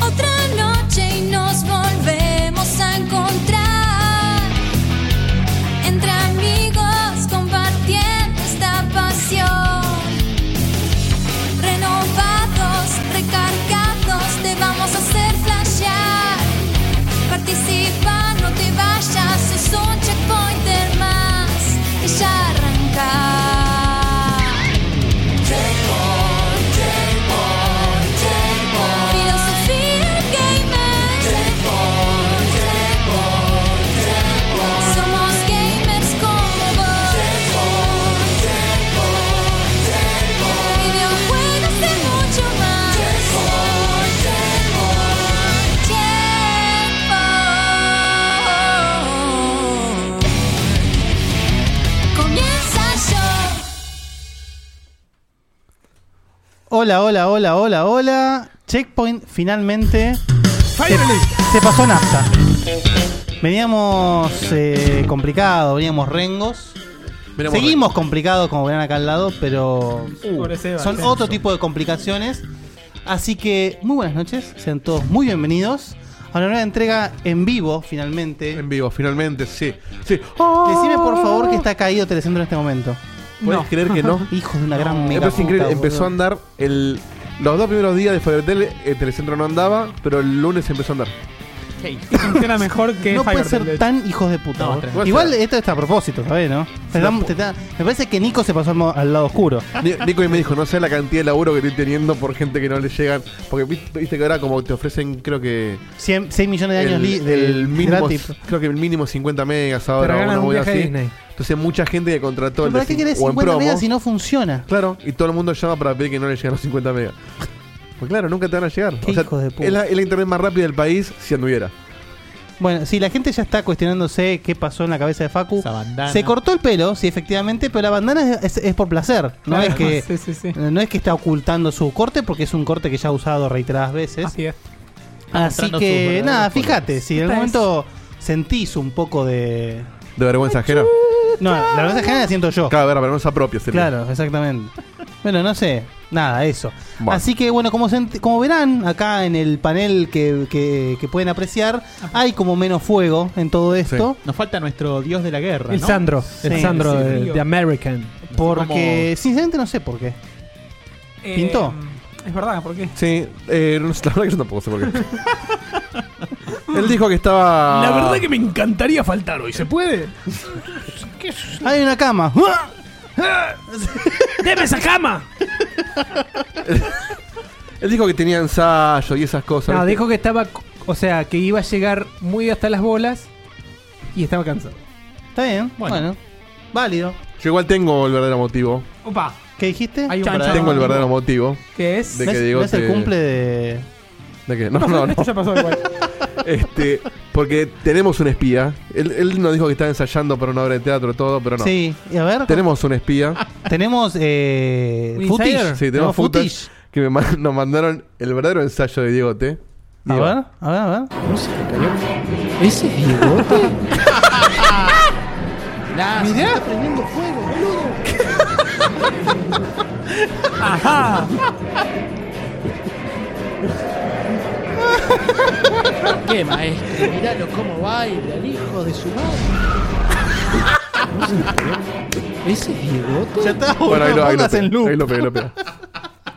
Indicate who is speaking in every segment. Speaker 1: Otra noche y nos volvemos a encontrar entre amigos compartiendo esta pasión. Renovados, recargados, te vamos a hacer flashear. Participa, no te vayas, es un checkpointer más y ya arrancar. Filosofía gamer. Somos gamers como vos. Videojuegos y mucho más. Tiempo. Comienza yo.
Speaker 2: Hola, hola, hola, hola, hola. Checkpoint finalmente
Speaker 3: Finally.
Speaker 2: Se, se pasó nafta. Veníamos eh, complicado, veníamos rengos.
Speaker 3: Veníamos Uh,
Speaker 2: Seguimos complicados como verán acá al lado, pero
Speaker 4: Pobre Seba,
Speaker 2: son
Speaker 4: sí.
Speaker 2: otro tipo de complicaciones. Así que muy buenas noches, sean todos muy bienvenidos a una nueva entrega en vivo finalmente.
Speaker 3: En vivo, finalmente, sí. sí.
Speaker 2: Decime por favor que está caído Telecentro en este momento.
Speaker 3: ¿Puedes creer que no?
Speaker 2: Hijos de una gran mega.
Speaker 3: Empezó,
Speaker 2: puta,
Speaker 3: increíble. Empezó
Speaker 2: boludo.
Speaker 3: a andar el, los dos primeros días de Fabretel, el telecentro no andaba, pero el lunes empezó a andar.
Speaker 4: Y funciona mejor que
Speaker 2: No puede
Speaker 4: Fivertel, de
Speaker 2: ser
Speaker 4: hecho.
Speaker 2: tan hijos de puta.
Speaker 4: No,
Speaker 2: boludo.
Speaker 3: tremendo.
Speaker 2: Igual esto está a propósito, ¿sabes? ¿no? Te dan- te da- me parece que Nico se pasó al, mo- al lado oscuro.
Speaker 3: Ni- Nico y me dijo, no sé la cantidad de laburo que estoy teniendo por gente que no le llegan. Porque vi- viste que ahora como te ofrecen, creo que...
Speaker 2: 6 millones de años
Speaker 3: el,
Speaker 2: li-
Speaker 3: el
Speaker 2: del
Speaker 3: mínimo,
Speaker 2: gratis.
Speaker 3: creo que el mínimo 50 megas ahora
Speaker 5: regalan
Speaker 3: una
Speaker 5: un
Speaker 3: movida
Speaker 5: viaje a
Speaker 3: así.
Speaker 5: Disney.
Speaker 3: Entonces mucha gente que contrató el
Speaker 2: ¿Para
Speaker 3: de
Speaker 2: qué
Speaker 3: cin-
Speaker 2: querés
Speaker 3: o en
Speaker 2: 50
Speaker 3: promo.
Speaker 2: megas si no funciona?
Speaker 3: Claro, y todo el mundo llama para pedir que no le lleguen los 50 megas. Pues claro, nunca te van a llegar.
Speaker 2: Qué hijos de puta.
Speaker 3: Es la, es la internet más rápida del país si anduviera.
Speaker 2: Bueno, si la gente ya está cuestionándose qué pasó en la cabeza de Facu,
Speaker 5: Esa bandana.
Speaker 2: se cortó el pelo, sí, efectivamente, pero la bandana es, es- es por placer. No,
Speaker 4: Claro,
Speaker 2: es que,
Speaker 4: sí, sí, sí.
Speaker 2: no es que está ocultando su corte, porque es un corte que ya ha usado reiteradas veces.
Speaker 4: Así es.
Speaker 2: Así
Speaker 5: Mostrando sus
Speaker 2: que,
Speaker 5: verdaderos
Speaker 2: nada,
Speaker 5: colores.
Speaker 2: fíjate, si en algún
Speaker 4: Esta es-
Speaker 2: momento sentís un poco de.
Speaker 3: De vergüenza ajena.
Speaker 2: No, la vergüenza general la siento yo.
Speaker 3: Cada ver, vergüenza propia. sería.
Speaker 2: Claro, exactamente. Bueno, no sé, nada, eso.
Speaker 3: Bueno.
Speaker 2: Así que bueno, como, se ent- como verán acá en el panel que, que- que pueden apreciar, hay como menos fuego en todo esto.
Speaker 5: Nos falta nuestro dios de la guerra.
Speaker 2: El
Speaker 5: ¿no?
Speaker 2: Sandro,
Speaker 5: El
Speaker 2: sí,
Speaker 5: Sandro
Speaker 4: sí,
Speaker 5: de,
Speaker 4: río.
Speaker 5: de American.
Speaker 2: Porque, sinceramente, no sé por qué.
Speaker 4: Eh,
Speaker 2: Pintó.
Speaker 4: es verdad, ¿por qué?
Speaker 3: Sí, eh, no sé, la verdad que yo tampoco sé por qué. Él dijo que estaba...
Speaker 4: me encantaría faltar hoy. ¿Se puede?
Speaker 2: Hay una cama.
Speaker 4: ¡Deme esa cama!
Speaker 3: Él dijo que tenía ensayo y esas cosas.
Speaker 5: No,
Speaker 3: ¿viste?
Speaker 5: dijo que estaba. O sea, que iba a llegar muy hasta las bolas y estaba cansado.
Speaker 2: Está bien, bueno.
Speaker 5: Bueno.
Speaker 2: Válido.
Speaker 3: Yo igual tengo el verdadero motivo.
Speaker 4: Opa,
Speaker 2: ¿Qué dijiste?
Speaker 4: hay un
Speaker 5: Chan,
Speaker 4: verdadero
Speaker 5: chan.
Speaker 3: Tengo el
Speaker 4: motivo.
Speaker 3: verdadero motivo.
Speaker 4: ¿Qué es?
Speaker 3: de
Speaker 2: ¿No
Speaker 3: que
Speaker 2: es,
Speaker 3: digo
Speaker 2: no es el
Speaker 3: que-
Speaker 2: cumple de.
Speaker 3: ¿De qué? No, no, no.
Speaker 4: Esto ya pasó igual.
Speaker 3: Este, porque tenemos un espía. Él, él nos dijo que estaba ensayando para una obra de teatro todo, pero no.
Speaker 2: Sí, y a ver,
Speaker 3: Tenemos un espía.
Speaker 2: tenemos. Eh,
Speaker 5: ¿Un
Speaker 2: footage.
Speaker 5: insider?
Speaker 3: Sí, tenemos footage que me man- nos mandaron el verdadero ensayo de Diego T.
Speaker 2: A
Speaker 3: Diego,
Speaker 2: ver, a ver, a ver.
Speaker 5: ¿Ese es bigote? Mirá.
Speaker 6: ¿Qué maestro? Miralo cómo baila el hijo de su madre. ¿Ese es bigote?
Speaker 2: Ya está,
Speaker 3: Bueno, ahí lo, ahí lo
Speaker 2: pongas
Speaker 3: pe-
Speaker 2: en loop.
Speaker 3: ahí lo pe- ahí lo pe-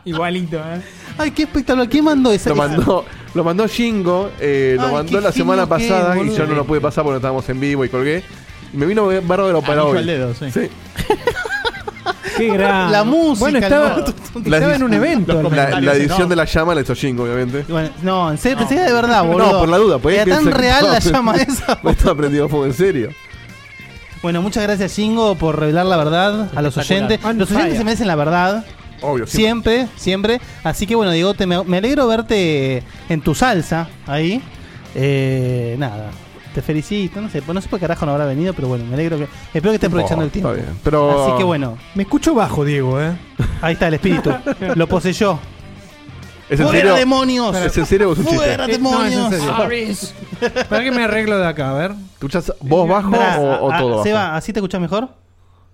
Speaker 4: Igualito, ¿eh?
Speaker 2: Ay, qué espectacular. ¿Quién mandó esa?
Speaker 3: Lo mandó, lo mandó Jingo, eh, lo
Speaker 2: Ay,
Speaker 3: mandó
Speaker 2: qué
Speaker 3: la semana
Speaker 2: genio que es,
Speaker 3: pasada y
Speaker 2: boludo.
Speaker 3: yo no lo pude pasar porque no estábamos en vivo y colgué. Y me vino barro de lo para
Speaker 5: Anillo
Speaker 3: hoy.
Speaker 5: al dedo, Ah, sí.
Speaker 3: Sí.
Speaker 5: Qué gran.
Speaker 2: La música,
Speaker 5: Bueno, estaba,
Speaker 2: el-
Speaker 5: estaba en un evento.
Speaker 3: La-
Speaker 5: al menos.
Speaker 3: La, edición de la llama la hizo Jingo, obviamente.
Speaker 2: Bueno, no, en serio, pensé que era de verdad, boludo.
Speaker 3: No, por la duda, pues
Speaker 2: Era
Speaker 3: es que
Speaker 2: tan
Speaker 3: se-
Speaker 2: real la llama esa.
Speaker 3: No estaba prendido a fuego, en serio.
Speaker 2: Bueno, muchas gracias, Jingo, por revelar la verdad a los oyentes.
Speaker 5: On
Speaker 2: Los oyentes
Speaker 5: fire.
Speaker 2: se merecen la verdad.
Speaker 3: Obvio, sí.
Speaker 2: Siempre, siempre. Así que bueno, Diego, te, me me alegro verte en tu salsa ahí. Eh, nada. Te felicito, no sé, pues no sé por qué carajo no habrá venido, pero bueno, me alegro que. Espero que esté aprovechando
Speaker 3: Oh,
Speaker 2: el tiempo.
Speaker 3: está bien, pero-
Speaker 2: Así que bueno,
Speaker 7: Me escucho bajo, Diego, ¿eh?
Speaker 2: ahí está el espíritu. Lo poseyó.
Speaker 3: ¿Es en
Speaker 2: ¡Fuera
Speaker 3: serio?
Speaker 2: demonios!
Speaker 3: ¿Es en serio o es un chiste?
Speaker 2: ¡Fuera
Speaker 5: Eh, no, es en
Speaker 2: demonios!
Speaker 5: serio. ¿Para qué me arreglo de acá? A ver.
Speaker 3: ¿Escuchás voz bajo
Speaker 2: Pará, ah,
Speaker 3: o, o
Speaker 2: a- a-
Speaker 3: todo bajo?
Speaker 2: Seba, ¿así te escuchas mejor?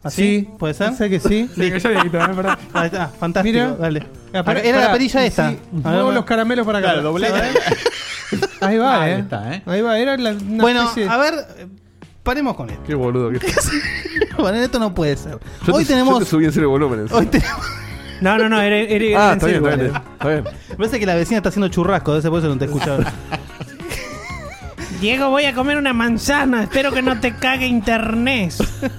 Speaker 2: ¿Así?
Speaker 5: Sí.
Speaker 2: ¿Puede ser?
Speaker 5: Sé que sí.
Speaker 4: Sí, que ya había quitado, ¿eh? Perdón.
Speaker 2: Ahí está, fantástico,
Speaker 5: Mira.
Speaker 2: dale.
Speaker 5: Ah, para-
Speaker 2: Era la
Speaker 5: para,
Speaker 2: perilla
Speaker 5: sí,
Speaker 2: esta. A ver,
Speaker 5: muevo los caramelos para acá.
Speaker 8: Claro, doblete.
Speaker 5: Ahí va,
Speaker 8: Ahí
Speaker 5: eh.
Speaker 8: está, eh.
Speaker 5: Ahí va, era la, una
Speaker 2: bueno,
Speaker 5: especie-
Speaker 2: a ver, eh, paremos con esto.
Speaker 3: Qué boludo que
Speaker 2: Bueno, esto no puede ser.
Speaker 3: Yo te-
Speaker 2: Hoy
Speaker 3: Yo te
Speaker 2: tenemos.
Speaker 3: subí en serio el volumen.
Speaker 2: Hoy tenemos.
Speaker 4: No, no, no, era, era- era
Speaker 3: Ah,
Speaker 4: en
Speaker 3: está bien,
Speaker 4: serio,
Speaker 3: está bien,
Speaker 4: igual.
Speaker 3: está bien.
Speaker 2: Me parece que la vecina está haciendo churrasco, de ese por eso no te escucha.
Speaker 4: Diego, voy a comer una manzana. Espero que no te cague internet.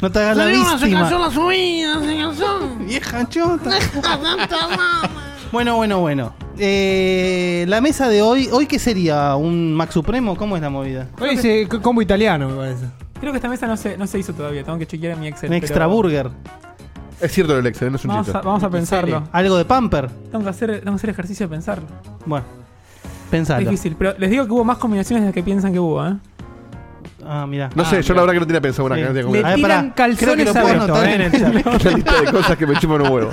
Speaker 2: No te hagas Ah, la víctima.
Speaker 6: la subida, se cansó.
Speaker 2: Vieja chota.
Speaker 6: Tanta mamá.
Speaker 2: Bueno, bueno, bueno. Eh, la mesa de hoy, ¿hoy qué sería? ¿Un Max Supremo? ¿Cómo es la movida?
Speaker 5: Hoy dice co- combo italiano, me parece.
Speaker 4: Creo que esta mesa no se, no se hizo todavía. Tengo que chequear en mi Excel.
Speaker 2: Un
Speaker 4: pero
Speaker 2: extra burger.
Speaker 3: Es cierto el Excel, no es un
Speaker 4: Vamos
Speaker 3: chiste.
Speaker 4: a, vamos a pensarlo.
Speaker 2: Algo de Pamper.
Speaker 4: Tengo que hacer, tengo que hacer ejercicio de pensarlo.
Speaker 2: Bueno, pensalo.
Speaker 4: Difícil, pero les digo que hubo más combinaciones de las que piensan que hubo, ¿eh.
Speaker 2: Ah, mira.
Speaker 3: No sé, yo la verdad que no tenía pensado una
Speaker 2: Sí.
Speaker 3: cantidad
Speaker 5: Le
Speaker 3: como
Speaker 2: Ah,
Speaker 5: tiran
Speaker 2: pará, creo que
Speaker 5: calzones
Speaker 2: lo puedo
Speaker 5: abiertos,
Speaker 2: anotar
Speaker 5: eh,
Speaker 2: en
Speaker 5: en el chat.
Speaker 3: una lista de cosas que me chupan un huevo.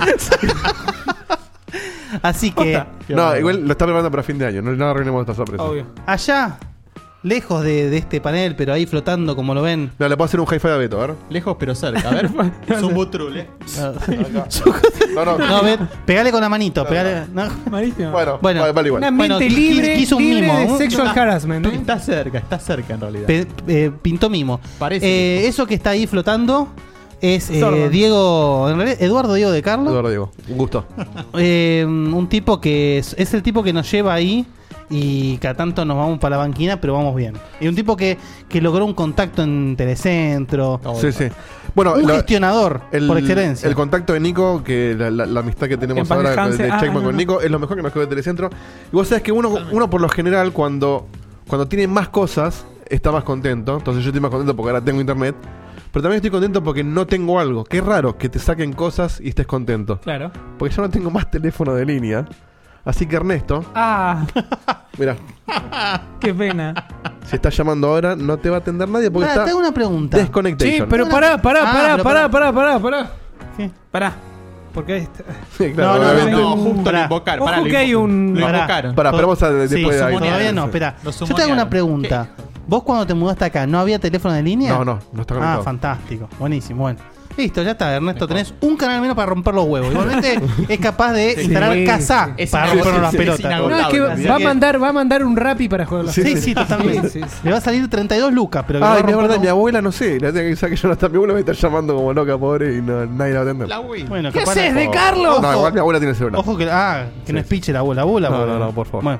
Speaker 2: Así que,
Speaker 3: No, igual lo está preparando para fin de año, no, no arruinemos esta sorpresa.
Speaker 4: Obvio.
Speaker 2: allá, lejos de, de este panel, pero ahí flotando como lo ven.
Speaker 3: No, le puedo hacer un hi-fi a Beto, a ver.
Speaker 8: Lejos pero cerca. A ver. Es un ¿eh? butrule.
Speaker 3: No, no,
Speaker 2: No, ve, pegale con la manito, pegale. no.
Speaker 4: Malísimo.
Speaker 3: Bueno,
Speaker 2: Bueno.
Speaker 3: vale, vale
Speaker 5: Un
Speaker 3: igual.
Speaker 5: ambiente
Speaker 2: Bueno, qui-
Speaker 5: libre,
Speaker 2: quiso un
Speaker 5: libre
Speaker 2: mimo,
Speaker 5: de
Speaker 2: un-
Speaker 5: sexual harassment. ¿eh?
Speaker 8: Está cerca, está cerca en realidad.
Speaker 2: Pe- eh, pintó mimo.
Speaker 8: Parece.
Speaker 2: Eh, eso que está ahí flotando es eh,
Speaker 4: Sordo.
Speaker 2: Diego, en realidad, Eduardo Diego de Carlos.
Speaker 3: Eduardo Diego, un gusto.
Speaker 2: Eh, un tipo que es, es el tipo que nos lleva ahí y cada tanto nos vamos para la banquina, pero vamos bien. Y un tipo que, que logró un contacto en Telecentro.
Speaker 8: Oh,
Speaker 3: Sí, sí. Bueno,
Speaker 2: un
Speaker 3: lo-
Speaker 2: gestionador
Speaker 3: el,
Speaker 2: por excelencia.
Speaker 3: el contacto de Nico, que la, la- la amistad que
Speaker 4: En
Speaker 3: tenemos
Speaker 4: paz
Speaker 3: ahora de,
Speaker 4: descanse.
Speaker 3: de
Speaker 4: Ah,
Speaker 3: Checkman
Speaker 4: no,
Speaker 3: con
Speaker 4: no.
Speaker 3: Nico, es lo mejor que nos quedó de Telecentro. Y vos sabés que uno, uno por lo general, cuando, cuando tiene más cosas, está más contento. Entonces yo estoy más contento porque ahora tengo internet. Pero también estoy contento porque no tengo algo. Qué raro que te saquen cosas y estés contento.
Speaker 4: Claro.
Speaker 3: Porque yo no tengo más teléfono de línea. Así que Ernesto,
Speaker 4: Ah,
Speaker 3: mira,
Speaker 4: qué pena.
Speaker 3: si estás llamando ahora, no te va a atender nadie porque
Speaker 2: Pará,
Speaker 3: está
Speaker 2: te hago una pregunta.
Speaker 5: Sí,
Speaker 3: desconectation.
Speaker 5: pero pará, pará,
Speaker 2: Ah,
Speaker 5: pará,
Speaker 2: pero
Speaker 5: pará, pará, pará, pará.
Speaker 4: Pará.
Speaker 5: Porque ahí está.
Speaker 3: Sí, claro,
Speaker 2: No, no,
Speaker 3: obviamente.
Speaker 8: No, justo
Speaker 2: Pará.
Speaker 8: lo invocaron.
Speaker 5: Ojo
Speaker 8: Pará, lo
Speaker 5: que hay
Speaker 8: invo-
Speaker 5: un-
Speaker 8: Lo
Speaker 2: Pará.
Speaker 8: invocaron.
Speaker 3: Para, pero vamos a de-
Speaker 2: Sí,
Speaker 3: después de ahí.
Speaker 8: sumonearon.
Speaker 2: Todavía no, espera.
Speaker 8: Los
Speaker 2: Yo te hago una
Speaker 8: sumonearon.
Speaker 2: pregunta. ¿Vos cuando te mudaste acá no había teléfono de línea?
Speaker 3: No, no, no está
Speaker 2: Ah,
Speaker 3: conectado.
Speaker 2: fantástico. Buenísimo, bueno. Listo, ya está, Ernesto. Tenés un canal menos para romper los huevos. Igualmente es capaz de instalar
Speaker 5: Sí,
Speaker 2: casa
Speaker 8: sí. Es
Speaker 2: para romper
Speaker 8: inagotable,
Speaker 2: las
Speaker 8: sí, sí, es
Speaker 2: pelotas.
Speaker 8: inagotable.
Speaker 5: No, es que
Speaker 8: Así
Speaker 5: va a
Speaker 2: que-
Speaker 5: mandar, va a mandar un rapi para jugar a la
Speaker 2: Sí, sí, totalmente.
Speaker 5: Sí, sí, sí.
Speaker 2: Le va a salir 32 lucas, pero que va a
Speaker 3: Ay,
Speaker 2: romper
Speaker 3: es verdad,
Speaker 2: los-
Speaker 3: mi abuela no sé. La tengo que saber que yo no está. Mi abuela me está llamando como loca, pobre, y no, nadie la va a atender.
Speaker 8: La Wii.
Speaker 2: Bueno,
Speaker 5: ¿Qué
Speaker 2: capaz
Speaker 5: haces
Speaker 2: la-
Speaker 5: de Carlos?
Speaker 3: No, igual mi abuela tiene celular.
Speaker 2: Ojo que. Ah, que no es piche la abuela, abuela.
Speaker 3: No,
Speaker 2: porque-
Speaker 3: no, no, por favor.
Speaker 2: Bueno.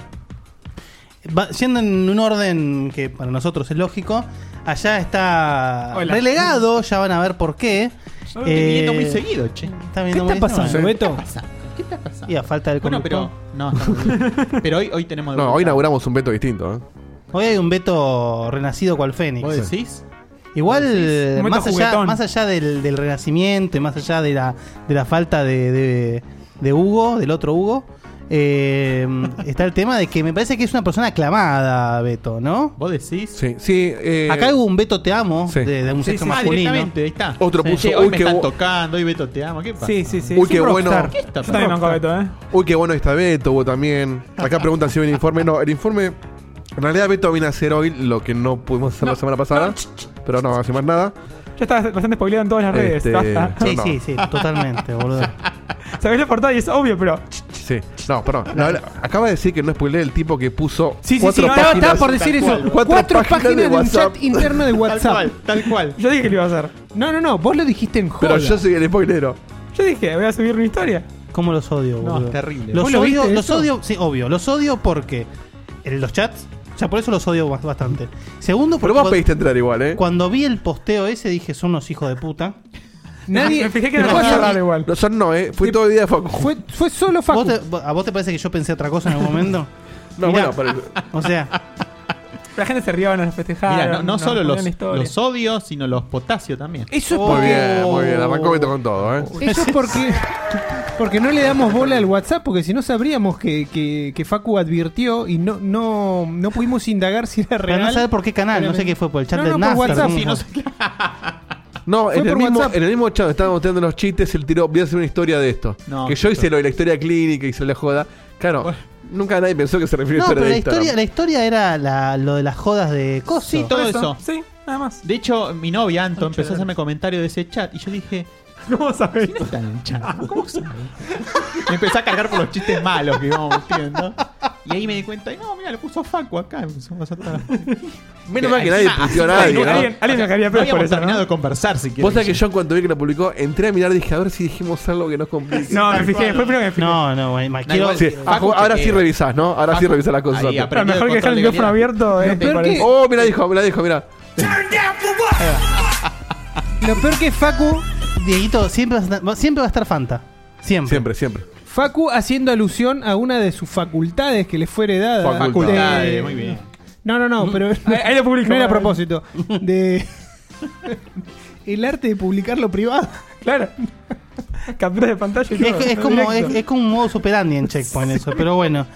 Speaker 2: Va- yendo en un orden que para nosotros es lógico, allá está
Speaker 4: Hola.
Speaker 2: relegado, ya van a ver por qué.
Speaker 8: Yo lo estoy viendo muy
Speaker 2: Eh,
Speaker 8: seguido, che. ¿Qué
Speaker 2: Está
Speaker 5: ¿Qué
Speaker 2: viendo
Speaker 5: está
Speaker 2: muy
Speaker 5: pasando,
Speaker 2: bien.
Speaker 5: Beto?
Speaker 8: pasa? ¿Qué está pasando?
Speaker 2: Y a falta del
Speaker 8: Bueno,
Speaker 2: conductor.
Speaker 8: Ah, pero. No, está muy bien. Pero hoy, hoy tenemos. de
Speaker 3: No, hoy
Speaker 8: vuelta.
Speaker 3: inauguramos un veto distinto. ¿eh?
Speaker 2: Hoy hay un Beto renacido cual Fénix.
Speaker 8: ¿Vos decís?
Speaker 2: Igual, eh,
Speaker 4: Un Beto
Speaker 2: más allá,
Speaker 4: juguetón.
Speaker 2: más allá del, del renacimiento y más allá de la, de la falta de, de- de Hugo, del otro Hugo, eh, está el tema de que me parece que es una persona aclamada, Beto, ¿no?
Speaker 8: ¿Vos decís?
Speaker 3: Sí, sí. eh,
Speaker 2: Acá hubo un Beto Te Amo
Speaker 3: Sí.
Speaker 2: de, de un sexo
Speaker 8: Ah,
Speaker 2: masculino.
Speaker 8: directamente, ahí está.
Speaker 3: Otro
Speaker 8: Sí,
Speaker 3: puso,
Speaker 8: che, hoy
Speaker 3: uy,
Speaker 8: me
Speaker 3: qué
Speaker 8: están
Speaker 3: bu-
Speaker 8: tocando, hoy Beto te ama. ¿Qué pasa?
Speaker 4: Sí, sí, sí.
Speaker 3: Uy,
Speaker 4: Sí,
Speaker 3: qué bueno.
Speaker 8: ¿Qué está
Speaker 4: Yo también
Speaker 8: pasando?
Speaker 4: banco a Beto, ¿eh?
Speaker 3: Uy, qué bueno está Beto. Hubo también. Acá preguntan si hubo un informe. No, el informe. En realidad, Beto vino a hacer hoy lo que no pudimos hacer la semana pasada. Pero no, hace más nada.
Speaker 4: Ya está bastante spoileado en todas las redes.
Speaker 3: Este-
Speaker 4: basta.
Speaker 3: No,
Speaker 2: Sí,
Speaker 3: no.
Speaker 2: sí, sí, totalmente, boludo.
Speaker 4: Sabés la portada y es obvio, pero.
Speaker 3: Sí. No, perdón. No, acaba de decir que no spoileé el tipo que puso.
Speaker 4: Sí, sí, sí,
Speaker 3: cuatro
Speaker 4: no, no,
Speaker 5: Estaba,
Speaker 3: páginas.
Speaker 5: estaba por decir eso.
Speaker 8: cual,
Speaker 5: Cuatro, páginas, de, un
Speaker 3: WhatsApp.
Speaker 5: chat interno de
Speaker 8: Tal
Speaker 5: WhatsApp.
Speaker 8: cual, tal cual.
Speaker 4: Yo dije que lo iba a hacer.
Speaker 5: No, no, no. Vos lo dijiste en joda.
Speaker 3: Pero yo soy el spoilero.
Speaker 4: Yo dije, voy a subir mi historia.
Speaker 2: ¿Cómo los odio,
Speaker 8: No,
Speaker 2: boludo?
Speaker 8: es terrible.
Speaker 2: Los
Speaker 5: ¿Vos lo
Speaker 2: odio,
Speaker 5: viste
Speaker 2: los
Speaker 5: eso?
Speaker 2: odio, sí, obvio. Los odio porque en los chats, ya por eso los odio bas- bastante. Segundo, porque
Speaker 3: Pero vos
Speaker 2: cuando-
Speaker 3: pediste entrar igual, ¿eh?
Speaker 2: cuando vi el posteo ese dije, son unos hijos de puta.
Speaker 5: Nadie.
Speaker 4: Me fijé que
Speaker 5: ¿Te
Speaker 4: no
Speaker 5: puedo
Speaker 4: lo
Speaker 5: hacer-
Speaker 4: cerrar igual.
Speaker 3: No, son no, ¿eh? Fui todo el día de Facu.
Speaker 5: Fue, fue solo Facu.
Speaker 2: ¿Vos te- vo- ¿A vos te parece que yo pensé otra cosa en algún momento?
Speaker 3: No,
Speaker 2: Mirá,
Speaker 3: bueno, pero-
Speaker 2: O sea,
Speaker 4: La gente se rió, nos festejaron.
Speaker 8: Mirá, no, no
Speaker 4: nos
Speaker 8: solo los,
Speaker 4: ponían historias.
Speaker 8: los odios, sino los potasio también.
Speaker 5: Eso es
Speaker 2: Oh.
Speaker 3: Muy
Speaker 5: porque.
Speaker 3: bien, muy bien. Arrancó Beto con todo, ¿eh?
Speaker 5: Eso es porque. Porque no le damos bola al WhatsApp, porque si no sabríamos que, que, que Facu advirtió y no, no, no pudimos indagar si era
Speaker 2: Para
Speaker 5: real.
Speaker 2: no saber por qué canal, no sé qué fue, por el chat
Speaker 5: No,
Speaker 2: del
Speaker 5: no, por
Speaker 2: NASA.
Speaker 5: WhatsApp,
Speaker 2: ¿cómo
Speaker 5: sí, no
Speaker 2: fue?
Speaker 3: No,
Speaker 5: Fue
Speaker 3: en el,
Speaker 5: por
Speaker 3: mismo,
Speaker 5: WhatsAp.
Speaker 3: en el mismo chat estábamos tirando los chistes, él tiró, voy a hacer una historia de esto.
Speaker 8: No,
Speaker 3: que yo hice lo de la historia clínica, hice la joda. Claro, nunca nadie pensó que se refiere
Speaker 2: No,
Speaker 3: a
Speaker 2: pero
Speaker 3: historia
Speaker 2: la
Speaker 3: de Instagram.
Speaker 2: historia, la historia era la- lo de las jodas de Coso.
Speaker 8: Sí, todo eso.
Speaker 7: Sí, nada más.
Speaker 8: De hecho, mi novia, Anto, empezó a hacerme comentarios de ese chat y yo dije,
Speaker 7: No sabes.
Speaker 8: ¿quién está en el chat? ¿Cómo sabe? Me empecé a cargar por los chistes malos que íbamos metiendo. Y ahí me di cuenta, y no, mira, lo puso Facu acá. Somos a todas-
Speaker 3: Menos mal que nadie
Speaker 8: Ah,
Speaker 3: puteó a
Speaker 8: sí,
Speaker 3: nadie,
Speaker 8: no,
Speaker 3: ¿no?
Speaker 7: alguien- alguien me caería
Speaker 8: no
Speaker 7: peor
Speaker 8: habíamos
Speaker 7: por eso, ¿no?
Speaker 8: terminado de conversar, si quieres.
Speaker 3: Vos sabés que yo en cuanto vi que lo publicó, entré a mirar y dije, a ver si dijimos algo que nos complique.
Speaker 7: No, me fijé, fue primero que me fijé.
Speaker 2: No, no, bueno, ma-
Speaker 8: No,
Speaker 2: quiero-
Speaker 8: igual
Speaker 3: Sí, ah,
Speaker 8: Facu
Speaker 3: ahora
Speaker 8: chequea.
Speaker 3: sí revisás, ¿no? Ahora sí
Speaker 8: Facu-
Speaker 3: revisás las cosas.
Speaker 8: Ahí
Speaker 3: Anto.
Speaker 8: aprendí
Speaker 7: Lo mejor
Speaker 8: el
Speaker 7: que dejar el
Speaker 8: control de
Speaker 7: micrófono
Speaker 8: calidad.
Speaker 7: abierto eh, es
Speaker 5: Lo peor que-
Speaker 3: Oh, mira dijo, mira dijo, mira.
Speaker 5: Lo peor que Facu,
Speaker 2: Dieguito, siempre va, a estar, siempre va a estar Fanta. Siempre.
Speaker 3: Siempre, siempre.
Speaker 5: Facu haciendo alusión a una de sus facultades que le fue heredada.
Speaker 8: Eh,
Speaker 5: Eh,
Speaker 8: Facultades,
Speaker 5: De-
Speaker 8: muy bien.
Speaker 5: No, no,
Speaker 3: Mm.
Speaker 5: no, pero
Speaker 7: Ahí- ahí lo publico.
Speaker 5: no era a propósito. De el arte de publicar lo privado.
Speaker 7: Claro. Captura de pantalla y
Speaker 2: Es,
Speaker 7: todo.
Speaker 2: es como, es,
Speaker 7: Directo.
Speaker 2: es como un modo superandi en Checkpoint eso, pero bueno.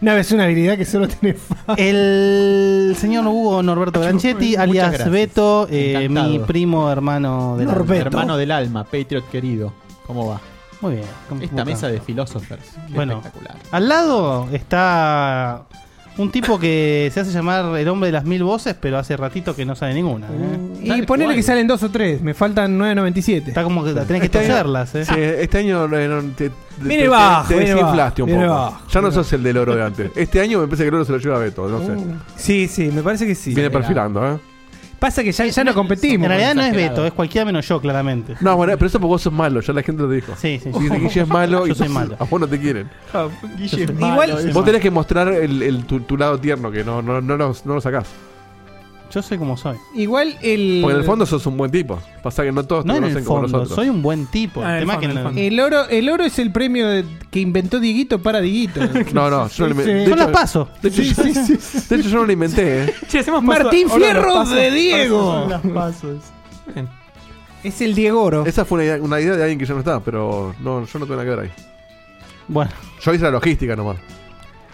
Speaker 5: No, es una habilidad que solo tiene Facu.
Speaker 2: El señor Hugo Norberto Granchetti,
Speaker 8: Muchas
Speaker 2: alias
Speaker 8: gracias.
Speaker 2: Beto, eh,
Speaker 8: Encantado.
Speaker 2: mi primo hermano de la-
Speaker 5: Norberto.
Speaker 8: Hermano del alma, Patriot querido. ¿Cómo va?
Speaker 2: Muy bien. ¿cómo-
Speaker 8: Esta
Speaker 2: cómo
Speaker 8: mesa
Speaker 2: está?
Speaker 8: de filósofos.
Speaker 2: Bueno.
Speaker 8: Espectacular.
Speaker 2: Al lado está un tipo que se hace llamar el hombre de las mil voces, pero hace ratito que no sabe ninguna. ¿eh?
Speaker 5: Y ponele que salen dos o tres, me faltan 9.97.
Speaker 2: Está como que tenés que
Speaker 3: Está bien.
Speaker 2: torcerlas, ¿eh?
Speaker 3: Sí, este año eh, no, te, te-
Speaker 7: Viene
Speaker 3: te-
Speaker 7: bajo,
Speaker 3: te
Speaker 7: viene
Speaker 3: desinflaste un
Speaker 7: bajo, viene
Speaker 3: poco.
Speaker 7: bajo.
Speaker 3: ya no sos el del oro de antes. Este año me parece que el oro se lo lleva Beto, no sé.
Speaker 7: Sí, sí, me parece que sí.
Speaker 3: Viene perfilando, ¿eh?
Speaker 5: Pasa que ya, ya no
Speaker 2: En
Speaker 5: competimos.
Speaker 2: realidad no es
Speaker 8: exagerado.
Speaker 2: Beto, es cualquiera menos yo, claramente.
Speaker 3: No, bueno, pero eso porque vos sos malo, ya la gente lo dijo.
Speaker 2: Sí, sí,
Speaker 3: Dice que
Speaker 2: sí.
Speaker 3: Guille es malo y
Speaker 2: Yo soy malo.
Speaker 3: a vos no te quieren.
Speaker 5: Igual-
Speaker 3: Ah, Vos tenés que mostrar el, el- tu, tu lado tierno, que no, no, no, lo, no lo sacás.
Speaker 2: Yo soy como soy.
Speaker 5: Igual el.
Speaker 3: Porque en el fondo sos un buen tipo. Pasa que no todos
Speaker 2: No
Speaker 3: te
Speaker 2: en
Speaker 3: conocen
Speaker 2: el
Speaker 3: como
Speaker 2: fondo,
Speaker 3: nosotros.
Speaker 2: soy un buen tipo.
Speaker 7: Ah,
Speaker 2: el
Speaker 7: en el
Speaker 2: tema
Speaker 7: fondo,
Speaker 2: que
Speaker 7: en el
Speaker 2: no-
Speaker 7: fondo.
Speaker 5: El oro, el oro es el premio de- que inventó Dieguito para Dieguito.
Speaker 3: No, no, yo no lo
Speaker 5: Sí,
Speaker 3: inventé.
Speaker 5: sí.
Speaker 2: Yo las paso.
Speaker 3: De hecho, yo, de hecho, yo no lo inventé, ¿eh?
Speaker 7: Che, hacemos paso-
Speaker 5: Martín
Speaker 7: ahora los
Speaker 5: Fierro
Speaker 7: pasos.
Speaker 5: de Diego.
Speaker 7: Bien.
Speaker 5: Es el Diego Oro.
Speaker 3: Esa fue una idea, una idea de alguien que ya no estaba, pero no, yo no tuve nada que ver ahí.
Speaker 2: Bueno,
Speaker 3: Yo hice la logística nomás.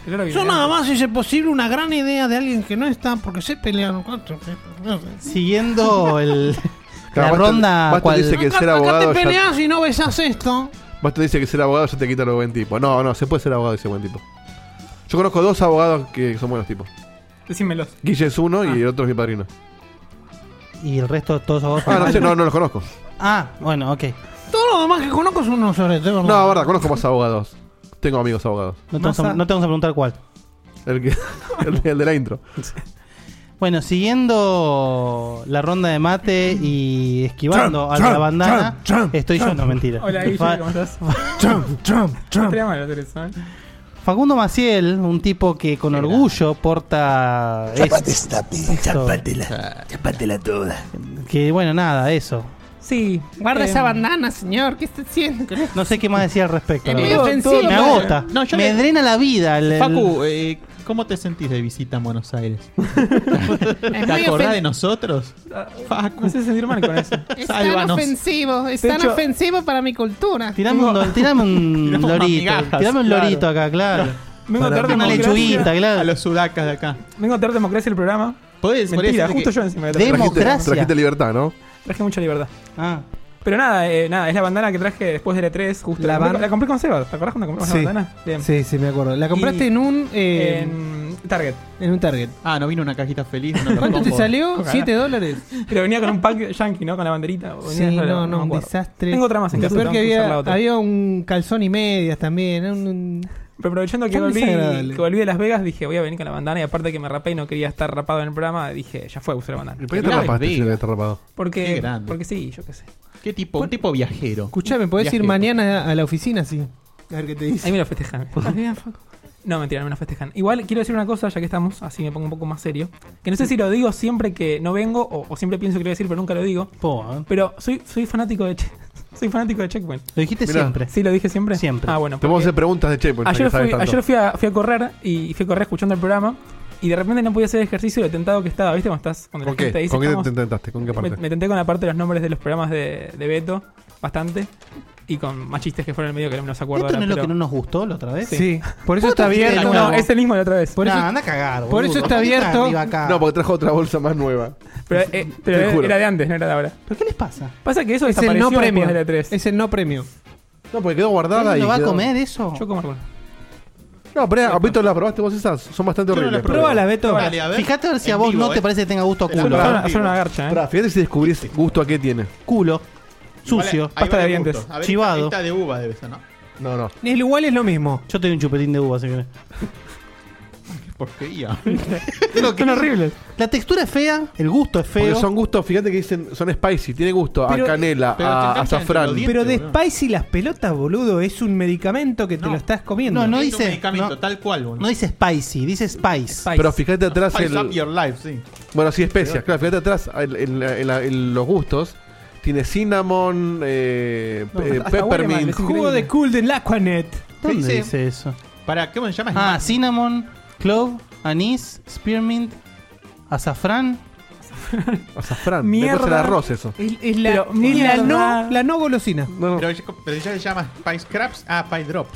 Speaker 7: El oro
Speaker 4: Yo
Speaker 7: viene
Speaker 4: nada
Speaker 7: antes.
Speaker 4: más hice posible una gran idea de alguien que no está porque se pelearon. cuatro.
Speaker 2: siguiendo el, la
Speaker 3: Claro, Basto-
Speaker 2: ronda
Speaker 3: Basto
Speaker 2: cual-
Speaker 3: dice que
Speaker 4: Acá,
Speaker 3: ser
Speaker 4: acá
Speaker 3: abogado
Speaker 4: te
Speaker 3: ya-
Speaker 4: peleas y no besas esto.
Speaker 3: Basto dice que ser abogado ya te quita lo buen tipo. No, no, se puede ser abogado y ser buen tipo. Yo conozco dos abogados que son buenos tipos.
Speaker 7: Decímelos.
Speaker 3: Guille es
Speaker 2: Ah.
Speaker 3: uno y el otro es mi padrino.
Speaker 2: y el resto todos vos.
Speaker 3: Ah, no sé, no, no los conozco.
Speaker 2: Ah, bueno, ok.
Speaker 4: Todo lo demás que conozco son unos soretes, ¿verdad?
Speaker 3: No, verdad, conozco más abogados. Tengo amigos abogados.
Speaker 2: No te, vamos a,
Speaker 7: Massa.
Speaker 2: no te vamos a preguntar cuál.
Speaker 3: El, que, el, de- el de la intro.
Speaker 2: Bueno, siguiendo la ronda de mate y esquivando
Speaker 7: Trump,
Speaker 2: a la
Speaker 7: Trump,
Speaker 2: bandana,
Speaker 7: Trump, Trump,
Speaker 2: estoy yo, no mentira.
Speaker 7: Hola, Guille,
Speaker 2: Fa-
Speaker 7: ¿cómo estás? Trump, Trump, Trump. ¿eh?
Speaker 2: Facundo Maciel, un tipo que con orgullo porta. es- esto, que bueno, nada, eso.
Speaker 7: Sí.
Speaker 4: Guarda
Speaker 7: Eh,
Speaker 4: esa bandana, señor. ¿Qué está haciendo?
Speaker 2: No sé qué más decir al respecto. la
Speaker 8: Eh,
Speaker 2: verdad.
Speaker 8: en
Speaker 7: todo-
Speaker 2: me
Speaker 8: no,
Speaker 2: agota.
Speaker 8: no, yo
Speaker 2: me
Speaker 8: le-
Speaker 2: drena la vida. el- el-
Speaker 8: Facu, eh, ¿cómo te sentís de visita en Buenos Aires? ¿Te
Speaker 4: muy
Speaker 8: acordás
Speaker 4: ofen-
Speaker 8: de nosotros? Facu,
Speaker 7: Me hace sentir mal con eso.
Speaker 4: Es tan
Speaker 8: sálvanos.
Speaker 4: ofensivo, es tan
Speaker 7: hecho-
Speaker 4: ofensivo para mi cultura.
Speaker 2: Tirame un, do- tirame un
Speaker 8: Tiramos unas
Speaker 2: lorito.
Speaker 8: migajas,
Speaker 2: tirame un
Speaker 8: claro.
Speaker 2: lorito acá, claro.
Speaker 7: Vengo
Speaker 2: Para-
Speaker 7: tarde
Speaker 2: una
Speaker 7: democracia.
Speaker 2: lechuguita,
Speaker 8: A
Speaker 2: claro.
Speaker 8: los sudacas de acá.
Speaker 7: Vengo a traer democracia el programa.
Speaker 8: ¿Podés,
Speaker 7: Mentira,
Speaker 8: podés
Speaker 7: justo
Speaker 8: que-
Speaker 7: yo encima de la
Speaker 2: Demo-
Speaker 3: Trajiste,
Speaker 2: Democracia.
Speaker 3: trajiste libertad, ¿no?
Speaker 7: Traje mucha libertad.
Speaker 2: Ah,
Speaker 7: Pero nada, eh, nada, es la bandana que traje después de la 3 justo.
Speaker 5: La
Speaker 7: La,
Speaker 5: ban-
Speaker 7: compré, la compré con Seba, ¿te acordás cuando compramos
Speaker 5: Sí.
Speaker 7: la bandana? Bien.
Speaker 5: Sí, sí, me acuerdo. La compraste
Speaker 7: Y-
Speaker 5: en un eh, en...
Speaker 7: En Target.
Speaker 5: un Target.
Speaker 8: Ah, no vino una cajita feliz. no lo
Speaker 5: ¿Cuánto te
Speaker 8: pongo.
Speaker 5: salió?
Speaker 7: Ojalá.
Speaker 5: ¿7 dólares?
Speaker 7: Pero venía con un pack yankee, ¿no? Con la banderita. o venía
Speaker 5: Sí,
Speaker 7: sola,
Speaker 5: no, no,
Speaker 7: me
Speaker 5: un
Speaker 7: acuerdo.
Speaker 5: desastre.
Speaker 7: Tengo otra más en
Speaker 5: Lo
Speaker 7: casa, tengo
Speaker 5: peor que
Speaker 7: que usar
Speaker 5: había,
Speaker 7: la otra.
Speaker 5: había un calzón y medias también. era un- un-
Speaker 7: Pero aprovechando que
Speaker 5: Tan
Speaker 7: volví,
Speaker 5: desagradable.
Speaker 7: que volví de Las Vegas, dije, voy a venir con la bandana. Y aparte que me rapé y no quería estar rapado en el programa, dije, ya fue, usé la bandana.
Speaker 3: ¿Y por qué te
Speaker 8: Claro,
Speaker 3: rapaste
Speaker 8: diga.
Speaker 3: si eres rapado?
Speaker 8: Qué
Speaker 7: Porque,
Speaker 8: grande.
Speaker 7: porque sí, yo qué sé.
Speaker 8: ¿Qué tipo? Un tipo viajero.
Speaker 5: Escuchame, pues, podés ir
Speaker 8: Viajero.
Speaker 5: mañana a la oficina, sí. A ver qué te
Speaker 7: Ahí
Speaker 5: dice.
Speaker 7: me lo festejan. No, mentira, no me lo festejan. Igual quiero decir una cosa, ya que estamos, así me pongo un poco más serio. Que no sé si lo digo siempre que no vengo o, o siempre pienso que lo voy a decir, pero nunca lo digo.
Speaker 2: po, ¿eh?
Speaker 7: Pero soy, soy fanático de Che- soy fanático de Checkpoint.
Speaker 2: Lo dijiste
Speaker 3: Mirá.
Speaker 2: siempre.
Speaker 7: ¿Sí lo dije siempre?
Speaker 2: Siempre.
Speaker 7: Ah, bueno.
Speaker 3: Te vamos a
Speaker 7: porque
Speaker 3: hacer preguntas de Checkpoint. ya que
Speaker 7: Ayer,
Speaker 3: sabes
Speaker 7: fui,
Speaker 3: tanto.
Speaker 7: ayer fui, a, fui a correr y fui a correr escuchando el programa y de repente no podía hacer ejercicio de lo tentado que estaba, ¿viste? Cuando estás cuando la
Speaker 3: ¿Con qué?
Speaker 7: gente dice,
Speaker 3: ¿Con qué
Speaker 7: estamos-
Speaker 3: te intentaste? ¿Con qué
Speaker 7: me,
Speaker 3: parte?
Speaker 7: me tenté con la parte de los nombres de los programas de, de Beto, bastante. y con más chistes que fueron en el medio que no me los acuerdo.
Speaker 2: ¿Esto
Speaker 7: ahora,
Speaker 2: no es lo
Speaker 7: pero-
Speaker 2: que no nos gustó la otra vez?
Speaker 7: Sí.
Speaker 5: Por eso
Speaker 2: Puta,
Speaker 5: está abierto.
Speaker 7: No, es el mismo de la otra vez.
Speaker 5: Por
Speaker 2: Nah,
Speaker 5: eso-
Speaker 2: anda a cagar,
Speaker 5: por
Speaker 2: boludo.
Speaker 5: eso está
Speaker 2: ¿Por qué están
Speaker 5: abierto-
Speaker 2: arriba acá?
Speaker 3: No, porque trajo otra bolsa más nueva.
Speaker 7: Pero, eh, pero
Speaker 3: Te
Speaker 7: era-
Speaker 3: juro.
Speaker 7: era de antes, no era de ahora.
Speaker 2: ¿Pero qué les pasa?
Speaker 7: Pasa que eso
Speaker 5: Es el
Speaker 7: desapareció
Speaker 5: no
Speaker 7: después
Speaker 5: premio.
Speaker 7: de la E 3.
Speaker 5: Es el no premio.
Speaker 3: No, porque quedó guardada y.
Speaker 2: ¿No va a
Speaker 3: quedó-
Speaker 2: comer ¿Eh, eso?
Speaker 7: Yo como alguna.
Speaker 3: No, pero ah, Beto, las probaste vos esas. Son bastante
Speaker 8: Yo no
Speaker 3: horribles.
Speaker 8: las probé.
Speaker 5: Pruébala, Beto.
Speaker 8: Dale, a ver.
Speaker 2: Fíjate a ver si a
Speaker 8: En
Speaker 2: vos
Speaker 8: vivo,
Speaker 2: no te
Speaker 8: eh.
Speaker 2: parece que tenga gusto a
Speaker 8: Te la
Speaker 7: Son
Speaker 2: culo.
Speaker 3: probé.
Speaker 7: una, son una garcha, ¿eh?
Speaker 3: Pará, Fíjate si descubrís gusto a qué tiene.
Speaker 2: Culo. Sucio.
Speaker 8: Ahí
Speaker 7: pasta
Speaker 8: va
Speaker 7: de
Speaker 8: el
Speaker 7: dientes,
Speaker 8: gusto. A ver,
Speaker 2: chivado.
Speaker 8: Esta de uva debe ser, ¿no?
Speaker 3: No, no.
Speaker 5: El igual es lo mismo.
Speaker 2: Yo tengo un chupetín de uva, si querés.
Speaker 8: Porquería.
Speaker 7: Son horribles.
Speaker 2: La textura es fea, el gusto es
Speaker 3: Porque
Speaker 2: feo.
Speaker 3: son gustos, fíjate que dicen, son spicy, tiene gusto
Speaker 5: Pero-
Speaker 3: a canela,
Speaker 8: pero te
Speaker 3: a
Speaker 8: enganchan
Speaker 3: azafrán.
Speaker 8: entre los
Speaker 5: Pero de
Speaker 8: boludo.
Speaker 5: Spicy las pelotas, boludo, es un medicamento que te
Speaker 8: No.
Speaker 5: lo estás comiendo.
Speaker 2: No, no.
Speaker 8: Es
Speaker 2: dice-
Speaker 8: un medicamento
Speaker 2: no-
Speaker 8: tal cual,
Speaker 2: No
Speaker 8: boludo.
Speaker 2: dice spicy, dice spice.
Speaker 7: Spice.
Speaker 3: Pero fíjate atrás
Speaker 8: Spice up
Speaker 3: el.
Speaker 8: your life, sí.
Speaker 3: Bueno, sí, especias, claro, fíjate atrás el- el- el- el- los gustos. Tiene cinnamon, eh, pe-
Speaker 5: Hasta huele mal,
Speaker 3: peppermint.
Speaker 5: es Jugo de cool del Aquanet.
Speaker 2: ¿Dónde
Speaker 8: dice-
Speaker 2: dice eso?
Speaker 8: Para, ¿cómo se llama?
Speaker 2: Ah, cinnamon, clove, anís, spearmint, azafrán.
Speaker 3: Azafrán.
Speaker 7: Mierda.
Speaker 3: Mierda. el arroz eso.
Speaker 5: Es, es la,
Speaker 7: Pero,
Speaker 5: es la
Speaker 7: mierda.
Speaker 5: no, la no golosina.
Speaker 3: No, no.
Speaker 8: Pero, ya- pero ya se llama Spice Crabs. Ah, Spice Drops.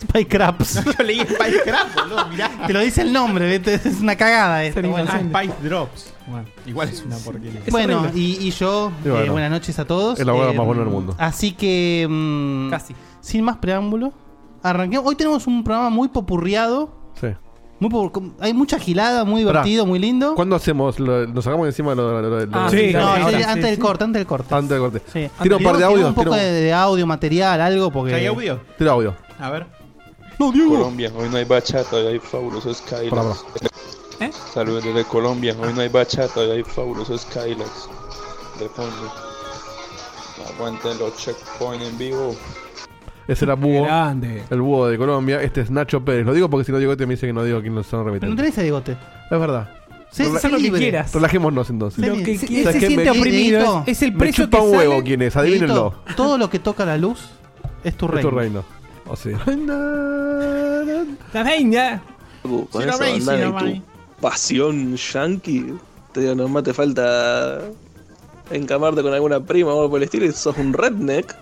Speaker 2: Spice craps.
Speaker 8: Yo leí Spice Crabs, boludo, mirá.
Speaker 2: Te lo dice el nombre, ¿viste? es una cagada esto.
Speaker 7: Sería
Speaker 2: Bueno,
Speaker 8: Ah, Spice Drops. Bueno, igual es una porquería.
Speaker 7: es
Speaker 2: Bueno,
Speaker 7: horrible.
Speaker 2: y, y yo,
Speaker 3: Y bueno.
Speaker 2: eh, buenas noches a todos.
Speaker 3: Es la abogada
Speaker 2: Eh,
Speaker 3: más buena del mundo.
Speaker 2: Así que, mm,
Speaker 7: Casi.
Speaker 2: sin más preámbulo, arranquemos. Hoy tenemos un programa muy popurriado.
Speaker 3: Sí.
Speaker 2: Muy popur- con- hay mucha gilada, muy
Speaker 3: Pará.
Speaker 2: divertido, muy lindo.
Speaker 3: ¿Cuándo hacemos? Lo- ¿Nos sacamos encima lo, lo, lo- lo-
Speaker 7: Ah,
Speaker 5: Sí,
Speaker 2: No,
Speaker 5: ahora,
Speaker 2: sí,
Speaker 5: sí,
Speaker 2: antes del corte, antes del corte.
Speaker 3: Antes del corte.
Speaker 2: Sí.
Speaker 3: Tiro un par de
Speaker 2: Quiero
Speaker 3: audios.
Speaker 2: Un poco
Speaker 3: Tiro,
Speaker 2: de, de audio, material, algo, porque.
Speaker 8: ¿Hay audio?
Speaker 3: tiro audio.
Speaker 8: A ver.
Speaker 2: No, Diego.
Speaker 9: Colombia, hoy no hay bachata, hoy hay fabulosos Skylax.
Speaker 7: ¿Eh?
Speaker 9: Saludos desde Colombia, hoy no hay bachata, hoy hay fabulosos Skylax. De fondo. Aguanten los checkpoint en vivo.
Speaker 3: Ese era Búho.
Speaker 5: Grande.
Speaker 3: El Búho de Colombia. Este es Nacho Pérez. Lo digo porque si no digo este me dice que no digo quién son
Speaker 2: Pero no
Speaker 3: remitentes.
Speaker 2: tenés a Diegote.
Speaker 3: Es verdad.
Speaker 2: Sé-
Speaker 7: Hacer
Speaker 2: sé
Speaker 7: lo que
Speaker 2: libre.
Speaker 7: quieras.
Speaker 3: Relajémonos entonces.
Speaker 7: Lo
Speaker 2: Sí,
Speaker 7: que
Speaker 2: sí,
Speaker 5: Él
Speaker 7: quieras.
Speaker 3: ¿Sabes
Speaker 5: se
Speaker 3: qué?
Speaker 5: siente
Speaker 3: Me- ¿eh?
Speaker 5: oprimido.
Speaker 2: Dieguito,
Speaker 5: Es, es el
Speaker 3: Me
Speaker 5: preso
Speaker 3: chupa
Speaker 5: que
Speaker 3: un
Speaker 5: sale.
Speaker 3: huevo quién es.
Speaker 2: Dieguito,
Speaker 3: Adivínenlo.
Speaker 2: Todo lo que toca la luz es tu
Speaker 3: Es
Speaker 2: reino.
Speaker 3: tu reino. Oh, O sea.
Speaker 5: La venga.
Speaker 10: Con esa banda de tu pasión yankee, te digo, nomás te falta encamarte con alguna prima o algo por el estilo y sos un redneck.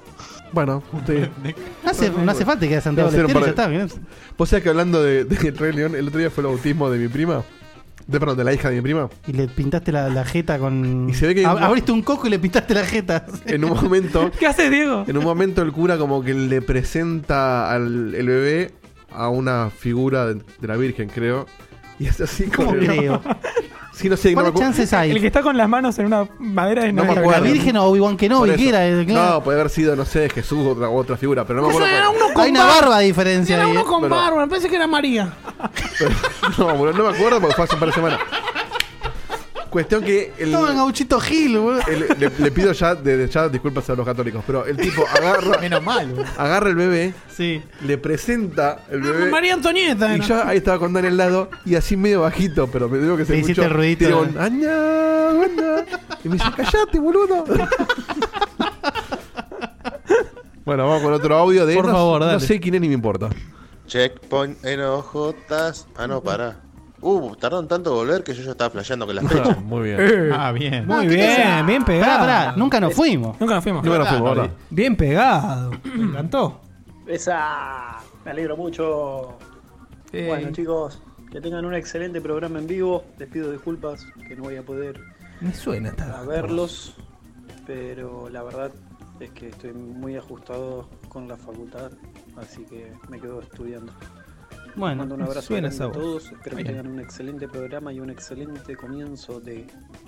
Speaker 3: Bueno, usted.
Speaker 2: No hace, no hace falta que a Santiago
Speaker 3: Hacer
Speaker 2: del
Speaker 3: un
Speaker 2: Estero, ya
Speaker 3: par
Speaker 2: está. bien.
Speaker 3: Vos sabés que hablando de, de Rey León, el otro día fue el bautismo de mi prima. De, perdón, de la hija de mi prima.
Speaker 2: Y le pintaste la, la jeta con.
Speaker 3: Y se ve que-
Speaker 2: Ab- abriste un coco y le pintaste la jeta.
Speaker 3: En un momento,
Speaker 7: ¿Qué haces, Diego?
Speaker 3: en un momento el cura como que le presenta al el bebé a una figura de, de la Virgen, creo. Y es así como.
Speaker 2: ¿Cómo creo?
Speaker 3: Sí, no sé, no me
Speaker 2: ¿Cuáles
Speaker 3: acu-
Speaker 2: chances
Speaker 7: El que
Speaker 2: hay?
Speaker 7: está con las manos en una madera de
Speaker 3: No me
Speaker 7: Navidad.
Speaker 2: La
Speaker 3: acuerdo.
Speaker 2: Virgen o Obi-Wan
Speaker 3: por
Speaker 2: Kenobi,
Speaker 3: eso.
Speaker 2: que era. claro.
Speaker 3: No, puede haber sido, no sé, Jesús o otra, otra figura, pero no me acuerdo. cuál.
Speaker 2: Hay una barba de diferencia
Speaker 4: Era
Speaker 2: ahí.
Speaker 4: uno
Speaker 2: ¿eh?
Speaker 4: con
Speaker 3: Pero-
Speaker 4: barba, me parece que era María.
Speaker 3: No, boludo, no me acuerdo porque fue hace un par de semanas. Cuestión que el,
Speaker 2: Todo en gauchito Gil, boludo.
Speaker 3: el- le, le pido ya, desde ya disculpas a los católicos, pero el tipo agarra,
Speaker 8: Menos mal, boludo.
Speaker 3: agarra el bebé,
Speaker 2: Sí.
Speaker 3: le presenta
Speaker 5: Ah,
Speaker 3: el bebé.
Speaker 4: María Antonieta.
Speaker 3: Y
Speaker 4: era.
Speaker 3: yo ahí estaba con Dan al lado y así medio bajito, pero me digo que se
Speaker 2: Le hiciste
Speaker 3: escuchó.
Speaker 2: el ruidito, eh.
Speaker 3: Tiene
Speaker 2: ¿no?
Speaker 3: un, "Añá, buena". Y me dice, callate, boludo. bueno, vamos con otro audio de
Speaker 2: Por
Speaker 3: no-
Speaker 2: favor, dale.
Speaker 3: No sé quién es ni me importa.
Speaker 11: Checkpoint en
Speaker 2: Eh,
Speaker 11: OJs. Ah, no, pará. Uh, tardaron tanto en volver que yo ya estaba flasheando con la fecha.
Speaker 3: Muy bien.
Speaker 8: Ah, bien.
Speaker 5: Muy bien, bien
Speaker 2: Pará,
Speaker 5: pegado.
Speaker 2: pará, nunca nos fuimos.
Speaker 7: Nunca nos fuimos.
Speaker 3: Número fútbol, ahora.
Speaker 5: Bien pegado. Me encantó.
Speaker 10: Esa, me alegro mucho.
Speaker 7: Eh,
Speaker 10: Bueno, chicos, que tengan un excelente programa en vivo. Les pido disculpas que no voy a poder
Speaker 5: Me suena
Speaker 2: Ah,
Speaker 10: a
Speaker 5: esta.
Speaker 10: verlos, pero la verdad es que estoy muy ajustado con la facultad, así que me quedo estudiando. Les
Speaker 2: Bueno,
Speaker 10: mando un abrazo
Speaker 5: suena
Speaker 10: grande
Speaker 5: esa
Speaker 10: a
Speaker 5: voz.
Speaker 10: todos, espero que
Speaker 5: Bien.
Speaker 10: tengan un excelente programa y un excelente comienzo de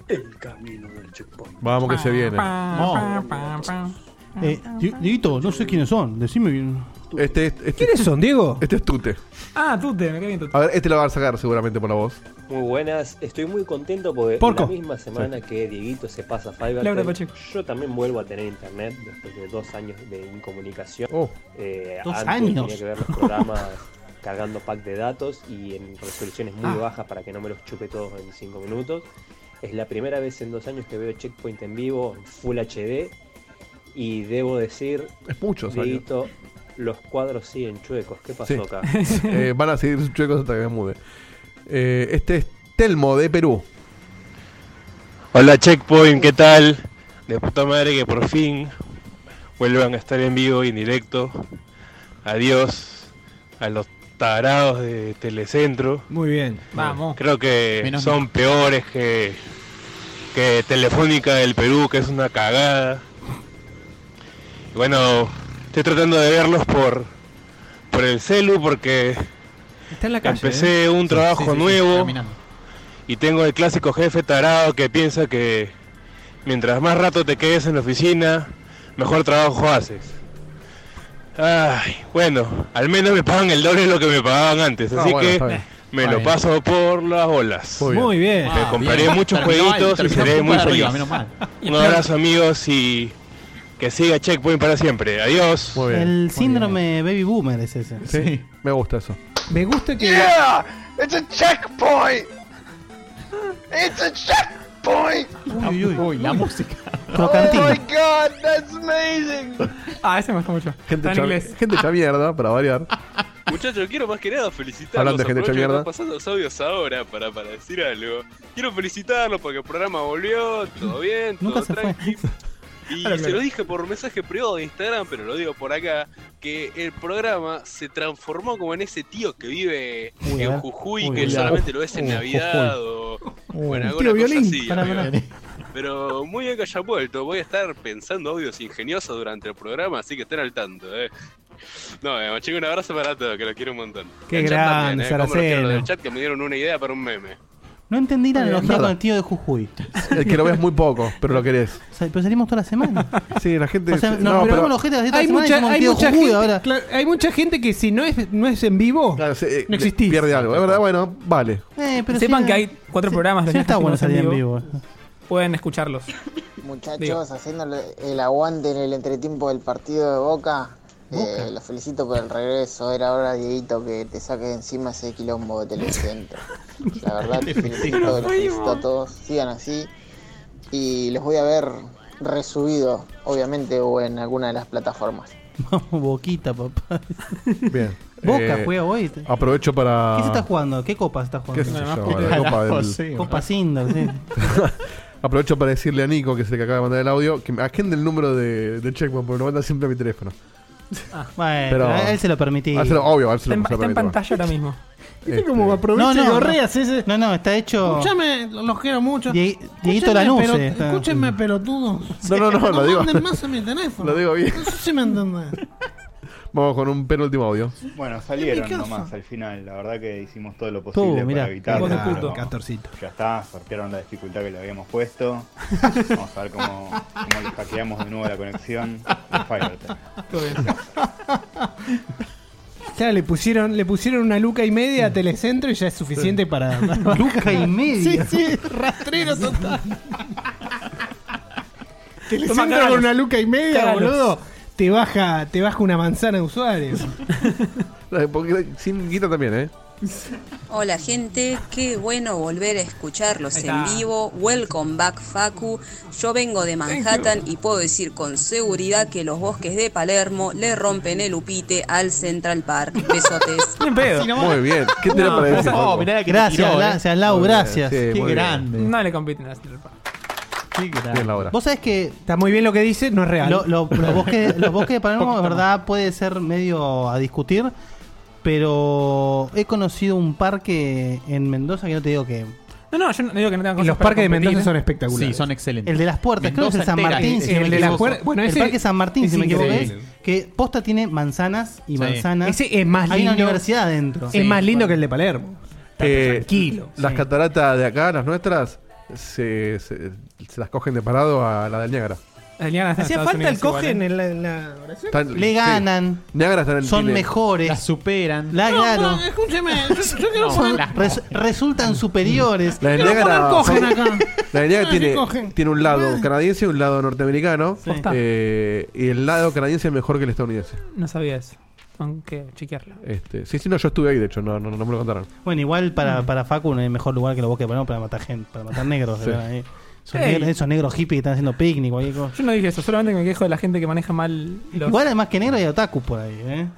Speaker 10: El Camino del Checkpoint.
Speaker 3: Vamos
Speaker 2: Ah.
Speaker 7: Ah.
Speaker 3: que se viene.
Speaker 7: pa, pa, pa.
Speaker 2: eh, Di- Dieguito, no sé quiénes son. Decime bien.
Speaker 3: Este, este, este,
Speaker 5: ¿Quiénes son, Diego?
Speaker 3: este es Tute.
Speaker 7: Ah, tú te, me quedé bien tú.
Speaker 3: A ver, este lo van a sacar seguramente por la voz.
Speaker 12: Muy buenas, estoy muy contento porque
Speaker 5: Porco.
Speaker 12: la misma semana que Dieguito se pasa a Fiverr,
Speaker 7: Laura Pacheco.
Speaker 12: yo también vuelvo a tener internet después de dos años de incomunicación.
Speaker 3: Oh.
Speaker 12: Eh,
Speaker 2: Dos
Speaker 12: antes
Speaker 2: años.
Speaker 12: tenía que ver los programas cargando pack de datos y en resoluciones
Speaker 3: Ah.
Speaker 12: muy bajas para que no me los chupe todos en cinco minutos. Es la primera vez en dos años que veo Checkpoint en vivo, en Full HD, y debo decir,
Speaker 3: Es muchos años.
Speaker 12: Dieguito, los cuadros siguen chuecos. ¿Qué pasó
Speaker 3: Sí.
Speaker 12: acá?
Speaker 3: Eh, van a seguir sus chuecos hasta que me mude. Eh, este es Telmo de Perú.
Speaker 9: Hola Checkpoint, ¿qué tal? De puta madre que por fin
Speaker 6: vuelvan a estar en vivo y en directo. Adiós a los tarados de Telecentro.
Speaker 5: Muy bien.
Speaker 7: Vamos.
Speaker 6: Creo que
Speaker 5: Menos
Speaker 6: son peores que, que Telefónica del Perú, que es una cagada. Y bueno, estoy tratando de verlos por, por el celu porque
Speaker 5: Está en la calle.
Speaker 6: Empecé
Speaker 5: ¿eh?
Speaker 6: un
Speaker 5: Sí,
Speaker 6: trabajo
Speaker 5: sí, sí, sí,
Speaker 6: nuevo
Speaker 5: caminando.
Speaker 6: y tengo el clásico jefe tarado que piensa que mientras más rato te quedes en la oficina, mejor trabajo haces. Ay, bueno, al menos me pagan el doble de lo que me pagaban antes,
Speaker 3: Ah,
Speaker 6: así
Speaker 3: bueno,
Speaker 6: que
Speaker 3: está bien.
Speaker 6: me
Speaker 3: Está
Speaker 6: lo
Speaker 3: bien.
Speaker 6: paso por las olas.
Speaker 3: Muy bien. Muy bien.
Speaker 6: Me
Speaker 3: Ah,
Speaker 6: compraré
Speaker 3: bien.
Speaker 6: muchos
Speaker 3: Terminó ahí,
Speaker 6: jueguitos y
Speaker 3: terminó
Speaker 6: seré
Speaker 3: punto
Speaker 6: muy
Speaker 3: de
Speaker 6: feliz.
Speaker 3: arriba, menos mal.
Speaker 6: Un abrazo amigos y que siga Checkpoint para siempre. Adiós.
Speaker 2: El síndrome baby boomer es ese.
Speaker 3: Sí, me gusta eso.
Speaker 5: Me gusta que.
Speaker 1: It's a checkpoint! It's a checkpoint!
Speaker 8: Uy, uy, uy, la música.
Speaker 1: Oh my god, that's amazing!
Speaker 7: Ah, ese me gusta mucho.
Speaker 3: Gente,
Speaker 7: Está en
Speaker 3: cha-
Speaker 7: inglés. Ah.
Speaker 3: gente cha mierda, para variar.
Speaker 13: Muchachos, quiero más que nada felicitarlos.
Speaker 3: Hablando de gente hecha
Speaker 13: Aprovecho que
Speaker 3: mierda.
Speaker 13: están pasando los audios ahora para, para decir algo. Quiero felicitarlos porque el programa volvió, todo bien, todo
Speaker 2: Nunca se fue.
Speaker 13: tranqui. Y
Speaker 2: Claro,
Speaker 13: se
Speaker 2: claro.
Speaker 13: lo dije por mensaje privado de Instagram, pero lo digo por acá, que el programa se transformó como en ese tío que vive
Speaker 2: Uy, a
Speaker 13: en
Speaker 2: ver.
Speaker 13: Jujuy,
Speaker 2: Uy,
Speaker 13: que
Speaker 2: uy,
Speaker 13: solamente
Speaker 2: uy.
Speaker 13: lo ves en
Speaker 2: Uy,
Speaker 13: Navidad
Speaker 2: Jujuy.
Speaker 13: o...
Speaker 2: Uy,
Speaker 13: bueno,
Speaker 2: el
Speaker 13: alguna
Speaker 2: tío
Speaker 13: cosa
Speaker 2: violín.
Speaker 13: así,
Speaker 2: Pará,
Speaker 13: amigo.
Speaker 2: pará.
Speaker 13: Pero muy bien que haya vuelto, voy a estar pensando audios ingeniosos durante el programa, así que estén al tanto, eh. No, eh, chico, un abrazo para todos, que lo quiero un montón.
Speaker 2: Qué
Speaker 13: El chat
Speaker 2: grande,
Speaker 13: también, eh, cómo lo quiero, lo del
Speaker 2: Saraceno.
Speaker 13: chat que me dieron una idea para un meme.
Speaker 2: No entendí la
Speaker 3: Muy bien.
Speaker 2: analogía
Speaker 3: Nada.
Speaker 2: con el tío de Jujuy.
Speaker 3: El que lo veas muy poco, pero lo querés.
Speaker 2: O sea, pero salimos toda la semana.
Speaker 3: Sí, la gente.
Speaker 2: O sea, nos
Speaker 3: no,
Speaker 2: miramos
Speaker 3: pero-
Speaker 2: los ojetes así toda
Speaker 5: Hay
Speaker 2: la semana y
Speaker 5: mucha,
Speaker 2: somos el
Speaker 5: hay,
Speaker 2: tío de
Speaker 5: mucha
Speaker 2: Jujuy
Speaker 5: gente,
Speaker 2: ahora.
Speaker 5: claro, hay mucha gente que si no es, no es en vivo, no
Speaker 3: eh, le-
Speaker 5: existís.
Speaker 3: Pierde algo, es verdad, bueno, vale.
Speaker 2: Eh, pero
Speaker 7: Sepan
Speaker 2: si-
Speaker 7: que hay cuatro programas de
Speaker 2: si no está bueno
Speaker 7: Viajes
Speaker 2: salir en eh.
Speaker 7: vivo. Pueden escucharlos.
Speaker 14: Muchachos,
Speaker 7: Digo.
Speaker 14: haciendo el aguante en el entretiempo del partido de Boca, eh, los felicito por el regreso. Era hora, Dieguito, que te saques de encima ese quilombo de Telecentro. La verdad, te felicito, los felicito a todos. Sigan así. Y los voy a ver resubido, obviamente, o en alguna de las plataformas.
Speaker 2: Vamos, boquita, papá.
Speaker 3: Bien.
Speaker 2: Boca
Speaker 3: Eh,
Speaker 2: juega hoy.
Speaker 3: Aprovecho para.
Speaker 2: ¿Qué se está jugando? ¿Qué copa se está jugando?
Speaker 3: ¿Qué sé yo, la copa del-
Speaker 2: Copa Sindor, sí.
Speaker 3: Aprovecho para decirle a Nico, que es el que acaba de mandar el audio, que me agende el número de, de Checkpoint, porque lo manda siempre a mi teléfono.
Speaker 2: Ah, bueno, pero a él se lo permití.
Speaker 3: A él se lo- obvio, a él se
Speaker 7: Está
Speaker 3: lo
Speaker 7: en,
Speaker 3: se lo
Speaker 7: está en
Speaker 3: permite,
Speaker 7: pantalla ahora mismo.
Speaker 3: Este,
Speaker 2: No, no,
Speaker 5: gorreas
Speaker 2: no, no, está hecho.
Speaker 5: Escúchame, los quiero mucho.
Speaker 2: Die- Dieguito
Speaker 5: Escúchenme,
Speaker 2: Lanuse,
Speaker 5: pero-
Speaker 2: está.
Speaker 5: Escúchenme, pelotudo.
Speaker 3: No, no, no, lo digo.
Speaker 5: manden más a mi teléfono.
Speaker 3: Lo digo bien.
Speaker 5: No sé si me entendés.
Speaker 3: Vamos con un penúltimo audio.
Speaker 15: Bueno,
Speaker 5: ¿En
Speaker 15: salieron
Speaker 5: mi casa?
Speaker 15: nomás al final. La verdad que hicimos todo lo posible
Speaker 3: mirá,
Speaker 15: para evitarlo.
Speaker 3: vos de
Speaker 15: pero
Speaker 3: puto.
Speaker 15: Ya está, sortearon la dificultad que le habíamos puesto. Vamos a ver cómo, cómo le hackeamos de nuevo la conexión. de Fivertel.
Speaker 5: Claro, le pusieron, le pusieron una luca y media a Telecentro y ya es suficiente para.
Speaker 2: luca y media.
Speaker 5: Sí, sí, rastrero total.
Speaker 16: Toma,
Speaker 5: Telecentro
Speaker 16: cagalos.
Speaker 5: con una luca y media,
Speaker 16: Cagalos.
Speaker 5: boludo. Te baja, te baja una manzana de usuarios.
Speaker 3: Eh, porque- Sin guita también, ¿eh?
Speaker 17: Hola gente, qué bueno volver a escucharlos en vivo. Welcome back Facu. Yo vengo de Manhattan y puedo decir con seguridad que los bosques de Palermo le rompen el upite al Central Park. Besotes.
Speaker 3: Muy bien. ¿Qué te
Speaker 7: No,
Speaker 3: para decir?
Speaker 7: gracias.
Speaker 3: Paco?
Speaker 7: Oh, mirá la que te Gracias, tiró, la- eh. sea, Lau,
Speaker 3: Muy bien,
Speaker 2: gracias.
Speaker 3: sí,
Speaker 2: Qué
Speaker 3: muy bien.
Speaker 2: grande.
Speaker 7: No le compiten a Central Park.
Speaker 3: Bien, Laura.
Speaker 2: Vos sabés que.
Speaker 5: Está muy bien lo que dice, no es real.
Speaker 2: Lo- lo- los, bosques, los bosques de Palermo, de verdad, puede ser medio a discutir. Pero he conocido un parque en Mendoza que no te digo que.
Speaker 7: No, no, yo no digo que no tengan cosas
Speaker 2: los
Speaker 7: para
Speaker 2: parques de
Speaker 7: competir.
Speaker 2: Mendoza son espectaculares.
Speaker 8: Sí, son excelentes.
Speaker 2: El de las puertas, creo que es el San Martín. si no me
Speaker 5: el de las
Speaker 2: equivoco.
Speaker 5: puertas- bueno,
Speaker 2: el
Speaker 5: ese
Speaker 2: parque San Martín,
Speaker 5: es
Speaker 2: si me equivoco, es
Speaker 5: increíble.
Speaker 2: que Posta tiene manzanas y
Speaker 5: Sí.
Speaker 2: manzanas.
Speaker 5: Ese es más
Speaker 2: Hay una
Speaker 5: lindo.
Speaker 2: universidad adentro.
Speaker 5: Es más lindo que el de Palermo.
Speaker 3: Eh,
Speaker 5: tranquilo.
Speaker 3: Las
Speaker 5: Sí.
Speaker 3: cataratas de acá, las nuestras, se, se- se las cogen de parado a la del Niágara.
Speaker 5: Hacía falta el coge
Speaker 2: ¿eh?
Speaker 5: en la, en la oración.
Speaker 3: Están- sí. Niágara está en el Chile.
Speaker 5: Las
Speaker 8: superan.
Speaker 2: La
Speaker 5: No,
Speaker 2: claro.
Speaker 5: pero escúcheme, yo, yo quiero
Speaker 2: Son-
Speaker 5: saber-
Speaker 2: res-
Speaker 5: Mm.
Speaker 2: resultan superiores.
Speaker 3: La del
Speaker 5: Quiero
Speaker 3: Niágara.
Speaker 5: poner cogen
Speaker 3: son-
Speaker 5: acá.
Speaker 3: La del Niágara
Speaker 5: Ah, sí,
Speaker 3: tiene,
Speaker 5: cogen. Eh.
Speaker 3: tiene un lado canadiense y un lado norteamericano.
Speaker 7: Sí.
Speaker 3: Eh, y el lado canadiense es mejor que el estadounidense.
Speaker 7: No sabía eso. Tengo que chequearlo.
Speaker 3: Este, sí, sí, no, yo estuve ahí, de hecho, no, no, no me lo contaron.
Speaker 5: Mm.
Speaker 2: Bueno, igual para, para Facu no hay mejor lugar que los bosques de Palermo para matar gente, para matar negros.
Speaker 3: Sí.
Speaker 2: de verdad, eh. Esos,
Speaker 7: Ey.
Speaker 2: negros, esos negros hippies que están haciendo picnic, cualquier cosa.
Speaker 7: Yo no dije eso, solamente me quejo de la gente que maneja mal los.
Speaker 2: Igual además que negro hay otaku por ahí, ¿eh?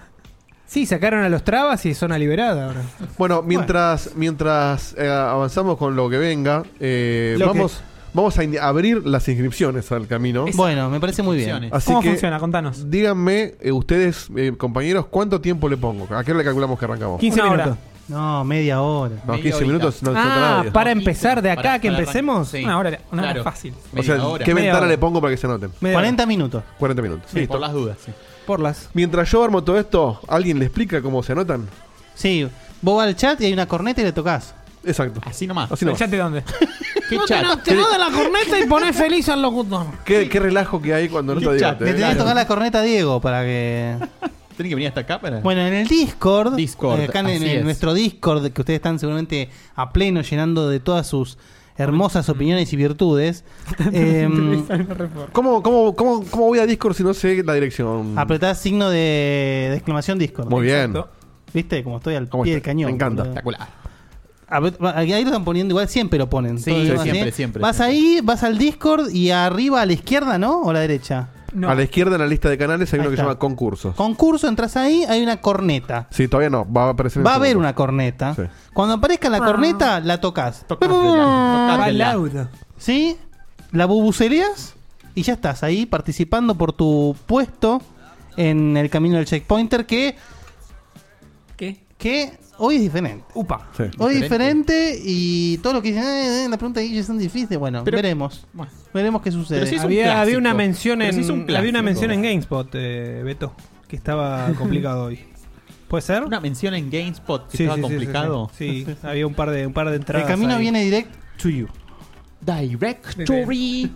Speaker 5: Sí, sacaron a los trabas y zona liberada ahora.
Speaker 3: Bueno, mientras mientras eh, avanzamos con lo que venga, eh,
Speaker 5: Lo que-
Speaker 3: vamos Vamos a in- abrir las inscripciones al camino.
Speaker 2: Bueno, me parece muy bien.
Speaker 3: Así
Speaker 7: ¿Cómo
Speaker 3: que
Speaker 7: funciona? Contanos.
Speaker 3: díganme, eh, ustedes, eh, compañeros, ¿cuánto tiempo le pongo? ¿A qué hora le calculamos que arrancamos?
Speaker 2: Una hora. No, media hora.
Speaker 3: No, 15 minutos no insulta a
Speaker 5: Ah,
Speaker 3: nadie.
Speaker 5: para empezar de acá,
Speaker 7: Para-
Speaker 5: que
Speaker 7: para
Speaker 5: empecemos.
Speaker 7: arrancar, sí. Una hora- una hora Claro. fácil.
Speaker 3: O sea, ¿qué ventana le pongo para que se anoten?
Speaker 5: Media hora. 40
Speaker 2: minutos.
Speaker 3: 40 minutos.
Speaker 5: Sí,
Speaker 3: listo.
Speaker 5: por las
Speaker 8: dudas,
Speaker 5: Por las.
Speaker 3: Mientras yo armo todo esto, ¿alguien le explica cómo se anotan?
Speaker 2: Sí, vos vas al chat y hay una corneta y le tocas.
Speaker 3: Exacto.
Speaker 8: Así nomás.
Speaker 3: Así nomás.
Speaker 7: ¿El chat de dónde?
Speaker 4: No te, no, te no de la corneta y pones feliz al locutor.
Speaker 3: ¿Qué, qué relajo que hay cuando no te digo.
Speaker 2: Le tenés que tocar la corneta a Diego para que.
Speaker 8: Tiene que venir hasta acá para.
Speaker 2: Bueno, en el Discord,
Speaker 8: Discord,
Speaker 2: eh, acá en,
Speaker 8: así
Speaker 2: en
Speaker 8: es.
Speaker 2: nuestro Discord, que ustedes están seguramente a pleno llenando de todas sus hermosas opiniones y virtudes. em,
Speaker 3: ¿Cómo, cómo, cómo, ¿Cómo voy a Discord si no sé la dirección?
Speaker 2: apretás signo de, de exclamación Discord.
Speaker 3: Muy bien.
Speaker 2: Exacto. ¿Viste? Como estoy al
Speaker 3: ¿Cómo
Speaker 2: pie del
Speaker 3: está?
Speaker 2: cañón.
Speaker 3: Me encanta.
Speaker 2: boludo. A ver, va- Ahí lo están poniendo igual, siempre lo ponen.
Speaker 8: Sí,
Speaker 2: Todo
Speaker 8: sí,
Speaker 2: lo demás,
Speaker 8: siempre,
Speaker 2: ¿eh?
Speaker 8: siempre,
Speaker 2: Vas ahí, vas al Discord y arriba a la izquierda, ¿no? ¿O a la derecha?
Speaker 3: A la izquierda en la lista de canales hay
Speaker 2: Ahí
Speaker 3: uno que se
Speaker 2: está.
Speaker 3: llama concursos.
Speaker 2: Concurso, entras ahí, hay una corneta.
Speaker 3: Sí, todavía no. Va a aparecer. en
Speaker 2: Va a
Speaker 3: el
Speaker 2: haber
Speaker 3: segundo.
Speaker 2: una corneta.
Speaker 3: Sí.
Speaker 2: Cuando aparezca
Speaker 5: Ah.
Speaker 2: la corneta, la tocas.
Speaker 8: tocátela.
Speaker 2: ¿Sí? La bubucerías y ya estás ahí participando por tu puesto en el camino del checkpointer que.
Speaker 7: ¿Qué?
Speaker 2: Que hoy es diferente.
Speaker 7: Upa.
Speaker 3: Sí.
Speaker 2: Hoy es diferente y todo lo que dicen, eh, eh, las preguntas de Guille son difíciles. Bueno,
Speaker 5: Pero-
Speaker 2: veremos. Veremos qué sucede.
Speaker 5: había, había una mención en había una mención en
Speaker 2: Game.
Speaker 5: GameSpot, eh, Beto, que estaba complicado hoy. ¿Puede ser? Una
Speaker 8: mención en GameSpot
Speaker 5: que
Speaker 8: estaba complicado.
Speaker 5: Sí, sí, había un par de un par de
Speaker 2: El
Speaker 5: entradas.
Speaker 2: camino
Speaker 5: ahí.
Speaker 2: viene direct to you.
Speaker 8: Directory.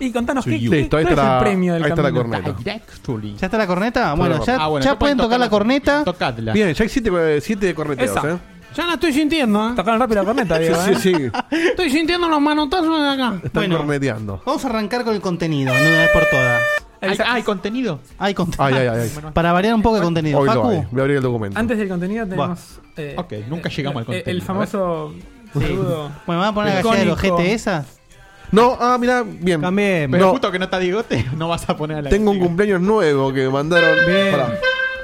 Speaker 7: y contanos
Speaker 5: Sí,
Speaker 7: qué,
Speaker 5: you.
Speaker 7: qué-
Speaker 5: Listo, ahí
Speaker 7: cuál
Speaker 5: está
Speaker 7: es el
Speaker 5: la-
Speaker 7: premio del
Speaker 5: ahí está la
Speaker 7: camino?
Speaker 3: corneta.
Speaker 8: Directory.
Speaker 2: ¿Ya está la corneta?
Speaker 3: Bueno,
Speaker 2: Bueno, ya,
Speaker 3: ah, bueno,
Speaker 2: ya
Speaker 3: ya
Speaker 2: pueden
Speaker 3: pueden
Speaker 2: tocar la corneta.
Speaker 8: Tocadla.
Speaker 3: Bien, ya hay siete, eh, siete corneteos,
Speaker 2: Esa.
Speaker 3: ¿eh?
Speaker 4: Ya la estoy sintiendo, ¿eh?
Speaker 7: Tocaron rápido la corneta, Diego,
Speaker 3: Sí,
Speaker 7: ¿eh?
Speaker 3: sí, sí.
Speaker 4: Estoy sintiendo los manotazos de acá.
Speaker 3: Están corneteando.
Speaker 2: Vamos a arrancar con el contenido, de una vez por todas.
Speaker 8: ¿Hay, hay contenido?
Speaker 2: Hay contenido.
Speaker 3: Ay, ay, ay.
Speaker 2: Para variar un poco de contenido.
Speaker 3: Hoy lo
Speaker 2: Facu.
Speaker 3: hay. Voy a abrir el documento.
Speaker 7: Antes del contenido tenemos. eh,
Speaker 8: Ok, nunca llegamos al
Speaker 7: eh,
Speaker 8: contenido.
Speaker 7: El famoso
Speaker 2: Sí.
Speaker 7: saludo.
Speaker 2: Bueno, ¿van a poner la galleta del
Speaker 7: icónico.
Speaker 2: ojete esa?
Speaker 3: No, ah, mira, bien.
Speaker 5: También,
Speaker 8: Pero
Speaker 3: No,
Speaker 8: justo que no está Diegote, no vas a poner a la
Speaker 3: tengo un cumpleaños nuevo que me mandaron. Pará,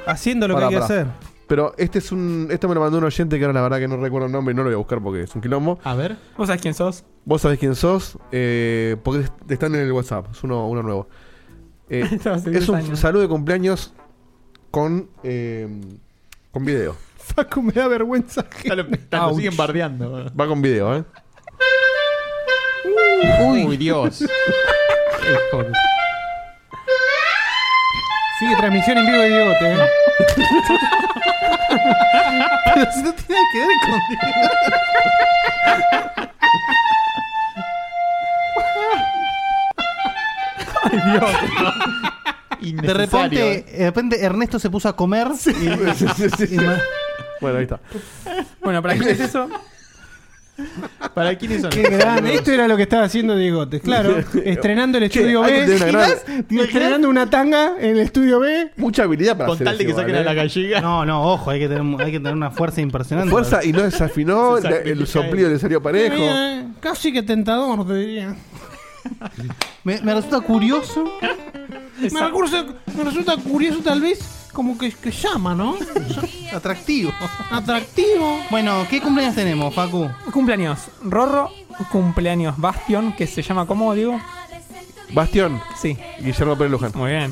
Speaker 5: Haciendo lo
Speaker 3: pará,
Speaker 5: que hay que
Speaker 3: pará.
Speaker 5: hacer.
Speaker 3: Pero este es un. Este me lo mandó un oyente que ahora la verdad que no recuerdo el nombre y no lo voy a buscar porque es un quilombo.
Speaker 8: A ver.
Speaker 7: ¿Vos sabés quién sos?
Speaker 3: Vos sabés quién sos, eh, porque est- están en el WhatsApp, es uno, uno nuevo. Eh,
Speaker 7: Estaba hace
Speaker 3: es
Speaker 7: 10
Speaker 3: un
Speaker 7: años.
Speaker 3: saludo de cumpleaños con, eh, con video.
Speaker 5: Facu me da vergüenza.
Speaker 8: Está lo- está- lo siguen bardeando.
Speaker 3: Va con video, ¿eh?
Speaker 8: Uy, Dios.
Speaker 5: Sigue transmisión en vivo de Diegote. ¿eh?
Speaker 2: Pero si no tiene que ver con De repente, de repente Ernesto se puso a comer. y-
Speaker 3: Sí, sí, sí, sí.
Speaker 2: y ma-
Speaker 3: Bueno, ahí está.
Speaker 7: Bueno, ¿para quién es eso?
Speaker 8: ¿Para quiénes son?
Speaker 5: Qué grande. Esto era lo que estaba haciendo Diegote. Claro, estrenando el
Speaker 3: Che,
Speaker 5: estudio
Speaker 3: hay que
Speaker 5: B.
Speaker 3: tener una gran-
Speaker 5: ¿Imaginás? Estrenando una tanga en el estudio B.
Speaker 3: Mucha habilidad para
Speaker 8: Con
Speaker 3: hacer
Speaker 8: tal de
Speaker 3: eso
Speaker 8: que saquen
Speaker 3: igual,
Speaker 8: a
Speaker 3: ¿eh?
Speaker 8: la gallega.
Speaker 2: No, no, ojo, hay que tener, hay que tener una fuerza impresionante.
Speaker 3: Fuerza y no desafinó, la- el soplido le salió parejo.
Speaker 4: Eh, casi que tentador, te diría.
Speaker 2: Me, me resulta curioso.
Speaker 4: Me, recurso- me resulta curioso, tal vez, como que, que llama, ¿no?
Speaker 2: Atractivo.
Speaker 4: Atractivo.
Speaker 2: Bueno, ¿qué cumpleaños tenemos, Facu?
Speaker 7: Cumpleaños. Rorro, cumpleaños. Bastión, que se llama ¿cómo, digo?
Speaker 3: Bastión.
Speaker 7: Sí.
Speaker 3: Guillermo Pérez Luján.
Speaker 7: Muy bien.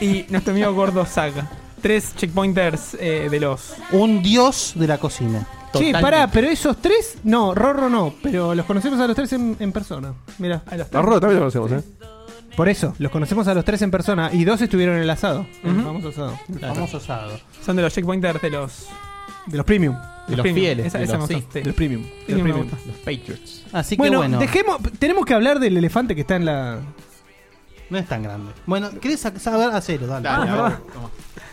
Speaker 7: Y nuestro amigo Gordo Saga. Tres checkpointers eh, de los.
Speaker 2: Un dios de la cocina.
Speaker 5: Che, pará, pero esos tres, no, Rorro no, pero los conocemos a los tres en, en persona. Mira,
Speaker 7: a los
Speaker 3: A Rodo también lo conocemos, ¿eh?
Speaker 5: Por eso, los conocemos a los tres en persona y dos estuvieron en el asado.
Speaker 7: Ujú.
Speaker 5: El famoso asado.
Speaker 2: Famoso asado.
Speaker 7: Son de los checkpointers de los.
Speaker 5: De los premium.
Speaker 7: De los premium. Esa- esa me gusta, sí.
Speaker 5: De los premium.
Speaker 7: Sí,
Speaker 5: de
Speaker 7: me
Speaker 5: los premium.
Speaker 7: gusta.
Speaker 8: Los Patriots.
Speaker 2: Así que
Speaker 5: bueno,
Speaker 2: bueno.
Speaker 5: dejemos, tenemos que hablar del elefante que está en la.
Speaker 2: No es tan grande. Bueno, ¿querés sa- saber? Hacelo, dale.
Speaker 5: Dale,
Speaker 2: Ah,
Speaker 5: a ver,
Speaker 2: va.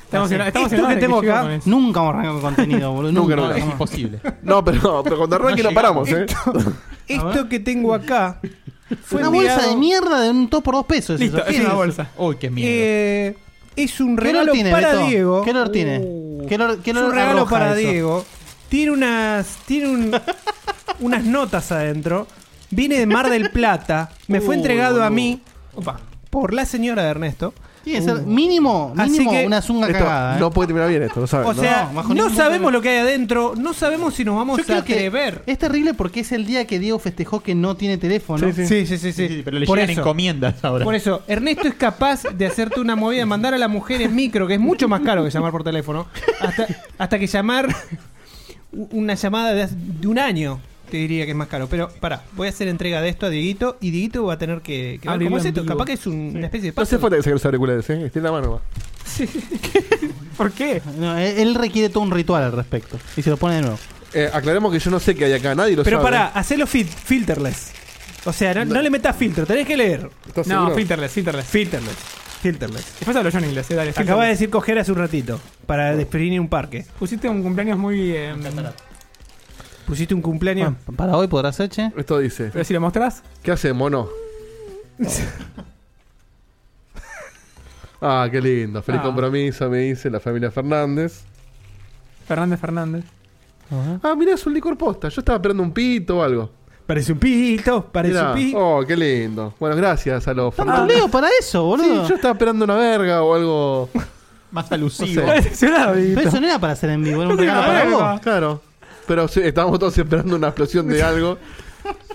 Speaker 7: Estamos en- estamos en
Speaker 2: Esto que
Speaker 7: hora que
Speaker 2: tengo
Speaker 7: llego
Speaker 2: acá,
Speaker 7: con eso.
Speaker 2: Nunca vamos a arrancar con contenido, boludo.
Speaker 3: Nunca,
Speaker 2: Nunca,
Speaker 3: nunca.
Speaker 2: vamos.
Speaker 8: imposible.
Speaker 3: No, pero, pero cuando arranque no, paramos, ¿eh?
Speaker 5: E-, Esto que tengo acá. Fue
Speaker 2: una
Speaker 5: enviado-
Speaker 2: bolsa de mierda de un 2 por 2 pesos.
Speaker 5: Listo,
Speaker 2: eso. ¿Qué
Speaker 5: es una
Speaker 2: eso?
Speaker 5: bolsa.
Speaker 8: Uy, qué miedo.
Speaker 5: Eh, es un
Speaker 2: ¿Qué
Speaker 5: regalo
Speaker 2: olor tiene,
Speaker 5: para
Speaker 2: Beto?
Speaker 5: Diego.
Speaker 2: ¿Qué olor tiene?
Speaker 7: Uh.
Speaker 2: ¿Qué olor- qué
Speaker 5: es
Speaker 2: olor
Speaker 5: un regalo
Speaker 2: arroja
Speaker 5: para
Speaker 2: eso?
Speaker 5: Diego. Tiene unas. Tiene un- unas notas adentro. Viene de Mar del Plata. Me fue
Speaker 7: Uy,
Speaker 5: entregado a
Speaker 7: boludo.
Speaker 5: mí
Speaker 7: Opa.
Speaker 5: por la señora de Ernesto. Uh.
Speaker 2: Tiene que ser mínimo,
Speaker 5: Así
Speaker 2: mínimo
Speaker 5: que-
Speaker 2: una zunga
Speaker 5: Esto
Speaker 2: cagada. ¿eh?
Speaker 3: No puede terminar bien esto, lo sabes.
Speaker 5: O
Speaker 3: ¿no?
Speaker 5: sea,
Speaker 2: No,
Speaker 5: no,
Speaker 2: bajo ningún punto
Speaker 5: sabemos lo que hay adentro, no sabemos si nos vamos
Speaker 2: Yo creo
Speaker 5: a
Speaker 2: que
Speaker 5: atrever.
Speaker 2: Es terrible porque es el día que Diego festejó que no tiene teléfono.
Speaker 5: Sí, sí. Sí, sí, sí, sí. Sí, sí, pero le Por llegan eso. encomiendas
Speaker 2: ahora.
Speaker 5: Por eso, Ernesto es capaz de hacerte una movida, mandar a la mujer en micro, que es mucho más caro que llamar por teléfono, hasta, hasta que llamar u- una llamada de, hace- de un año. Te diría que es más caro, pero pará, voy a hacer entrega de esto a Dieguito y Dieguito va a tener que, que ver
Speaker 3: Abrirlo
Speaker 5: cómo es
Speaker 3: en
Speaker 5: esto.
Speaker 3: vivo.
Speaker 5: Capaz que es un- una especie de
Speaker 3: No hace
Speaker 5: paso.
Speaker 3: falta que saquen los auriculares, ¿eh? Esté en la mano. va.
Speaker 2: ¿Por qué? eh, él requiere todo un ritual al respecto. Y se lo pone de nuevo.
Speaker 3: Eh, aclaremos que yo no sé qué hay acá, nadie lo
Speaker 5: Pero
Speaker 3: sabe.
Speaker 5: pará, hacelo fil- filterless. O sea, no, no le metas filtro, tenés que leer.
Speaker 7: ¿Estás No, seguro? filterless, filterless.
Speaker 5: Filterless. Filterless.
Speaker 7: Después hablo yo en inglés, eh, dale.
Speaker 5: Acaba de decir coger hace un ratito para definir un parque.
Speaker 7: Pusiste un cumpleaños muy. eh,
Speaker 5: Pusiste un cumpleaños.
Speaker 2: Ah, para hoy podrás ser, che.
Speaker 3: Esto dice.
Speaker 7: Pero si lo mostrás.
Speaker 3: ¿Qué hace, mono? ah, qué lindo. Feliz
Speaker 7: Ah.
Speaker 3: compromiso, me dice la familia Fernández.
Speaker 7: Fernández Fernández.
Speaker 3: Ah, mirá, es un licor posta. Yo estaba esperando un pito o algo.
Speaker 5: Parece un pito, parece
Speaker 3: Mirá.
Speaker 5: un pito.
Speaker 3: Oh, qué lindo. Bueno, gracias a los
Speaker 2: ¿Tanto
Speaker 3: Fernández.
Speaker 2: Ah, leo para eso, boludo?
Speaker 3: Sí, yo estaba esperando una verga o algo.
Speaker 8: Más
Speaker 3: alusivo.
Speaker 2: Pero eso no era para hacer en vivo, era un regalo para vos.
Speaker 3: Claro. Pero sí, estábamos todos esperando una explosión de algo.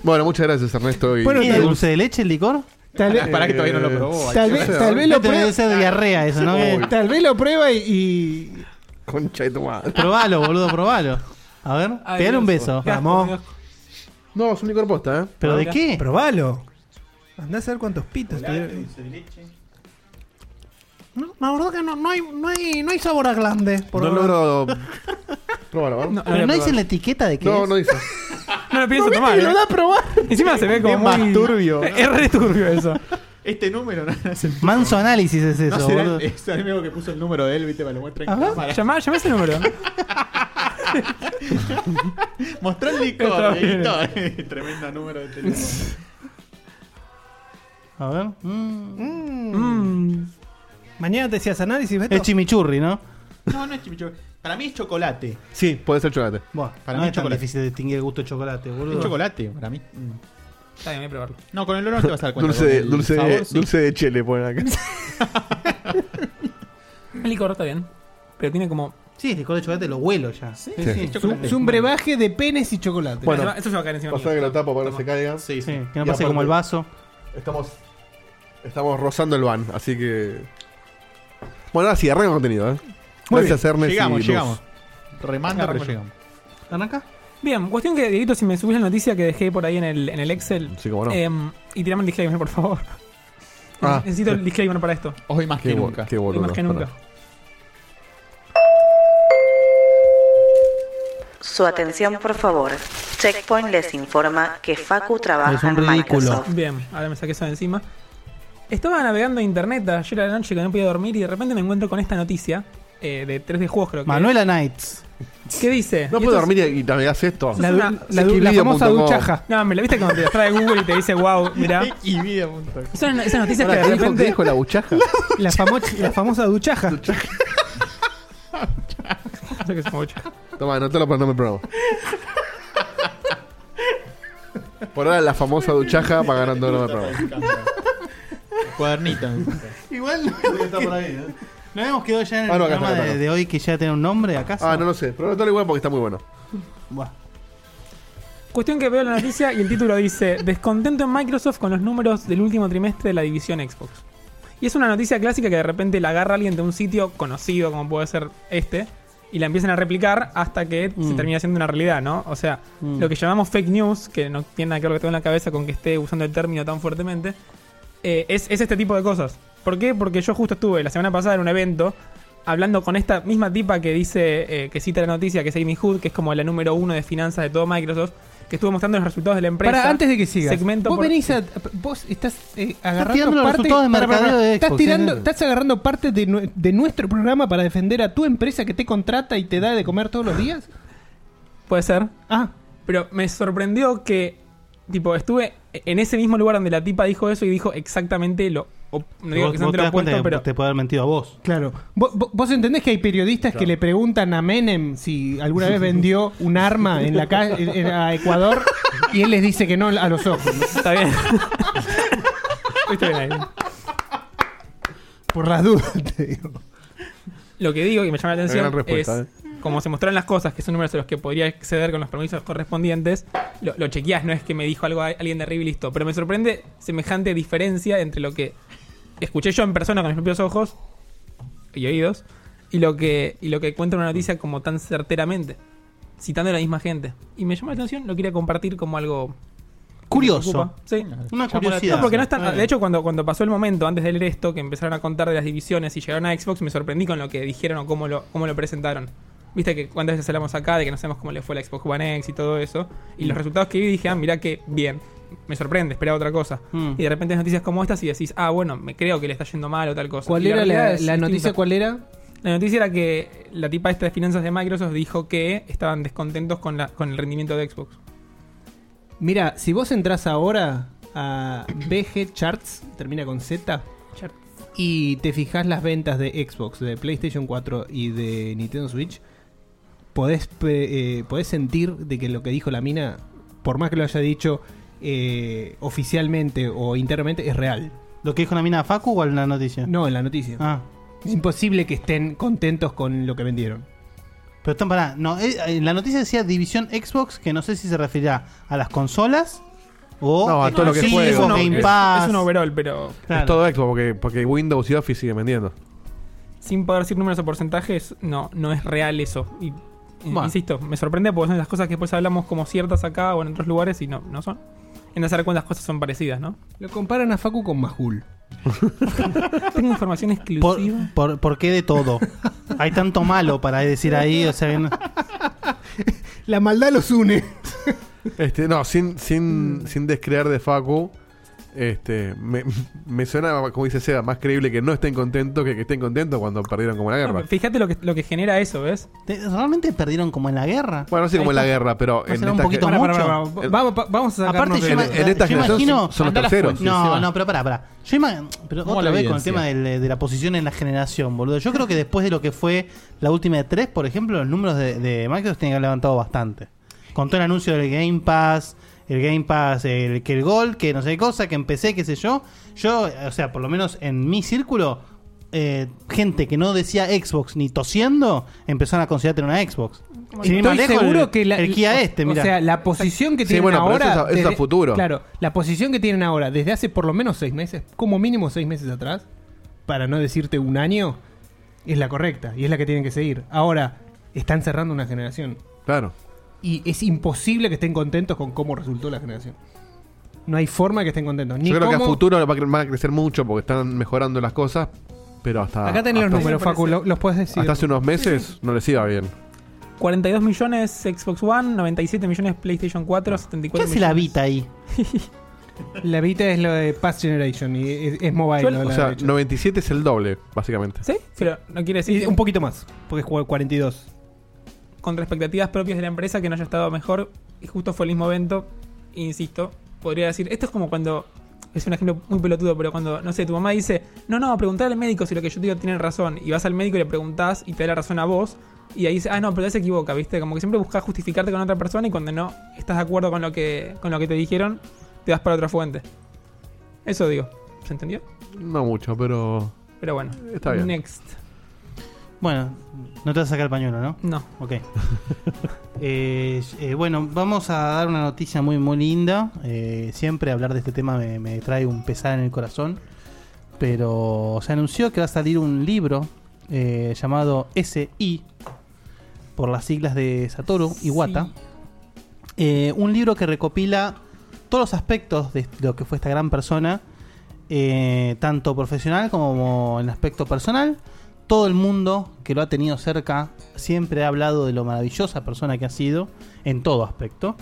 Speaker 3: Bueno, muchas gracias, Ernesto. Y
Speaker 2: Bueno, ¿Tiene dulce de leche el licor?
Speaker 5: Tal vez-
Speaker 3: Pará que todavía no lo probó.
Speaker 5: Tal vez, tal vez lo
Speaker 2: Este Debe
Speaker 5: prueba.
Speaker 2: ser diarrea eso, ¿no?
Speaker 5: Uy. Tal vez lo prueba y. y-
Speaker 3: Concha de tu madre.
Speaker 2: Probalo, boludo, probalo. A ver,
Speaker 5: Ay,
Speaker 2: pegale un
Speaker 5: Dios.
Speaker 2: beso.
Speaker 5: Qué asco, Vamos.
Speaker 3: No, es un licor posta, ¿eh?
Speaker 2: ¿Pero de qué?
Speaker 5: Probalo. Andá a saber cuántos pitos. te-
Speaker 4: No, la verdad que no, no, hay, no, hay, no hay sabor a glande. Por
Speaker 3: No
Speaker 4: ahora.
Speaker 3: logro. Próbalo, ¿vamos?
Speaker 2: Pero no dice en la etiqueta de qué
Speaker 3: No,
Speaker 2: es.
Speaker 3: no dice.
Speaker 7: No lo pienso
Speaker 2: ¿Lo viste?
Speaker 7: tomar.
Speaker 2: Lo
Speaker 7: eh.
Speaker 2: da a probar.
Speaker 7: Encima se ve como.
Speaker 2: Es más
Speaker 7: muy-
Speaker 2: turbio.
Speaker 7: Es re turbio eso.
Speaker 8: Este número no es el
Speaker 2: Manso análisis es
Speaker 8: No
Speaker 2: eso,
Speaker 8: será
Speaker 2: boludo.
Speaker 8: el- es el amigo que puso el número de él, viste, para lo muestra en
Speaker 7: Ajá.
Speaker 8: cámara.
Speaker 7: Llamá, llamá ese número.
Speaker 8: Mostró el
Speaker 7: Está
Speaker 8: licor,
Speaker 7: bien.
Speaker 8: Dieguito. Tremendo número de teléfono.
Speaker 2: A ver.
Speaker 5: Mm. Mañana te hacías análisis, Beto.
Speaker 2: Es chimichurri, ¿no?
Speaker 8: No, no es chimichurri. Para mí es chocolate.
Speaker 3: Sí, puede ser chocolate.
Speaker 2: Bueno,
Speaker 8: Para
Speaker 2: no
Speaker 8: mí
Speaker 2: es tan
Speaker 8: chocolate.
Speaker 2: difícil distinguir el gusto de chocolate, boludo. Mm,
Speaker 8: Es chocolate, para mí.
Speaker 7: Está bien, voy a probarlo.
Speaker 8: No, con el olor no te vas a dar cuenta.
Speaker 3: Dulce,
Speaker 8: con
Speaker 3: de,
Speaker 8: el
Speaker 3: dulce, de-
Speaker 8: sabor, sí.
Speaker 3: dulce de chile ponen acá.
Speaker 7: El licor está bien. Pero tiene como.
Speaker 2: Sí, el licor de chocolate lo huelo ya. Sí,
Speaker 3: sí.
Speaker 5: Es un- Es un brebaje de penes y chocolate.
Speaker 3: Bueno,
Speaker 7: Eso se va a caer encima
Speaker 3: Pasá
Speaker 7: mío.
Speaker 3: que lo tapo para que no se caiga.
Speaker 8: Sí,
Speaker 2: sí. que no pase como el vaso.
Speaker 3: Estamos, estamos rozando el van, así que. Bueno, ahora sí, arranca el contenido, ¿eh?
Speaker 8: Muy
Speaker 3: Gracias,
Speaker 8: bien.
Speaker 3: Ernest.
Speaker 8: Llegamos,
Speaker 3: y Luz.
Speaker 8: llegamos. Remanda, pero
Speaker 7: Arrancamos.
Speaker 8: llegamos.
Speaker 2: ¿Arranca?
Speaker 7: Bien, cuestión que, Dieguito, si me subís la noticia que dejé por ahí en el, en el Excel.
Speaker 3: Sí, cómo no.
Speaker 7: em, y tirame el disclaimer, por favor.
Speaker 3: Ah.
Speaker 7: Necesito el disclaimer para esto.
Speaker 8: Hoy más
Speaker 3: Qué
Speaker 8: que
Speaker 3: bo-
Speaker 8: nunca.
Speaker 3: qué
Speaker 7: Hoy
Speaker 3: boludo.
Speaker 7: más que nunca.
Speaker 18: Su atención, por favor. Checkpoint les informa que Facu
Speaker 2: Es
Speaker 18: trabaja
Speaker 2: un
Speaker 18: en
Speaker 2: ridículo.
Speaker 18: Microsoft.
Speaker 7: Bien, ahora me saqué eso de encima. Estaba navegando internet ayer a la noche que no podía dormir y de repente me encuentro con esta noticia eh, de 3D juegos, creo que.
Speaker 2: Manuela Knights.
Speaker 7: ¿Qué dice?
Speaker 3: No
Speaker 7: Y
Speaker 3: puedo
Speaker 7: esto es-
Speaker 3: dormir y también hace esto.
Speaker 7: La, du- la du- la famosa duchaja. No, me la viste cuando te la trae Google y te dice, wow, mirá. Son esas noticias que de repente.
Speaker 3: dijo la buchaja?
Speaker 5: La, famo- la famosa duchaja.
Speaker 7: Sé que es muchaja.
Speaker 3: Toma, anótalo para no me probo. Por ahora la famosa duchaja va ganando no me probo.
Speaker 8: Cuadernito.
Speaker 2: Igual no ¿No habíamos quedado ya en el
Speaker 3: Ah, no, acá está,
Speaker 2: programa
Speaker 3: acá
Speaker 2: de,
Speaker 3: está.
Speaker 2: de hoy que ya tiene un nombre acaso?
Speaker 3: Ah, no lo sé. Pero anótalo igual porque está muy bueno.
Speaker 7: Cuestión que veo la noticia y el título dice: Descontento en Microsoft con los números del último trimestre de la división Xbox. Y es una noticia clásica que de repente la agarra alguien de un sitio conocido como puede ser este y la empiezan a replicar hasta que se
Speaker 2: Mm.
Speaker 7: termina siendo una realidad, ¿no? O sea,
Speaker 2: Mm.
Speaker 7: lo que llamamos fake news, que no tiene nada que ver lo que tengo en la cabeza con que esté usando el término tan fuertemente, eh, es, es este tipo de cosas. ¿Por qué? Porque yo justo estuve la semana pasada en un evento hablando con esta misma tipa que dice, eh, que cita la noticia, que es Amy Hood, que es como la número uno de finanzas de todo Microsoft, que estuvo mostrando los resultados de la empresa.
Speaker 5: Para, antes de que sigas,
Speaker 7: Segmento
Speaker 5: vos
Speaker 7: por-
Speaker 5: venís a, vos estás eh, agarrando
Speaker 2: tirando los
Speaker 5: parte-
Speaker 2: resultados de
Speaker 5: pará, pará,
Speaker 2: mercadeo
Speaker 5: pará.
Speaker 2: de
Speaker 5: estás
Speaker 2: Xbox,
Speaker 5: tirando,
Speaker 2: ¿sí?
Speaker 5: estás agarrando parte de, nue- de nuestro programa para defender a tu empresa que te contrata y te da de comer todos los días.
Speaker 7: Puede ser.
Speaker 5: Ah.
Speaker 7: Pero me sorprendió que, tipo, estuve en ese mismo lugar donde la tipa dijo eso y dijo exactamente lo. op- no digo
Speaker 2: Vos- vos
Speaker 7: exactamente
Speaker 2: te
Speaker 7: lo
Speaker 2: das cuenta
Speaker 7: opuesto,
Speaker 2: que
Speaker 7: pero.
Speaker 2: te puede haber mentido a vos.
Speaker 5: Claro. Vos, vos- vos entendés que hay periodistas que le preguntan a Menem si alguna vez vendió un arma en la ca- en- en- a Ecuador y él les dice que no a los ojos.
Speaker 7: Está bien. Está bien ahí.
Speaker 5: Por las dudas, te digo.
Speaker 7: Lo que digo y me llama la
Speaker 5: Una
Speaker 7: atención
Speaker 5: gran respuesta, eh.
Speaker 7: es, como se mostraron las cosas, que son números a los que podría acceder con los permisos correspondientes, lo, lo chequeás, no es que me dijo algo a- alguien de arriba y listo. Pero me sorprende semejante diferencia entre lo que escuché yo en persona con mis propios ojos y oídos y lo que, y lo que cuenta una noticia como tan certeramente, citando a la misma gente. Y me llama la atención, lo quería compartir como algo...
Speaker 2: Curioso.
Speaker 7: que me preocupa. Sí.
Speaker 2: Una curiosidad.
Speaker 7: No, porque no están.
Speaker 2: Ah.
Speaker 7: De hecho, cuando, cuando pasó el momento antes de leer esto, que empezaron a contar de las divisiones y llegaron a Xbox, me sorprendí con lo que dijeron o cómo lo, cómo lo presentaron. Viste que cuántas veces hablamos acá de que no sabemos cómo le fue a la Xbox One X y todo eso. Y
Speaker 5: Mm.
Speaker 7: los resultados que vi dije, ah, mirá que bien. Me sorprende, esperaba otra cosa.
Speaker 5: Mm.
Speaker 7: Y de repente hay noticias como estas y decís, ah, bueno, me creo que le está yendo mal o tal cosa.
Speaker 5: ¿Cuál
Speaker 7: Y
Speaker 5: era
Speaker 7: realidad
Speaker 5: la,
Speaker 7: es
Speaker 5: la
Speaker 7: distinta.
Speaker 5: noticia? ¿Cuál era?
Speaker 7: La noticia era que la tipa esta de finanzas de Microsoft dijo que estaban descontentos con, la, con el rendimiento de Xbox.
Speaker 5: Mira, si vos entras ahora a BG Charts, termina con Z, y te fijas las ventas de Xbox, de PlayStation 4 y de Nintendo Switch, podés, pe- eh, podés sentir de que lo que dijo la mina, por más que lo haya dicho eh, oficialmente o internamente, es real.
Speaker 2: ¿Lo que dijo la mina Facu o en la noticia? Ah.
Speaker 5: No, en la noticia. Es imposible que estén contentos con lo que vendieron.
Speaker 2: Pero están para. No, eh, eh, la noticia decía división Xbox, que no sé si se referirá a las consolas o
Speaker 3: No, a todo lo que es
Speaker 2: exclusivos,
Speaker 3: juego.
Speaker 2: Game
Speaker 3: Es-
Speaker 2: Pass.
Speaker 7: Es un overall, pero.
Speaker 3: Es todo Xbox, porque, porque Windows y Office siguen vendiendo.
Speaker 7: sin poder decir números o porcentajes, no, no es real eso. Y, eh,
Speaker 2: Bueno.
Speaker 7: Insisto, me sorprende porque son las cosas que después hablamos como ciertas acá o en otros lugares y no, no son. En hacer cuántas cosas son parecidas, ¿no?
Speaker 5: Lo comparan a Facu con Majul.
Speaker 7: Tengo información exclusiva.
Speaker 2: Por, por, ¿por qué de todo? Hay tanto malo para decir ahí, o sea, bien-
Speaker 5: La maldad los une.
Speaker 3: Este, no, sin, sin, sin descreer de Facu, este, me, me suena, como dice Seba, más creíble que no estén contentos que que estén contentos cuando perdieron como en la
Speaker 7: No,
Speaker 3: guerra.
Speaker 7: pero Fíjate lo que, lo que genera eso, ¿ves?
Speaker 2: ¿Realmente perdieron como en la guerra?
Speaker 3: Bueno, no sé como en la guerra, pero en esta gen-
Speaker 2: mucho.
Speaker 5: Vamos, pa- vamos a
Speaker 2: Aparte,
Speaker 5: sacarnos
Speaker 2: yo,
Speaker 5: de-
Speaker 2: ima- yo imagino. No, no, pero pará, pará. Yo imagino. Pero
Speaker 5: Vamos a
Speaker 2: otra
Speaker 5: la
Speaker 2: vez con el
Speaker 5: evidencia.
Speaker 2: tema del- eh, de la posición en la generación, boludo. Yo creo que después de lo que fue la última de tres, por ejemplo, los números de, de Microsoft tienen que haber levantado bastante. Con todo el anuncio del Game Pass, el Game Pass, el, que el Gold, que no sé qué cosa, que empecé, qué sé yo. Yo, o sea, por lo menos en mi círculo, eh, gente que no decía Xbox ni tosiendo, empezaron a considerar tener una Xbox. Sin ir más
Speaker 5: Estoy
Speaker 2: lejos,
Speaker 5: seguro
Speaker 2: el-
Speaker 5: que la,
Speaker 2: el Kia este, mira.
Speaker 5: O sea, la posición que
Speaker 2: Sí,
Speaker 5: tienen
Speaker 2: bueno, pero
Speaker 5: ahora.
Speaker 2: eso es a- eso es a
Speaker 5: desde-
Speaker 2: futuro.
Speaker 5: Claro, la posición que tienen ahora, desde hace por lo menos seis meses, como mínimo seis meses atrás, para no decirte un año, es la correcta y es la que tienen que seguir. Ahora, están cerrando una generación.
Speaker 3: Claro.
Speaker 5: Y es imposible que estén contentos con cómo resultó la generación. No hay forma que estén contentos. Ni
Speaker 3: Yo creo que a
Speaker 5: cómo-
Speaker 3: futuro va a, cre- van a crecer mucho porque están mejorando las cosas, pero hasta.
Speaker 5: Acá tenés los
Speaker 3: hasta-
Speaker 5: números, Facu, lo- los puedes decir.
Speaker 3: Hasta hace unos meses no les iba bien.
Speaker 7: 42 millones Xbox One, 97 millones PlayStation 4, 74 millones.
Speaker 2: Vita ahí?
Speaker 5: la Vita es lo de Past Generation y es, es mobile.
Speaker 7: Yo-
Speaker 5: ¿no?
Speaker 3: O
Speaker 5: La
Speaker 3: sea,
Speaker 5: derecha.
Speaker 3: 97 es el doble, básicamente.
Speaker 7: Sí, pero no quiere decir.
Speaker 5: Y Eh, un poquito más, porque jugó 42.
Speaker 7: Contra expectativas propias de la empresa que no haya estado mejor, y justo fue el mismo evento, insisto, podría decir, esto es como cuando, es un ejemplo muy pelotudo, pero cuando, no sé, tu mamá dice, no, no, preguntar al médico si lo que yo te digo tiene razón, y vas al médico y le preguntás y te da la razón a vos, y ahí dice, ah, no, pero él se equivoca, ¿viste? Como que siempre buscas justificarte con otra persona y cuando no estás de acuerdo con lo que, con lo que te dijeron, te vas para otra fuente. Eso digo, ¿se entendió?
Speaker 3: No mucho, pero.
Speaker 7: Pero bueno,
Speaker 3: Está bien.
Speaker 7: next.
Speaker 2: Bueno, no te vas a sacar el pañuelo, ¿no?
Speaker 7: No.
Speaker 2: Ok. Eh, eh, bueno, vamos a dar una noticia muy, muy linda. Eh, siempre hablar de este tema me, me trae un pesar en el corazón. Pero se anunció que va a salir un libro eh, llamado SI, por las siglas de Satoru Iwata. Eh, un libro que recopila todos los aspectos de lo que fue esta gran persona, eh, tanto profesional como en aspecto personal. Todo el mundo que lo ha tenido cerca siempre ha hablado de lo maravillosa persona que ha sido en todo aspecto.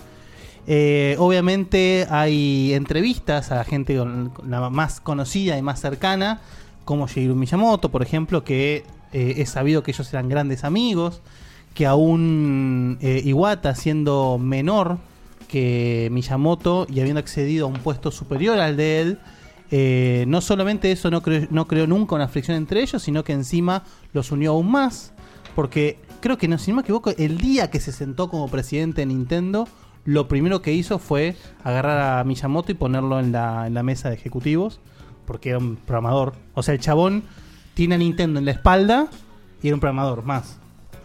Speaker 2: Eh, obviamente hay entrevistas a la gente con- con la más conocida y más cercana, como Shigeru Miyamoto, por ejemplo, que eh, es sabido que ellos eran grandes amigos, que aún eh, Iwata siendo menor que Miyamoto y habiendo accedido a un puesto superior al de él, eh, no solamente eso no creó, no creó nunca una fricción entre ellos, sino que encima los unió aún más, porque creo que, no, si no me equivoco, el día que se sentó como presidente de Nintendo, lo primero que hizo fue agarrar a Miyamoto y ponerlo en la, en la mesa de ejecutivos, porque era un programador. O sea, el chabón tiene a Nintendo en la espalda y era un programador más.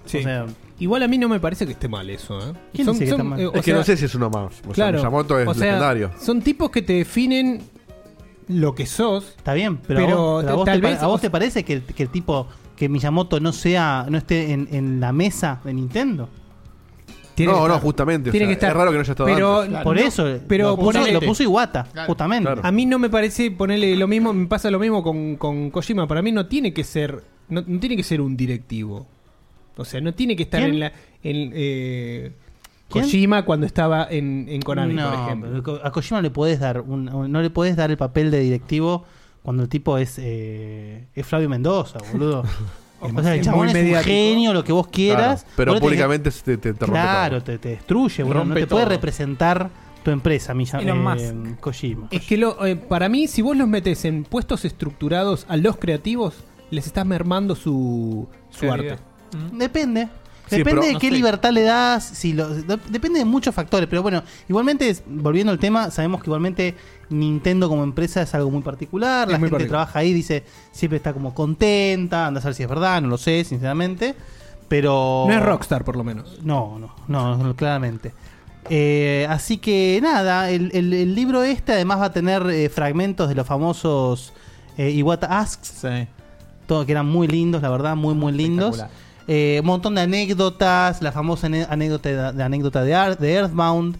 Speaker 5: Sí.
Speaker 2: O sea,
Speaker 5: Igual a mí no me parece que esté mal eso, ¿eh?
Speaker 2: ¿Quién dice que está mal?
Speaker 5: eh, o
Speaker 2: Es que no sé si es uno más.
Speaker 5: O sea,
Speaker 2: Claro.
Speaker 3: Miyamoto es
Speaker 5: o sea,
Speaker 3: legendario.
Speaker 5: Son tipos que te definen lo que sos.
Speaker 2: Está bien, pero, a vos- pero a vos,
Speaker 5: tal
Speaker 2: te, pa-
Speaker 5: vez
Speaker 2: a vos te parece que, el- que el tipo que Miyamoto no sea no esté en, en la mesa de Nintendo.
Speaker 3: Tiene No, que no, estar. justamente, o
Speaker 5: Tiene que estar. pero,
Speaker 2: por
Speaker 5: no,
Speaker 2: eso
Speaker 5: pero
Speaker 2: lo puso,
Speaker 5: ponele-
Speaker 2: lo puso Iwata, justamente.
Speaker 5: A mí no me parece ponerle lo mismo, me pasa lo mismo con, con Kojima. Para mí no tiene que ser, no, no tiene que ser un directivo. O sea, no tiene que estar
Speaker 2: ¿Quién?
Speaker 5: en la. En, eh,
Speaker 2: ¿Quién?
Speaker 5: Kojima cuando estaba en, en Konami,
Speaker 2: No,
Speaker 5: por ejemplo.
Speaker 2: pero Ko- a Kojima le podés dar un- un- no le podés dar el papel de directivo cuando el tipo es eh, es Flavio Mendoza, boludo. Eh, o sea, el
Speaker 3: Es
Speaker 2: chabón
Speaker 3: muy
Speaker 2: es un
Speaker 3: mediático.
Speaker 2: genio, lo que vos quieras.
Speaker 3: Claro, pero
Speaker 2: Vos le tenés-
Speaker 3: públicamente se te, te, te rompe
Speaker 2: claro, te, te destruye, boludo.
Speaker 3: Rompe
Speaker 2: no te puede
Speaker 3: todo.
Speaker 2: representar tu empresa, Miyam-
Speaker 5: Elon
Speaker 2: eh, Kojima.
Speaker 5: Es que lo, eh, para mí, si vos los metes en puestos estructurados a los creativos, les estás mermando su, su
Speaker 2: Claridad.
Speaker 5: arte.
Speaker 2: Depende.
Speaker 5: Sí,
Speaker 2: depende
Speaker 5: pero-
Speaker 2: de
Speaker 5: no
Speaker 2: qué
Speaker 5: sé.
Speaker 2: libertad le das, si lo- de- depende de muchos factores, pero bueno, igualmente, es- volviendo al tema, sabemos que igualmente Nintendo como empresa es algo muy particular,
Speaker 5: Es
Speaker 2: la
Speaker 5: muy
Speaker 2: gente
Speaker 5: particular.
Speaker 2: trabaja ahí, dice, siempre está como contenta, anda a saber si es verdad, no lo sé, sinceramente, pero...
Speaker 5: No es Rockstar, por lo menos.
Speaker 2: No, no, no, no, claramente. Eh, así que nada, el, el- el libro este además va a tener eh, fragmentos de los famosos eh, Iwata Asks. Todo, que eran muy lindos, la verdad, muy, muy lindos. Eh, un montón de anécdotas, la famosa ane- anécdota de, de anécdota de, Ar- de Earthbound.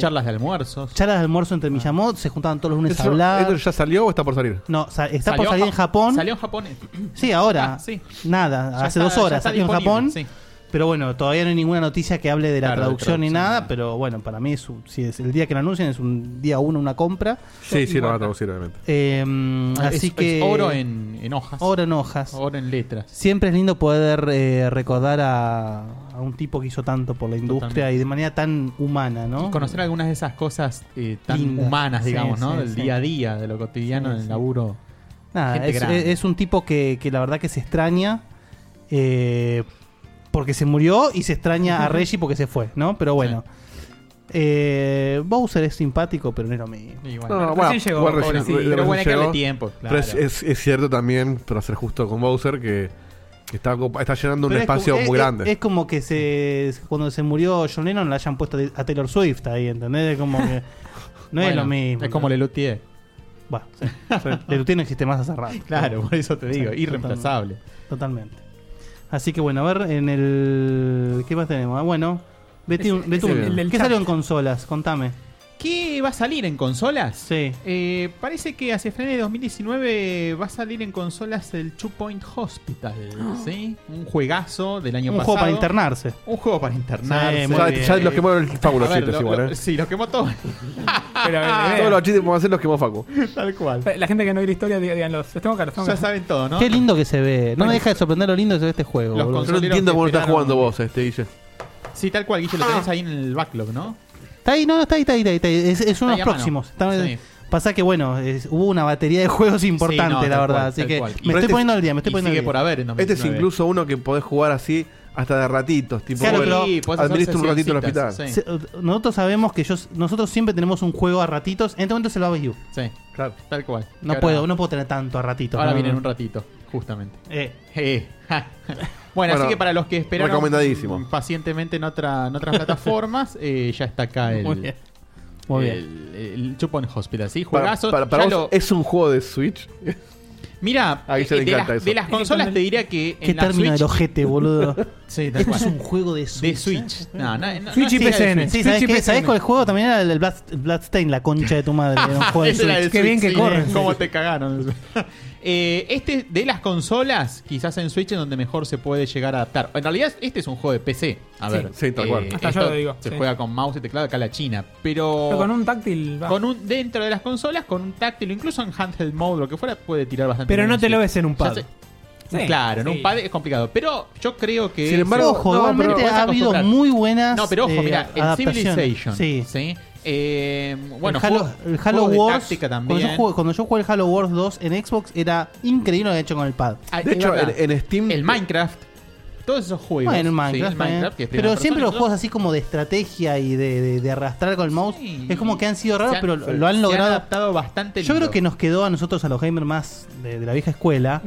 Speaker 2: charlas de almuerzos. Charlas de almuerzo entre Miyamoto, se juntaban todos los lunes
Speaker 3: Eso-
Speaker 2: a hablar.
Speaker 3: ¿esto ya salió o está por salir?
Speaker 2: No, sa- está por
Speaker 3: Salió
Speaker 2: salir
Speaker 3: Ja-
Speaker 2: en Japón.
Speaker 3: salió en
Speaker 8: Japón.
Speaker 2: Sí, ahora.
Speaker 8: Ah, sí.
Speaker 2: Nada,
Speaker 8: Ya
Speaker 2: hace
Speaker 8: está-
Speaker 2: dos
Speaker 8: ya
Speaker 2: horas
Speaker 8: está
Speaker 2: salió en
Speaker 8: disponible,
Speaker 2: Japón.
Speaker 8: sí.
Speaker 2: Pero bueno, todavía no hay ninguna noticia que hable de la
Speaker 8: Claro, de
Speaker 2: traducción ni
Speaker 8: traducción,
Speaker 2: nada. Pero bueno, para mí, es, un- si es el día que lo anuncian, es un día uno, una compra.
Speaker 3: Sí, sí, lo van a traducir, obviamente.
Speaker 2: Eh,
Speaker 8: Ah,
Speaker 2: así
Speaker 8: es-
Speaker 2: que.
Speaker 8: es oro en- en hojas.
Speaker 2: Oro en hojas.
Speaker 8: Oro en letras.
Speaker 2: Siempre es lindo poder eh, recordar a, a un tipo que hizo tanto por la industria
Speaker 8: Totalmente.
Speaker 2: y de manera tan humana, ¿no?
Speaker 8: Conocer algunas de esas cosas eh, tan
Speaker 2: Lindas.
Speaker 8: humanas,
Speaker 2: Sí,
Speaker 8: digamos, ¿no?
Speaker 2: sí,
Speaker 8: Del
Speaker 2: sí.
Speaker 8: día a día, de lo cotidiano,
Speaker 2: Sí,
Speaker 8: del
Speaker 2: sí.
Speaker 8: laburo.
Speaker 2: Nada,
Speaker 8: Gente
Speaker 2: es,
Speaker 8: grande.
Speaker 2: es un tipo que, que la verdad que se extraña eh, porque se murió y se extraña a Reggie porque se fue, ¿no? Pero bueno. Eh, Bowser es simpático, pero no es lo mío.
Speaker 3: No, no, bueno, igual recién- recién llegó. Pero es, es- es cierto también, para ser justo con Bowser, que, que está, ocupa- está llenando un
Speaker 2: Pero es
Speaker 3: espacio
Speaker 2: como- es-
Speaker 3: muy
Speaker 2: es-
Speaker 3: grande.
Speaker 2: Es, como que se cuando se murió John Lennon la hayan puesto a Taylor Swift ahí, ¿entendés? Es como que no es
Speaker 8: Bueno,
Speaker 2: lo mismo.
Speaker 8: es como Lelutier.
Speaker 2: Bueno, sí, sí. Lelutier no existe más hace rato.
Speaker 8: Claro, por eso te digo,
Speaker 2: Sí,
Speaker 8: irreemplazable.
Speaker 2: Totalmente. totalmente. Así que bueno, a ver, en el. ¿Qué más tenemos? Ah, bueno, Betty,
Speaker 8: Ese-
Speaker 2: Betty,
Speaker 8: ese- el del
Speaker 2: ¿qué
Speaker 8: chat.
Speaker 2: salió en consolas? Contame.
Speaker 8: ¿Qué va a salir en consolas? Eh,
Speaker 2: Sí.
Speaker 8: parece que hacia finales de 2019 va a salir en consolas el Two Point Hospital.
Speaker 3: Ah.
Speaker 8: ¿sí? Un juegazo del año
Speaker 2: Un
Speaker 8: pasado.
Speaker 2: juego para internarse.
Speaker 8: Un juego para internarse.
Speaker 3: Sí, muy Ya- bien. ya los quemó el Fábulo
Speaker 8: A ver,
Speaker 3: chistes
Speaker 8: lo-
Speaker 3: igual,
Speaker 8: lo-
Speaker 3: ¿eh?
Speaker 8: Sí, los quemó todo. Ah,
Speaker 3: Todos los chistes que podemos hacer los quemó Facu.
Speaker 8: Tal cual.
Speaker 7: eh, La gente que no vio la historia, diga- díganlos. Los tengo acá, los tengo
Speaker 8: Ya
Speaker 7: acá.
Speaker 8: saben todo, ¿no?
Speaker 2: Qué lindo que se ve. No me deja de sorprender lo lindo que se ve este juego.
Speaker 8: Los
Speaker 2: boludo.
Speaker 3: Yo no entiendo cómo lo estás jugando vos, este Ah. Guille.
Speaker 8: Sí, tal cual, Guille, lo tenés ahí en el backlog, ¿no?
Speaker 2: Está ahí, no, no, está ahí, está ahí, está ahí. está ahí. Es, es uno de
Speaker 8: ahí
Speaker 2: los
Speaker 8: a mano.
Speaker 2: próximos. Está-
Speaker 8: Sí.
Speaker 2: Pasa que, bueno, es- hubo una batería de juegos importante,
Speaker 8: Sí, no,
Speaker 2: la
Speaker 8: tal
Speaker 2: verdad.
Speaker 8: cual,
Speaker 2: así
Speaker 8: tal
Speaker 2: que
Speaker 8: cual. este
Speaker 2: me estoy poniendo al día, me estoy poniendo al día.
Speaker 3: Este es
Speaker 8: eh.
Speaker 3: incluso uno que podés jugar así hasta de ratitos. Tipo,
Speaker 2: Claro,
Speaker 3: bueno,
Speaker 2: pero-
Speaker 3: administra un ratito el hospital.
Speaker 2: Se- Nosotros sabemos que yo, nosotros siempre tenemos un juego a ratitos. En este momento se lo hago yo.
Speaker 8: Sí, claro. Tal cual.
Speaker 2: No
Speaker 8: Que
Speaker 2: puedo,
Speaker 8: ahora-
Speaker 2: no puedo tener tanto a ratitos.
Speaker 8: Ahora
Speaker 2: no,
Speaker 8: viene en
Speaker 2: no.
Speaker 8: un ratito, justamente.
Speaker 2: Eh.
Speaker 8: bueno, así que para los que esperaron
Speaker 3: recomendadísimo.
Speaker 8: pacientemente en, otra, en otras plataformas, eh, ya está acá el.
Speaker 3: Muy bien.
Speaker 2: Muy
Speaker 8: el, el Chupon Hospital, sí,
Speaker 3: Para,
Speaker 8: juegazo.
Speaker 3: para- para
Speaker 8: Ya
Speaker 3: vos,
Speaker 8: lo-
Speaker 3: ¿es un juego de Switch?
Speaker 8: Mira,
Speaker 3: Ahí se
Speaker 8: eh,
Speaker 3: le
Speaker 8: de,
Speaker 3: encanta
Speaker 8: las,
Speaker 3: eso.
Speaker 8: de las consolas te diría que.
Speaker 2: Qué
Speaker 8: en la
Speaker 2: término
Speaker 8: Switch-
Speaker 2: del ojete, boludo.
Speaker 8: Sí, tal
Speaker 2: Este
Speaker 8: cual.
Speaker 2: es un juego de Switch.
Speaker 8: De Switch. No, no, no,
Speaker 2: Sí,
Speaker 8: no es idea de
Speaker 2: Sí,
Speaker 8: Switch.
Speaker 2: ¿sabes,
Speaker 8: Switch y
Speaker 2: qué? ¿Sabés
Speaker 8: PSN.
Speaker 2: cuál juego también era el Blood- Bloodstain, la concha de tu madre? Era un juego de
Speaker 8: Ese era
Speaker 2: Switch.
Speaker 8: el
Speaker 2: Qué bien que
Speaker 8: sí,
Speaker 2: corre.
Speaker 8: Cómo te cagaron. Eh, este de las consolas, quizás en Switch es donde mejor se puede llegar a adaptar. En realidad, este es un juego de PC. A
Speaker 3: Sí.
Speaker 8: ver, eh,
Speaker 3: Sí, tal cual.
Speaker 7: Hasta
Speaker 8: esto
Speaker 7: yo lo digo,
Speaker 8: Se
Speaker 7: sí.
Speaker 8: juega con mouse y teclado acá a la China, pero,
Speaker 7: Pero con un táctil va.
Speaker 8: con un- dentro de las consolas con un táctil, o incluso en handheld mode, lo que fuera, puede tirar bastante.
Speaker 5: Pero
Speaker 8: bien
Speaker 5: no
Speaker 8: en
Speaker 5: te lo
Speaker 8: Switch.
Speaker 5: ves en un
Speaker 8: Ya
Speaker 5: pad.
Speaker 8: sé-
Speaker 5: Sí,
Speaker 8: claro, en
Speaker 5: sí.
Speaker 8: un pad es complicado. Pero yo creo que.
Speaker 2: Sin embargo,
Speaker 8: eso-
Speaker 2: ojo,
Speaker 8: no,
Speaker 2: igualmente
Speaker 8: pero
Speaker 2: ha habido
Speaker 8: acostumbrar.
Speaker 2: muy buenas,
Speaker 8: No, pero ojo,
Speaker 2: eh,
Speaker 8: mirá, el
Speaker 2: adaptaciones.
Speaker 8: Civilization.
Speaker 2: Sí.
Speaker 8: Eh, bueno,
Speaker 2: el Halo,
Speaker 8: juegos-
Speaker 2: el Halo
Speaker 8: juegos de
Speaker 2: Wars.
Speaker 8: táctica
Speaker 2: Cuando yo,
Speaker 8: también.
Speaker 2: jugué, cuando yo jugué el Halo Wars 2 en Xbox era increíble lo que había hecho con el pad.
Speaker 8: Ah, es Ah, verdad.
Speaker 2: en
Speaker 8: El Minecraft. todos esos juegos.
Speaker 2: Bueno,
Speaker 8: Sí,
Speaker 2: Minecraft, eh.
Speaker 8: que es primera
Speaker 2: pero siempre
Speaker 8: persona,
Speaker 2: los
Speaker 8: todo
Speaker 2: juegos así como de estrategia y de, de- de arrastrar con el mouse es como que han sido raros,
Speaker 8: Se han-
Speaker 2: pero lo han
Speaker 8: se
Speaker 2: logrado.
Speaker 8: Han adaptado bastante
Speaker 2: Yo creo que nos quedó a nosotros, a los gamers más de, de la vieja escuela,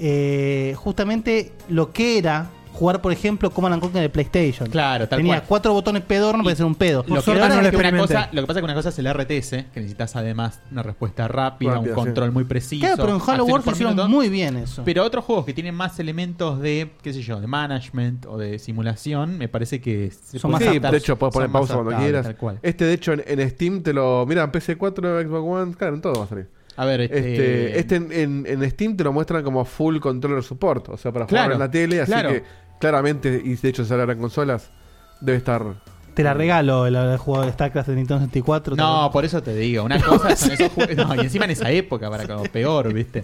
Speaker 2: eh, justamente lo que era jugar, por ejemplo, Command and Conquer en el PlayStation. Claro,
Speaker 8: tal
Speaker 2: Tenía
Speaker 8: cual.
Speaker 2: cuatro botones pedorno para hacer un pedo.
Speaker 8: Lo que,
Speaker 2: Pero
Speaker 8: pasa
Speaker 2: ahora
Speaker 8: es que
Speaker 2: es
Speaker 8: una
Speaker 2: experimenté.
Speaker 8: cosa, lo que pasa es que una cosa es el RTS, que necesitas además una respuesta rápida,
Speaker 2: Rápida,
Speaker 8: un control
Speaker 2: sí.
Speaker 8: muy preciso.
Speaker 2: Claro, pero en Halo
Speaker 8: acciones
Speaker 2: Wars
Speaker 8: por
Speaker 2: hicieron
Speaker 8: minuto.
Speaker 2: muy bien eso.
Speaker 8: Pero otros juegos que tienen más elementos de, qué sé yo, de management o de simulación, me parece que se
Speaker 3: Son
Speaker 8: pueden
Speaker 3: más
Speaker 8: adaptar-
Speaker 3: Pues de hecho, puedes poner
Speaker 8: son más
Speaker 3: pausa cuando
Speaker 8: adaptables,
Speaker 3: quieras.
Speaker 8: tal cual.
Speaker 3: Este, de hecho, en, en Steam te lo. Mira, en PC4, Xbox One, claro, en todo va a salir.
Speaker 8: A ver,
Speaker 3: este.
Speaker 8: este-
Speaker 3: Este, en, en- en Steam te lo muestran como full controller support. O sea, para
Speaker 8: Claro,
Speaker 3: jugar en la tele. Así
Speaker 8: claro.
Speaker 3: que claramente, y de hecho, se hablarán consolas, debe estar.
Speaker 2: Te la regalo el, el juego de StarCraft de Nintendo 64.
Speaker 8: No, por eso te digo. Una cosa son esos juegos. No, y encima en esa época, para como peor, ¿viste?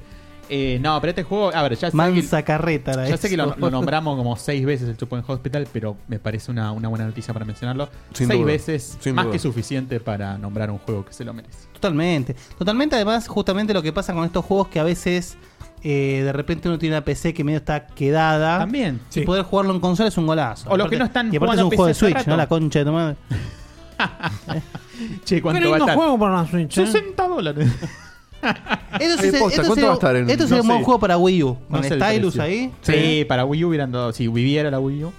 Speaker 8: Eh, no, pero este juego. A ver, ya sé
Speaker 2: Mansa
Speaker 8: que,
Speaker 2: carreta era
Speaker 8: ya sé que lo,
Speaker 2: eso.
Speaker 8: lo nombramos como seis veces el Checkpoint Hospital, pero me parece una, una buena noticia para mencionarlo.
Speaker 2: Sin
Speaker 8: seis
Speaker 2: duda,
Speaker 8: veces,
Speaker 2: sin
Speaker 8: más
Speaker 2: duda.
Speaker 8: que suficiente para nombrar un juego que se lo merece.
Speaker 2: Totalmente. Totalmente, además, justamente lo que pasa con estos juegos que a veces eh, de repente uno tiene una PC que medio está quedada.
Speaker 8: También.
Speaker 2: Y poder jugarlo en consola es un golazo.
Speaker 8: O los que no están
Speaker 2: Y aparte
Speaker 8: jugando
Speaker 2: es un juego de
Speaker 8: PC hace
Speaker 2: Switch, ¿no?
Speaker 8: rato.
Speaker 2: La concha de tu madre.
Speaker 8: Che,
Speaker 2: ¿cuánto va a estar?
Speaker 5: juego para la Switch. eh?
Speaker 8: 60 dólares.
Speaker 2: Esto sería- esto sería- esto sería un buen juego para Wii U. Con
Speaker 8: sé el
Speaker 2: Stylus
Speaker 8: precio.
Speaker 2: ahí.
Speaker 8: Sí, para Wii U hubieran dado. Si viviera la Wii U.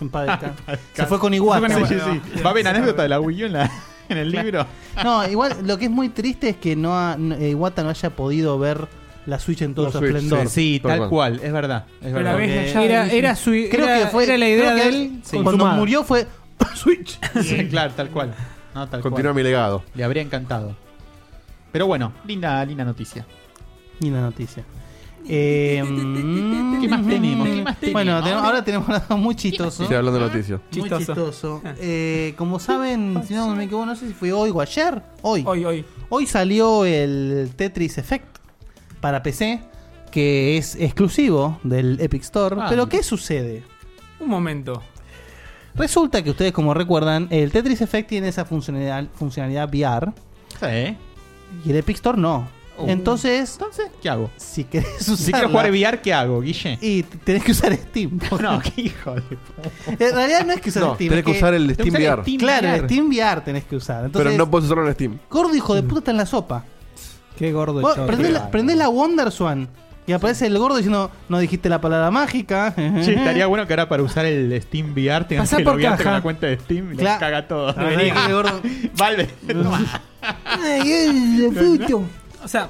Speaker 2: En paz descanse. Se fue con Iwata.
Speaker 8: Sí, sí, sí. Va a haber anécdota de la Wii U en, la- en el libro.
Speaker 2: No, igual lo que es muy triste es que no ha- no- eh, Iwata no haya podido ver la Switch en todo
Speaker 8: La
Speaker 2: su
Speaker 8: Switch,
Speaker 2: esplendor.
Speaker 8: sí, sí, tal cual, es verdad. Es verdad.
Speaker 2: Porque-
Speaker 5: era- era su- era- era la idea
Speaker 2: creo que
Speaker 5: de él
Speaker 2: él,
Speaker 8: Sí.
Speaker 2: Cuando
Speaker 8: consumada.
Speaker 2: murió fue Switch.
Speaker 8: Sí, claro, tal cual. No, tal
Speaker 3: Continúa mi
Speaker 8: cual.
Speaker 3: legado.
Speaker 8: Le habría encantado. Pero bueno, linda, linda noticia.
Speaker 2: Ni la noticia. Eh, mm,
Speaker 8: ¿Qué más tenemos? ¿Qué más tenemos?
Speaker 2: Bueno, tenemos- ahora tenemos algo muy chistoso.
Speaker 3: Sí, hablando de noticias.
Speaker 2: Muy
Speaker 3: Chistoso.
Speaker 2: chistoso.
Speaker 8: Ah.
Speaker 2: Eh, como saben, si no me equivoco, no sé si fue hoy o ayer. Hoy. Hoy,
Speaker 7: hoy.
Speaker 2: salió el Tetris Effect para PC, que es exclusivo del Epic Store.
Speaker 7: Ah,
Speaker 2: Pero,
Speaker 7: mira.
Speaker 2: ¿qué sucede?
Speaker 7: Un momento.
Speaker 2: Resulta que ustedes, como recuerdan, el Tetris Effect tiene esa funcionalidad, funcionalidad VR.
Speaker 8: Sí.
Speaker 2: Y el Epic Store no.
Speaker 8: Uh.
Speaker 2: Entonces,
Speaker 8: ¿Qué hago?
Speaker 2: Si querés
Speaker 8: Si quiero
Speaker 2: usarla-
Speaker 8: jugar VR, ¿qué hago, Guille?
Speaker 2: Y t- tenés que usar Steam.
Speaker 8: No, qué hijo de puta.
Speaker 2: En realidad no es que usar
Speaker 3: No,
Speaker 2: Steam.
Speaker 3: tenés
Speaker 2: es
Speaker 3: que usar el Tenés que Steam usar el VR. Steam
Speaker 2: claro, el
Speaker 3: VR.
Speaker 2: Steam VR tenés que usar. Entonces,
Speaker 3: Pero no puedes usarlo en Steam.
Speaker 2: Gordo hijo de puta está en la sopa.
Speaker 5: Qué gordo
Speaker 2: Vos
Speaker 5: el chorro.
Speaker 2: prendés la, prendés la Wonder Swan y aparece el gordo diciendo, no dijiste la palabra mágica.
Speaker 8: Che, estaría bueno que ahora para usar el Steam VR tengas
Speaker 2: Pasá
Speaker 8: que
Speaker 2: por
Speaker 8: loguearte
Speaker 2: caja.
Speaker 8: con la cuenta de Steam y lo
Speaker 2: Claro.
Speaker 8: caga todo.
Speaker 2: La verdad que qué gordo.
Speaker 8: Valve. Tomá.
Speaker 7: O sea,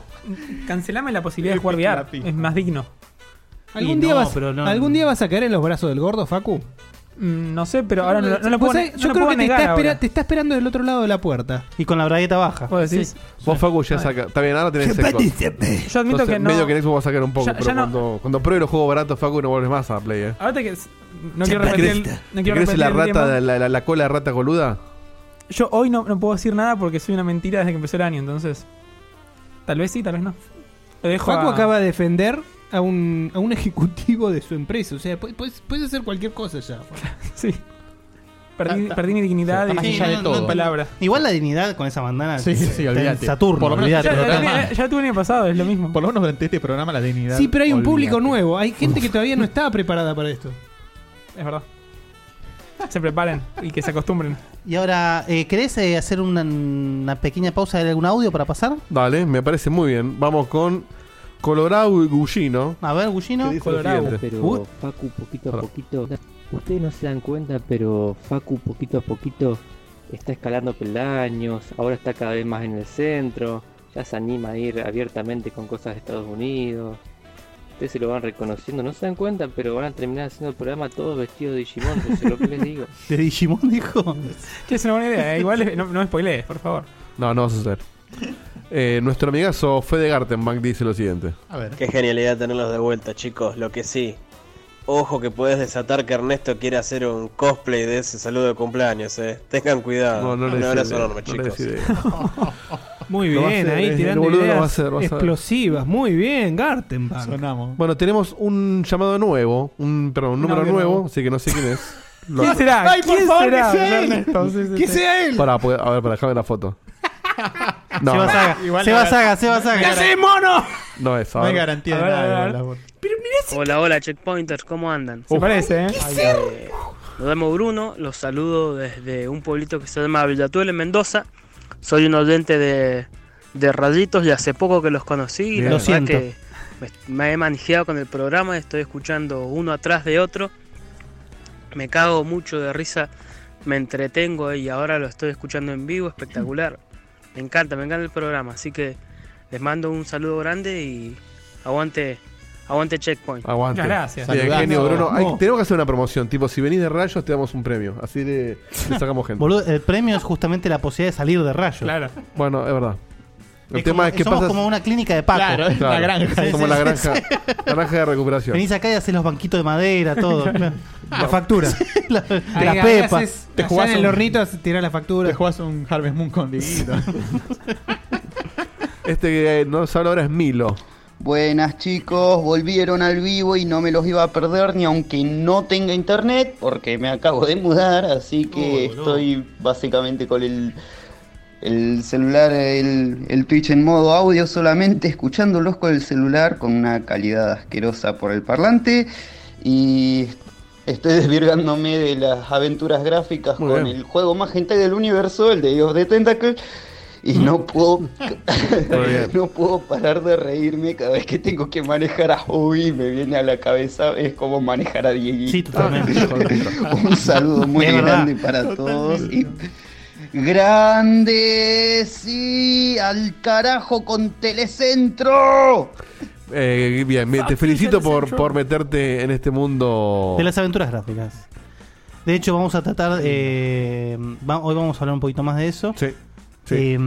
Speaker 7: cancelame la posibilidad de jugar VR. Es más digno.
Speaker 5: ¿Algún,
Speaker 7: Y
Speaker 5: día
Speaker 7: no,
Speaker 5: vas,
Speaker 7: pero no-
Speaker 5: ¿Algún día vas a caer en los brazos del gordo, Facu?
Speaker 7: Mm, No sé, pero ahora no, lo- no lo
Speaker 5: Vos
Speaker 7: puedo,
Speaker 5: sabés,
Speaker 7: no
Speaker 5: Yo
Speaker 7: lo
Speaker 5: creo
Speaker 7: puedo
Speaker 5: que te
Speaker 7: negar
Speaker 5: está, espera-
Speaker 7: ahora.
Speaker 5: te está esperando del otro lado de la puerta.
Speaker 2: Y con la bragueta baja.
Speaker 7: ¿Vos decís?
Speaker 3: Vos, Facu, ya saca. Está bien, ahora tenés Xbox.
Speaker 7: Yo admito que no-
Speaker 3: Medio que en Xbox va a sacar un poco,
Speaker 7: Ya-
Speaker 3: pero
Speaker 7: ya no-
Speaker 3: cuando, cuando pruebe los juegos baratos, Facu, no vuelves más a Play, eh.
Speaker 7: Ahora te que. No quiero repetir. el- No quiero
Speaker 3: ¿Crees
Speaker 7: repetir
Speaker 3: la
Speaker 7: el
Speaker 3: rata,
Speaker 7: tema.
Speaker 3: de la, la- la cola de rata coluda?
Speaker 7: Yo hoy no, no puedo decir nada porque soy una mentira desde que empezó el año, entonces. Tal vez sí, tal vez no. Lo dejo
Speaker 5: Facu
Speaker 7: a-
Speaker 5: acaba de defender a un, a un ejecutivo de su empresa. O sea, pu- puedes, puedes hacer cualquier cosa ya.
Speaker 7: sí. Perdí, perdí mi dignidad
Speaker 5: Está Ah, más
Speaker 7: y
Speaker 5: allá de todo.
Speaker 7: palabra.
Speaker 2: Igual la dignidad con esa bandana.
Speaker 8: Sí, sí,
Speaker 2: está en
Speaker 8: olvídate.
Speaker 2: Saturno,
Speaker 8: Por lo menos
Speaker 2: olvídate.
Speaker 8: ya- ya-
Speaker 7: Ya, ya tuve el año pasado, es lo mismo.
Speaker 8: Por lo menos durante este programa la dignidad.
Speaker 5: Sí, pero hay un público
Speaker 8: olvídate.
Speaker 5: nuevo. Hay gente que todavía no estaba preparada para esto.
Speaker 7: Es verdad. Se preparen y que se acostumbren.
Speaker 2: Y ahora, eh, ¿querés eh, hacer una, una pequeña pausa de algún audio para pasar?
Speaker 3: Dale, me parece muy bien. Vamos con Colorado y Gullino.
Speaker 2: A ver, Gullino.
Speaker 3: ¿Qué dice lo siguiente?
Speaker 19: Pero
Speaker 3: Uy,
Speaker 19: Facu poquito a poquito. Ustedes no se dan cuenta, pero Facu poquito a poquito está escalando peldaños. Ahora está cada vez más en el centro. Ya se anima a ir abiertamente con cosas de Estados Unidos. Ustedes se lo van reconociendo. No se dan cuenta, pero van a terminar haciendo el programa todos vestidos de Digimon. Eso es lo que les digo.
Speaker 2: ¿De Digimon dijo?
Speaker 7: Che, es una buena idea, eh. igual no, no me spoilees, por favor.
Speaker 3: No, no vas a hacer. Eh, nuestro amigazo Fede Gartenbank dice lo siguiente.
Speaker 20: Qué genialidad tenerlos de vuelta, chicos. Lo que sí. Ojo que puedes desatar que Ernesto quiere hacer un cosplay de ese saludo de cumpleaños, eh. Tengan cuidado.
Speaker 3: No, no le
Speaker 20: un
Speaker 3: des
Speaker 20: abrazo
Speaker 3: idea,
Speaker 20: enorme,
Speaker 3: no le des
Speaker 20: chicos.
Speaker 5: Muy
Speaker 3: Lo va a
Speaker 5: bien,
Speaker 3: hacer,
Speaker 5: ahí
Speaker 3: eh,
Speaker 5: tirando
Speaker 3: el boludo lo va a
Speaker 5: ideas
Speaker 3: hacer, va a hacer.
Speaker 5: explosivas. Muy bien, Gartenbank.
Speaker 8: Sonamos.
Speaker 3: Bueno, tenemos un llamado nuevo, un, perdón, un
Speaker 5: Un
Speaker 3: número
Speaker 5: audio
Speaker 3: nuevo,
Speaker 5: nuevo.
Speaker 3: así que no sé quién es. Lo-
Speaker 5: ¿Quién será?
Speaker 7: Ay, por
Speaker 5: ¿Quién
Speaker 7: favor,
Speaker 5: será?
Speaker 7: que sea él.
Speaker 5: Ernesto, sí, sí, sí.
Speaker 3: Pará, pues, a ver, para dejarme la foto. No,
Speaker 2: Seba
Speaker 3: no,
Speaker 2: Saga,
Speaker 3: igual
Speaker 2: Seba
Speaker 3: no-
Speaker 2: Saga, Seba Saga.
Speaker 3: No es, a
Speaker 8: No hay
Speaker 3: ver.
Speaker 8: garantía
Speaker 3: A
Speaker 8: de
Speaker 3: ver, a
Speaker 8: nada.
Speaker 3: ver.
Speaker 8: igual, la voz.
Speaker 1: Hola, hola, checkpointers, ¿cómo andan?
Speaker 7: Se parece, ¿eh?
Speaker 1: Eh, me llamo Bruno, los saludo desde un pueblito que se llama Villatuel en Mendoza. Soy un oyente de, de Rayitos y hace poco que los conocí. y la
Speaker 2: Bien. Lo
Speaker 1: verdad
Speaker 2: siento.
Speaker 1: que me, me he manejado con el programa, estoy escuchando uno atrás de otro. Me cago mucho de risa, me entretengo y ahora lo estoy escuchando en vivo, espectacular. Me encanta, me encanta el programa, así que les mando un saludo grande y aguante, aguante Checkpoint.
Speaker 3: Aguante. Bien, genio, Bruno. Hay- tenemos que hacer una promoción. Tipo, si venís de rayos, te damos un premio. Así le, le sacamos gente.
Speaker 2: Boludo, el premio es justamente la posibilidad de salir de rayos. Claro.
Speaker 3: Bueno, es verdad. El
Speaker 2: Es
Speaker 3: tema
Speaker 2: como-
Speaker 3: es que
Speaker 2: somos
Speaker 3: pasa.
Speaker 2: como una clínica de Paco.
Speaker 3: Claro, es la granja. Somos la granja- la granja de recuperación.
Speaker 2: Venís acá y haces los banquitos de madera, todo.
Speaker 5: La factura.
Speaker 2: la,
Speaker 5: Ahí-
Speaker 2: las
Speaker 5: ahí
Speaker 2: pepas.
Speaker 5: haces- allá en el hornito, tirás la factura.
Speaker 8: Te jugás un Harvest Moon con Dieguito.
Speaker 3: Este que eh, no se habla ahora es Milo.
Speaker 15: Buenas chicos, volvieron al vivo y no me los iba a perder ni aunque no tenga internet porque me acabo de mudar, así que estoy básicamente con el, el celular, el, el Twitch en modo audio solamente, escuchándolos con el celular con una calidad asquerosa por el parlante y estoy desvirgándome de las aventuras gráficas
Speaker 3: Muy
Speaker 15: con
Speaker 3: bien.
Speaker 15: el juego más gente del universo, el de Dios de Tentacle. Y
Speaker 3: Mm.
Speaker 15: no puedo no puedo parar de reírme cada vez que tengo que manejar a Obi, me viene a la cabeza, es como manejar a Dieguito. Un saludo muy Es verdad. grande para todos. Y grande, sí, al carajo con Telecentro.
Speaker 3: Eh, bien, bien, te felicito por, por meterte en este mundo.
Speaker 2: De las aventuras gráficas. De hecho, vamos a tratar. eh, va- hoy vamos a hablar un poquito más de eso.
Speaker 3: Sí. sí.
Speaker 2: Eh,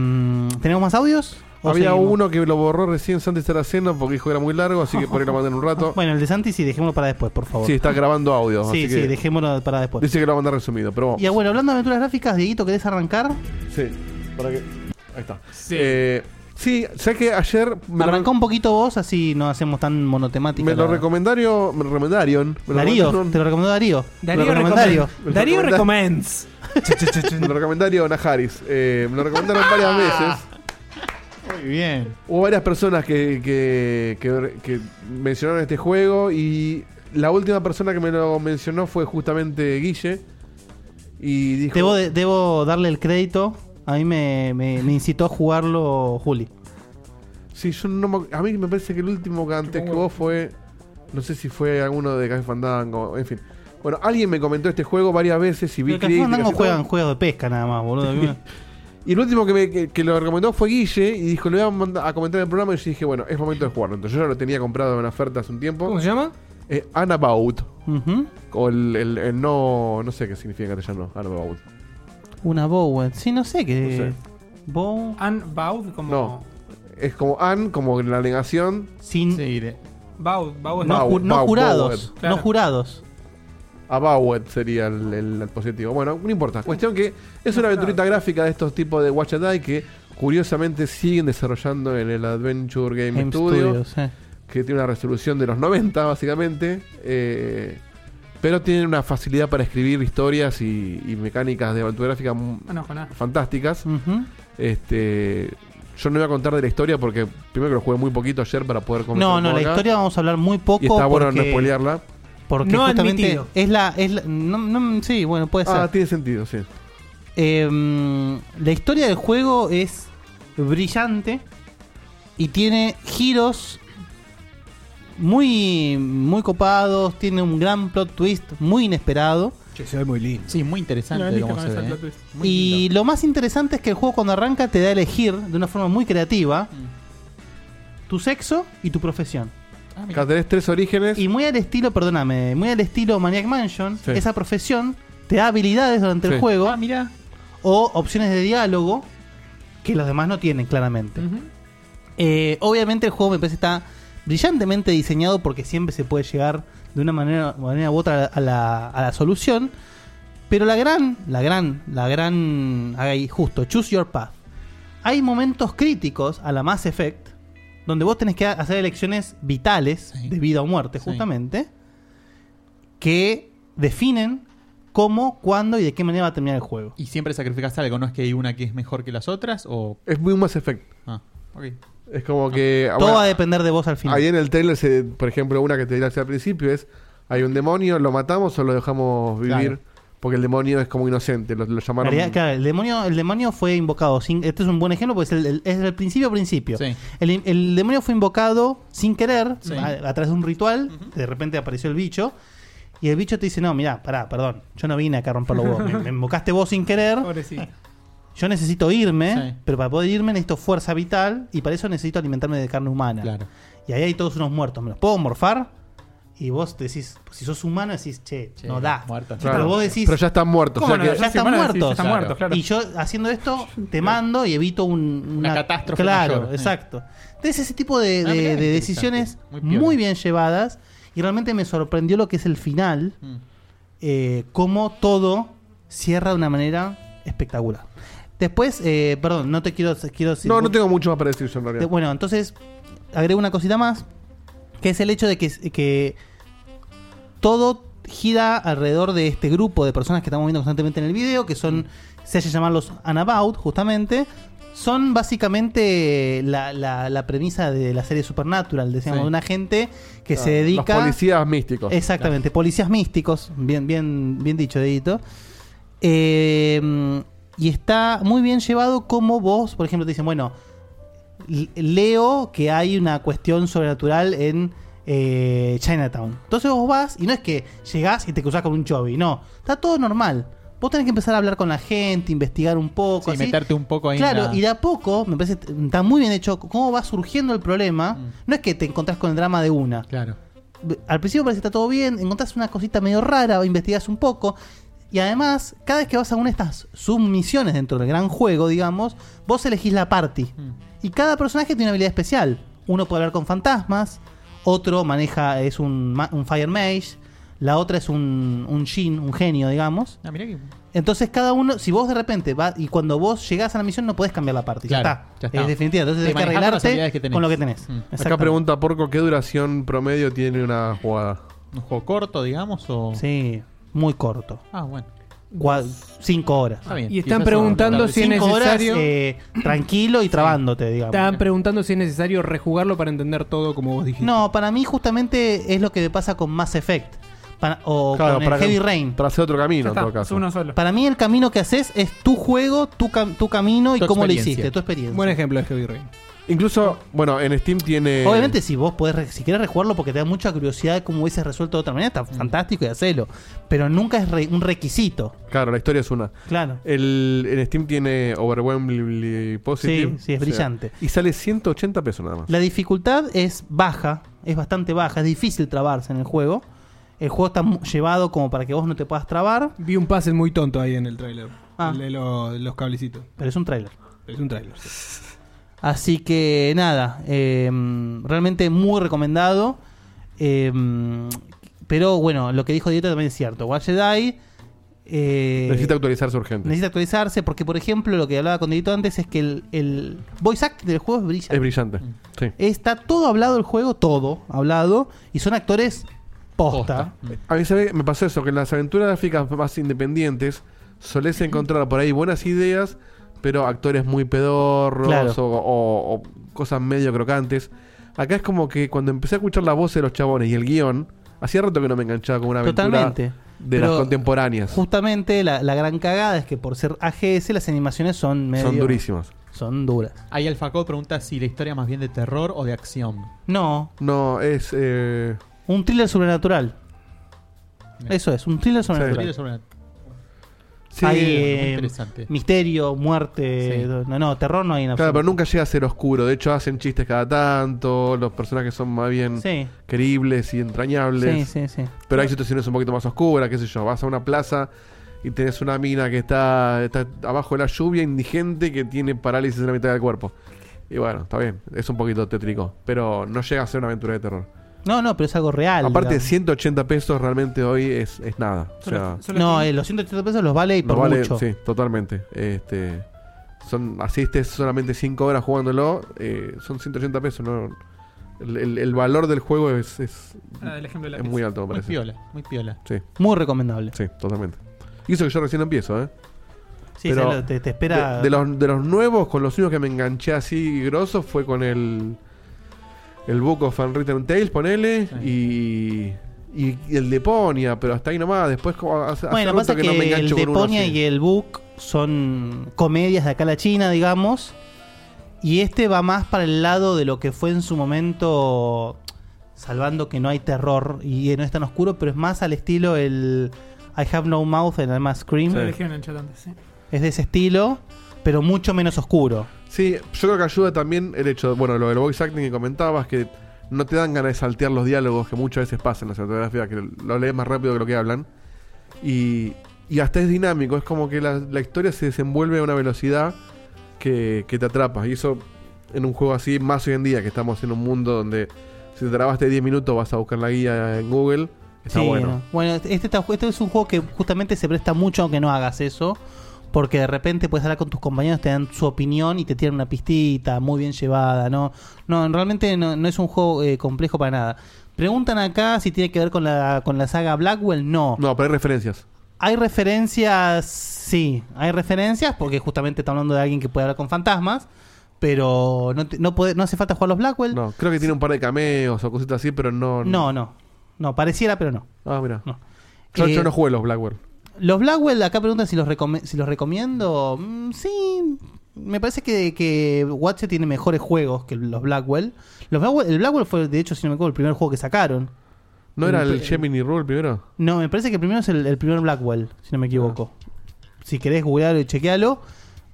Speaker 2: ¿Tenemos más audios? ¿O
Speaker 3: Había
Speaker 2: seguimos?
Speaker 3: uno que lo borró recién Santi Saraceno porque dijo que era muy largo, así que por ahí lo mandé en un rato.
Speaker 2: Bueno, el de Santi sí, dejémoslo para después, por favor.
Speaker 3: Sí, está grabando audio.
Speaker 2: Sí,
Speaker 3: así
Speaker 2: sí,
Speaker 3: que
Speaker 2: dejémoslo para después.
Speaker 3: Dice que lo va a mandar resumido, pero vamos.
Speaker 2: Y ah, bueno, hablando de aventuras gráficas, Dieguito, ¿querés arrancar?
Speaker 3: Sí, para que. Ahí está. Eh, sí, sé que ayer. Me
Speaker 2: Arrancó un poquito vos, así no hacemos tan monotemática.
Speaker 3: Me lo
Speaker 2: la-
Speaker 3: recomendario, me lo recomendaron. me lo
Speaker 2: Darío,
Speaker 3: recomendaron-
Speaker 2: te lo recomendó Darío.
Speaker 3: Darío
Speaker 2: Te lo recomendó Darío.
Speaker 3: recomenda- Me lo Darío recomenda-
Speaker 5: recommends.
Speaker 3: me lo recomendaron Najaris. Eh, me lo recomendaron varias veces. Muy bien. Hubo varias personas que, que, que- que mencionaron este juego y la última persona que me lo mencionó fue justamente Guille. Y dijo...
Speaker 2: Debo, de- debo darle el crédito. A mí me, me- me incitó a jugarlo Juli.
Speaker 3: Sí, yo no me- A mí me parece que el último que antes que vos fue. No sé si fue alguno de Café Fandango, en fin. Bueno, alguien me comentó este juego varias veces y vi
Speaker 2: Pero que
Speaker 3: críticas
Speaker 2: Fandango
Speaker 3: y
Speaker 2: juegan
Speaker 3: todo.
Speaker 2: juegos de pesca nada más, boludo.
Speaker 3: Y el último que, me, que, que lo recomendó fue Guille y dijo, le voy a, manda- a comentar en el programa y yo dije, bueno, es momento de jugarlo. Entonces yo ya lo tenía comprado en una oferta hace un tiempo.
Speaker 5: ¿Cómo se llama?
Speaker 3: Eh, Anabout.
Speaker 2: Ujú.
Speaker 3: O el, el- el no... No sé qué significa en castellano, Anabout.
Speaker 2: Una Bowen. Sí, no sé qué. Bow.
Speaker 7: An Baud como.
Speaker 3: No. Es como An, como la negación.
Speaker 2: Sin...
Speaker 7: Baud, Baud es-
Speaker 2: No ju- no jurados, no jurados.
Speaker 3: Abawet sería el, el- el positivo. Bueno, no importa. Cuestión que es una aventurita gráfica de estos tipos de Watch and Die que curiosamente siguen desarrollando en el Adventure Game,
Speaker 2: Game
Speaker 3: Studio.
Speaker 2: Studios, eh.
Speaker 3: Que tiene una resolución de los 90, básicamente. eh, pero tienen una facilidad para escribir historias y, y mecánicas de aventura gráfica mu-
Speaker 7: Ah, no, Jonás.
Speaker 3: fantásticas. Este. Yo no voy a contar de la historia porque primero que lo jugué muy poquito ayer para poder comentar
Speaker 2: No, no,
Speaker 3: todo
Speaker 2: la
Speaker 3: acá.
Speaker 2: historia vamos a hablar muy poco.
Speaker 3: Y está bueno no
Speaker 2: porque-
Speaker 3: spoilearla.
Speaker 2: Porque
Speaker 3: No
Speaker 2: justamente
Speaker 3: admitido.
Speaker 2: es la. Es la- no, no- sí, bueno, puede ser.
Speaker 3: Ah, tiene sentido, sí.
Speaker 2: Eh, la historia del juego es brillante y tiene giros muy, muy copados, tiene un gran plot twist muy inesperado.
Speaker 5: se ve muy lindo.
Speaker 8: Sí, muy interesante
Speaker 2: No, listo
Speaker 8: cómo
Speaker 2: con
Speaker 8: se
Speaker 2: ese
Speaker 8: ve.
Speaker 2: plot
Speaker 8: ¿eh?
Speaker 2: Y lo más interesante es que el juego cuando arranca te da a elegir de una forma muy creativa tu sexo y tu profesión.
Speaker 3: Acá tenés tres orígenes.
Speaker 2: Y muy al estilo, perdóname, muy al estilo Maniac Mansion,
Speaker 3: Sí.
Speaker 2: esa profesión te da habilidades durante
Speaker 3: Sí.
Speaker 2: el juego. O opciones de diálogo que los demás no tienen, claramente. Eh, obviamente el juego me parece está brillantemente diseñado porque siempre se puede llegar de una manera, manera u otra a la, a la solución. Pero la gran, la gran, la gran, ahí justo, choose your path. Hay momentos críticos a la Mass Effect donde vos tenés que hacer elecciones vitales de vida o muerte, justamente, que definen cómo, cuándo y de qué manera va a terminar el juego.
Speaker 8: ¿Y siempre sacrificas algo? ¿No es que hay una que es mejor que las otras? o
Speaker 3: Es muy más efecto.
Speaker 8: Ah, ok.
Speaker 3: Es como que.
Speaker 2: Todo va a depender de vos al final.
Speaker 3: Ahí en el trailer, se- por ejemplo, una que te dirás al principio es: hay un demonio, ¿lo matamos o lo dejamos vivir?
Speaker 2: Claro.
Speaker 3: Porque el demonio es como inocente, lo, lo
Speaker 2: En
Speaker 3: llamaron.
Speaker 2: realidad, claro, el demonio, el demonio fue invocado. Sin, este es un buen ejemplo porque es el, el- es el principio principio. El, el demonio fue invocado sin querer,
Speaker 5: Sí.
Speaker 2: a, a través de un ritual. De repente apareció el bicho. Y el bicho te dice: No, mirá, pará, perdón. Yo no vine acá a romperlo vos. Me, me invocaste vos sin querer. Yo necesito irme, pero para poder irme necesito fuerza vital. Y para eso necesito alimentarme de carne humana. Y ahí hay todos unos muertos. ¿Me los puedo morfar? Y vos decís, pues, si sos humano, decís, che, no da.
Speaker 3: muerto.
Speaker 2: Pero
Speaker 3: Claro.
Speaker 2: vos decís.
Speaker 3: Pero ya están muertos,
Speaker 2: "¿Cómo
Speaker 3: o sea
Speaker 2: no?
Speaker 3: que-
Speaker 2: ya
Speaker 3: Sí,
Speaker 2: están
Speaker 3: bueno,
Speaker 2: muertos.
Speaker 3: sí, ya están muertos, claro.
Speaker 2: Y yo haciendo esto, te mando y evito un- una,
Speaker 8: catástrofe
Speaker 2: Claro,
Speaker 8: mayor, eh.
Speaker 2: exacto. Entonces, ese tipo de,
Speaker 8: Ah,
Speaker 2: de-
Speaker 8: mirá,
Speaker 2: de
Speaker 8: interesante.
Speaker 2: decisiones
Speaker 8: Muy
Speaker 2: muy,
Speaker 8: piola.
Speaker 2: bien llevadas. Y realmente me sorprendió lo que es el final.
Speaker 8: Mm.
Speaker 2: eh, cómo todo cierra de una manera espectacular. Después, eh, perdón, no te quiero. quiero
Speaker 3: No, no tengo mucho más para decir yo en realidad.
Speaker 2: te- Bueno, entonces agrego una cosita más, que es el hecho de que, que todo gira alrededor de este grupo de personas que estamos viendo constantemente en el video, que son, se hace llamar los Anabout, justamente. Son básicamente la, la- la premisa de la serie Supernatural, decíamos,
Speaker 3: Sí.
Speaker 2: de una gente que
Speaker 3: Claro,
Speaker 2: se dedica...
Speaker 3: Los policías místicos.
Speaker 2: Exactamente, policías místicos, bien, bien, bien dicho, Edito. Eh, y está muy bien llevado como vos, por ejemplo, te dicen, bueno, l- leo que hay una cuestión sobrenatural en eh, Chinatown. Entonces vos vas y no es que llegás y te cruzás con un chobi, no, está todo normal. Vos tenés que empezar a hablar con la gente, investigar un poco.
Speaker 8: Sí, meterte un poco ahí en
Speaker 2: Claro,
Speaker 8: la-
Speaker 2: y de a poco, me parece, t- está muy bien hecho cómo va surgiendo el problema. No es que te encontrás con el drama de una.
Speaker 8: Mm. Claro.
Speaker 2: Al principio parece que está todo bien, encontrás una cosita medio rara, investigás un poco. Y además, cada vez que vas a una de estas submisiones dentro del gran juego, digamos, vos elegís la party.
Speaker 8: Mm.
Speaker 2: Y cada personaje tiene una habilidad especial. Uno puede hablar con fantasmas, otro maneja, es un, ma- un Fire Mage, la otra es un, un Jin, un genio, digamos.
Speaker 8: Ah, mirá que.
Speaker 2: Entonces cada uno, si vos de repente vas y cuando vos llegás a la misión no podés cambiar la parte,
Speaker 8: Claro,
Speaker 2: ya está.
Speaker 8: ya está.
Speaker 2: Es definitiva, entonces
Speaker 8: Te
Speaker 2: tenés que
Speaker 8: manejás con las
Speaker 2: arreglarte
Speaker 8: habilidades que tenés.
Speaker 2: con lo que tenés.
Speaker 8: Mm. Acá
Speaker 3: Acá
Speaker 2: Exactamente.
Speaker 3: pregunta Porco: ¿qué duración promedio tiene una jugada?
Speaker 8: ¿Un juego corto, digamos? O...
Speaker 2: Sí, muy corto.
Speaker 8: Ah, bueno.
Speaker 2: Gua- cinco horas.
Speaker 8: Está bien.
Speaker 5: Y están
Speaker 2: Quizás
Speaker 5: preguntando
Speaker 2: son-
Speaker 5: si es
Speaker 2: cinco
Speaker 5: necesario-
Speaker 2: horas, eh, tranquilo y trabándote, digamos.
Speaker 5: Estaban preguntando si es necesario rejugarlo para entender todo como vos dijiste.
Speaker 2: No, para mí justamente es lo que me pasa con Mass Effect. Para- o
Speaker 5: Claro,
Speaker 2: con el
Speaker 5: para que-
Speaker 2: Heavy Rain.
Speaker 3: Para hacer otro camino,
Speaker 5: en todo caso. es uno solo.
Speaker 2: Para mí el camino que haces es tu juego, tu, cam- tu camino y
Speaker 3: Tu
Speaker 2: cómo lo
Speaker 3: experiencia.
Speaker 2: hiciste, tu experiencia.
Speaker 5: Buen ejemplo de Heavy Rain.
Speaker 3: Incluso, bueno, en Steam tiene.
Speaker 2: Obviamente si vos podés, re- si querés rejugarlo porque te da mucha curiosidad de cómo hubiese resuelto de otra manera,
Speaker 5: Mm.
Speaker 2: está fantástico y hacelo. Pero nunca es re- un requisito.
Speaker 3: Claro, la historia es una.
Speaker 2: Claro.
Speaker 3: El, en Steam tiene Overwhelmingly Positive.
Speaker 2: Sí, sí, es brillante.
Speaker 3: y sale 180 pesos nada más.
Speaker 2: La dificultad es baja, es bastante baja, es difícil trabarse en el juego. El juego está mu- llevado como para que vos no te puedas trabar.
Speaker 5: Vi un pase muy tonto ahí en el tráiler.
Speaker 2: Ah.
Speaker 5: El de los, los cablecitos.
Speaker 2: Pero es un tráiler.
Speaker 5: Es un tráiler. sí.
Speaker 2: Así que nada, eh, realmente muy recomendado. Eh, pero bueno, lo que dijo Dieter también es cierto. Watch Jedi eh,
Speaker 3: Necesita actualizarse urgente.
Speaker 2: necesita actualizarse porque, por ejemplo, lo que hablaba con Dieter antes es que el, el voice acting del juego es brillante.
Speaker 3: Es brillante.
Speaker 8: Mm.
Speaker 3: Sí.
Speaker 2: Está todo hablado el juego, todo hablado. Y son actores ¿ah? posta.
Speaker 8: Mm.
Speaker 3: A mí ¿sabe? me pasó eso, que en las aventuras gráficas más independientes solés encontrar por ahí buenas ideas, pero actores muy pedorros
Speaker 2: Claro.
Speaker 3: o, o- o cosas medio crocantes. Acá es como que cuando empecé a escuchar la voz de los chabones y el guión, hacía rato que no me enganchaba con una aventura
Speaker 2: Totalmente.
Speaker 3: de
Speaker 2: Pero-
Speaker 3: las contemporáneas.
Speaker 2: Justamente la, la gran cagada es que por ser AGS las animaciones son medio...
Speaker 3: Son durísimas.
Speaker 2: Son duras.
Speaker 8: Ahí Alfacó pregunta si la historia más bien de terror o de acción.
Speaker 2: No.
Speaker 3: No, es... eh,
Speaker 2: Un thriller sobrenatural. Eso es, un thriller sobrenatural.
Speaker 8: Thriller sobrenatural.
Speaker 3: Sí,
Speaker 2: hay
Speaker 8: muy
Speaker 2: eh,
Speaker 8: interesante.
Speaker 2: misterio, muerte, no, no, terror no hay en
Speaker 3: Claro, pero
Speaker 2: absoluto.
Speaker 3: nunca llega a ser oscuro. De hecho, hacen chistes cada tanto. Los personajes son más bien
Speaker 2: Sí.
Speaker 3: queribles y entrañables.
Speaker 2: Sí, sí, sí.
Speaker 3: Pero hay situaciones un poquito más oscuras, qué sé yo. Vas a una plaza y tenés una mina que está, está abajo de la lluvia, indigente, que tiene parálisis en la mitad del cuerpo. Y bueno, está bien. Es un poquito tétrico. Pero no llega a ser una aventura de terror.
Speaker 2: No, no, pero es algo real.
Speaker 3: Aparte,
Speaker 2: digamos.
Speaker 3: 180 pesos realmente hoy es, es nada. O sea,
Speaker 2: no, eh, los 180 pesos los vale y por
Speaker 3: no vale-
Speaker 2: mucho.
Speaker 3: Sí, totalmente. Este, son, así estés solamente 5 horas jugándolo, eh, son 180 pesos. ¿no? El, el- el valor del juego es, es,
Speaker 7: Ah, el ejemplo de la
Speaker 3: es
Speaker 7: pizza.
Speaker 3: muy alto, me
Speaker 7: Muy
Speaker 3: parece.
Speaker 7: piola, muy piola.
Speaker 3: Sí.
Speaker 2: Muy recomendable.
Speaker 3: Sí, totalmente. Y eso que yo recién empiezo, ¿eh?
Speaker 2: Sí, se- te- te espera-
Speaker 3: De, de los, de los nuevos, con los únicos que me enganché así grosos fue con el. El Book of Unwritten Tales, ponele. Y, y. y el de Ponia, pero hasta ahí nomás. Después, como hace, hace
Speaker 2: Bueno,
Speaker 3: rato
Speaker 2: pasa que,
Speaker 3: no me
Speaker 2: el
Speaker 3: engancho
Speaker 2: de
Speaker 3: con uno
Speaker 2: Ponia
Speaker 3: así.
Speaker 2: y el Book son comedias de acá a la China, digamos. Y este va más para el lado de lo que fue en su momento, salvando que no hay terror y no es tan oscuro, pero es más al estilo el I Have No Mouth and I Must Scream.
Speaker 7: Se lo eligieron el chat antes, sí.
Speaker 2: Es de ese estilo, pero mucho menos oscuro.
Speaker 3: Sí, yo creo que ayuda también el hecho, bueno, lo del voice acting que comentabas, que no te dan ganas de saltear los diálogos que muchas veces pasan en la cinematografía, que lo lees más rápido que lo que hablan. Y, y hasta es dinámico, es como que la, la historia se desenvuelve a una velocidad que, que te atrapa. Y eso en un juego así, más hoy en día, que estamos en un mundo donde si te trabaste 10 minutos vas a buscar la guía en Google, está
Speaker 2: Sí,
Speaker 3: bueno.
Speaker 2: no. Bueno, este, está- este es un juego que justamente se presta mucho aunque no hagas eso. Porque de repente puedes hablar con tus compañeros, te dan su opinión y te tiran una pistita muy bien llevada. No, no realmente no, no es un juego eh, complejo para nada. Preguntan acá si tiene que ver con la, con la saga Blackwell. No.
Speaker 3: No, pero hay referencias.
Speaker 2: Hay referencias, sí, hay referencias porque justamente está hablando de alguien que puede hablar con fantasmas. Pero no, te- no, puede, no hace falta jugar los Blackwell.
Speaker 3: No, creo que tiene un par de cameos o cositas así, pero no...
Speaker 2: No, no. No, pareciera, pero no. Eh,
Speaker 3: Ah, mira. Yo,
Speaker 2: Son
Speaker 3: yo no jugué los Blackwell.
Speaker 2: Los Blackwell, acá preguntan si los, recome- si los recomiendo. Mm, sí, me parece que, que Watcher tiene mejores juegos que los Blackwell. Los Blackwell- El Blackwell fue, de hecho, si no me equivoco, el primer juego que sacaron.
Speaker 3: ¿No era
Speaker 2: Me
Speaker 3: el
Speaker 2: pa-
Speaker 3: Gemini Rule primero?
Speaker 2: No, me parece que primero es el, el primer Blackwell, si no me equivoco.
Speaker 3: Ah.
Speaker 2: Si querés googlearlo y chequealo.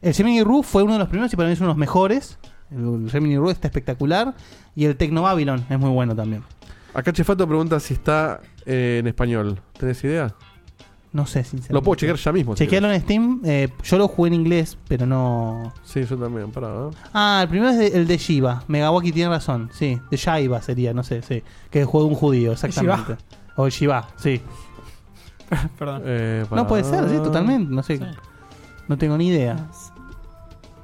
Speaker 2: El Gemini Rue fue uno de los primeros y para mí es uno de los mejores. El Gemini Rue está espectacular. Y el Tecno Babylon es muy bueno también.
Speaker 3: Acá Chefato pregunta si está eh, en español. ¿Tenés idea?
Speaker 2: No sé, sinceramente.
Speaker 3: Lo puedo chequear ya mismo, si
Speaker 2: Chequealo en Steam. eh, yo lo jugué en inglés, pero no.
Speaker 3: Sí, yo también, pará. ¿eh? ¿no?
Speaker 2: Ah, el primero es de- el de Shiva. Megawaki tiene razón, sí. De Shiva sería, no sé, sí. Que es el juego de un judío, exactamente. O Shiva, sí.
Speaker 7: Perdón.
Speaker 3: Eh,
Speaker 2: No puede ser, sí, totalmente. No sé. No tengo ni idea.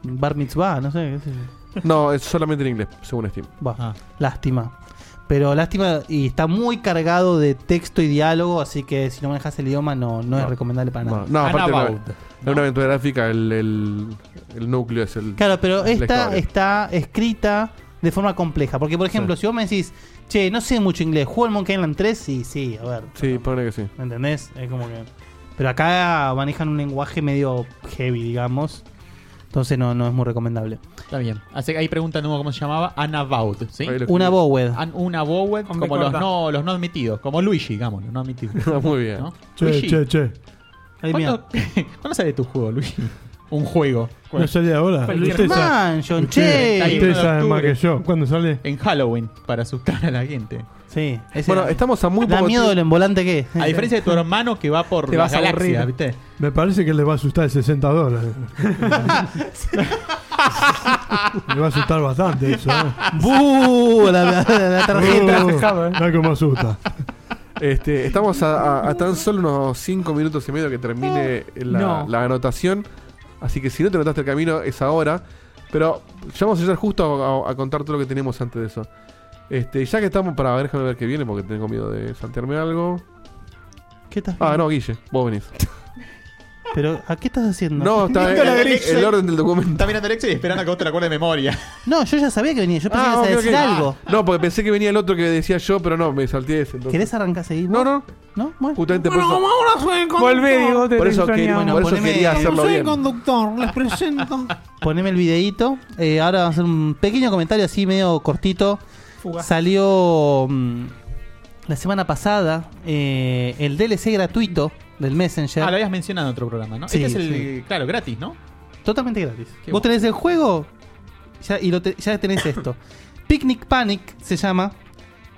Speaker 2: Bar mitzvah, no sé. qué sé yo.
Speaker 3: No, es solamente en inglés, según Steam.
Speaker 2: Bah, Lástima. Pero lástima, y está muy cargado de texto y diálogo, así que si no manejas el idioma no, no, es recomendable para nada.
Speaker 4: Ah,
Speaker 3: No, no, aparte no, no es una aventura gráfica, el, el- el núcleo es el.
Speaker 2: Claro, pero
Speaker 3: la historia.
Speaker 2: esta está escrita de forma compleja. Porque, por ejemplo, si vos me decís, che, no sé mucho inglés, ¿juego el Monkey Island 3? Sí, sí, a ver.
Speaker 3: Sí, pone que sí.
Speaker 2: ¿Me entendés? Es como que. Pero acá manejan un lenguaje medio heavy, digamos. Entonces no, no es muy recomendable.
Speaker 8: Está bien. Así que ahí preguntan de nuevo cómo se llamaba. Anabaud, ¿sí?
Speaker 2: Ahí lo Una escribí. Bowed.
Speaker 8: An- una Bowed,
Speaker 2: Con B
Speaker 8: como los
Speaker 2: corta.
Speaker 8: no, los no admitidos. Como Luigi, digamos, los no admitidos.
Speaker 3: Muy bien.
Speaker 8: ¿No?
Speaker 2: Che,
Speaker 8: Luigi.
Speaker 2: che, che. Ay,
Speaker 8: ¿Cuándo, ¿Cuándo sale tu juego, Luigi? Un juego.
Speaker 4: No sale ahora. Usted sabe- usted- Usted sabe más que yo. ¿Cuándo sale?
Speaker 8: En Halloween, para asustar a la gente.
Speaker 2: Sí.
Speaker 4: Bueno, estamos a muy
Speaker 8: Da
Speaker 4: poco
Speaker 8: miedo
Speaker 4: tiempo.
Speaker 8: el
Speaker 2: embolante que
Speaker 8: A diferencia de tu hermano que va por
Speaker 4: Te
Speaker 8: la
Speaker 4: vas a
Speaker 8: galaxia,
Speaker 4: aburrir.
Speaker 8: ¿viste?
Speaker 4: Me parece que le va a asustar 60 dólares. Le va a asustar bastante eso. ¿eh?
Speaker 2: ¡Buh! La,
Speaker 4: Uh, mirá cómo asusta.
Speaker 3: Este, estamos a, a- a tan solo unos 5 minutos y medio que
Speaker 2: Eh,
Speaker 3: termine la,
Speaker 4: No.
Speaker 3: la anotación. Así que si no te notaste el camino, es ahora. Pero ya vamos a llegar justo a, a- a contar todo lo que tenemos antes de eso. Este, y ya que estamos para ver, déjame ver qué viene porque tengo miedo de saltearme algo.
Speaker 2: ¿Qué estás
Speaker 3: Ah,
Speaker 2: viendo?
Speaker 3: no, Guille, vos venís.
Speaker 2: Pero, ¿a qué estás haciendo?
Speaker 3: No, está
Speaker 8: Mirando la
Speaker 3: el-
Speaker 8: Excel.
Speaker 3: el orden del documento.
Speaker 8: Está mirando el Excel y esperando a que vos te la acuerdes de memoria.
Speaker 2: No, yo ya sabía que venía. Yo pensé
Speaker 3: Ah,
Speaker 2: que ibas
Speaker 3: ok, ok.
Speaker 2: a decir algo.
Speaker 3: No, porque pensé que venía el otro que decía yo, pero no, me salteé ese. entonces.
Speaker 2: ¿Querés arrancar seguir?
Speaker 3: No, no.
Speaker 2: ¿No?
Speaker 3: Justamente por eso-
Speaker 4: ahora soy el conductor.
Speaker 3: Volvé, Diego, te- Por te eso extrañamos. quería- por eso quería hacerlo
Speaker 4: soy
Speaker 3: bien.
Speaker 4: el conductor, les presento.
Speaker 2: Poneme el videíto. Eh, ahora vamos a hacer un pequeño comentario así medio cortito.
Speaker 4: Fugaz.
Speaker 2: Salió mm, la semana pasada eh, el DLC gratuito del Messenger.
Speaker 8: Ah, lo habías mencionado en otro programa, ¿no?
Speaker 2: Sí,
Speaker 8: este es el,
Speaker 2: sí.
Speaker 8: claro, gratis, ¿no?
Speaker 2: Totalmente gratis.
Speaker 8: Qué
Speaker 2: Vos
Speaker 8: bueno.
Speaker 2: tenés el juego ya, y lo te- ya tenés esto. Picnic Panic se llama.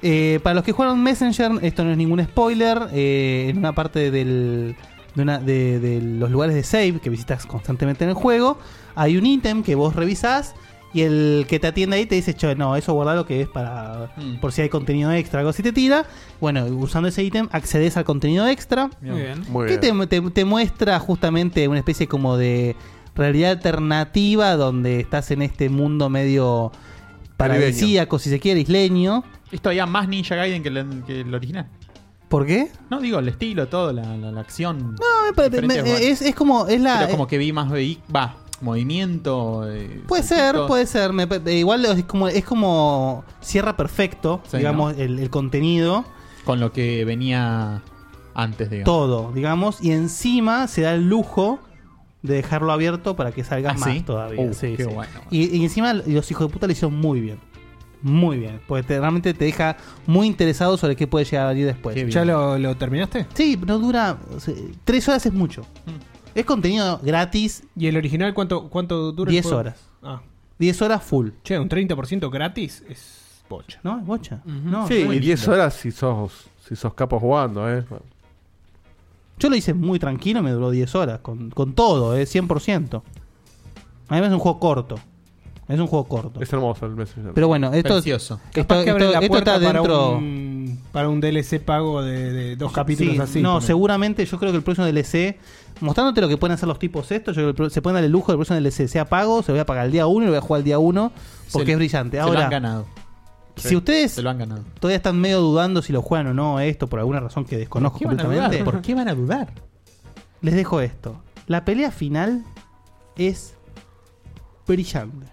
Speaker 2: Eh, para los que jugaron Messenger, esto no es ningún spoiler. eh, en una parte del, de, una- de- de los lugares de save que visitas constantemente en el juego, hay un ítem que vos revisás y el que te atiende ahí te dice, che, no, eso guardalo que es para
Speaker 8: Mm.
Speaker 2: por si hay contenido extra, algo así te tira. Bueno, usando ese ítem accedes al contenido extra.
Speaker 7: Muy bien.
Speaker 3: Muy
Speaker 2: Que te, te- te muestra justamente una especie como de realidad alternativa donde estás en este mundo medio paradisíaco, si se quiere, isleño.
Speaker 8: Es todavía más Ninja Gaiden que el, que el original.
Speaker 2: ¿Por qué?
Speaker 8: No, digo, el estilo, todo, la, la- la acción.
Speaker 2: No, me pare-
Speaker 8: Diferentes
Speaker 2: me-
Speaker 8: lugares.
Speaker 2: es, es como. Es la,
Speaker 8: Pero como que vi más vehi- va, movimiento. eh,
Speaker 2: Puede ser,
Speaker 8: poquito.
Speaker 2: puede ser. Me pa- eh, igual es como, es como cierra perfecto,
Speaker 8: Sí,
Speaker 2: digamos, el, el contenido.
Speaker 8: Con lo que venía antes, digamos.
Speaker 2: Todo, digamos. Y encima se da el lujo de dejarlo abierto para que salga
Speaker 8: ¿Ah,
Speaker 2: más
Speaker 8: sí?
Speaker 2: todavía.
Speaker 8: Uh,
Speaker 2: Sí,
Speaker 8: qué
Speaker 2: sí.
Speaker 8: bueno.
Speaker 2: Y, y encima los hijos de puta lo hicieron muy bien. Muy bien. Porque te- realmente te deja muy interesado sobre qué puede llegar a venir después.
Speaker 5: ¿Ya lo, lo terminaste?
Speaker 2: Sí, no dura. o sea, tres horas es mucho. Es contenido gratis.
Speaker 5: ¿Y el original cuánto, cuánto dura? el
Speaker 2: 10
Speaker 5: juego?
Speaker 2: horas.
Speaker 5: Ah.
Speaker 2: 10 horas full.
Speaker 5: Che, un 30% gratis es bocha.
Speaker 2: No, es bocha.
Speaker 5: No,
Speaker 3: sí,
Speaker 5: muy
Speaker 3: y 10
Speaker 5: lindo.
Speaker 3: horas si sos, si sos capo jugando, ¿eh?
Speaker 2: Yo lo hice muy tranquilo, me duró 10 horas, con, con todo, eh, 100%. Además es un juego corto. Es un juego corto.
Speaker 3: Es hermoso el Messenger.
Speaker 2: Pero bueno, esto, esto,
Speaker 5: Capaz que abre
Speaker 2: esto-
Speaker 5: la
Speaker 2: esto
Speaker 5: puerta
Speaker 2: está dentro...
Speaker 5: Para un, para un DLC pago de, de dos capítulos
Speaker 2: Sí,
Speaker 5: así.
Speaker 2: No,
Speaker 5: ponele.
Speaker 2: seguramente yo creo que el próximo DLC, mostrándote lo que pueden hacer los tipos estos, yo creo que el pro- se pueden dar el lujo del próximo DLC sea pago, se lo voy a pagar el día 1 y lo voy a jugar el día 1 porque
Speaker 8: Se-
Speaker 2: es brillante.
Speaker 8: se lo
Speaker 2: Ahora,
Speaker 8: han ganado.
Speaker 2: Si
Speaker 8: Sí,
Speaker 2: ustedes
Speaker 8: se lo han ganado.
Speaker 2: todavía están medio dudando si lo juegan o no, esto por alguna razón que desconozco
Speaker 8: ¿Qué van a
Speaker 2: completamente,
Speaker 8: dudar? ¿Por qué van a dudar?
Speaker 2: les dejo esto. La pelea final es brillante.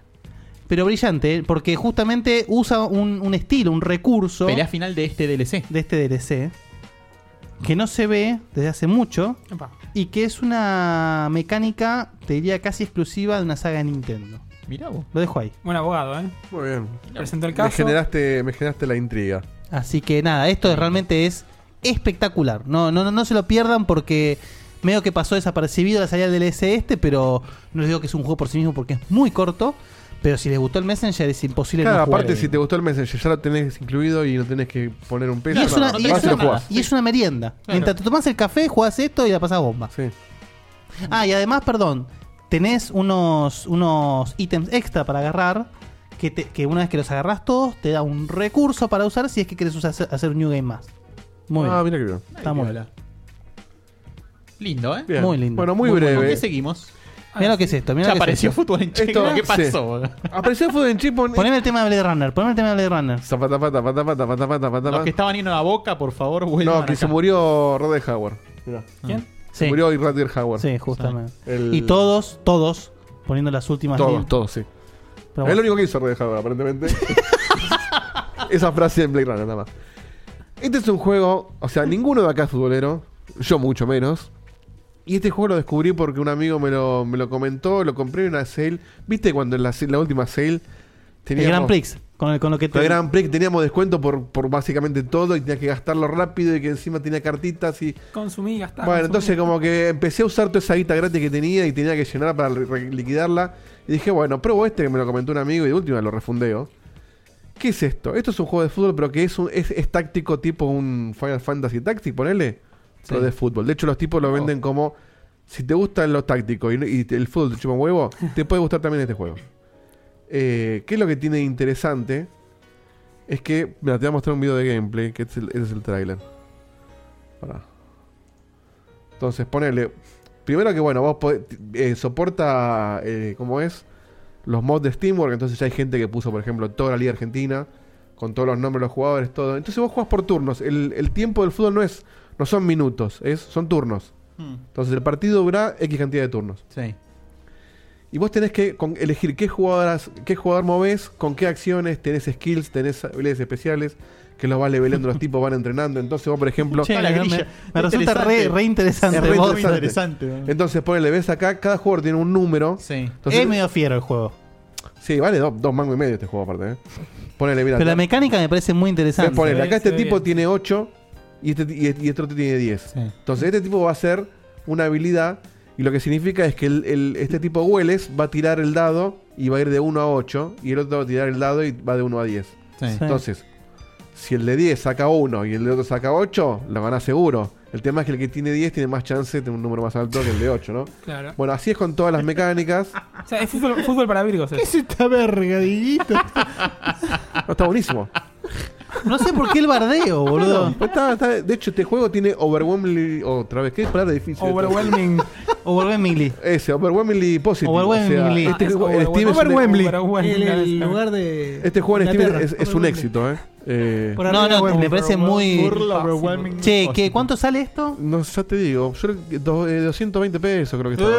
Speaker 2: Pero brillante, ¿eh? porque justamente usa un, un estilo, un recurso.
Speaker 8: Pelea final de este DLC.
Speaker 2: De este DLC. Que no se ve desde hace mucho. Y que es una mecánica, te diría, casi exclusiva de una saga de Nintendo.
Speaker 8: Mirá vos.
Speaker 2: Lo dejo ahí.
Speaker 7: Buen abogado, ¿eh?
Speaker 3: Muy bien.
Speaker 7: Presentó el
Speaker 3: Me
Speaker 7: caso.
Speaker 3: generaste, me generaste la intriga.
Speaker 2: Así que nada, esto es- realmente es espectacular. No, no, no, no se lo pierdan porque medio que pasó desapercibido la salida del DLC este, pero no les digo que es un juego por sí mismo porque es muy corto. Pero si les gustó el Messenger es imposible
Speaker 3: Claro,
Speaker 2: no jugar.
Speaker 3: aparte, si te gustó el Messenger, ya lo tenés incluido y no tenés que poner un peso.
Speaker 2: Y es, una,
Speaker 3: nada,
Speaker 2: y
Speaker 3: vas
Speaker 2: es
Speaker 3: y lo
Speaker 2: una-
Speaker 3: jugás.
Speaker 2: y es una merienda. Mientras te tomás el café, jugás esto y la pasás bomba. Ah, y además, perdón, tenés unos, unos ítems extra para agarrar. Que, te- que una vez que los agarrás todos, te da un recurso para usar si es que querés usar- hacer un New Game más. Muy
Speaker 3: Ah,
Speaker 2: bien.
Speaker 3: mira que bien.
Speaker 2: Está muy bien.
Speaker 8: Lindo, ¿eh?
Speaker 3: Bien. Muy lindo. Bueno, muy breve.
Speaker 8: ¿Con qué seguimos?
Speaker 2: Mira lo que es esto. Mira
Speaker 8: Ya apareció fútbol en Checo.
Speaker 3: Esto-
Speaker 8: ¿Qué
Speaker 3: sí.
Speaker 8: pasó?
Speaker 3: Apareció fútbol en Checo.
Speaker 2: Poneme el tema de Blade Runner. Poneme el tema de Blade Runner.
Speaker 3: Zapata, pata, pata, pata, pata, pata, pata.
Speaker 8: Los que estaban yendo a la boca, por favor, vuelvan
Speaker 3: No, que se
Speaker 8: acá.
Speaker 3: murió Rodger Howard. Mirá.
Speaker 8: ¿Quién?
Speaker 3: Se
Speaker 2: Sí.
Speaker 3: murió hoy Rodger Howard.
Speaker 2: Sí, justamente.
Speaker 3: El-
Speaker 2: Y todos, todos, poniendo las últimas.
Speaker 3: Todos,
Speaker 2: líneas.
Speaker 3: todos, sí. Es
Speaker 2: Pero bueno.
Speaker 3: lo único que hizo Red Howard, aparentemente. Esa frase en Blade Runner, nada más. Este es un juego, o sea, ninguno de acá es futbolero, yo mucho menos. Y este juego lo descubrí porque un amigo me lo, me lo comentó, lo compré en una sale. ¿Viste cuando en la, la última sale
Speaker 2: El Grand Prix. Con, el- con lo que te.
Speaker 3: el Grand Prix teníamos descuento por, por básicamente todo y tenía que gastarlo rápido y que encima tenía cartitas y...
Speaker 7: Consumí, gastar.
Speaker 3: Bueno, entonces como que empecé a usar toda esa guita gratis que tenía y tenía que llenar para re- re- liquidarla. Y dije, bueno, pruebo este que me lo comentó un amigo y de última lo refundeo. ¿Qué es esto? Esto es un juego de fútbol, pero que es, un, es, es táctico tipo un Final Fantasy Tactic, ponele. Pero de fútbol. De hecho, los tipos lo venden como... Si te gusta lo táctico y, y te- el fútbol te chupa un huevo, te puede gustar también este juego. Eh, ¿Qué es lo que tiene de interesante? Es que... Mira, te voy a mostrar un video de gameplay, que es el, ese es el trailer. Pará. Entonces, ponele. Primero que bueno, vos podés- eh, soporta, eh, ¿cómo es? Los mods de Steamwork. Entonces ya hay gente que puso, por ejemplo, toda la Liga Argentina, con todos los nombres de los jugadores, todo. Entonces vos jugás por turnos. El, el tiempo del fútbol no es, no son minutos, es, son turnos.
Speaker 21: Mm.
Speaker 8: Hmm.
Speaker 3: Entonces el partido dura X cantidad de turnos.
Speaker 8: Sí.
Speaker 3: Y vos tenés que con- elegir qué jugadoras, qué jugador movés, con qué acciones, tenés skills, tenés habilidades especiales, que los vas levelando los tipos, van entrenando. Entonces vos, por ejemplo,
Speaker 2: Che, Toda la me- grilla. me- me resulta Interesante. re- re interesante,
Speaker 3: Es re
Speaker 2: vos.
Speaker 3: interesante. Entonces ponele, ves acá, cada jugador tiene un número. Entonces-
Speaker 2: es medio fiero el juego.
Speaker 3: Sí, vale dos, dos mangos y medio este juego aparte, ¿eh? Ponele, mira.
Speaker 2: Pero la mecánica me parece muy interesante.
Speaker 3: Ves, ponele, acá este tipo tiene 8 y este, ti- y este- y este otro tiene 10. Entonces este tipo va a hacer una habilidad y lo que significa es que el- el- este tipo Hueles va a tirar el dado y va a ir de 1 a 8 y el otro va a tirar el dado y va de 1 a 10.
Speaker 8: Sí. Sí.
Speaker 3: Entonces, si el de 10 saca 1 y el de otro saca 8, lo gana seguro. El tema es que el que tiene 10 tiene más chance de un número más alto que el de 8, ¿no?
Speaker 7: Claro.
Speaker 3: Bueno, así es con todas las mecánicas.
Speaker 7: O sea, es fútbol, fútbol para virgos. ¿Qué
Speaker 5: es esta verga, Dieguito?
Speaker 3: No, está buenísimo.
Speaker 2: No sé por qué el
Speaker 3: Ah,
Speaker 2: bardeo, boludo.
Speaker 3: de hecho, este juego tiene overwhelmingly. Otra vez, ¿qué palabra difícil?
Speaker 7: Overwhelming.
Speaker 2: Overwhelmingly.
Speaker 3: Ese, overwhelmingly positive.
Speaker 2: Overwhelmingly.
Speaker 3: O sea, este,
Speaker 2: Ah, es
Speaker 3: juego en Steam es un-
Speaker 2: overwhelming.
Speaker 5: El,
Speaker 2: Overwhelming.
Speaker 5: el lugar de.
Speaker 3: Este juego en Steam
Speaker 5: Inglaterra.
Speaker 3: es, es un éxito, ¿eh? Eh,
Speaker 2: No, no, me parece muy.
Speaker 3: overwhelming
Speaker 2: Che,
Speaker 3: positive.
Speaker 2: ¿qué, ¿cuánto sale esto?
Speaker 3: No, ya te digo. Yo creo que do- eh, 220 pesos creo que está.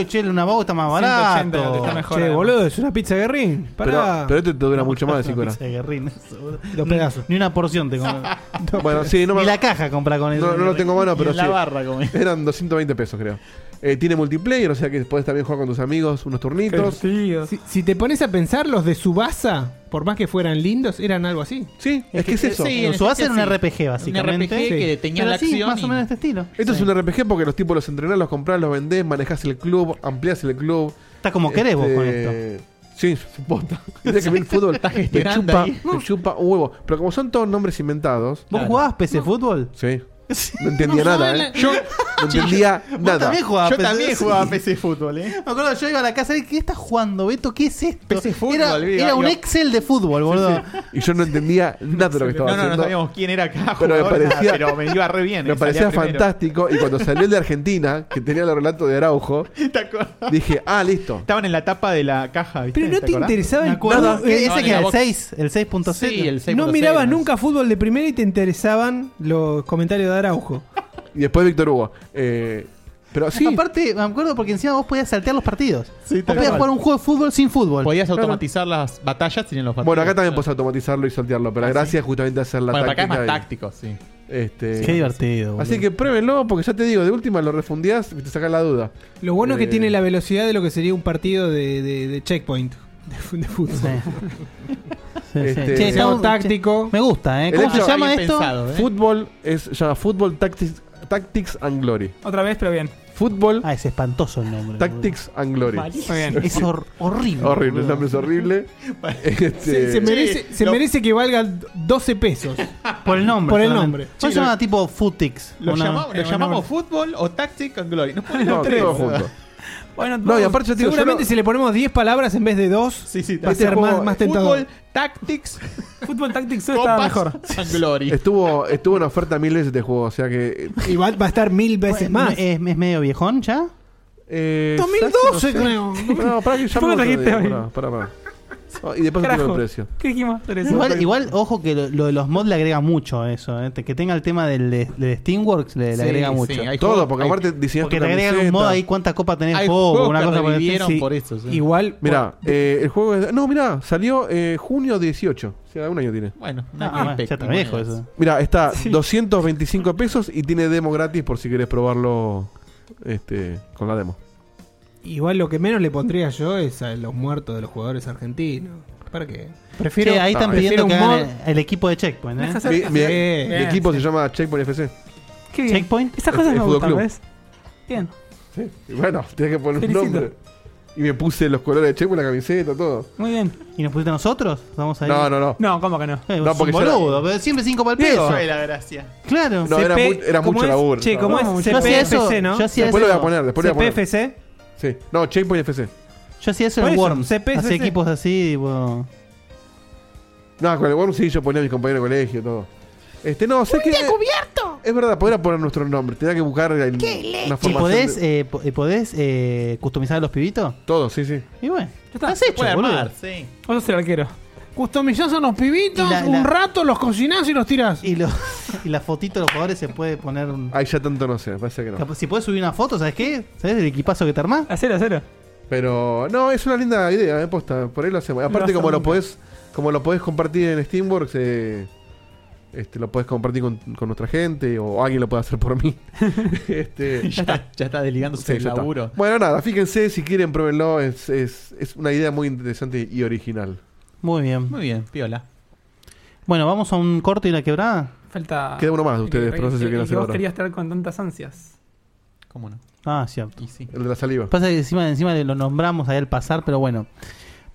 Speaker 2: Eh, che, una bauta más barato.
Speaker 5: Che, boludo, es una pizza guerrín.
Speaker 3: Pero,
Speaker 5: Pará.
Speaker 3: pero este te dura mucho más de
Speaker 2: Una
Speaker 3: 5 horas.
Speaker 2: pizza de guerrín, eso, boludo.
Speaker 5: Dos
Speaker 2: Ni-
Speaker 5: pedazos.
Speaker 2: Ni una porción te com-
Speaker 3: Bueno, sí, no me-
Speaker 2: Ni la caja compra con eso.
Speaker 3: No, no lo tengo a mano,
Speaker 2: Ni
Speaker 3: pero
Speaker 2: en la
Speaker 3: sí.
Speaker 2: barra comí.
Speaker 3: Eran 220 pesos, creo. Eh, tiene multiplayer, o sea que podés también jugar con tus amigos unos
Speaker 2: Eh,
Speaker 3: turnitos.
Speaker 5: Si, si te pones a pensar, los de Subasa, por más que fueran lindos, eran algo así.
Speaker 3: Sí,
Speaker 2: es que es eso. Sí, en Subasa era un RPG, básicamente.
Speaker 5: Un RPG que tenía
Speaker 2: Pero
Speaker 5: la
Speaker 2: sí,
Speaker 5: acción
Speaker 2: más
Speaker 5: y-
Speaker 2: o menos este estilo.
Speaker 3: Esto es un RPG porque los tipos los entrenás, los comprás, los vendés, manejás el club, ampliás el club.
Speaker 2: Está como querés vos con
Speaker 3: esto. Sí, supongo. Tendría que ver el fútbol. Me
Speaker 2: gestionando
Speaker 3: chupa,
Speaker 2: ahí.
Speaker 3: me chupa un huevo. Pero como son todos nombres inventados.
Speaker 2: ¿Vos jugabas PC Fútbol?
Speaker 3: Sí. No entendía
Speaker 2: No
Speaker 3: nada,
Speaker 2: sabés
Speaker 3: ¿eh?
Speaker 2: la-
Speaker 3: Yo no entendía
Speaker 2: Vos
Speaker 3: nada.
Speaker 2: también jugabas
Speaker 3: Yo
Speaker 2: PC.
Speaker 3: también jugaba
Speaker 2: PC Fútbol, ¿eh? Me acuerdo, yo iba a la casa y ¿qué estás jugando, Beto? ¿Qué es esto? Era,
Speaker 3: viva,
Speaker 2: era un
Speaker 3: yo-
Speaker 2: Excel de fútbol, boludo.
Speaker 3: Y yo no entendía nada de lo que estaba
Speaker 8: No, no, no
Speaker 3: haciendo.
Speaker 8: sabíamos quién era cada
Speaker 3: pero me
Speaker 8: jugador, nada,
Speaker 3: parecía,
Speaker 8: pero me iba re bien,
Speaker 3: Me
Speaker 8: eh, salía
Speaker 3: parecía
Speaker 8: primero.
Speaker 3: fantástico. Y cuando salió el de Argentina, que tenía el relato de Araujo, dije, ah, listo.
Speaker 8: Estaban en la tapa de la caja. ¿viste?
Speaker 5: Pero no te
Speaker 8: acordás?
Speaker 5: interesaba el
Speaker 8: Me acuerdo.
Speaker 5: juego, eh, ese que era el
Speaker 8: la box-
Speaker 2: 6, el 6.0.
Speaker 8: Sí, el 6.0.
Speaker 5: No mirabas nunca fútbol de primera y te interesaban los comentarios de Araujo.
Speaker 3: Y después Víctor Hugo. Eh, pero sí.
Speaker 2: Aparte, me acuerdo porque encima vos podías saltear los partidos. vos
Speaker 8: tal
Speaker 2: podías
Speaker 8: cual.
Speaker 2: jugar un juego de fútbol sin fútbol.
Speaker 8: Podías automatizar las batallas sin los Ah,
Speaker 3: Bueno, acá también podés automatizarlo y saltearlo, pero la gracia es justamente hacer la
Speaker 8: Bueno, pero acá
Speaker 3: táctica.
Speaker 8: es más
Speaker 3: y-
Speaker 8: táctico, sí.
Speaker 3: Este,
Speaker 2: Qué divertido, boludo.
Speaker 3: Así que pruébenlo, porque ya te digo, de última lo refundías y te sacas la duda.
Speaker 5: Lo bueno es
Speaker 3: Eh,
Speaker 5: que tiene la velocidad de lo que sería un partido de, de- de checkpoint. De, fu- de fútbol.
Speaker 3: Este-
Speaker 5: Che, estamos- táctico.
Speaker 2: Me gusta, ¿eh?
Speaker 3: El
Speaker 2: ¿Cómo se
Speaker 3: hecho- ¿eh?
Speaker 2: llama esto?
Speaker 3: Fútbol es, se llama Fútbol Tactics, Tactics and Glory.
Speaker 7: Otra vez, pero bien.
Speaker 3: Fútbol.
Speaker 2: Ah, es espantoso el nombre.
Speaker 3: Tactics and Glory.
Speaker 7: Malísimo. Muy bien.
Speaker 2: Es hor- horrible.
Speaker 3: Horrible, el
Speaker 2: boludo.
Speaker 3: nombre es horrible. Este,
Speaker 5: Se, se merece,
Speaker 2: Sí,
Speaker 5: se
Speaker 2: lo-
Speaker 5: merece que valga 12 pesos.
Speaker 2: Por el nombre.
Speaker 5: Por el
Speaker 2: solamente.
Speaker 5: nombre.
Speaker 2: ¿Cómo
Speaker 5: Sí,
Speaker 2: se
Speaker 5: lo-
Speaker 2: llama tipo Futix?
Speaker 8: Lo,
Speaker 2: Una-
Speaker 8: llamamos, lo llamamos fútbol o Tactic and Glory. No ponen
Speaker 3: No,
Speaker 8: los tres.
Speaker 3: todo
Speaker 8: ¿verdad?
Speaker 3: junto.
Speaker 8: Bueno,
Speaker 3: No, y aparte yo te digo,
Speaker 5: Seguramente
Speaker 3: yo no-
Speaker 5: si le ponemos 10 palabras en vez de 2, va a
Speaker 3: Este
Speaker 5: ser
Speaker 3: juego-
Speaker 5: más, más tentador.
Speaker 8: Fútbol Tactics.
Speaker 7: Fútbol Tactics
Speaker 8: estaba
Speaker 5: mejor.
Speaker 8: and Glory.
Speaker 3: Estuvo, estuvo en oferta mil veces este juego, o sea que.
Speaker 5: Y va, va a estar mil veces
Speaker 2: Bueno,
Speaker 5: más.
Speaker 2: ¿Es, es medio viejón ya?
Speaker 3: Eh,
Speaker 5: 2012
Speaker 3: ¿sabes que
Speaker 5: creo.
Speaker 3: no sé? No, para que ya me
Speaker 2: ¿Por qué
Speaker 3: otro
Speaker 2: trajiste
Speaker 3: día,
Speaker 2: hoy?
Speaker 3: pará, pará, pará. No, y después te digo el precio.
Speaker 7: ¿Qué dijimos? Teresa?
Speaker 2: Igual, igual, ojo que lo, lo de los mods le agrega mucho a eso. ¿eh? Que tenga el tema del, de- de Steamworks le, le
Speaker 3: Sí,
Speaker 2: agrega
Speaker 3: sí,
Speaker 2: mucho.
Speaker 3: hay Todo, juegos- porque hay- aparte diseñas
Speaker 2: Porque
Speaker 3: tu
Speaker 2: te agregan
Speaker 3: camiseta.
Speaker 2: un mod ahí cuántas copas tenés
Speaker 3: Hay
Speaker 2: el juego,
Speaker 3: juegos
Speaker 2: una
Speaker 3: que
Speaker 2: cosa por el
Speaker 3: revivieron
Speaker 2: estilo.
Speaker 3: por
Speaker 2: Sí.
Speaker 3: eso, sí.
Speaker 5: Igual.
Speaker 3: Mirá, eh, el juego es. No, mirá, salió eh, junio 18. O sea, un año tiene.
Speaker 8: Bueno,
Speaker 2: Ah,
Speaker 8: no hay
Speaker 2: bueno, ya está viejo
Speaker 8: perspectiva.
Speaker 2: eso.
Speaker 3: Mirá, está 225 pesos y tiene demo gratis por si querés probarlo este, con la demo.
Speaker 5: Igual lo que menos le pondría yo es a los muertos de los jugadores argentinos. ¿Para qué? Prefiero.
Speaker 2: Che, ahí están
Speaker 5: prefiero
Speaker 2: pidiendo que
Speaker 5: un mod-
Speaker 2: hagan el, el equipo de Checkpoint. ¿eh?
Speaker 3: Mi, mi- mi equipo se llama Checkpoint FC.
Speaker 7: Qué bien.
Speaker 2: Checkpoint.
Speaker 7: Esas
Speaker 3: El-
Speaker 7: cosas
Speaker 3: el
Speaker 7: me
Speaker 3: fútbol
Speaker 7: gustan,
Speaker 3: club.
Speaker 7: ¿ves? Bien.
Speaker 3: Sí. Y bueno, tenés que poner
Speaker 7: Felicito.
Speaker 3: un nombre. Y me puse los colores de Checkpoint, la camiseta, todo.
Speaker 7: Muy bien.
Speaker 2: ¿Y nos pusiste a nosotros? Vamos a ir.
Speaker 3: No, no, no.
Speaker 7: No, ¿cómo que no?
Speaker 2: No, porque
Speaker 3: yo era-
Speaker 2: Eh, boludo, pero siempre cinco para el
Speaker 3: Eso
Speaker 2: peso.
Speaker 3: es la
Speaker 8: gracia.
Speaker 2: Claro.
Speaker 3: No, era, mu- era mucho laburo.
Speaker 5: Che, ¿cómo
Speaker 2: No,
Speaker 5: es?
Speaker 2: yo hacía eso-
Speaker 5: CPFC, ¿no?
Speaker 2: yo hacía
Speaker 3: después lo voy
Speaker 2: eso-
Speaker 3: a poner, después lo voy a poner.
Speaker 5: CPFC.
Speaker 3: Sí. No, Checkpoint FC.
Speaker 2: Yo hacía eso
Speaker 3: Por
Speaker 2: en
Speaker 3: eso,
Speaker 2: Worms.
Speaker 3: CPFC.
Speaker 2: Hacía equipos así, tipo.
Speaker 3: No, con el Worm sí, yo ponía a mis compañeros de colegio, todo. Este, no, sé que. cubierto! Es verdad, podría poner nuestro nombre. Tenía que buscar el- una
Speaker 2: ¿Y
Speaker 3: formación.
Speaker 2: podés,
Speaker 3: de-
Speaker 2: eh, po- eh, podés eh, customizar a los pibitos?
Speaker 3: Todo, sí, sí.
Speaker 2: Y bueno,
Speaker 5: está.
Speaker 2: estás hecho,
Speaker 5: Puede
Speaker 2: boludo.
Speaker 5: armar,
Speaker 8: sí.
Speaker 7: Vos sos el arquero.
Speaker 5: Customizás a los pibitos,
Speaker 2: Y la-
Speaker 5: un
Speaker 2: la-
Speaker 5: rato los cocinás y los tirás.
Speaker 2: Y, y la fotito de los jugadores se puede poner. un-
Speaker 3: Ahí ya tanto no sé, parece que no.
Speaker 2: Cap- Si puedes subir una foto, ¿sabes qué? ¿Sabes el equipazo que te armás?
Speaker 7: Hacelo, hacelo.
Speaker 3: Pero no, es una linda idea, eh, posta. Por ahí lo hacemos. Aparte,
Speaker 7: No
Speaker 3: como lo
Speaker 7: nunca.
Speaker 3: podés, como lo podés compartir en Steamworks, eh, este, lo podés compartir con, con nuestra gente, o alguien lo puede hacer por mí. este,
Speaker 8: ya, está, ya está desligándose
Speaker 3: Sí,
Speaker 8: el
Speaker 3: ya está.
Speaker 8: laburo.
Speaker 3: Bueno, nada, fíjense, si quieren, pruébenlo. Es, es, es una idea muy interesante y original.
Speaker 2: Muy bien.
Speaker 8: Muy bien, piola.
Speaker 2: Bueno, vamos a un corto y una quebrada.
Speaker 7: Falta.
Speaker 3: Queda uno más de ustedes,
Speaker 7: El que-
Speaker 3: pero no sé si
Speaker 7: el
Speaker 3: quieren
Speaker 7: que
Speaker 3: hacer
Speaker 7: Vos
Speaker 3: ahora.
Speaker 7: querías estar con tantas ansias.
Speaker 8: ¿Cómo no?
Speaker 2: Ah, cierto.
Speaker 3: El de la saliva.
Speaker 2: Pasa que encima, encima lo nombramos ahí al pasar, pero bueno.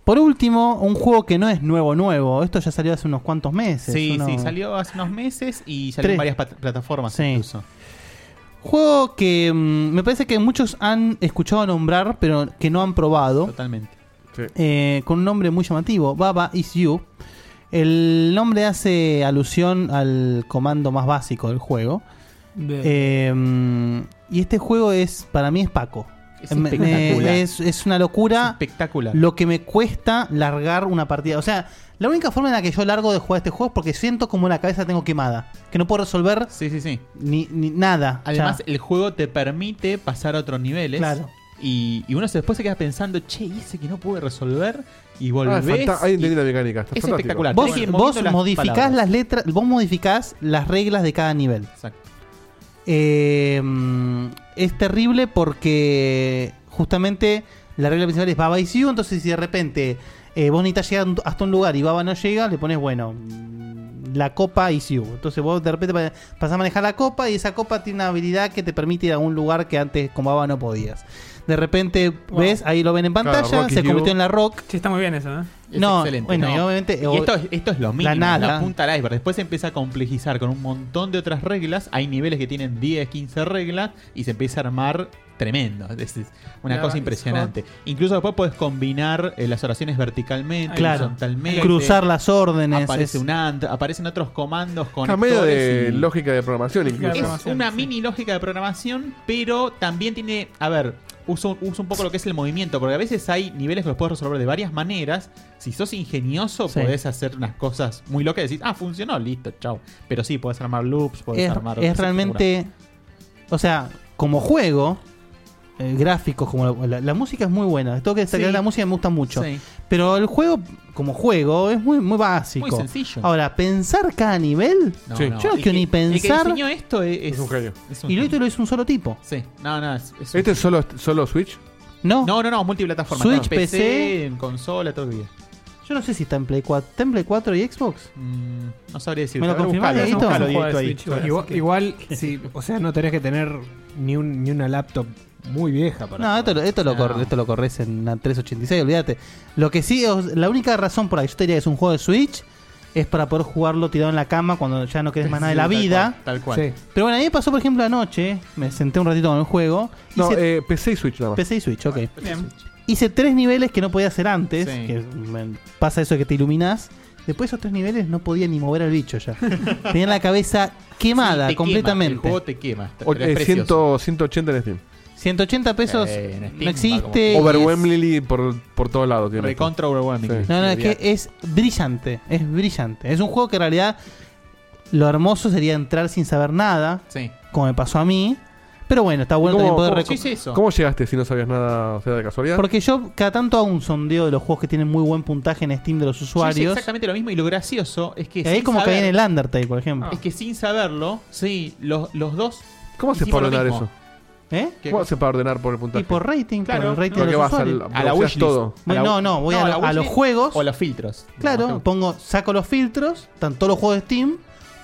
Speaker 2: Por último, un juego que no es nuevo, nuevo. Esto ya salió hace unos cuantos meses.
Speaker 8: Sí,
Speaker 2: uno-
Speaker 8: sí, salió hace unos meses y salió
Speaker 2: Tres.
Speaker 8: en varias pat- plataformas
Speaker 2: Sí.
Speaker 8: incluso.
Speaker 2: Juego que mm, me parece que muchos han escuchado nombrar, pero que no han probado.
Speaker 8: Totalmente.
Speaker 2: Eh, con un nombre muy llamativo, Baba Is You. El nombre hace alusión al comando más básico del juego.
Speaker 7: Bien.
Speaker 2: Eh, y este juego es, para mí es Paco. Eh,
Speaker 8: Es
Speaker 2: Me- me-
Speaker 8: espectacular.
Speaker 2: es- es una locura.
Speaker 8: Espectacular.
Speaker 2: Lo que me cuesta largar una partida. O sea, la única forma en la que yo largo de jugar este juego es porque siento como la cabeza tengo quemada. Que no puedo resolver Ni, ni nada.
Speaker 8: Además,
Speaker 2: Ya.
Speaker 8: el juego te permite pasar a otros niveles.
Speaker 2: Claro.
Speaker 8: Y, y uno se- después se queda pensando, che, ¿y ese que no pude resolver?
Speaker 2: Ah,
Speaker 8: Y volvés.
Speaker 3: fanta- ahí entendí
Speaker 8: y-
Speaker 3: la mecánica, está
Speaker 8: es
Speaker 3: fantástico.
Speaker 8: espectacular.
Speaker 2: Vos,
Speaker 8: Tenés que ir
Speaker 2: vos
Speaker 8: moviendo las
Speaker 2: modificás
Speaker 8: palabras.
Speaker 2: las letras, vos modificás las reglas de cada nivel. Em,
Speaker 8: Exacto.
Speaker 2: es terrible porque justamente la regla principal es Baba y Siu, entonces si de repente eh, vos necesitas llegar hasta un lugar y Baba no llega, le pones, bueno, mm, la copa y Siu. Entonces vos de repente pa- pasás a manejar la copa y esa copa tiene una habilidad que te permite ir a un lugar que antes con Baba no podías. De repente ves, ahí lo ven en pantalla, se convirtió en la rock.
Speaker 7: Sí, está muy bien eso, ¿eh?
Speaker 8: Es
Speaker 2: No,
Speaker 8: excelente,
Speaker 2: bueno,
Speaker 8: ¿no?
Speaker 2: y obviamente-
Speaker 8: Y esto, es- esto es lo
Speaker 2: Este La
Speaker 8: mínimo, la,
Speaker 2: nada.
Speaker 8: punta al iceberg. Después se empieza a complejizar con un montón de otras reglas. Hay niveles que tienen 10, 15 reglas y se empieza a armar tremendo. Es, es una
Speaker 2: Nada,
Speaker 8: cosa
Speaker 2: es
Speaker 8: impresionante. Incluso después puedes combinar eh, las oraciones verticalmente,
Speaker 2: Claro.
Speaker 8: horizontalmente.
Speaker 2: Cruzar las órdenes,
Speaker 8: Aparece
Speaker 2: es-
Speaker 8: un and, aparecen otros comandos con
Speaker 3: Está medio de lógica de programación incluso.
Speaker 8: es una mini lógica de programación, pero también tiene, a ver, uso, uso un poco lo que es el movimiento, porque a veces hay niveles que los puedes resolver de varias maneras. Si sos ingenioso,
Speaker 2: Sí.
Speaker 8: podés hacer unas cosas muy locas y decís, ah, funcionó, listo, chao. Pero sí, podés armar loops, podés
Speaker 2: es,
Speaker 8: armar...
Speaker 2: es realmente. O sea, como juego, eh, gráficos, como la, la- la música es muy buena. Tengo que destacar
Speaker 8: Sí.
Speaker 2: la música, me gusta mucho.
Speaker 8: Sí.
Speaker 2: Pero el juego, como juego, es muy, muy básico.
Speaker 8: Muy sencillo.
Speaker 2: Ahora, pensar cada nivel.
Speaker 8: No,
Speaker 2: yo
Speaker 8: no.
Speaker 2: no
Speaker 8: El
Speaker 2: quiero ni
Speaker 8: que- el que
Speaker 2: pensar.
Speaker 8: diseñó esto es, es- es un
Speaker 2: y lo
Speaker 8: genio.
Speaker 2: otro es un solo tipo.
Speaker 8: Sí, no, no, es,
Speaker 3: ¿Este es solo, solo Switch?
Speaker 2: No.
Speaker 8: No, no, no, multiplataforma.
Speaker 2: Switch,
Speaker 8: Está en
Speaker 2: PC.
Speaker 8: en consola, todo lo que quieras.
Speaker 2: Yo no sé si está en Play 4. ¿Está en Play 4 y Xbox?
Speaker 8: No sabría decir.
Speaker 2: ¿Me lo confirmás, Dieguito?
Speaker 5: Igual, igual, sí, o sea, no tenés que tener ni, un, ni una laptop muy vieja para.
Speaker 2: No, esto, lo- esto, lo corre- esto lo corres en una 386, olvídate. Lo que sí, os- la única razón por la que yo te diría que es un juego de Switch es para poder jugarlo tirado en la cama cuando ya no querés más nada de
Speaker 3: Sí,
Speaker 2: la
Speaker 3: tal
Speaker 2: vida.
Speaker 3: cual, tal cual.
Speaker 2: Sí. Pero bueno, a mí me pasó, por ejemplo, anoche, me senté un ratito con el juego.
Speaker 3: No,
Speaker 2: hice-
Speaker 3: eh, PC y Switch nada más.
Speaker 2: PC y Switch, ok.
Speaker 3: Bien.
Speaker 2: Hice tres niveles que no podía hacer antes,
Speaker 3: Sí.
Speaker 2: que mm, pasa eso de que te iluminás. Después de esos tres niveles no podía ni mover al bicho ya. Tenía la cabeza
Speaker 8: Te
Speaker 2: quemada
Speaker 8: quema,
Speaker 2: completamente.
Speaker 8: el juego te quema.
Speaker 3: O-
Speaker 8: pero es
Speaker 3: eh,
Speaker 8: precioso.
Speaker 3: 100 180 en Steam.
Speaker 2: 180 pesos
Speaker 8: Eh, en Steam,
Speaker 2: no existe. y es-
Speaker 3: Overwhelmingly por, por todos lados. tiene.
Speaker 8: Recontra overwhelming.
Speaker 2: No, no, es que es brillante, es brillante. Es un juego que en realidad lo hermoso sería entrar sin saber nada,
Speaker 8: Sí.
Speaker 2: como me pasó a mí. Pero bueno, está bueno también poder reco-
Speaker 3: cómo llegaste Este, si no sabías nada o sea, de casualidad?
Speaker 2: Porque yo cada tanto hago un sondeo de los juegos que tienen muy buen puntaje en Steam de los
Speaker 8: Yo hice
Speaker 2: usuarios.
Speaker 8: exactamente lo mismo y lo gracioso es que.
Speaker 2: Y ahí
Speaker 8: sin
Speaker 2: como
Speaker 8: saber- Ah.
Speaker 2: caí en el Undertale, por ejemplo.
Speaker 8: Es que sin saberlo, sí, los, los dos.
Speaker 3: ¿Cómo haces para ordenar eso?
Speaker 2: ¿Eh?
Speaker 3: ¿Cómo haces para ordenar por el puntaje?
Speaker 2: Y por rating,
Speaker 8: Claro,
Speaker 2: por el rating
Speaker 3: porque
Speaker 2: de los
Speaker 3: vas al-
Speaker 2: usuarios.
Speaker 3: A la
Speaker 2: Bueno,
Speaker 3: wishlist. todo.
Speaker 2: No, no, voy a, lo- a los
Speaker 8: wishlist
Speaker 2: juegos.
Speaker 8: O los filtros.
Speaker 2: Claro, pongo, saco los filtros, están todos los juegos de Steam,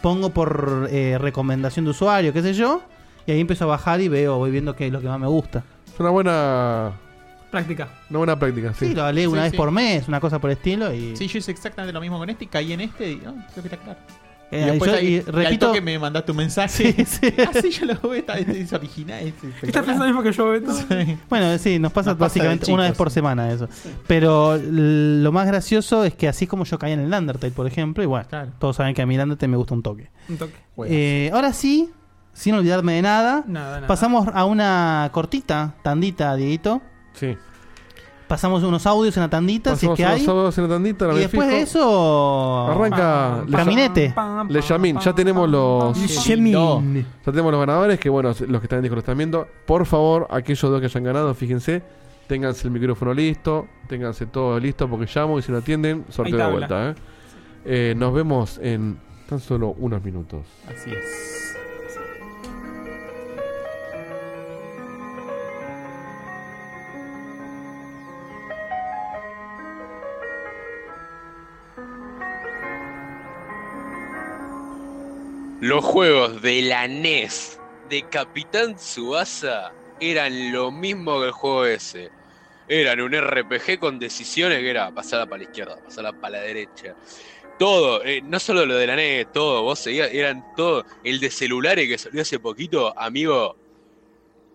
Speaker 2: pongo por eh, recomendación de usuario, qué sé yo, y ahí empiezo a bajar y veo, voy viendo qué es lo que más me gusta.
Speaker 3: Es una buena.
Speaker 7: Práctica.
Speaker 3: Una buena práctica, sí.
Speaker 2: Sí, lo leo una
Speaker 8: Sí,
Speaker 2: vez
Speaker 8: sí.
Speaker 2: por mes, una cosa por el estilo, y
Speaker 8: Sí, yo hice exactamente lo mismo con este y caí en este y. Oh, espectacular.
Speaker 2: Eh,
Speaker 8: y después
Speaker 2: yo-
Speaker 8: ahí-
Speaker 2: y
Speaker 8: y al
Speaker 2: repito-
Speaker 8: toque me mandaste un mensaje. Ah, sí, yo lo veo, está, este es original. Este,
Speaker 7: pensando mismo que yo,
Speaker 2: Bueno, sí, nos pasa
Speaker 8: Nos pasa de
Speaker 2: básicamente una
Speaker 8: chicos,
Speaker 2: vez por semana eso. Pero l- lo más gracioso es que así como yo caí en el Undertale, por ejemplo, y bueno, todos saben que a mí el Undertale me gusta un toque.
Speaker 7: Un toque.
Speaker 2: Eh, ahora sí, sin olvidarme de nada,
Speaker 7: Nada, nada.
Speaker 2: pasamos a una cortita tandita, Dieguito.
Speaker 3: Sí.
Speaker 2: Pasamos unos audios en la tandita,
Speaker 3: Pasamos
Speaker 2: si es que
Speaker 3: unos
Speaker 2: hay.
Speaker 3: sábados en la tandita, la
Speaker 2: y
Speaker 3: me
Speaker 2: después
Speaker 3: fijo.
Speaker 2: de eso.
Speaker 3: Arranca. Le-
Speaker 2: Caminete.
Speaker 3: Le Yamin, ya tenemos los.
Speaker 2: Yamin.
Speaker 3: Ya tenemos los ganadores, que bueno, los que están en disco lo están viendo. Por favor, aquellos dos que hayan ganado, fíjense, ténganse el micrófono listo, ténganse todo listo, porque llamo y si no atienden, sorteo de
Speaker 8: tabla.
Speaker 3: vuelta. ¿eh? Eh, nos vemos en tan solo unos minutos.
Speaker 8: Así es.
Speaker 13: Los juegos de la NES de Capitán Tsubasa eran lo mismo que el juego ese. Eran un RPG con decisiones que era pasada para la izquierda, pasada para la derecha. Todo, eh, no solo lo de la NES, todo, vos seguías, eran todo. El de celulares que salió hace poquito, amigo,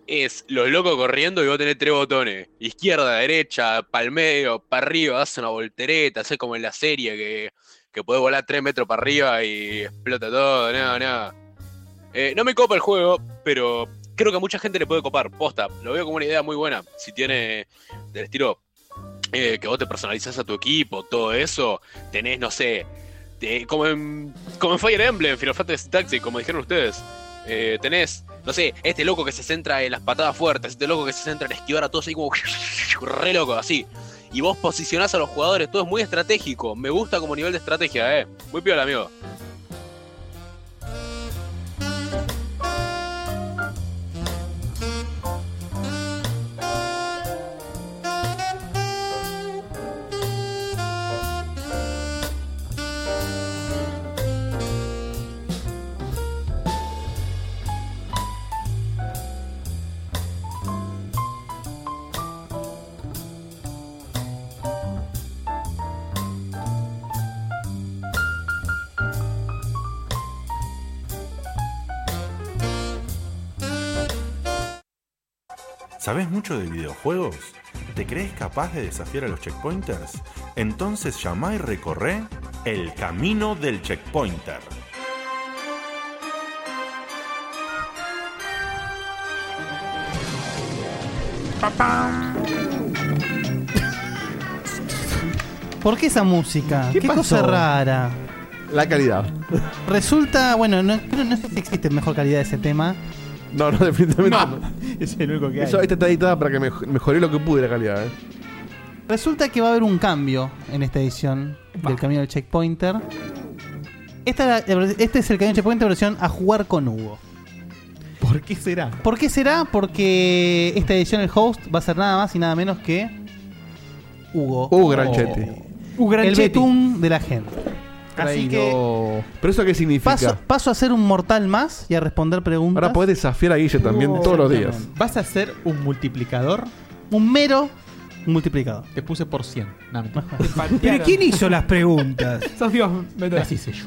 Speaker 13: es los locos corriendo y vos tenés tres botones. Izquierda, derecha, para el medio, para arriba, haces una voltereta, haces como en la serie que que podés volar 3 metros para arriba y explota todo, no, no. Eh, no me copa el juego, pero creo que a mucha gente le puede copar. Posta, lo veo como una idea muy buena. Si tiene del estilo eh, que vos te personalizás a tu equipo, todo eso, tenés, no sé, te- como, en, como en Fire Emblem, Final Fantasy Tactics, como dijeron ustedes, eh, tenés, no sé, este loco que se centra en las patadas fuertes, este loco que se centra en esquivar a todos ahí como re loco, así. Y vos posicionás a los jugadores, todo es muy estratégico. Me gusta como nivel de estrategia, eh. Muy piola, amigo.
Speaker 6: ¿Sabes mucho de videojuegos? ¿Te crees capaz de desafiar a los checkpointers? Entonces llama y recorre el camino del checkpointer.
Speaker 2: ¿Por qué esa música?
Speaker 3: ¿Qué
Speaker 2: ¿Qué,
Speaker 3: pasó?
Speaker 2: cosa rara?
Speaker 3: La calidad.
Speaker 2: Resulta, bueno, no, creo- no sé si existe mejor calidad de ese tema.
Speaker 3: No, no, definitivamente no.
Speaker 2: Es el único
Speaker 3: Eso, esta está editada para que mej- mejoré lo que pude la calidad, eh.
Speaker 2: Resulta que va a haber un cambio en esta edición del Camino del Checkpointer. Esta es la- este es el Camino del Checkpointer versión a jugar con Hugo.
Speaker 8: ¿Por qué será?
Speaker 2: ¿Por qué será? Porque esta edición el host va a ser nada más y nada menos que Hugo.
Speaker 3: Uh, Granchetti.
Speaker 2: Oh. el betún de la gente. Así que
Speaker 3: que. ¿Pero eso qué significa?
Speaker 2: paso, paso a ser un mortal más y a responder preguntas.
Speaker 3: Ahora podés desafiar a Guille también todos los días.
Speaker 2: Exactamente.
Speaker 8: ¿Vas a ser un multiplicador?
Speaker 2: Un mero multiplicador.
Speaker 8: Te puse por 100. No, mentira.
Speaker 5: ¿Pero quién hizo las preguntas?
Speaker 7: Sos Dios,
Speaker 8: Las hice yo.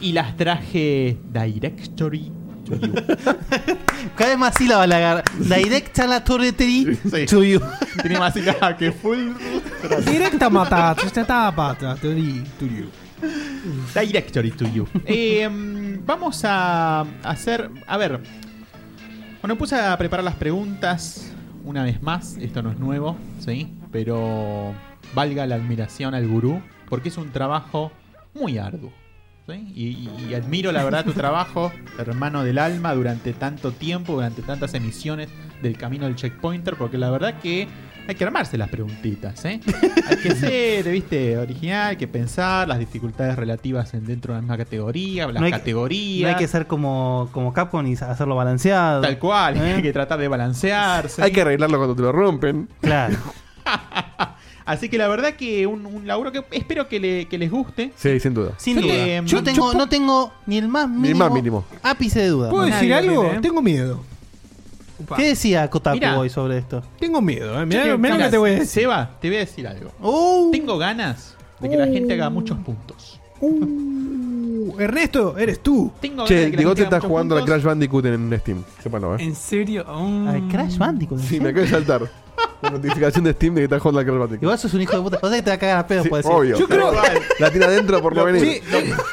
Speaker 8: Y las traje Directory.
Speaker 2: Cada vez más sílaba la agarra. Directa la torretería to you.
Speaker 8: Tiene más sílaba que full.
Speaker 5: Directa matata, esta tapa, te di, to you.
Speaker 8: Directory to you. Eh, mm, vamos a hacer. A ver. Bueno, puse a preparar las preguntas una vez más. Esto no es nuevo, ¿sí? Pero valga la admiración al gurú, porque es un trabajo muy arduo. ¿sí? Y, y- y admiro, la verdad, tu trabajo, hermano del alma, durante tanto tiempo, durante tantas emisiones del camino del checkpointer, porque la verdad que. Hay que armarse las preguntitas, ¿eh? Hay que ser, viste, original, hay que pensar las dificultades relativas en- dentro de la misma categoría, las
Speaker 2: No hay que-
Speaker 8: categorías.
Speaker 2: No hay que ser como, como Capcom y hacerlo balanceado.
Speaker 8: Tal cual,
Speaker 2: ¿Eh?
Speaker 8: hay que tratar de balancearse.
Speaker 2: Hay que
Speaker 3: arreglarlo cuando te lo rompen.
Speaker 2: Claro.
Speaker 8: Así que la verdad que un, un laburo que espero que, le- que les guste.
Speaker 3: Sí, sin duda.
Speaker 2: Sin duda.
Speaker 8: Eh,
Speaker 2: yo
Speaker 8: yo-
Speaker 2: tengo,
Speaker 8: yo-
Speaker 2: no tengo ni el más mínimo,
Speaker 3: Ni más mínimo.
Speaker 2: ápice de duda.
Speaker 5: ¿Puedo
Speaker 2: No.
Speaker 5: decir
Speaker 2: Nadie lo
Speaker 5: algo?
Speaker 2: tiene, ¿eh?
Speaker 5: Tengo miedo.
Speaker 2: ¿Qué decía Kotaku
Speaker 8: Mirá.
Speaker 2: hoy sobre esto?
Speaker 5: Tengo miedo, eh.
Speaker 8: Yo
Speaker 5: Mirá, mirá lo que te voy a decir.
Speaker 8: Seba, te voy a decir algo.
Speaker 2: Uh.
Speaker 8: Tengo ganas de que la
Speaker 5: Uh.
Speaker 8: gente haga muchos puntos.
Speaker 2: ¿eh?
Speaker 5: Uh, Ernesto, eres tú.
Speaker 8: Tengo
Speaker 3: Che, Digote está jugando al Crash Bandicoot en Steam. Sépalo, eh.
Speaker 7: ¿En serio? Mm.
Speaker 2: Al Crash Bandicoot.
Speaker 3: Sí, me acabo de saltar. La notificación de Steam de que está jugando al Crash Bandicoot.
Speaker 2: Igual sos un hijo de puta. O sea que te va a cagar a pedo,
Speaker 3: Sí,
Speaker 2: puede ser.
Speaker 3: obvio. La tira adentro por no venir.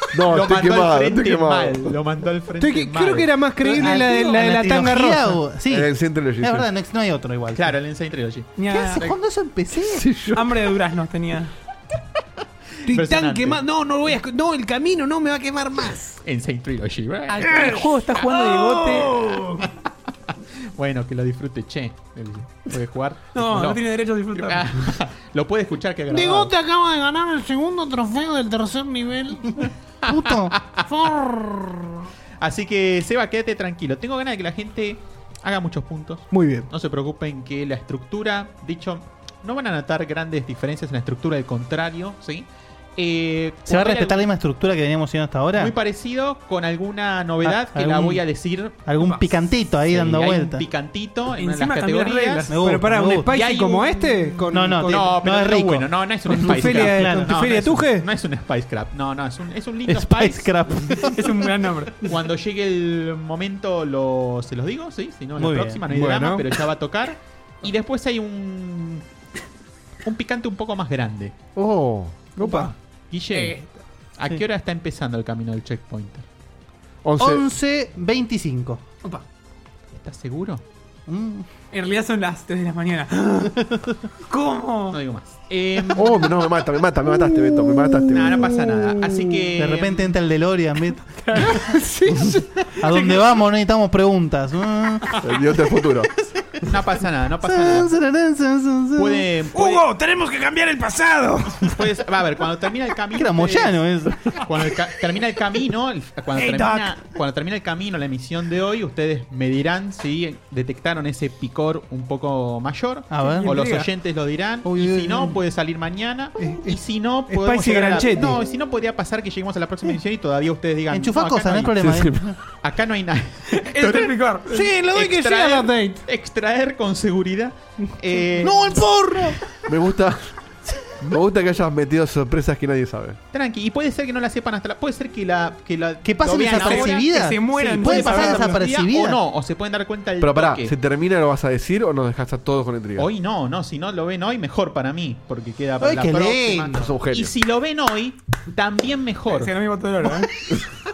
Speaker 3: no, estoy quemado, estoy quemado.
Speaker 8: Lo mandó al frente.
Speaker 5: Estoy que- creo que era más creíble la de la, de la tanga rosa.
Speaker 2: Sí.
Speaker 3: El Ancient Trilogy,
Speaker 2: Es
Speaker 3: sí.
Speaker 2: verdad, no, ex- no hay otro igual.
Speaker 8: Claro, el Insane Trilogy.
Speaker 7: ¿Qué haces?
Speaker 2: ¿Cuándo eso empecé?
Speaker 7: Hambre de duraznos tenía.
Speaker 5: Estoy tan
Speaker 7: Impresionante.
Speaker 5: quemado. No, no lo voy a. No, el camino no me va a quemar más.
Speaker 8: Insane Trilogy.
Speaker 7: Al el juego está jugando
Speaker 5: Oh.
Speaker 7: Diegote.
Speaker 8: Bueno, que lo disfrute, che. Puede jugar.
Speaker 7: No, no,
Speaker 8: Disfrútalo.
Speaker 7: tiene derecho a disfrutar.
Speaker 8: Lo puede escuchar que ha grabado.
Speaker 4: Digote acaba de ganar el segundo trofeo del tercer nivel.
Speaker 2: Puto.
Speaker 8: Así que, Seba, quédate tranquilo. Tengo ganas de que la gente haga muchos puntos.
Speaker 5: Muy bien.
Speaker 8: No se preocupen que la estructura, dicho, no van a notar grandes diferencias en la estructura, al contrario, ¿sí? Eh,
Speaker 2: ¿Se va a
Speaker 8: puede haber
Speaker 2: respetar la
Speaker 8: algo
Speaker 2: misma estructura que veníamos haciendo hasta ahora?
Speaker 8: Muy parecido, con alguna novedad
Speaker 2: Ah,
Speaker 8: que la
Speaker 2: algún-
Speaker 8: voy a decir.
Speaker 2: Algún picantito ahí
Speaker 8: Sí,
Speaker 2: dando
Speaker 8: hay un
Speaker 2: vuelta.
Speaker 8: picantito en
Speaker 2: Encima
Speaker 8: las
Speaker 2: cambió
Speaker 8: categorías.
Speaker 2: reglas. Me gusta, Pero pará, me ¿un gusta. spicy
Speaker 8: Y hay
Speaker 2: como este? Con-
Speaker 8: no, no,
Speaker 2: con-
Speaker 8: no, pero
Speaker 2: no es
Speaker 8: es
Speaker 2: rico.
Speaker 8: bueno. No, no es un
Speaker 2: ¿Con tu
Speaker 8: spice
Speaker 2: feria-
Speaker 8: crap.
Speaker 2: con
Speaker 8: Claro,
Speaker 2: tu
Speaker 8: no,
Speaker 2: feria
Speaker 8: no es un-
Speaker 2: tuje?
Speaker 8: No es un spice crap. No, no, es un, es un lindo
Speaker 2: Spice
Speaker 8: spice.
Speaker 2: crap.
Speaker 8: es un gran nombre. Cuando llegue el momento lo, se los digo, sí, si no, la
Speaker 2: Muy bien.
Speaker 8: próxima no hay
Speaker 2: Bueno.
Speaker 8: drama, pero ya va a tocar. Y después hay un un picante un poco más grande.
Speaker 3: Oh.
Speaker 8: Guille, ¿a
Speaker 7: Sí.
Speaker 8: qué hora está empezando el camino del checkpoint?
Speaker 3: Once.
Speaker 2: 11.25.
Speaker 8: ¿Estás seguro? Mm.
Speaker 7: En realidad son las 3 de la mañana. ¿Cómo? No digo más.
Speaker 3: Oh, no, me mata, me mata, me mataste, Beto, me mataste.
Speaker 8: Em, No, no pasa nada. Así que.
Speaker 2: De repente entra el DeLorean, ¿viste? ¿A dónde vamos? No necesitamos preguntas.
Speaker 3: El dios del futuro.
Speaker 8: No pasa nada, no pasa nada. Pueden.
Speaker 4: Hugo, tenemos que cambiar el pasado.
Speaker 8: Puedes, va a ver, cuando termina el camino.
Speaker 2: Era Moyano eso.
Speaker 8: Cuando el ca- termina el camino, el- cuando,
Speaker 2: Hey,
Speaker 8: termina, cuando termina el camino, la emisión de hoy, ustedes me dirán si detectaron ese picor un poco mayor.
Speaker 2: A ver.
Speaker 8: O los
Speaker 2: Intriga.
Speaker 8: oyentes lo dirán. y si no, puede salir mañana. y si no,
Speaker 2: Eh, Spicy
Speaker 8: podemos llegar a la-
Speaker 2: Granchetti.
Speaker 8: No, si no, podría pasar que lleguemos a la próxima emisión y todavía ustedes digan.
Speaker 2: Enchufá
Speaker 8: acá
Speaker 2: cosas, no hay
Speaker 8: nada".
Speaker 2: problema, eh".
Speaker 8: Acá no hay nada.
Speaker 4: Este es picor. Sí, le doy que
Speaker 8: Extraer-
Speaker 4: sea la
Speaker 8: Extraer con seguridad. eh,
Speaker 4: ¡No, el porro!
Speaker 3: Me gusta. Me gusta que hayas metido sorpresas que nadie sabe.
Speaker 8: Tranqui, y puede ser que no la sepan hasta la. Puede ser que la. Que, la,
Speaker 2: Que pasen
Speaker 8: lo vean
Speaker 2: desapercibidas.
Speaker 8: ahora, que se mueran.
Speaker 2: Sí, pueden
Speaker 8: entonces,
Speaker 2: pasar
Speaker 8: ahora,
Speaker 2: desapercibidas.
Speaker 8: O no, o se pueden dar cuenta del.
Speaker 3: Pero pará,
Speaker 8: toque.
Speaker 3: ¿se termina lo vas a decir o nos dejas a todos con intriga?
Speaker 8: Hoy no, no, si no lo ven hoy, mejor para mí, porque queda para
Speaker 3: Ay,
Speaker 8: la
Speaker 3: qué
Speaker 8: próxima.
Speaker 3: lindo. Sos un genio.
Speaker 8: Y si lo ven hoy, también mejor.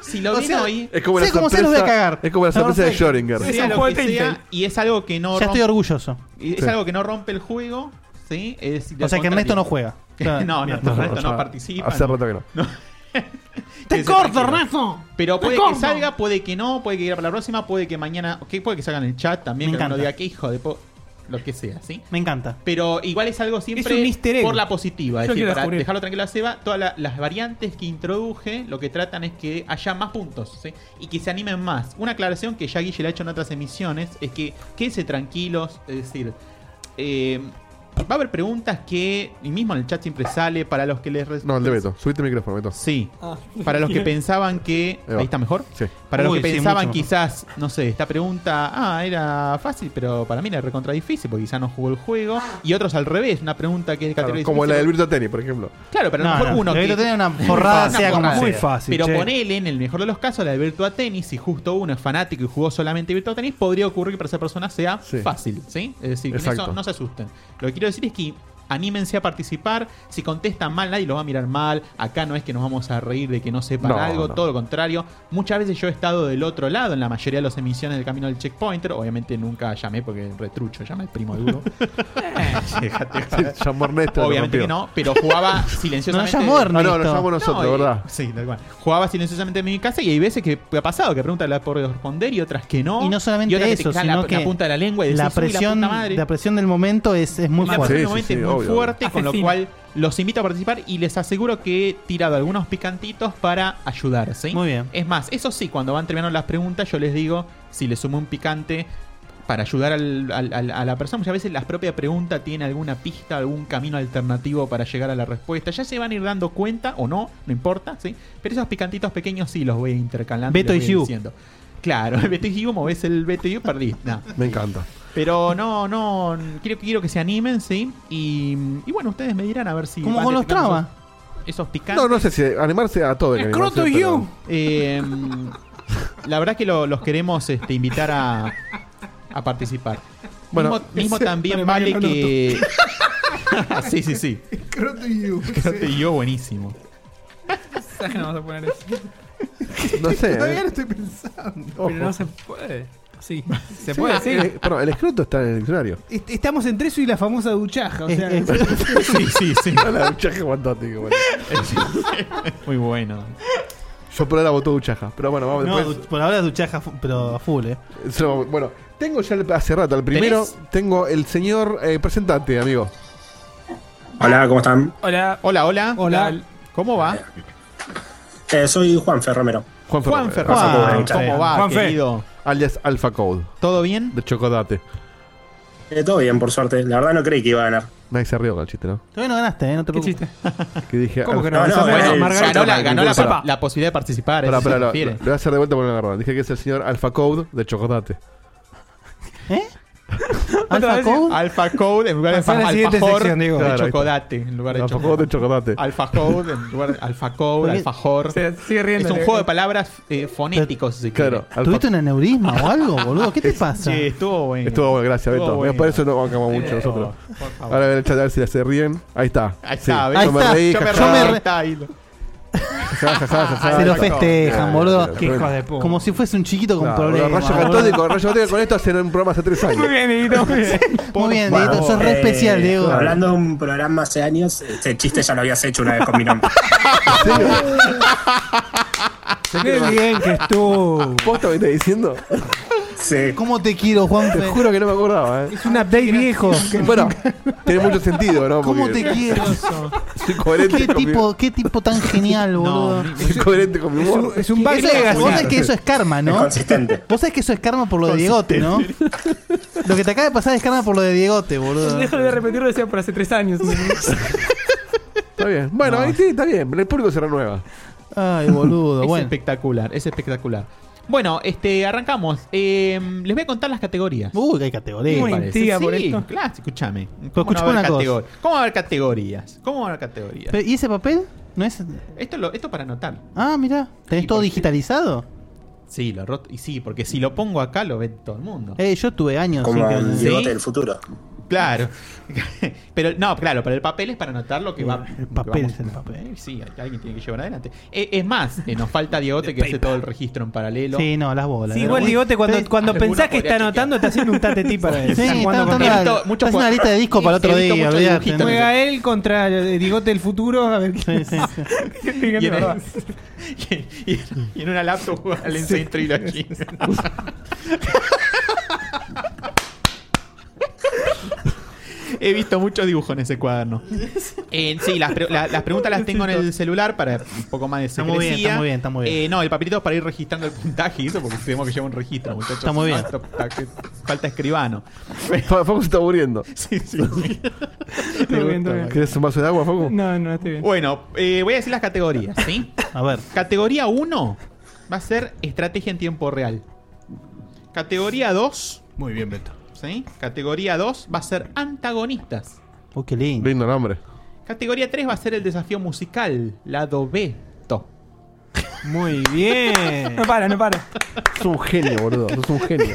Speaker 8: si lo
Speaker 4: O
Speaker 8: ven
Speaker 4: sea,
Speaker 8: hoy.
Speaker 3: es como la Sé como sé, los voy a sorpresa- cagar. es como la sorpresa de Schrödinger.
Speaker 8: Sea
Speaker 3: Es un
Speaker 8: lo
Speaker 3: juego
Speaker 8: que
Speaker 3: de
Speaker 8: sea,
Speaker 3: Tintel.
Speaker 8: y es algo que no.
Speaker 2: Ya estoy
Speaker 8: rompe-
Speaker 2: orgulloso.
Speaker 8: y Es
Speaker 2: Sí.
Speaker 8: algo que no rompe el juego. ¿sí? Es
Speaker 2: O sea que Ernesto no juega.
Speaker 8: no, no,
Speaker 2: Bien.
Speaker 8: Ernesto no participa.
Speaker 3: Hace
Speaker 8: no.
Speaker 3: rato que no.
Speaker 8: ¡Te
Speaker 4: corto, Ernesto!
Speaker 8: Pero
Speaker 4: ¡Te
Speaker 8: puede que
Speaker 4: corto!
Speaker 8: salga, puede que no, puede que ir para la próxima, puede que mañana. ok, puede que salga en el chat también,
Speaker 2: Me
Speaker 8: que no
Speaker 2: encanta.
Speaker 8: diga que hijo de po. Lo que sea, ¿sí?
Speaker 2: Me encanta.
Speaker 8: Pero igual es algo siempre
Speaker 2: Es un easter egg.
Speaker 8: por la positiva. Es
Speaker 2: Yo
Speaker 8: decir,
Speaker 2: quiero
Speaker 8: para
Speaker 2: descubrir.
Speaker 8: dejarlo tranquilo a Seba, todas la- las variantes que introduje lo que tratan es que haya más puntos ¿sí? y que se animen más. Una aclaración que ya Guille le ha hecho en otras emisiones es que quédense tranquilos, es decir, eh, va a haber preguntas que, y mismo en el chat siempre sale, para los que les... res-
Speaker 3: No, el de Beto. Subiste el micrófono, Beto.
Speaker 8: Sí. Para los que pensaban que...
Speaker 3: Ahí va.
Speaker 8: Ahí está mejor.
Speaker 3: Sí.
Speaker 8: Para los
Speaker 3: Uy,
Speaker 8: que
Speaker 3: sí,
Speaker 8: pensaban
Speaker 3: mucho mejor.
Speaker 8: quizás, no sé, esta pregunta, ah, era fácil, pero para mí era recontra difícil, porque quizás no jugó el juego. Y otros al revés, una pregunta que es de
Speaker 3: Claro,
Speaker 8: categoría
Speaker 3: como la del
Speaker 8: difícil.
Speaker 3: Virtua Tennis, por ejemplo.
Speaker 8: Claro, pero a lo
Speaker 3: No,
Speaker 8: mejor
Speaker 3: no,
Speaker 8: uno
Speaker 3: la
Speaker 8: que...
Speaker 3: Virtua Tennis era una forrada, sea como
Speaker 8: forrada.
Speaker 3: muy fácil,
Speaker 8: Pero
Speaker 3: che.
Speaker 8: ponele, en el mejor de los casos, la del Virtua Tennis, si justo uno es fanático y jugó solamente Virtua Tennis, podría ocurrir que para esa persona sea
Speaker 3: Sí.
Speaker 8: fácil, ¿sí? Es decir, con
Speaker 3: Exacto.
Speaker 8: eso no se asusten. Lo que quiero decir es que anímense a participar. Si contestan mal, nadie los va a mirar mal. Acá no es que nos vamos a reír de que no sepan
Speaker 3: No,
Speaker 8: algo,
Speaker 3: no.
Speaker 8: todo lo contrario. Muchas veces yo he estado del otro lado en la mayoría de las emisiones del camino del checkpointer. Obviamente nunca llamé porque retrucho, llama el primo de uno.
Speaker 3: Sí, llamó Ernesto, lo
Speaker 8: Obviamente
Speaker 3: rompió.
Speaker 8: que no, pero jugaba silenciosamente.
Speaker 3: No, llamó Ernesto. Ah, no, lo llamamos nosotros,
Speaker 8: eh,
Speaker 3: ¿verdad?
Speaker 8: Sí, tal cual. Jugaba silenciosamente en mi casa y hay veces que ha pasado que preguntas la por responder y otras que no.
Speaker 2: Y no solamente
Speaker 8: Y otras te
Speaker 2: eso,
Speaker 8: quedan
Speaker 2: sino
Speaker 8: la,
Speaker 2: que
Speaker 8: la punta de la lengua y decís,
Speaker 2: la
Speaker 8: "Uy, puta
Speaker 2: presión, la,
Speaker 8: madre".
Speaker 2: presión del momento es, es muy
Speaker 8: la
Speaker 2: fuerte.
Speaker 8: presión obviamente es muy fuerte, con lo cual los invito a participar y les aseguro que he tirado algunos picantitos para ayudar, ¿sí?
Speaker 2: Muy bien.
Speaker 8: Es más, eso sí, cuando van terminando las preguntas, yo les digo si les sumo un picante para ayudar al- al- al- a la persona. Muchas veces la propia pregunta tiene alguna pista, algún camino alternativo para llegar a la respuesta. Ya se van a ir dando cuenta o no, no importa, ¿sí? Pero esos picantitos pequeños sí los voy intercalando.
Speaker 2: Beto
Speaker 8: los
Speaker 2: y
Speaker 8: voy
Speaker 2: Hugh.
Speaker 8: diciendo. Claro, el Beto y Hugh, movés el Beto y Hugh, perdí. No.
Speaker 3: Me encanta.
Speaker 8: Pero no, no, quiero, quiero que se animen, ¿sí? Y, y bueno, ustedes me dirán a ver si...
Speaker 2: Como
Speaker 8: van
Speaker 2: con los
Speaker 8: detectando
Speaker 2: trabas.
Speaker 8: Esos, esos picantes.
Speaker 3: No, no sé si animarse a todo. hay que
Speaker 8: Escroto
Speaker 3: animarse, pero-
Speaker 8: you. Eh, la verdad que lo- los queremos este, invitar a, a participar.
Speaker 3: Bueno,
Speaker 8: mismo, mismo
Speaker 3: ese- para
Speaker 8: también vale
Speaker 3: Mariano
Speaker 8: que... sí, sí, sí. Escroto y yo buenísimo.
Speaker 7: no vamos a poner eso.
Speaker 3: No sé.
Speaker 7: Todavía
Speaker 3: eh.
Speaker 7: lo estoy pensando.
Speaker 3: Ojo.
Speaker 7: Pero no se puede. Sí.
Speaker 3: Sí,
Speaker 7: Se puede,
Speaker 3: eh,
Speaker 7: sí.
Speaker 3: eh, perdón, el escroto está en el diccionario.
Speaker 5: Est- Estamos entre eso y la famosa duchaja. O sea,
Speaker 8: Eh, sí, sí, sí.
Speaker 3: La duchaja fantástico, bueno.
Speaker 8: Muy bueno.
Speaker 3: Yo por ahora voto duchaja. Pero bueno, vamos
Speaker 2: No,
Speaker 3: después.
Speaker 2: du- por ahora duchaja, fu- pero a full, eh.
Speaker 3: So, Bueno, tengo ya el- hace rato. El primero, tengo el señor. eh, presentate, amigo.
Speaker 10: Hola, ¿cómo están?
Speaker 7: Hola.
Speaker 8: Hola, hola. Hola. ¿Cómo va?
Speaker 10: Eh, soy Juanfer Romero.
Speaker 3: Juan
Speaker 8: Juanfer, Romero, ¿cómo va, querido?
Speaker 3: Alias Alpha Code.
Speaker 8: ¿Todo bien?
Speaker 3: De Chocodate.
Speaker 10: Eh, todo bien, por suerte. La verdad no creí que iba a ganar.
Speaker 3: Nadie se rió con el chiste, ¿no?
Speaker 2: Todavía no ganaste, eh, no te preocupes.
Speaker 3: Que dije.
Speaker 2: ¿Cómo que no?
Speaker 3: Ah,
Speaker 2: Eso fue
Speaker 3: bueno,
Speaker 2: Margarita.
Speaker 8: Ganó la, ganó la,
Speaker 3: Pará,
Speaker 8: pa- la posibilidad de participar.
Speaker 3: pará,
Speaker 8: eso se
Speaker 3: pará, lo,
Speaker 8: refiere.
Speaker 3: lo voy a hacer de vuelta por una agarrada. Dije que es el señor Alpha Code de Chocodate.
Speaker 8: Alpha Code. Alpha Code en lugar de
Speaker 3: Pasá a la
Speaker 8: alfa-
Speaker 3: siguiente
Speaker 8: alfajor
Speaker 3: sección, Diego.
Speaker 8: de
Speaker 3: Claro, ahí
Speaker 8: chocolate. En lugar de
Speaker 3: Alfa Code de Chocodate.
Speaker 8: Alfa Code en lugar de alfa code, alfajor. es un juego de palabras eh, fonéticos. Si claro.
Speaker 2: ¿Tuviste un aneurisma o algo, boludo? ¿Qué te pasa?
Speaker 8: Sí, estuvo bueno.
Speaker 3: Estuvo bueno, gracias,
Speaker 8: Estuvo
Speaker 3: Beto.
Speaker 8: bueno.
Speaker 3: Por eso no bancamos mucho
Speaker 8: Eh,
Speaker 3: nosotros.
Speaker 8: por favor.
Speaker 3: Ahora voy a ver el chat a ver si se ríen. Ahí está.
Speaker 8: Ahí
Speaker 3: Sí,
Speaker 8: está,
Speaker 3: Yo me reí.
Speaker 8: Yo me
Speaker 3: jajaja.
Speaker 8: reí. Está ahí.
Speaker 2: Ah,
Speaker 3: Ah,
Speaker 2: Se lo festejan, boludo.
Speaker 3: Qué hijo de puta.
Speaker 2: Como si fuese un chiquito con
Speaker 3: Claro,
Speaker 2: problemas.
Speaker 3: Rayo
Speaker 2: boludo.
Speaker 3: Católico, Rayo Católico con esto hacen un programa hace tres años.
Speaker 2: Muy bien, Dieguito, muy bien. Muy bien, Dieguito,
Speaker 14: Bueno,
Speaker 2: sos re
Speaker 14: eh,
Speaker 2: especial, Diego.
Speaker 14: Hablando de un programa hace años, este chiste ya lo habías hecho una vez con mi nombre.
Speaker 3: Qué bien que estuvo. ¿Vos me estás diciendo?
Speaker 14: Sí.
Speaker 2: ¿Cómo te quiero, Juan?
Speaker 3: Te juro que no me acordaba, ¿eh?
Speaker 5: Es un update viejo.
Speaker 3: Bueno, tiene mucho sentido, ¿no?
Speaker 2: ¿Cómo
Speaker 3: Porque
Speaker 2: te quiero?
Speaker 3: Soy coherente
Speaker 2: ¿Qué
Speaker 3: con mi-
Speaker 2: tipo, qué tipo tan genial, boludo.
Speaker 3: soy coherente con mi humor.
Speaker 5: Es un
Speaker 2: Eso- Vos sabés que eso es karma, ¿no?
Speaker 3: Es consistente.
Speaker 2: Vos sabés que eso es karma por lo de Diegote, ¿no? Lo que te acaba de pasar es karma por lo de Diegote, boludo.
Speaker 7: Déjalo de repetirlo, decía por hace tres años.
Speaker 3: Está bien. Bueno, ahí sí, está bien. El público se renueva.
Speaker 2: Ay, boludo.
Speaker 8: es
Speaker 2: bueno.
Speaker 8: espectacular, es espectacular. Bueno, este, arrancamos. Eh, les voy a contar las categorías.
Speaker 2: Uy, que hay categorías.
Speaker 8: Una
Speaker 2: parece.
Speaker 8: intriga por
Speaker 2: Sí,
Speaker 8: esto. Claro, escúchame.
Speaker 2: Pero
Speaker 8: ¿Cómo no
Speaker 2: escuchame
Speaker 8: va a
Speaker 2: una
Speaker 8: haber
Speaker 2: cosa.
Speaker 8: categor- ¿Cómo va a haber categorías? ¿Cómo va a haber categorías?
Speaker 2: Pero, ¿Y ese papel? ¿No es?
Speaker 8: Esto, lo, esto para anotar.
Speaker 2: Ah, mira. ¿Tenés todo digitalizado?
Speaker 8: Sí, lo roto. Y sí, porque si lo pongo acá lo ve todo el mundo.
Speaker 2: Eh, yo tuve años.
Speaker 8: Como
Speaker 2: sin
Speaker 8: el
Speaker 2: que-
Speaker 8: Diegote
Speaker 2: ¿Sí?
Speaker 8: del
Speaker 14: futuro.
Speaker 8: Claro. Pero no, claro, pero el papel es para anotar lo que va. El
Speaker 2: papel es el papel.
Speaker 8: Sí, alguien tiene que llevar adelante. Eh, es más, eh, nos falta Diegote que hace todo el registro en paralelo.
Speaker 2: Sí, no, las bolas.
Speaker 8: Sí,
Speaker 2: Las
Speaker 8: igual
Speaker 2: bolas.
Speaker 8: Diegote cuando-
Speaker 2: Sí,
Speaker 8: cuando
Speaker 2: alguno
Speaker 8: pensás que
Speaker 2: podría
Speaker 8: está
Speaker 2: chequear.
Speaker 8: anotando, está haciendo un
Speaker 5: tate tipo de-
Speaker 2: Sí,
Speaker 5: están
Speaker 2: está
Speaker 5: jugando con-
Speaker 2: anotando la-
Speaker 5: He visto
Speaker 2: está
Speaker 5: muchos
Speaker 2: haciendo
Speaker 5: jue-
Speaker 2: una lista de disco para el otro
Speaker 5: he visto
Speaker 2: día,
Speaker 5: muchos
Speaker 2: olvídate.
Speaker 5: dibujitos. Juega él contra el Digote del futuro. A ver quién
Speaker 8: Y en, y en- y en una laptop juega al Insane Trilogy. He visto muchos dibujos en ese cuaderno. Eh, sí, las, pre- la- las preguntas las tengo en el celular para un poco más de
Speaker 2: Está muy bien,
Speaker 8: secrecía.
Speaker 2: está muy bien, está muy bien.
Speaker 8: Eh, no, el papelito es para ir registrando el puntaje y eso, porque tenemos que llevar un registro, muchachos.
Speaker 2: Está muy
Speaker 8: No,
Speaker 2: bien.
Speaker 8: esto está- que- falta escribano.
Speaker 3: Facu se está aburriendo.
Speaker 8: Sí, sí. sí.
Speaker 7: Estoy bien, estoy bien.
Speaker 3: ¿Quieres un vaso de agua, Facu?
Speaker 7: No, no, estoy bien.
Speaker 8: Bueno, eh, voy a decir las categorías, ¿sí?
Speaker 2: A ver.
Speaker 8: Categoría 1 va a ser estrategia en tiempo real. Categoría 2. Muy bien, Beto. ¿Sí? Categoría 2 va a ser antagonistas.
Speaker 2: Uy, Oh, qué lindo.
Speaker 3: Lindo nombre.
Speaker 8: Categoría 3 va a ser el desafío musical, lado B. Muy bien.
Speaker 7: No para, no para.
Speaker 3: Sos un genio, boludo. Sos un genio.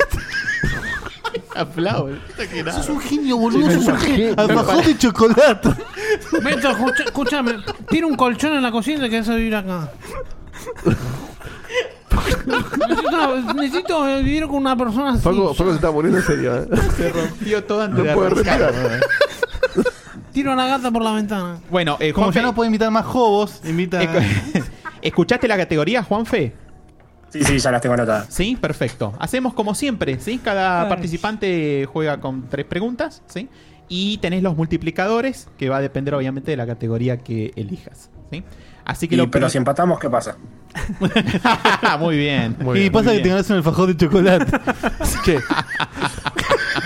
Speaker 8: Aplaudo.
Speaker 2: Sos un genio, boludo.
Speaker 3: Sí,
Speaker 2: Sos un
Speaker 3: sí,
Speaker 2: genio.
Speaker 3: sí.
Speaker 2: Alfajor de chocolate.
Speaker 5: Beto, escucha- escúchame. Tiene un colchón en la cocina que hace vivir acá. necesito, necesito, eh, vivir con una persona así.
Speaker 3: Facu, Facu se está muriendo en serio, ¿eh?
Speaker 8: Se rompió toda
Speaker 3: No puede respirar.
Speaker 5: Tiro a la gata por la ventana.
Speaker 8: Bueno, eh,
Speaker 5: Como
Speaker 8: Juanfe,
Speaker 5: ya no
Speaker 2: puede invitar más jobos, invita.
Speaker 8: escu- ¿Escuchaste la categoría, Juanfe?
Speaker 14: Sí, sí, ya las tengo anotadas.
Speaker 8: Sí, perfecto. Hacemos como siempre, ¿sí? Cada participante juega con tres preguntas, ¿sí? Y tenés los multiplicadores, que va a depender obviamente de la categoría que elijas, ¿sí? Así que
Speaker 14: Y,
Speaker 8: lo
Speaker 14: pero si empatamos, ¿qué pasa?
Speaker 8: muy bien.
Speaker 2: y pasa que te ganas un alfajor de chocolate.
Speaker 3: Che.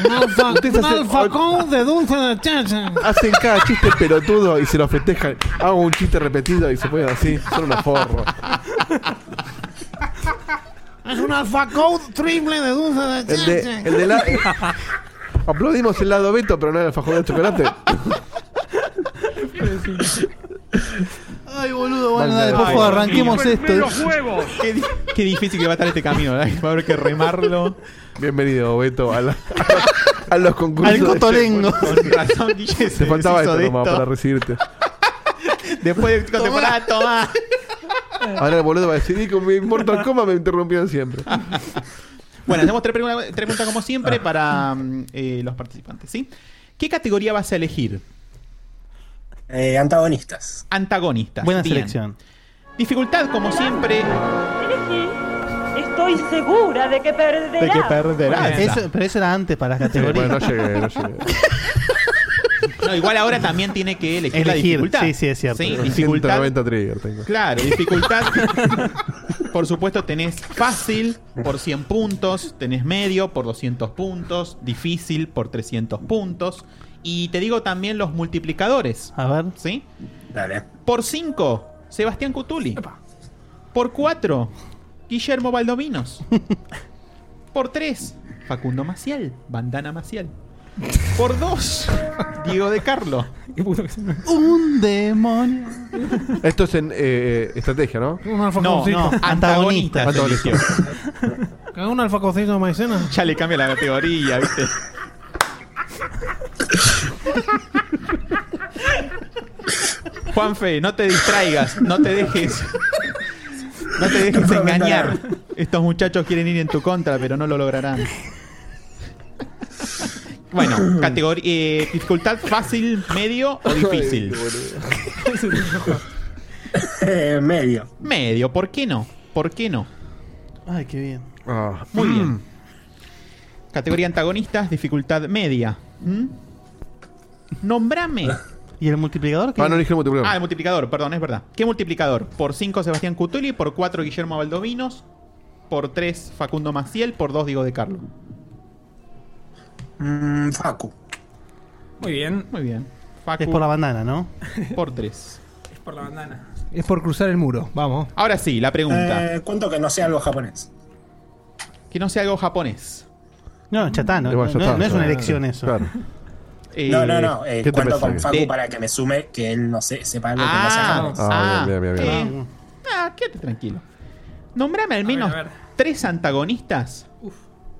Speaker 5: Un alfa-
Speaker 3: Ustedes
Speaker 5: un
Speaker 3: hacen-
Speaker 5: alfacón de dulce de chacha.
Speaker 3: Hacen cada chiste pelotudo y se lo festejan. Hago un chiste repetido y se ponen así. Son unos forros.
Speaker 5: Es un alfacón triple de dulce de
Speaker 3: El
Speaker 5: chacha.
Speaker 3: de, el de la... Aplaudimos el lado Beto, pero no el alfajor de chocolate.
Speaker 2: Ay, boludo, bueno, dale,
Speaker 8: Ay,
Speaker 2: por favor,
Speaker 8: Dios
Speaker 2: arranquemos este.
Speaker 8: mío.
Speaker 2: esto.
Speaker 8: Qué, di- qué difícil que va a estar este camino, ¿verdad? Va a haber que remarlo.
Speaker 3: Bienvenido, Beto, a, la- a los concursos.
Speaker 8: Al
Speaker 3: de
Speaker 8: cotolengo.
Speaker 3: Checkpoint.
Speaker 8: Con razón, Guille, se
Speaker 3: Te faltaba
Speaker 8: deshizo
Speaker 3: esto
Speaker 8: de
Speaker 3: nomás
Speaker 8: esto.
Speaker 3: para recibirte.
Speaker 8: Después de contemporáneo, toma.
Speaker 3: Ahora el boludo va a decir, y con mi Mortal Kombat me interrumpían siempre.
Speaker 8: Ah, Bueno, hacemos tres preguntas, tres preguntas como siempre para mm, eh, los participantes, ¿sí? ¿Qué categoría vas a elegir?
Speaker 14: antagonistas.
Speaker 8: Antagonistas.
Speaker 2: Buena
Speaker 8: bien.
Speaker 2: selección.
Speaker 8: Dificultad, como siempre.
Speaker 11: Estoy segura de que perderá.
Speaker 8: perderás.
Speaker 2: Eso- pero eso era antes para las categorías.
Speaker 8: Bueno, no llegué,
Speaker 3: no
Speaker 8: No, igual ahora también tiene que elegir, la
Speaker 2: Elegir,
Speaker 8: dificultad.
Speaker 2: sí, sí, es cierto.
Speaker 8: Sí, dificultad.
Speaker 3: 190 trigger tengo.
Speaker 8: Claro, dificultad. por supuesto, tenés fácil por 100 puntos, tenés medio por 200 puntos, difícil por 300 puntos. Y te digo también los multiplicadores.
Speaker 2: A ver.
Speaker 8: ¿Sí?
Speaker 14: Dale.
Speaker 8: Por 5, Sebastián Cutuli. Por 4, Guillermo Baldovinos. Por 3, Facundo Maciel, Bandana Maciel. Por 2, Diego de Carlo.
Speaker 2: Un demonio.
Speaker 3: Esto es en eh, estrategia, ¿no?
Speaker 5: Un alfaconcito.
Speaker 8: No, no, antagonistas.
Speaker 3: Antagonista.
Speaker 5: Cagó un alfacocito de maicena.
Speaker 8: Ya le cambia la categoría, ¿viste? Juanfe, no te distraigas, no te dejes. No te dejes engañar. Estos muchachos quieren ir en tu contra, pero no lo lograrán. Bueno, categoría, eh, dificultad fácil, medio o difícil.
Speaker 10: medio.
Speaker 8: Medio, ¿por qué no? ¿Por qué no?
Speaker 2: Ay, qué bien.
Speaker 8: Muy bien. Categoría antagonistas, dificultad media. ¿Mm? Nombrame.
Speaker 2: ¿Y el multiplicador?
Speaker 8: qué?
Speaker 3: Ah, no dije el multiplicador.
Speaker 8: Ah, el multiplicador, perdón, es verdad. ¿Qué multiplicador? Por 5 Sebastián Cutuli, por 4 Guillermo Baldovinos, por 3 Facundo Maciel, por 2 Diego de Carlo.
Speaker 10: Facu.
Speaker 7: Muy bien.
Speaker 8: Muy bien.
Speaker 2: Es por la bandana, ¿no?
Speaker 8: Por 3.
Speaker 7: Es por la bandana.
Speaker 8: Es por cruzar el muro, vamos. Ahora sí, la pregunta.
Speaker 10: Eh, ¿Cuánto que no sea algo japonés?
Speaker 8: Que no sea algo japonés.
Speaker 2: No, ya está, no,
Speaker 8: Igual ya
Speaker 2: no-
Speaker 8: está,
Speaker 2: no es una
Speaker 8: ya-
Speaker 2: elección eso.
Speaker 8: Eh,
Speaker 10: no, no, no. eh,
Speaker 8: ¿qué te
Speaker 10: ¿Cuánto
Speaker 8: pensás
Speaker 10: con
Speaker 8: que-
Speaker 10: Facu
Speaker 8: de-
Speaker 10: para que me sume que él no se, sepa algo que no sea
Speaker 8: Ah,
Speaker 10: japonés?
Speaker 8: ah,
Speaker 3: bien, bien, bien, bien.
Speaker 8: eh, ah, quédate tranquilo. Nombrame al menos tres antagonistas.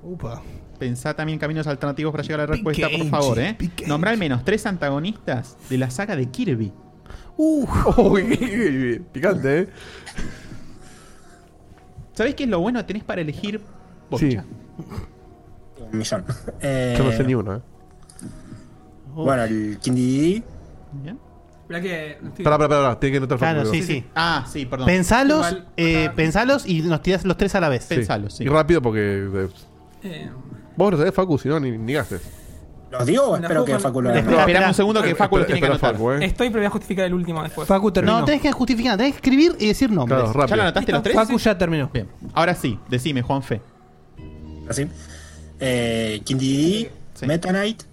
Speaker 5: Upa.
Speaker 8: Pensá también caminos alternativos para llegar a la respuesta, por
Speaker 5: Piquenchi,
Speaker 8: favor, ¿eh? Nombrá al menos tres antagonistas de la saga de Kirby.
Speaker 3: Uy, picante, ¿eh?
Speaker 8: ¿Sabés qué es lo bueno? Tenés para elegir
Speaker 3: Sí,
Speaker 8: bocha.
Speaker 10: Un millón. Eh,
Speaker 3: yo no sé ni uno, ¿eh?
Speaker 10: Bueno, el Kindidi.
Speaker 7: Mirá que.
Speaker 3: Pará, pará, pará, pará, tiene que anotar
Speaker 2: Claro,
Speaker 3: Facu,
Speaker 2: sí,
Speaker 3: creo.
Speaker 2: sí.
Speaker 8: Ah, sí, perdón.
Speaker 2: Pensalos, eh, pensalos y nos tirás los tres a la vez.
Speaker 3: Sí. Y rápido porque. eh,
Speaker 7: Eh,
Speaker 3: Vos no sabés, Facu, si no, ni, ni gastes.
Speaker 10: ¿Los digo o espero que Facu lo haga?
Speaker 8: eh.
Speaker 7: Estoy, pero voy a justificar el último después.
Speaker 2: No, tenés que justificar, tenés que escribir y decir nombres.
Speaker 8: Claro, rápido. ¿Ya lo anotaste los tres? Facu
Speaker 2: ya terminó.
Speaker 8: Bien. Ahora sí, decime, Juanfe.
Speaker 10: Así. Eh, Kindidi, Meta Knight.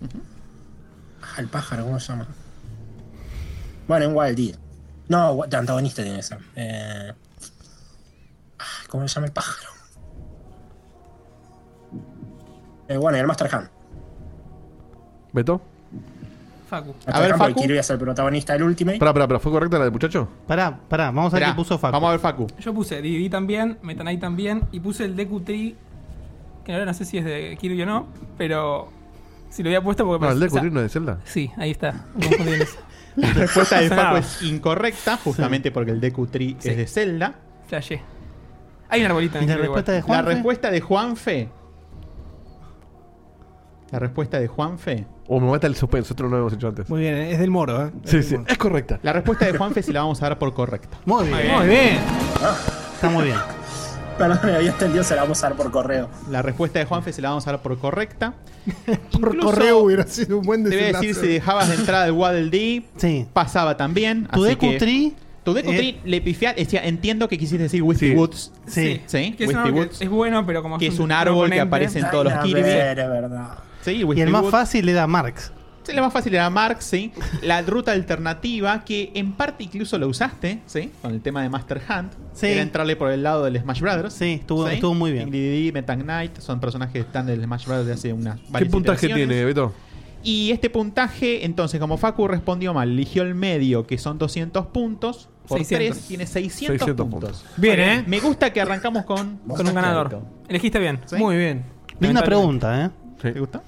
Speaker 10: Ah, el pájaro, ¿cómo se llama? Bueno, en Wild Deer. No, wa- de antagonista tiene que ser. Eh, ah, ¿Cómo se llama el pájaro? Eh, bueno, y el Master Hand.
Speaker 3: ¿Beto?
Speaker 7: Facu.
Speaker 10: Master Hand, porque Kirby es el protagonista del Ultimate.
Speaker 3: Pará, pará, pará, ¿fue correcta la del muchacho?
Speaker 2: Pará, pará, vamos
Speaker 3: a ver Pará, qué
Speaker 2: puso Facu.
Speaker 8: Vamos a ver Facu.
Speaker 7: Yo puse DVD también, Meta Knight también, y puse el Deku Tree, que ahora no sé si es de Kirby o no, pero si lo había puesto porque...
Speaker 3: No, el de
Speaker 7: o sea,
Speaker 3: Curry no es de Zelda.
Speaker 7: Sí, ahí está. confundí en eso.
Speaker 8: La respuesta de Facu
Speaker 7: Sonaba.
Speaker 8: es incorrecta, justamente porque el Deku Tree es de Zelda.
Speaker 7: Flashé. Hay un arbolito en el Kirby igual.
Speaker 8: La respuesta de Juanfe. La respuesta de Juanfe.
Speaker 3: O me mata el suspenso, esto no lo habíamos hecho antes.
Speaker 5: Muy bien, es del moro, ¿eh?
Speaker 3: Sí, sí, es correcta.
Speaker 8: La respuesta de Juanfe se la vamos a dar por correcta.
Speaker 2: Muy
Speaker 8: bien.
Speaker 5: Muy bien.
Speaker 10: Ah.
Speaker 2: Está muy bien.
Speaker 10: Perdón, me había extendido, se la vamos a dar por correo.
Speaker 8: La respuesta de Juanfe se la vamos a dar por correcta.
Speaker 5: Por correo hubiera sido un buen
Speaker 8: Te voy a
Speaker 5: desenlace.
Speaker 8: decir si dejabas de entrada el Waddle Dee. Pasaba también.
Speaker 2: Tu
Speaker 8: así
Speaker 2: Deku
Speaker 8: que-
Speaker 2: Tree,
Speaker 8: Tu Deku
Speaker 2: eh,
Speaker 8: Tree le pifia. decía, entiendo que quisiste decir Wisty Woods.
Speaker 2: Sí.
Speaker 8: Sí.
Speaker 7: Que es, un
Speaker 8: Wisty
Speaker 7: árbol
Speaker 8: Woods.
Speaker 7: que es bueno, pero como
Speaker 8: Que es un árbol que aparece en todos los Kirby. Sí,
Speaker 2: Y el más
Speaker 8: Woods.
Speaker 2: fácil era Marx.
Speaker 8: Sí, la más fácil era Mark, sí. La ruta alternativa, que en parte incluso lo usaste, sí, con el tema de Master Hunt.
Speaker 2: Sí.
Speaker 8: Era entrarle por el lado del Smash Brothers. Sí,
Speaker 2: estuvo- estuvo muy bien.
Speaker 8: Ingrid Metal Knight son personajes que están del Smash Brothers de hace unas
Speaker 3: ¿Qué
Speaker 8: varias
Speaker 3: puntaje
Speaker 8: iteraciones.
Speaker 3: tiene, Beto?
Speaker 8: Y este puntaje, entonces, como Facu respondió mal, eligió el medio, que son 200 puntos. Por
Speaker 7: 600.
Speaker 8: 3 tiene 600,
Speaker 3: 600
Speaker 8: puntos.
Speaker 3: puntos.
Speaker 7: Bien, ¿eh?
Speaker 8: Me gusta que arrancamos con,
Speaker 7: Con un ganador.
Speaker 8: Clarito.
Speaker 7: Elegiste bien.
Speaker 8: ¿Sí?
Speaker 7: Muy bien.
Speaker 2: Linda pregunta, ¿eh?
Speaker 8: ¿Te gusta?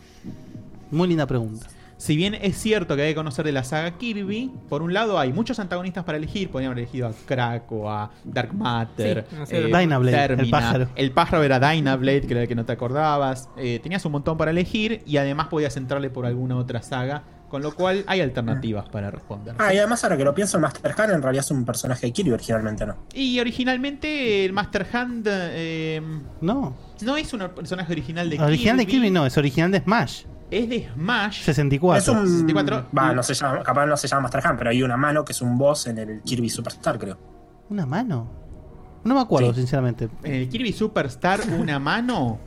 Speaker 2: Muy linda pregunta.
Speaker 8: Si bien es cierto que hay que conocer de la saga Kirby, por un lado hay muchos antagonistas para elegir. Podrían haber elegido a Crack o a Dark Matter. eh,
Speaker 2: Sí, no sé. Dynablade, el pájaro.
Speaker 8: El pájaro era Dynablade, que era el que no te acordabas. Eh, tenías un montón para elegir y además podías entrarle por alguna otra saga. Con lo cual hay alternativas para responder.
Speaker 10: Ah, y además ahora que lo pienso, el Master Hand en realidad es un personaje de Kirby, originalmente no.
Speaker 8: Y originalmente el Master Hand eh,
Speaker 2: No.
Speaker 8: no es un personaje original de Kirby.
Speaker 2: Original de Kirby no, es original de Smash.
Speaker 8: Es de Smash.
Speaker 2: 64.
Speaker 10: Es un. Va, no se llama, capaz no se llama Master Hand, pero hay una mano que es un boss en el Kirby Superstar, creo.
Speaker 2: ¿Una mano? No me acuerdo, sinceramente.
Speaker 8: En el Kirby Superstar, una mano.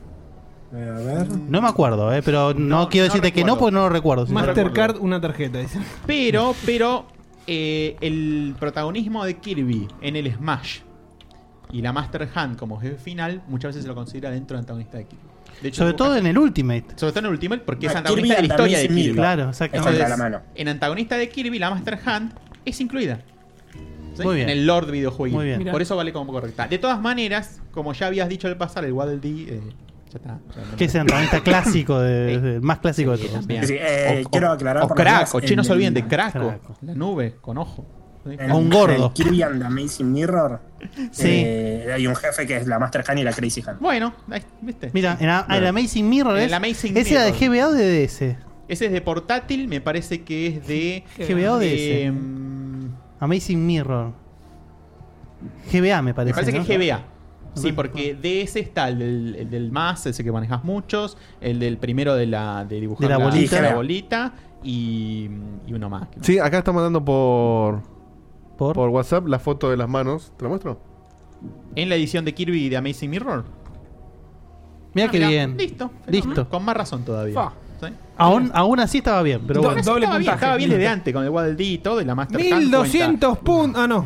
Speaker 10: Eh, a ver.
Speaker 2: No me acuerdo, eh, pero no, quiero
Speaker 8: Mm. no
Speaker 2: decirte que no
Speaker 8: recuerdo.
Speaker 2: porque no lo recuerdo. sinceramente.
Speaker 5: Mastercard, una tarjeta. dice.
Speaker 8: Pero, pero, eh, el protagonismo de Kirby en el Smash y la Master Hand como jefe final, muchas veces se lo considera dentro del antagonista de Kirby. De hecho,
Speaker 2: Sobre
Speaker 8: tuvo
Speaker 2: todo en el Ultimate.
Speaker 8: sobre todo en el Ultimate, porque es
Speaker 2: Ah,
Speaker 8: antagonista de
Speaker 2: Kirby
Speaker 8: la historia de
Speaker 2: también se
Speaker 8: Kirby.
Speaker 2: mira. Claro, exactamente.
Speaker 8: Entonces,
Speaker 2: Está en la mano.
Speaker 8: En antagonista de Kirby, la Master Hand es incluida. ¿Sí?
Speaker 2: Muy bien.
Speaker 8: En el Lord videojuego.
Speaker 2: Muy bien. Mirá.
Speaker 8: Por eso vale como correcta. De todas maneras, como ya habías dicho al pasar, el Waddle Dee. eh, ya está.
Speaker 2: Que es el antagonista clásico, de, de- más clásico de todos.
Speaker 8: Bien.
Speaker 10: Sí, sí, eh,
Speaker 8: O- o-
Speaker 10: quiero aclarar
Speaker 8: O
Speaker 10: por las
Speaker 8: Craco,
Speaker 10: dudas,
Speaker 8: che, no se
Speaker 10: el-
Speaker 8: olviden de Craco. La nube, con ojo.
Speaker 10: En-
Speaker 2: O un gordo.
Speaker 10: En Kirby and the Amazing Mirror.
Speaker 2: Sí.
Speaker 10: eh, hay un jefe que es la Master Han y la Crazy Han.
Speaker 8: Bueno, ahí, ¿viste?
Speaker 2: Mira, en a- el Amazing Mirror
Speaker 8: El
Speaker 2: es.
Speaker 8: Amazing
Speaker 2: ¿Ese era de
Speaker 8: Mirror.
Speaker 2: GBA o de DS?
Speaker 8: Ese es de portátil, me parece que es de.
Speaker 2: GBA o DS.
Speaker 8: eh,
Speaker 2: Amazing Mirror. GBA me parece.
Speaker 8: Me parece
Speaker 2: ¿no?
Speaker 8: que es GBA. Sí, porque DS está el del, el del más, ese que manejas muchos, el del primero de la de dibujar
Speaker 2: De la bolita.
Speaker 8: la bolita, y, y uno más.
Speaker 3: Sí, acá está mandando por, por WhatsApp la foto de las manos. ¿Te la muestro?
Speaker 8: En la edición de Kirby de Amazing Mirror.
Speaker 2: Mira
Speaker 8: Ah,
Speaker 2: qué
Speaker 8: mirá,
Speaker 2: bien.
Speaker 8: Listo.
Speaker 2: Listo.
Speaker 8: Con más razón todavía.
Speaker 2: Fa.
Speaker 8: ¿Sí?
Speaker 2: Aún, aún así estaba bien, pero
Speaker 8: Do-
Speaker 2: bueno.
Speaker 8: estaba bien, estaba bien desde antes con el Waddle Dee y todo de la Master Hand, cuenta.
Speaker 5: 1200 puntos. Ah, no.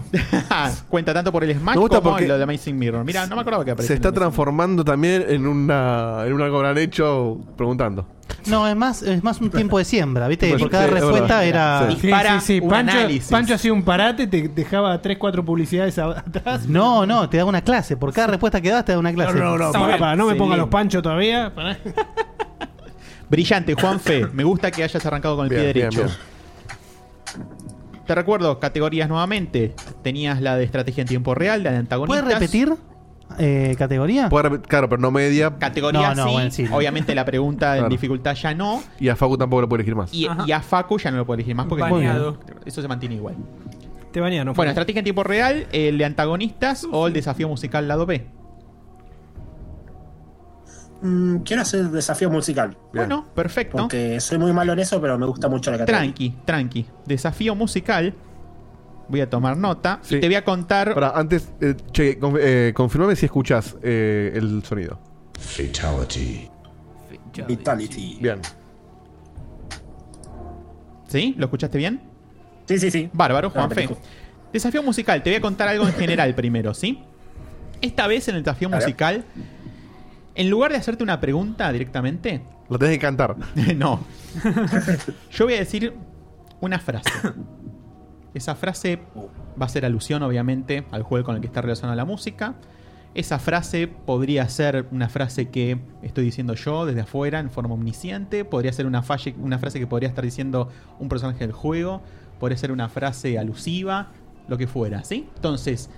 Speaker 8: cuenta tanto por el Smash
Speaker 3: Me gusta
Speaker 8: como
Speaker 3: porque-
Speaker 8: lo de Amazing Mirror. Mira, no me acordaba que
Speaker 3: Se
Speaker 8: aparecía.
Speaker 3: está transformando también en una en un algo gran hecho preguntando.
Speaker 2: No, es más, es más un tiempo de siembra, ¿viste? Por
Speaker 3: Bueno,
Speaker 2: cada
Speaker 3: sí, es
Speaker 2: respuesta
Speaker 3: verdad.
Speaker 2: era.
Speaker 3: Sí, Dispara
Speaker 5: Sí, sí,
Speaker 2: un
Speaker 5: Pancho,
Speaker 2: análisis.
Speaker 5: Pancho hacía un parate, te dejaba 3, 4 publicidades a- atrás.
Speaker 2: No, no, te da una clase. Por cada respuesta que das, te da una clase.
Speaker 5: No, no, no, pará, pará, no me ponga los
Speaker 8: panchos todavía. Brillante, Juanfe. Me gusta que hayas arrancado con el
Speaker 3: Bien,
Speaker 8: pie
Speaker 3: bien,
Speaker 8: derecho. Te recuerdo, categorías nuevamente. Tenías la de estrategia en tiempo real, la de antagonistas.
Speaker 2: ¿Puedes repetir eh, categoría?
Speaker 3: Claro, pero no media.
Speaker 8: Categoría
Speaker 2: No, no,
Speaker 8: sí.
Speaker 2: bueno, sí.
Speaker 8: Obviamente la pregunta en
Speaker 3: Claro.
Speaker 8: dificultad ya no.
Speaker 3: Y a Facu tampoco lo puede elegir más.
Speaker 8: Y, y a Facu ya no lo puedo elegir más Ah, porque
Speaker 3: Baneado.
Speaker 8: eso se mantiene igual.
Speaker 5: Te bañaron.
Speaker 8: Bueno, estrategia en tiempo real, el de antagonistas o el desafío musical lado B.
Speaker 10: Mm, quiero hacer desafío musical.
Speaker 8: Bueno, perfecto.
Speaker 10: Porque soy muy malo en eso, pero me gusta mucho la categoría.
Speaker 8: Tranqui, tranqui. Desafío musical. Voy a tomar nota.
Speaker 3: Sí.
Speaker 8: Y te voy a contar.
Speaker 3: Pará, antes, eh, che, conf- eh, confirmame si escuchás eh, el sonido. Fatality.
Speaker 10: Vitality.
Speaker 3: Bien.
Speaker 8: ¿Sí? ¿Lo escuchaste bien?
Speaker 10: Sí, sí, sí.
Speaker 8: Bárbaro,
Speaker 10: Claro,
Speaker 8: Juanfe.
Speaker 10: perfecto.
Speaker 8: Desafío musical, te voy a contar algo en general primero, ¿sí? Esta vez en el desafío
Speaker 3: A ver.
Speaker 8: musical, en lugar de hacerte una pregunta directamente.
Speaker 3: Lo tenés que cantar.
Speaker 8: no. Yo voy a decir una frase. Esa frase va a ser alusión, obviamente, al juego con el que está relacionada la música. Esa frase podría ser una frase que estoy diciendo yo desde afuera en forma omnisciente. Podría ser una, falle- una frase que podría estar diciendo un personaje del juego. Podría ser una frase alusiva, lo que fuera, ¿sí? Entonces,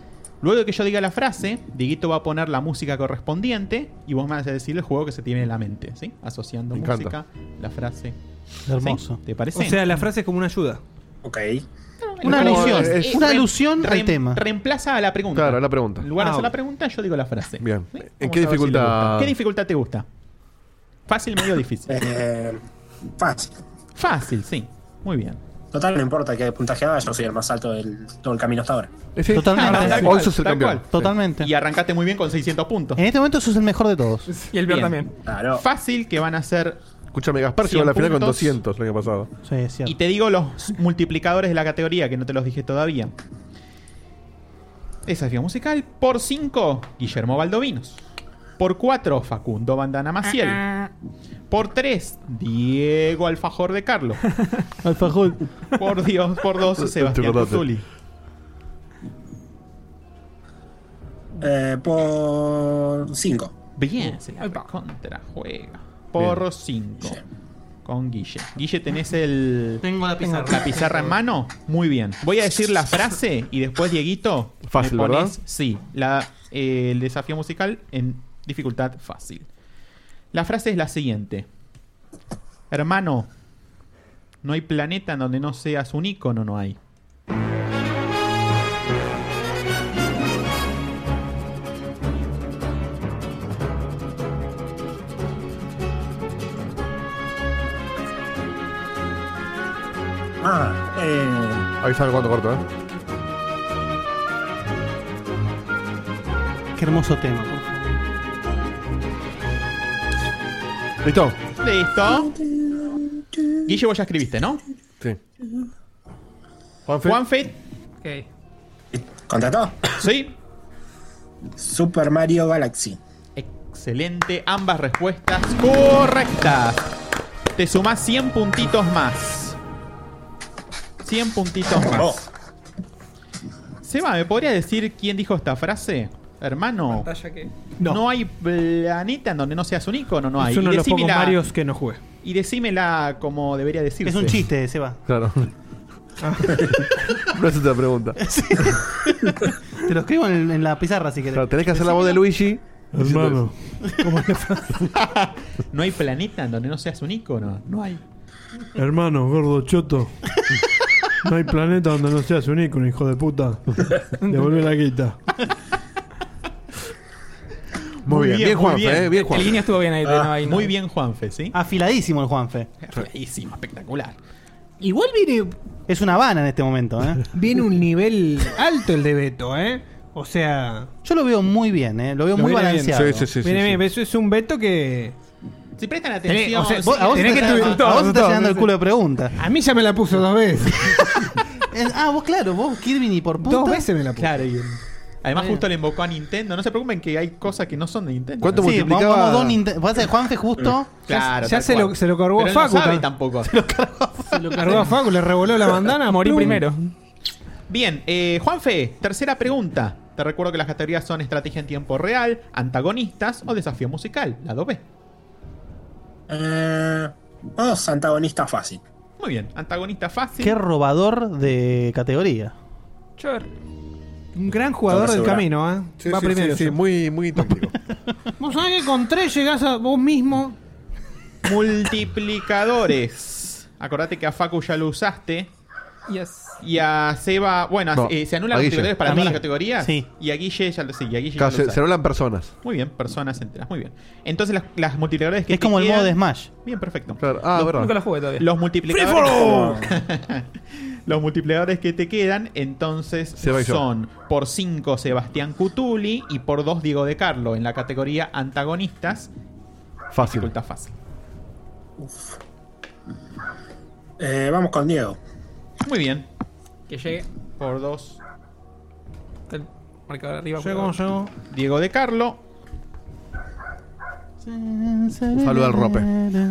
Speaker 8: luego de que yo diga la frase, Dieguito va a poner la música correspondiente y vos me vas a decir el juego que se tiene en la mente, ¿sí? Asociando
Speaker 5: Me
Speaker 8: música,
Speaker 5: encanta.
Speaker 8: la frase.
Speaker 2: Hermoso.
Speaker 8: ¿Sí? ¿Te parece?
Speaker 5: O sea, la frase es como una ayuda.
Speaker 10: Ok.
Speaker 2: Una
Speaker 8: Como-
Speaker 2: alusión.
Speaker 8: es-
Speaker 2: una
Speaker 8: re-
Speaker 2: alusión al
Speaker 8: reem-
Speaker 2: tema.
Speaker 8: Reemplaza a la pregunta.
Speaker 3: Claro, la pregunta.
Speaker 8: En lugar de
Speaker 3: Ah,
Speaker 8: hacer la
Speaker 3: ok.
Speaker 8: pregunta, yo digo la frase.
Speaker 3: Bien.
Speaker 8: ¿Sí?
Speaker 3: ¿En
Speaker 8: Vamos
Speaker 3: qué
Speaker 8: a ver si le gusta.
Speaker 3: dificultad?
Speaker 8: ¿Qué dificultad te gusta? ¿Fácil, medio difícil?
Speaker 10: Eh, fácil.
Speaker 8: Fácil, sí. Muy bien.
Speaker 10: Total, no importa que puntaje haga, yo soy el más alto del todo el camino hasta ahora.
Speaker 8: Ah, tal
Speaker 3: Oh,
Speaker 8: cual, tal cual.
Speaker 2: Totalmente.
Speaker 8: Y arrancaste muy bien con 600 puntos.
Speaker 2: En este momento sos el mejor de todos.
Speaker 8: Y el peor también. Fácil que van a ser.
Speaker 3: Escúchame, Gaspar llegó a la final con 200 el año pasado.
Speaker 2: Sí, es cierto.
Speaker 8: Y te digo los multiplicadores de la categoría, que no te los dije todavía. Desafío musical. Por 5, Guillermo Baldovinos. Por 4, Facundo Bandana
Speaker 2: Ah,
Speaker 8: Maciel. Por 3, Diego Alfajor de Carlos.
Speaker 2: Alfajor.
Speaker 8: Por Dios, por 2,
Speaker 2: Este
Speaker 8: Sebastián
Speaker 3: Chocolate.
Speaker 8: Cutuli.
Speaker 10: Eh, por 5.
Speaker 8: Bien, se la contra juega. Por 5. Con Guille. Guille, ¿tenés el.
Speaker 2: Tengo la pizarra.
Speaker 8: La pizarra en mano. Muy bien. Voy a decir la frase y después, Dieguito. me
Speaker 3: Fácil,
Speaker 8: pones-
Speaker 3: ¿verdad?
Speaker 8: Sí. la- eh, el desafío musical en dificultad fácil. La frase es la siguiente: Hermano, no hay planeta en donde no seas un ícono, no hay.
Speaker 10: Ah, eh.
Speaker 3: Avisame cuánto corto, ¿eh?
Speaker 2: Qué hermoso tema.
Speaker 3: Listo.
Speaker 8: Listo. Guille, vos ya escribiste, ¿no?
Speaker 3: Sí.
Speaker 8: Juanfe.
Speaker 10: ¿Contrató?
Speaker 8: Sí.
Speaker 10: Super Mario Galaxy.
Speaker 8: Excelente, ambas respuestas correctas. Te sumás 100 puntitos más. 100 puntitos
Speaker 3: Oh.
Speaker 8: más. Seba, ¿me podría decir quién dijo esta frase? Hermano, no. hay planeta en donde no seas un icono, no hay.
Speaker 5: es uno de los pocos
Speaker 8: decímela-
Speaker 5: Marios que no jugué.
Speaker 8: y decímela como debería decirse.
Speaker 2: Es un chiste, Seba.
Speaker 3: Claro. No es otra pregunta.
Speaker 2: Te lo escribo en, en la pizarra si querés.
Speaker 3: Claro, tenés que hacer la voz de Luigi.
Speaker 2: Hermano.
Speaker 8: no hay planeta en donde no seas un icono. No hay.
Speaker 9: Hermano, gordo choto. No hay planeta donde no seas un ícono, hijo de puta. Devolve la guita.
Speaker 3: Muy bien, bien, Juanfe, eh, bien Juanfe.
Speaker 8: Ah, muy bien, Juanfe, ¿sí?
Speaker 2: Afiladísimo el Juanfe.
Speaker 8: Afiladísimo, espectacular.
Speaker 5: Igual viene,
Speaker 2: Es una habana en este momento, ¿eh?
Speaker 5: viene un nivel alto el de Beto, ¿eh? O sea.
Speaker 2: Yo lo veo muy bien, ¿eh? Lo veo muy
Speaker 5: viene bien.
Speaker 2: balanceado.
Speaker 5: Viene bien, eso es un Beto que.
Speaker 8: Si prestan
Speaker 5: Tenés-
Speaker 8: atención.
Speaker 5: o sea,
Speaker 8: sí,
Speaker 5: vos- a vos
Speaker 8: tenés
Speaker 5: te
Speaker 8: que
Speaker 5: está- a vos
Speaker 8: estudiar
Speaker 5: te
Speaker 8: todo,
Speaker 5: está
Speaker 8: todo,
Speaker 5: llenando
Speaker 8: sí,
Speaker 5: el
Speaker 8: sí.
Speaker 5: culo
Speaker 2: de preguntas.
Speaker 5: A mí ya me la puso dos veces.
Speaker 2: Eh, Ah, vos, claro, vos, Kirby ni por punto.
Speaker 8: Dos veces me la puso. Claro, y Además,
Speaker 2: Bueno.
Speaker 8: justo le invocó a Nintendo. No se preocupen que hay cosas que no son de Nintendo.
Speaker 2: ¿Cuánto Sí, multiplicaba? vamos dos Ninte- pasa que Juanfe justo-
Speaker 8: Claro,
Speaker 5: ya
Speaker 8: tal
Speaker 5: se
Speaker 8: cual.
Speaker 5: lo- se lo cargó
Speaker 8: Pero
Speaker 5: a
Speaker 8: él no
Speaker 5: Facu
Speaker 8: sabe
Speaker 5: tam-
Speaker 8: tampoco.
Speaker 5: Se lo cargó a Facu, le revoló la bandana.
Speaker 8: Morí
Speaker 5: plum.
Speaker 8: primero. Bien, eh, Juanfe, tercera pregunta. Te recuerdo que las categorías son estrategia en tiempo real, antagonistas o desafío musical, lado B.
Speaker 10: Eh, vamos, antagonista fácil.
Speaker 8: Muy bien, antagonista fácil.
Speaker 2: Qué robador de categoría.
Speaker 5: er- Un gran jugador del camino, ¿eh? Va primero.
Speaker 3: Sí, muy, muy táctico.
Speaker 5: Vos sabés que con tres llegás a vos mismo.
Speaker 8: Multiplicadores. Acordate que a Facu ya lo usaste. Y a Seba. Bueno,
Speaker 3: No,
Speaker 8: eh, se anulan
Speaker 3: a
Speaker 8: los
Speaker 3: Guille.
Speaker 8: multiplicadores para
Speaker 3: A
Speaker 8: todas
Speaker 3: mí.
Speaker 8: las categorías.
Speaker 3: Sí.
Speaker 8: Y a Guille ya lo sí, y a Guille ya
Speaker 3: Claro,
Speaker 8: lo
Speaker 3: se,
Speaker 8: usaste.
Speaker 3: se hablan personas.
Speaker 8: Muy bien, personas enteras. Muy bien. Entonces las, las multiplicadores que
Speaker 3: Es como el modo de
Speaker 2: Smash.
Speaker 8: Bien, perfecto.
Speaker 3: ah,
Speaker 8: Los-
Speaker 3: verdad. Nunca la jugué
Speaker 7: todavía.
Speaker 8: Los multiplicadores.
Speaker 3: Free
Speaker 8: los multiplicadores que te quedan, entonces
Speaker 3: Seba y yo.
Speaker 8: son por 5 Sebastián Cutuli y por 2 Diego de Carlo en la categoría antagonistas.
Speaker 3: Fácil.
Speaker 8: Dificultad fácil.
Speaker 10: Eh, vamos con Diego.
Speaker 8: Muy bien.
Speaker 7: Que llegue.
Speaker 8: Por 2.
Speaker 7: El marcador arriba.
Speaker 8: Llego, llego. Diego de Carlo.
Speaker 2: Saludo
Speaker 8: al Rope.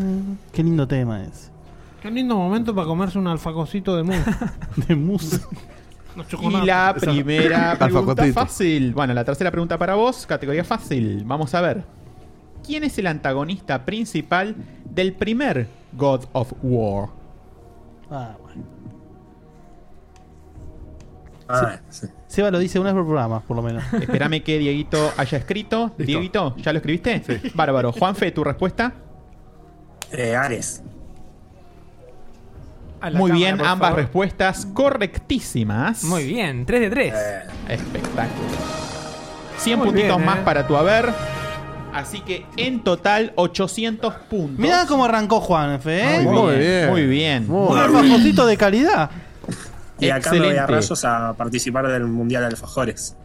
Speaker 2: Qué lindo tema es.
Speaker 5: Qué lindo momento para comerse un alfacocito de mousse.
Speaker 8: este
Speaker 2: de mousse.
Speaker 8: Y la primera pregunta
Speaker 5: Alfacotito.
Speaker 8: fácil. Bueno, la tercera pregunta para vos, categoría fácil. Vamos a ver. ¿Quién es el antagonista principal del primer God of War?
Speaker 2: Ah, bueno.
Speaker 10: Ah,
Speaker 2: Seba lo dice una vez por programa, por lo menos.
Speaker 8: Espérame que Dieguito haya escrito. Dieguito, ¿ya lo escribiste? Bárbaro. Juanfe, ¿tu respuesta?
Speaker 10: Eh, Ares.
Speaker 7: A la
Speaker 8: Muy
Speaker 7: cámara,
Speaker 8: bien,
Speaker 7: por
Speaker 8: ambas
Speaker 7: favor.
Speaker 8: respuestas correctísimas.
Speaker 7: Muy bien, 3 de 3.
Speaker 8: Espectáculo. 100
Speaker 7: Muy
Speaker 8: puntitos
Speaker 7: bien,
Speaker 8: más
Speaker 7: eh.
Speaker 8: para tu haber. Así que en total 800 puntos.
Speaker 2: Mirá cómo arrancó Juanfe, ¿eh?
Speaker 8: Ah, Muy bien. Muy bien.
Speaker 2: Un alfajorcito de calidad.
Speaker 10: Y acá me voy a
Speaker 2: Excelente.
Speaker 10: rayos a participar del Mundial de Alfajores.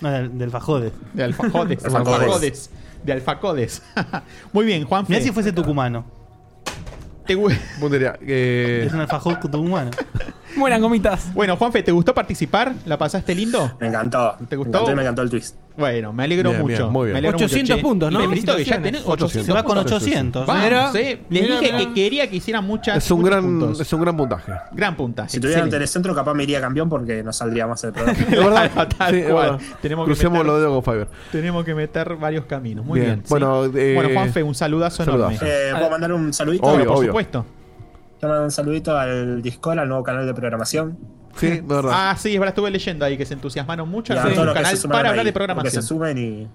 Speaker 2: No, del, del Fajodes.
Speaker 8: De Alfajodes.
Speaker 10: Alfajodes.
Speaker 8: Alfajodes. De Alfacodes. Muy bien, Juan.
Speaker 2: Mirá si fuese tucumano.
Speaker 8: Te
Speaker 3: Eh,
Speaker 8: Eh.
Speaker 2: Es un alfajor tucumano.
Speaker 7: Buenas gomitas.
Speaker 8: Bueno, Juanfe, ¿te gustó participar? ¿La pasaste lindo?
Speaker 10: Me encantó.
Speaker 8: ¿Te
Speaker 10: Me
Speaker 8: gustó?
Speaker 10: encantó y me encantó el twist.
Speaker 8: Bueno, me alegro
Speaker 10: Bien,
Speaker 8: mucho.
Speaker 10: bien, muy bien.
Speaker 8: Me alegro
Speaker 10: 800
Speaker 8: che.
Speaker 10: puntos, ¿no?
Speaker 8: Y Felicito que ya tenés
Speaker 10: Felicitaciones.
Speaker 8: 800.
Speaker 10: Se va con
Speaker 8: puntos.
Speaker 10: 800.
Speaker 8: Vamos,
Speaker 10: Mira,
Speaker 8: eh. Les
Speaker 10: mira,
Speaker 8: dije
Speaker 10: mira.
Speaker 8: que quería que hicieran muchas
Speaker 3: Es un
Speaker 8: muchos
Speaker 3: gran,
Speaker 8: puntos.
Speaker 3: es un gran puntaje.
Speaker 8: Gran puntaje.
Speaker 10: Si tuviera un
Speaker 8: excelente.
Speaker 10: telecentro, capaz me iría campeón porque no saldría más el programa.
Speaker 3: Es verdad.
Speaker 8: Tal
Speaker 3: Sí, es
Speaker 8: cual.
Speaker 3: verdad.
Speaker 8: Tenemos que
Speaker 3: Crucemos
Speaker 8: meter-
Speaker 3: los dedos con Fiverr.
Speaker 8: Tenemos que meter varios caminos. Muy
Speaker 3: Bien.
Speaker 8: bien.
Speaker 3: Bueno, eh,
Speaker 8: bueno, Juanfe, un saludazo,
Speaker 3: saludazo.
Speaker 8: enorme.
Speaker 10: Eh, ¿Puedo mandar un saludito?
Speaker 8: Obvio, Claro, por obvio. supuesto.
Speaker 10: Quiero mandar un saludito al Discord, al nuevo canal de programación.
Speaker 3: Sí, verdad.
Speaker 8: Ah, sí, es verdad, estuve leyendo ahí que se entusiasmaron mucho
Speaker 10: Y a
Speaker 8: en
Speaker 10: todos
Speaker 8: su
Speaker 10: los que
Speaker 8: canal
Speaker 10: se sumaron
Speaker 8: para hablar
Speaker 10: ahí,
Speaker 8: de
Speaker 10: los Que
Speaker 8: programación.
Speaker 10: se sumen y.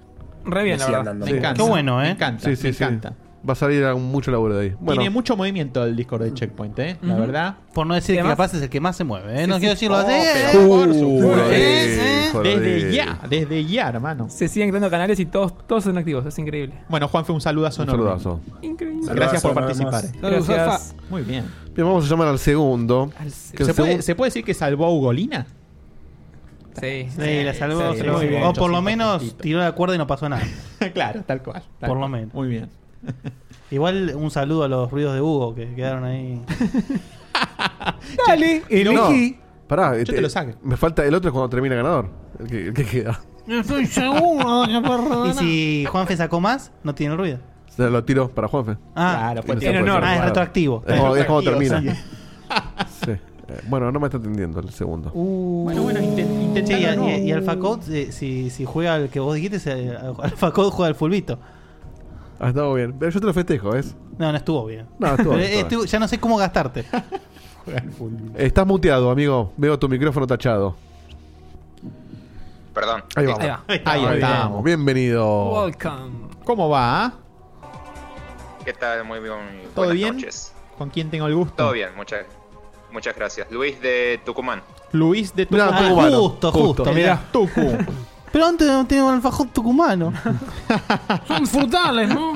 Speaker 8: Re bien,
Speaker 10: y
Speaker 8: la
Speaker 10: sigan
Speaker 8: verdad.
Speaker 10: dando vueltas.
Speaker 8: Me encanta. Qué bueno, ¿eh? Me encanta, me encanta.
Speaker 3: Va a salir algún- mucho laburo de ahí. Bueno,
Speaker 8: Tiene mucho movimiento el Discord de Checkpoint, ¿eh? La
Speaker 2: Ujú.
Speaker 8: verdad.
Speaker 2: Por no decir que
Speaker 8: Además-
Speaker 2: capaz es el que más se mueve, ¿eh? No
Speaker 8: Sí,
Speaker 2: quiero
Speaker 8: sí.
Speaker 2: decirlo así.
Speaker 8: Oh,
Speaker 2: ¿eh?
Speaker 8: pero por supuesto.
Speaker 2: ¿eh?
Speaker 8: Desde ya, desde ya, hermano.
Speaker 7: Se siguen creando canales y todos, todos son activos, es increíble.
Speaker 8: Bueno, Juanfe, un saludazo
Speaker 3: Un
Speaker 8: enorme.
Speaker 3: saludazo.
Speaker 7: Increíble.
Speaker 8: Gracias
Speaker 3: Saludazo,
Speaker 8: por participar.
Speaker 7: nada más. Gracias.
Speaker 8: Muy bien.
Speaker 3: bien, vamos a llamar al segundo. Que
Speaker 8: ¿Se
Speaker 3: el
Speaker 8: puede,
Speaker 3: segun-
Speaker 8: ¿Se puede decir que salvó a Ugolina?
Speaker 7: Sí,
Speaker 2: Sí, la salvó.
Speaker 8: sí,
Speaker 2: se lo-
Speaker 8: sí,
Speaker 2: o por lo
Speaker 8: 800
Speaker 2: menos
Speaker 8: puntitos.
Speaker 2: tiró la cuerda y no pasó nada.
Speaker 8: claro, tal cual. tal
Speaker 2: por lo
Speaker 8: cual.
Speaker 2: menos.
Speaker 8: Muy bien.
Speaker 2: Igual un saludo a los ruidos de Hugo que quedaron ahí.
Speaker 5: Dale, elegí.
Speaker 3: No, pará,
Speaker 5: Yo
Speaker 3: este,
Speaker 5: te lo saco.
Speaker 3: Me falta el otro es cuando termina ganador. El que, el que queda.
Speaker 5: No estoy seguro de que pueda
Speaker 2: Y
Speaker 5: ganar.
Speaker 2: si Juanfe sacó más, no tiene el ruido.
Speaker 3: Se lo tiro para Juanfe.
Speaker 2: Ah,
Speaker 3: Y no
Speaker 2: pues
Speaker 3: se
Speaker 2: tiene
Speaker 3: puede
Speaker 2: honor.
Speaker 3: sacar.
Speaker 2: Ah, es retroactivo.
Speaker 3: Es, como- es cuando
Speaker 2: Retroactivo,
Speaker 3: termina. Sí. Eh, bueno, no me está atendiendo el segundo.
Speaker 2: Bueno, bueno,
Speaker 8: intentalo de
Speaker 2: y,
Speaker 8: nuevo.
Speaker 2: y Alpha Code, eh, si, si juega al que vos dijiste, se- Alpha Code juega al fulbito.
Speaker 3: Ha estado bien. Pero yo te lo festejo, ¿ves?
Speaker 2: No, no estuvo bien.
Speaker 3: No, estuvo
Speaker 2: Pero,
Speaker 3: bien,
Speaker 2: eh,
Speaker 3: estuvo bien.
Speaker 2: estuvo- ya no sé cómo gastarte.
Speaker 8: juega al fútbol.
Speaker 3: Estás muteado, amigo. Veo tu micrófono tachado.
Speaker 12: Perdón.
Speaker 3: Ahí vamos.
Speaker 12: Ahí va.
Speaker 8: Ahí
Speaker 3: Muy bien.
Speaker 8: estamos.
Speaker 3: Bienvenido.
Speaker 7: Welcome.
Speaker 8: ¿Cómo va? ah?
Speaker 12: ¿Qué tal? Muy bien.
Speaker 8: ¿Todo
Speaker 12: buenas
Speaker 8: bien?
Speaker 12: noches.
Speaker 8: ¿Con quién tengo el gusto?
Speaker 12: Todo bien, muchas, muchas gracias. Luis de Tucumán.
Speaker 8: Luis de
Speaker 2: Mirá,
Speaker 8: Tucumán.
Speaker 2: tucumano. Justo, justo, mirá.
Speaker 8: Tucu.
Speaker 2: Pero antes no tenemos alfajor tucumano.
Speaker 5: Son frutales, ¿no?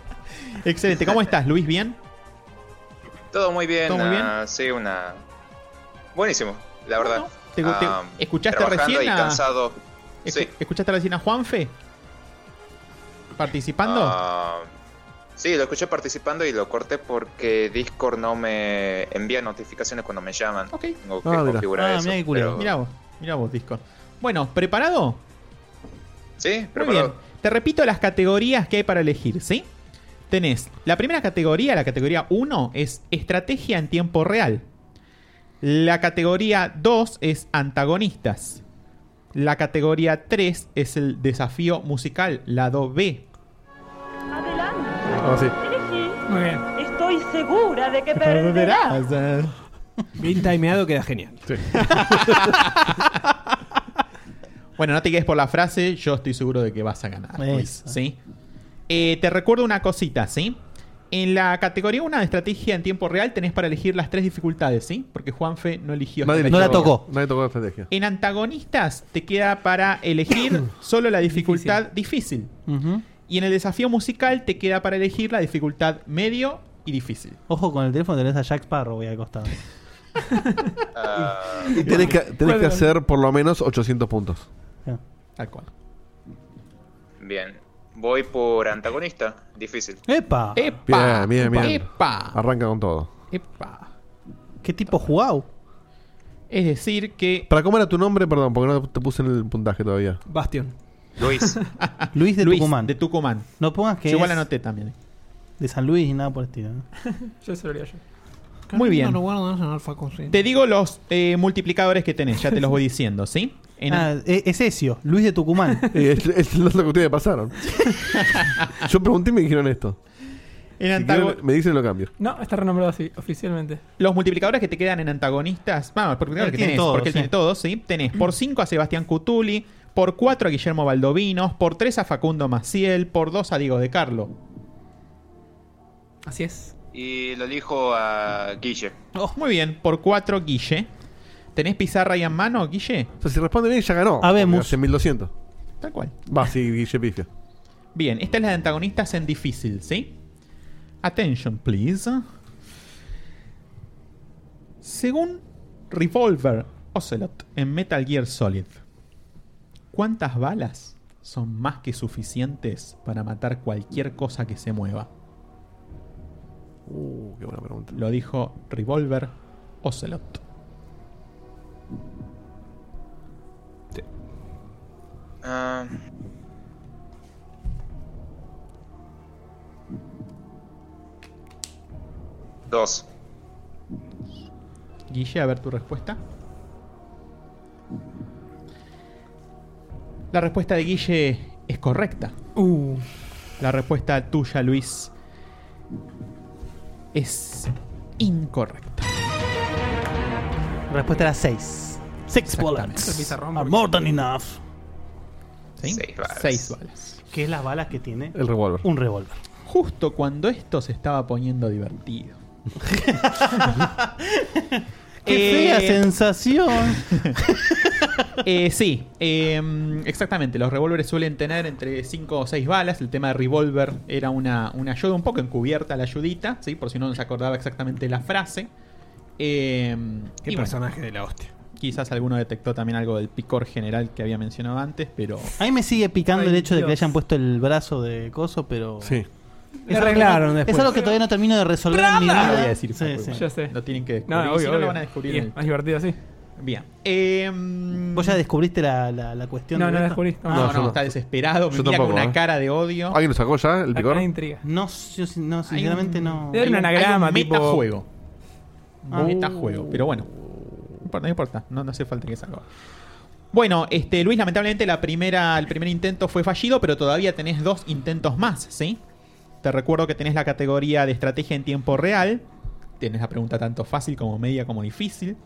Speaker 8: Excelente. ¿Cómo estás, Luis? ¿Bien?
Speaker 12: Todo muy bien.
Speaker 8: ¿Todo muy bien?
Speaker 12: ah, sí, una... Buenísimo, la verdad.
Speaker 8: ¿Te- te-
Speaker 12: Ah,
Speaker 8: escuchaste
Speaker 12: trabajando
Speaker 8: recién
Speaker 12: y
Speaker 8: a- Oh.
Speaker 12: cansado. Sí.
Speaker 8: ¿Escuchaste recién a Juanfe? ¿Participando?
Speaker 12: Ah, sí, lo escuché participando y lo corté porque Discord no me envía notificaciones cuando me llaman. Tengo que
Speaker 8: Ah, mirá.
Speaker 12: configurar
Speaker 8: Ah,
Speaker 12: eso.
Speaker 8: mirá qué curioso.
Speaker 12: pero-
Speaker 8: Mirá vos, mirá vos, Discord. Bueno, ¿preparado?
Speaker 12: Sí,
Speaker 8: Muy
Speaker 12: preparado.
Speaker 8: bien. Te repito las categorías que hay para elegir, ¿sí? Tenés, la primera categoría, la categoría 1, es estrategia en tiempo real. La categoría 2 es antagonistas. La categoría 3 es el desafío musical, lado B.
Speaker 3: Ahora sí.
Speaker 11: Elegí.
Speaker 7: Muy bien.
Speaker 11: Estoy segura de que perderás.
Speaker 8: Perderás.
Speaker 5: Bien timeado queda genial.
Speaker 8: Bueno, no te quedes por la frase, yo estoy seguro de que vas a ganar. Luis,
Speaker 5: Eso.
Speaker 8: ¿sí? Eh, te recuerdo una cosita, ¿sí? En la categoría 1 de estrategia en tiempo real tenés para elegir las tres dificultades, ¿sí? Porque Juanfe no eligió.
Speaker 3: Nadie
Speaker 8: esta
Speaker 3: eligió-
Speaker 8: categoría.
Speaker 3: Nadie tocó la estrategia.
Speaker 8: En antagonistas te queda para elegir solo la dificultad difícil. Y en el desafío musical te queda para elegir la dificultad medio y difícil.
Speaker 2: Ojo con el teléfono, tenés a Jack Sparrow ahí al costado.
Speaker 12: ah,
Speaker 3: Y tenés que, tenés que
Speaker 8: Bueno.
Speaker 3: hacer por lo menos 800 puntos.
Speaker 8: Tal cual.
Speaker 12: Bien. Voy por antagonista. Difícil.
Speaker 2: ¡Epa!
Speaker 8: ¡Epa!
Speaker 3: Bien, bien, bien.
Speaker 8: ¡Epa!
Speaker 3: Arranca con todo.
Speaker 8: ¡Epa!
Speaker 2: ¿Qué tipo jugado?
Speaker 8: Es decir que...
Speaker 3: ¿Para cómo era tu nombre? Perdón, porque no te puse en el puntaje todavía.
Speaker 8: Bastión.
Speaker 12: Luis.
Speaker 2: Luis de
Speaker 8: Luis,
Speaker 2: Tucumán.
Speaker 8: de Tucumán.
Speaker 2: No pongas que
Speaker 8: Yo igual
Speaker 2: es
Speaker 8: anoté también. eh.
Speaker 2: de San Luis ni nada por el estilo. ¿no?
Speaker 7: Yo se lo haría yo.
Speaker 8: Muy bien.
Speaker 5: No guardo nada en Alfa Consigna.
Speaker 8: Te digo los eh, multiplicadores que tenés, ya te los voy diciendo, ¿sí? En-
Speaker 2: Ah, e- es Ezio, Luis de Tucumán.
Speaker 3: Eh, es, lo que ustedes pasaron. Yo pregunté y me dijeron esto.
Speaker 8: En
Speaker 3: Si quieren,
Speaker 8: antago-
Speaker 3: me dicen lo cambio.
Speaker 7: No, está renombrado así, oficialmente.
Speaker 8: Los multiplicadores que te quedan en antagonistas, bueno, los multiplicadores
Speaker 7: Él
Speaker 8: que
Speaker 7: tiene
Speaker 8: tenés,
Speaker 7: todos,
Speaker 8: porque él
Speaker 7: sí.
Speaker 8: tiene todos, ¿sí? Tenés por 5 a Sebastián Cutuli, por 4 a Guillermo Baldovinos, por 3 a Facundo Maciel, por 2 a Diego de Carlo.
Speaker 7: Así es.
Speaker 12: Y lo elijo a Guille.
Speaker 8: Oh, Muy bien, por 4 Guille. ¿Tenés pizarra ahí en mano, Guille?
Speaker 3: O sea, si responde bien, ya ganó.
Speaker 8: Habemos.
Speaker 3: Hace 1200.
Speaker 8: Tal cual.
Speaker 3: Va, sí, Guille Pifia.
Speaker 8: Bien, esta es la de antagonistas en difícil, ¿sí? Attention, please. Según Revolver Ocelot en Metal Gear Solid, ¿cuántas balas son más que suficientes para matar cualquier cosa que se mueva?
Speaker 3: Uh, qué buena pregunta.
Speaker 8: Lo dijo Revolver Ocelot.
Speaker 12: Ah, Dos.
Speaker 8: Guille, a ver tu respuesta. La respuesta de Guille es correcta.
Speaker 2: Uh.
Speaker 8: La respuesta tuya, Luis, es incorrecta.
Speaker 2: Respuesta era 6. 6 bullets. Are more than enough.
Speaker 8: ¿Sí? Seis balas. Seis balas.
Speaker 2: ¿Qué es las balas que tiene?
Speaker 3: El revólver.
Speaker 2: Un revólver.
Speaker 8: Justo cuando esto se estaba poniendo divertido.
Speaker 2: ¡Qué
Speaker 8: Eh,
Speaker 2: fea sensación!
Speaker 8: Eh, sí, eh, exactamente. Los revólveres suelen tener entre 5 o 6 balas. El tema de revólver era una, una ayuda un poco encubierta, la ayudita, ¿sí? por si no se acordaba exactamente la frase. Eh,
Speaker 5: Qué
Speaker 8: y bueno,
Speaker 5: personaje de la hostia.
Speaker 8: quizás alguno detectó también algo del picor general que había mencionado antes, pero...
Speaker 2: A mí me sigue picando
Speaker 8: Ay,
Speaker 2: el hecho de que le
Speaker 8: Dios.
Speaker 2: hayan puesto el brazo de coso, pero.
Speaker 3: Sí.
Speaker 2: Es algo-
Speaker 5: arreglaron
Speaker 2: Es
Speaker 5: después.
Speaker 2: algo que todavía no termino de resolver en mi
Speaker 8: No lo voy a
Speaker 2: vida.
Speaker 8: decir,
Speaker 2: Sí,
Speaker 8: Facu,
Speaker 2: sí.
Speaker 8: igual. Lo tienen que descubrir.
Speaker 7: No, no,
Speaker 8: si
Speaker 7: obvio,
Speaker 8: no, lo
Speaker 7: obvio.
Speaker 8: van a descubrir.
Speaker 7: Y es más divertido así.
Speaker 8: Bien. Eh, Vos
Speaker 2: ya descubriste la, la, la cuestión.
Speaker 7: No,
Speaker 2: de
Speaker 7: no la
Speaker 2: esto?
Speaker 7: descubrí.
Speaker 8: No, no, está desesperado. Me
Speaker 3: Yo
Speaker 8: mira
Speaker 3: tampoco,
Speaker 8: con una
Speaker 3: ¿eh?
Speaker 8: cara de odio.
Speaker 3: ¿Alguien lo sacó ya, el picor?
Speaker 7: intriga.
Speaker 2: No, yo sin- no sinceramente no.
Speaker 8: Hay un- hay un metajuego.
Speaker 2: Ah.
Speaker 8: Metajuego, pero bueno. No importa, no importa. No, no hace falta que salga. Bueno, este, Luis, lamentablemente la primera, el primer intento fue fallido, pero todavía tenés dos intentos más, ¿sí? Te recuerdo que tenés la categoría de estrategia en tiempo real, Tienes la pregunta tanto fácil como media como difícil.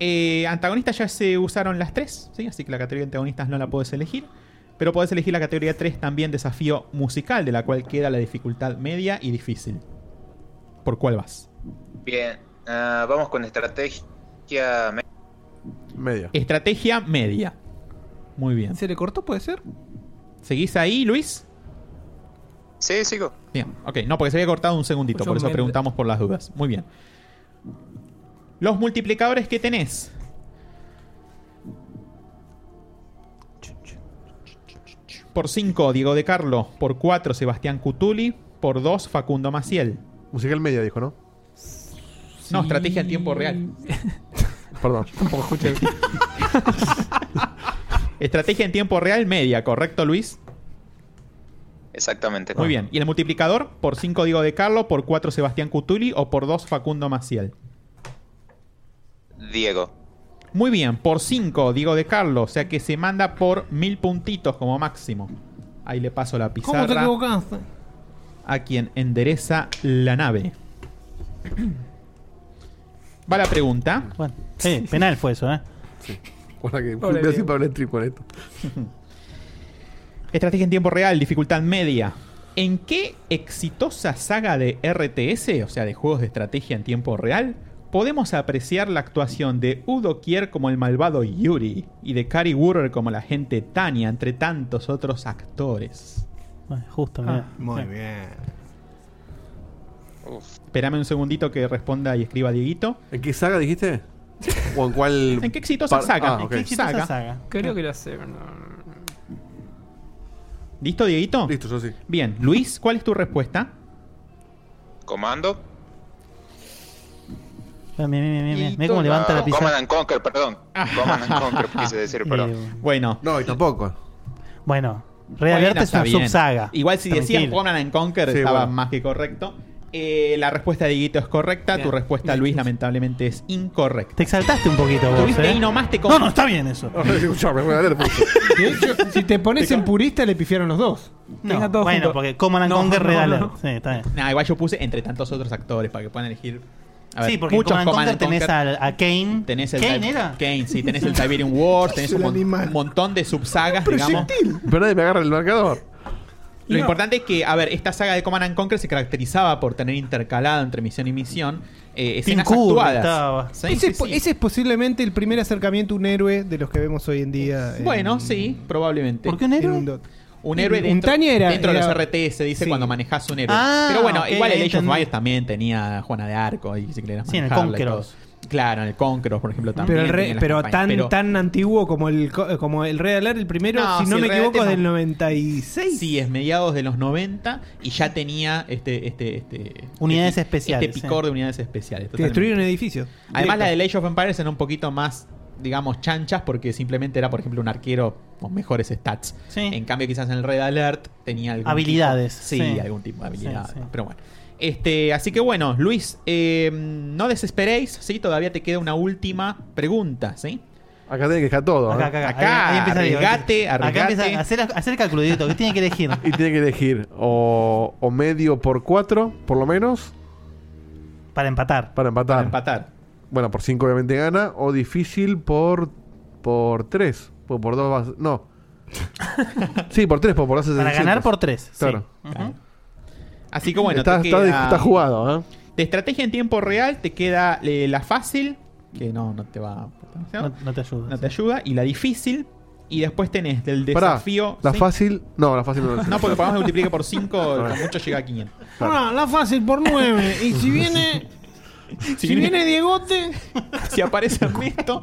Speaker 8: Eh, antagonistas ya se usaron las tres, ¿sí? así que la categoría de antagonistas no la puedes elegir. Pero podés elegir la categoría 3 también desafío musical, de la cual queda la dificultad media y difícil. ¿Por cuál vas?
Speaker 12: Bien, ah, vamos con estrategia me-
Speaker 3: Media.
Speaker 8: Estrategia media. Muy bien.
Speaker 5: ¿Se le cortó, puede ser?
Speaker 8: ¿Seguís ahí, Luis?
Speaker 12: Sí, sigo.
Speaker 8: Bien, ok. No, porque se había cortado un segundito,
Speaker 12: Mucho
Speaker 8: por eso
Speaker 12: ambiente.
Speaker 8: preguntamos por las dudas. Muy bien. Los multiplicadores que tenés. Por 5, Diego de Carlo. Por 4, Sebastián Cutuli. Por 2, Facundo Maciel.
Speaker 3: Musical media, dijo, ¿no?
Speaker 8: No, estrategia en tiempo real.
Speaker 3: Perdón.
Speaker 8: estrategia en tiempo real media, ¿correcto, Luis?
Speaker 12: Exactamente.
Speaker 8: Muy bien. ¿Y el multiplicador? Por 5 Diego de Carlo, por 4 Sebastián Cutuli o por 2 Facundo Maciel.
Speaker 12: Diego.
Speaker 8: Muy bien, por 5 Diego de Carlo, o sea que se manda por mil puntitos como máximo. Ahí le paso la
Speaker 5: ¿Cómo te
Speaker 8: pizarra
Speaker 5: equivocaste?
Speaker 8: a quien endereza la nave. Va la pregunta.
Speaker 2: Bueno, eh, penal fue eso, ¿eh?
Speaker 3: Guarda que
Speaker 8: Pobre
Speaker 3: voy a decir
Speaker 8: Diego.
Speaker 3: Pablo Street con esto.
Speaker 8: Estrategia en tiempo real, dificultad media. ¿En qué exitosa saga de RTS, o sea, de juegos de estrategia en tiempo real, podemos apreciar la actuación de Udo Kier como el malvado Yuri y de Cary Wurrer como la gente Tania, entre tantos otros actores?
Speaker 2: Bueno, justo,
Speaker 5: Ah,
Speaker 2: mirá.
Speaker 8: muy
Speaker 9: bien.
Speaker 8: Espérame un segundito que responda y escriba Dieguito.
Speaker 3: ¿En qué saga dijiste? ¿O en cuál?
Speaker 8: ¿En qué exitosa
Speaker 3: par-
Speaker 8: saga?
Speaker 3: Ah, ok.
Speaker 7: Creo que lo sé. pero no.
Speaker 8: ¿Listo, Dieguito?
Speaker 3: Listo, yo sí.
Speaker 8: Bien, Luis, ¿cuál es tu respuesta?
Speaker 12: Comando.
Speaker 2: Mira, mira, mira, mira, mira. Mira cómo levanta la
Speaker 12: Ah, Command
Speaker 2: pizarra.
Speaker 12: and Conquer, perdón.
Speaker 8: Ah.
Speaker 12: Command and Conquer quise decir, perdón.
Speaker 2: eh,
Speaker 8: Bueno.
Speaker 3: No, y tampoco.
Speaker 2: Bueno, Red
Speaker 8: Bueno,
Speaker 2: Alert es
Speaker 8: está
Speaker 2: una
Speaker 8: bien.
Speaker 2: subsaga.
Speaker 8: Igual si decían
Speaker 2: Tranquilo.
Speaker 8: Command and Conquer
Speaker 2: Sí,
Speaker 8: estaba
Speaker 2: bueno.
Speaker 8: más que correcto. Eh, la respuesta de Dieguito es correcta. Tu respuesta, Luis, lamentablemente es incorrecta.
Speaker 2: Te exaltaste un poquito vos,
Speaker 8: Tuviste
Speaker 2: ¿eh?
Speaker 8: ahí nomás te
Speaker 2: No, no, está bien eso.
Speaker 5: De hecho, si te pones en purista, le pifiaron los dos.
Speaker 2: No, bueno, porque Command and Conquer, Red Alert. Sí, está bien.
Speaker 8: Nah, igual yo puse entre tantos otros actores para que puedan elegir. A ver,
Speaker 2: Sí, porque en
Speaker 8: muchos
Speaker 2: Command Conquer tenés
Speaker 8: Conquer.
Speaker 2: al- a Kane.
Speaker 8: Tenés el
Speaker 2: ¿Kane
Speaker 8: Ti-
Speaker 2: era?
Speaker 8: Kane, sí, tenés el Tiberium Wars, tenés un, mon- un montón de subsagas, digamos.
Speaker 3: Pero nadie me agarra el marcador.
Speaker 8: Lo
Speaker 3: No.
Speaker 8: importante es que, a ver, esta saga de Command and Conquer se caracterizaba por tener intercalado entre misión y misión eh, escenas actuadas. Sí,
Speaker 5: ese,
Speaker 8: sí,
Speaker 5: es po-
Speaker 8: sí.
Speaker 5: ese es posiblemente el primer acercamiento a un héroe de los que vemos hoy en día. en-
Speaker 8: Bueno, sí, probablemente.
Speaker 5: ¿Por qué un héroe?
Speaker 8: En
Speaker 5: dot.
Speaker 8: Un héroe
Speaker 5: Un
Speaker 8: dentro,
Speaker 5: Tania era-
Speaker 8: dentro
Speaker 5: era-
Speaker 8: de los RTS, dice cuando manejas un héroe.
Speaker 5: Ah,
Speaker 8: Pero bueno,
Speaker 5: ok,
Speaker 8: igual el Age of
Speaker 5: entendí.
Speaker 8: Empires también tenía a Juana de Arco y si querías
Speaker 5: Sí, en el
Speaker 8: manejarla y
Speaker 5: Conqueros.
Speaker 8: todo. Claro, en el Conqueros, por ejemplo, también.
Speaker 5: Pero, el re-
Speaker 8: tenía las
Speaker 5: pero
Speaker 8: campañas,
Speaker 5: tan
Speaker 8: pero-
Speaker 5: tan antiguo como el co- como el Red Alert, el primero,
Speaker 8: No,
Speaker 5: si no
Speaker 8: sí,
Speaker 5: me
Speaker 8: el Red Alert
Speaker 5: equivoco, es
Speaker 8: es
Speaker 5: del
Speaker 8: más-
Speaker 5: 96.
Speaker 8: Sí, es mediados de los 90 y ya tenía este este este
Speaker 2: Unidades
Speaker 8: este-
Speaker 2: especiales,
Speaker 8: Este picor
Speaker 2: sí.
Speaker 8: de unidades especiales.
Speaker 5: Te destruyeron un edificio.
Speaker 8: Además, la de Age of Empires era un poquito más, digamos, chanchas, porque simplemente era, por ejemplo, un arquero con mejores stats. En cambio, quizás en el Red Alert tenía algún
Speaker 2: Habilidades,
Speaker 8: tipo- sí,
Speaker 2: sí.
Speaker 8: algún tipo de habilidad.
Speaker 2: Sí, sí.
Speaker 8: Pero bueno. Este, así que bueno, Luis, eh, no desesperéis, ¿sí? Todavía te queda una última pregunta, ¿sí?
Speaker 3: Acá tiene que dejar todo.
Speaker 8: Acá,
Speaker 3: ¿eh?
Speaker 8: acá, acá. Acá, Ahí empieza Diego. Ah, arriesgate,
Speaker 2: Acá
Speaker 8: arriesgate.
Speaker 2: empieza a hacer, hacer el cálculo, Dieguito, que tiene que elegir.
Speaker 3: Y tiene que elegir o, o medio por 4, por lo menos.
Speaker 2: Para empatar.
Speaker 3: Para empatar.
Speaker 8: empatar.
Speaker 3: Bueno, por 5 obviamente gana. O difícil por por 3. O por 2 vas... No. sí, por 3, por 2
Speaker 2: Para ganar por 3.
Speaker 3: pues. Claro.
Speaker 8: Así que bueno,
Speaker 3: está,
Speaker 8: te
Speaker 3: está-
Speaker 8: queda-
Speaker 3: está jugado, ¿eh?
Speaker 8: De estrategia en tiempo real te queda eh, la fácil, que no, no te va
Speaker 2: No, no te ayuda.
Speaker 8: no te ayuda, y la difícil, y después tenés del
Speaker 3: Pará,
Speaker 8: desafío...
Speaker 3: La
Speaker 8: ¿sí?
Speaker 3: fácil. No, la fácil no.
Speaker 8: No, porque podemos multiplicar por 5, mucho llega a 500.
Speaker 5: Ahora, Ah, la fácil por 9. Y si viene. si,
Speaker 8: viene-
Speaker 5: viene, Diegote.
Speaker 8: Si aparece eh, Ernesto.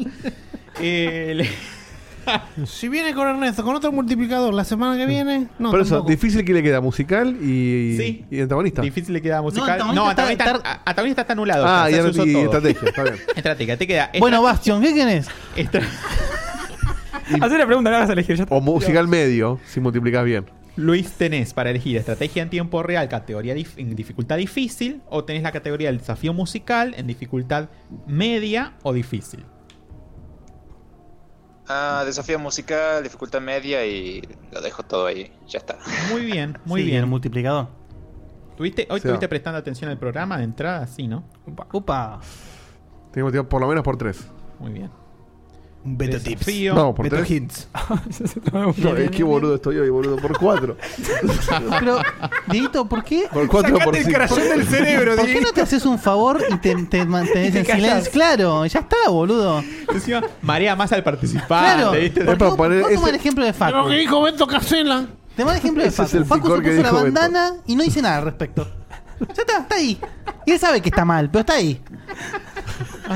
Speaker 5: si viene con Ernesto, con otro multiplicador, la semana que viene. No,
Speaker 3: por eso,
Speaker 5: tampoco.
Speaker 3: difícil que le queda musical y,
Speaker 8: Sí.
Speaker 3: y antagonista.
Speaker 8: Difícil le queda
Speaker 2: este
Speaker 8: musical.
Speaker 3: antagonista
Speaker 8: No,
Speaker 3: está-
Speaker 8: antagonista a- antagonista está anulado.
Speaker 3: Ah,
Speaker 8: ya se
Speaker 3: y,
Speaker 8: usó
Speaker 3: y
Speaker 8: todo.
Speaker 3: estrategia, está bien.
Speaker 8: Estrategia, te queda...
Speaker 2: Bueno, Bastion, ¿qué querés?
Speaker 8: Hacer la pregunta, la vas a elegir. Ya
Speaker 3: O musical medio, si multiplicas bien.
Speaker 8: Luis, tenés para elegir estrategia en tiempo real, categoría dif- en dificultad difícil, o tenés la categoría del desafío musical en dificultad media o difícil.
Speaker 12: Ah, desafío musical, dificultad media y lo dejo todo ahí. Ya está.
Speaker 8: Muy bien, muy
Speaker 2: Sí,
Speaker 8: bien.
Speaker 2: el multiplicador.
Speaker 8: ¿Tuviste, hoy
Speaker 3: Se va.
Speaker 8: estuviste prestando atención al programa de entrada, sí, ¿no? Upa.
Speaker 3: Tenemos tiempo por lo menos por tres.
Speaker 8: Muy bien.
Speaker 2: Un
Speaker 8: beta tips. Desafío.
Speaker 3: Vamos, por
Speaker 8: Beta
Speaker 3: tres.
Speaker 8: hints.
Speaker 3: no, es que boludo estoy hoy, boludo. Por cuatro.
Speaker 2: Pero, Dieguito, ¿por qué?
Speaker 3: Por cuatro, Sacate por el cinco. crayón del cerebro,
Speaker 2: ¿Por qué no
Speaker 3: Dieguito?
Speaker 2: te haces un favor y te, te mantenés
Speaker 8: Te
Speaker 2: en
Speaker 8: callás.
Speaker 2: silencio? Claro, ya está, boludo.
Speaker 8: Encima, marea más al participante.
Speaker 2: Claro.
Speaker 8: ¿viste?
Speaker 2: ¿Por qué vos- vos tomás el ejemplo de Facu.
Speaker 8: Lo que dijo
Speaker 2: Beto Casela. Te tomás el ejemplo de
Speaker 8: Ese es
Speaker 2: Facu.
Speaker 8: el
Speaker 2: Facu
Speaker 8: picor
Speaker 2: se
Speaker 8: que
Speaker 2: puso la
Speaker 8: dijo Beto.
Speaker 2: bandana y no dice nada al respecto. Ya está, está ahí. Y él sabe que está mal, pero está ahí.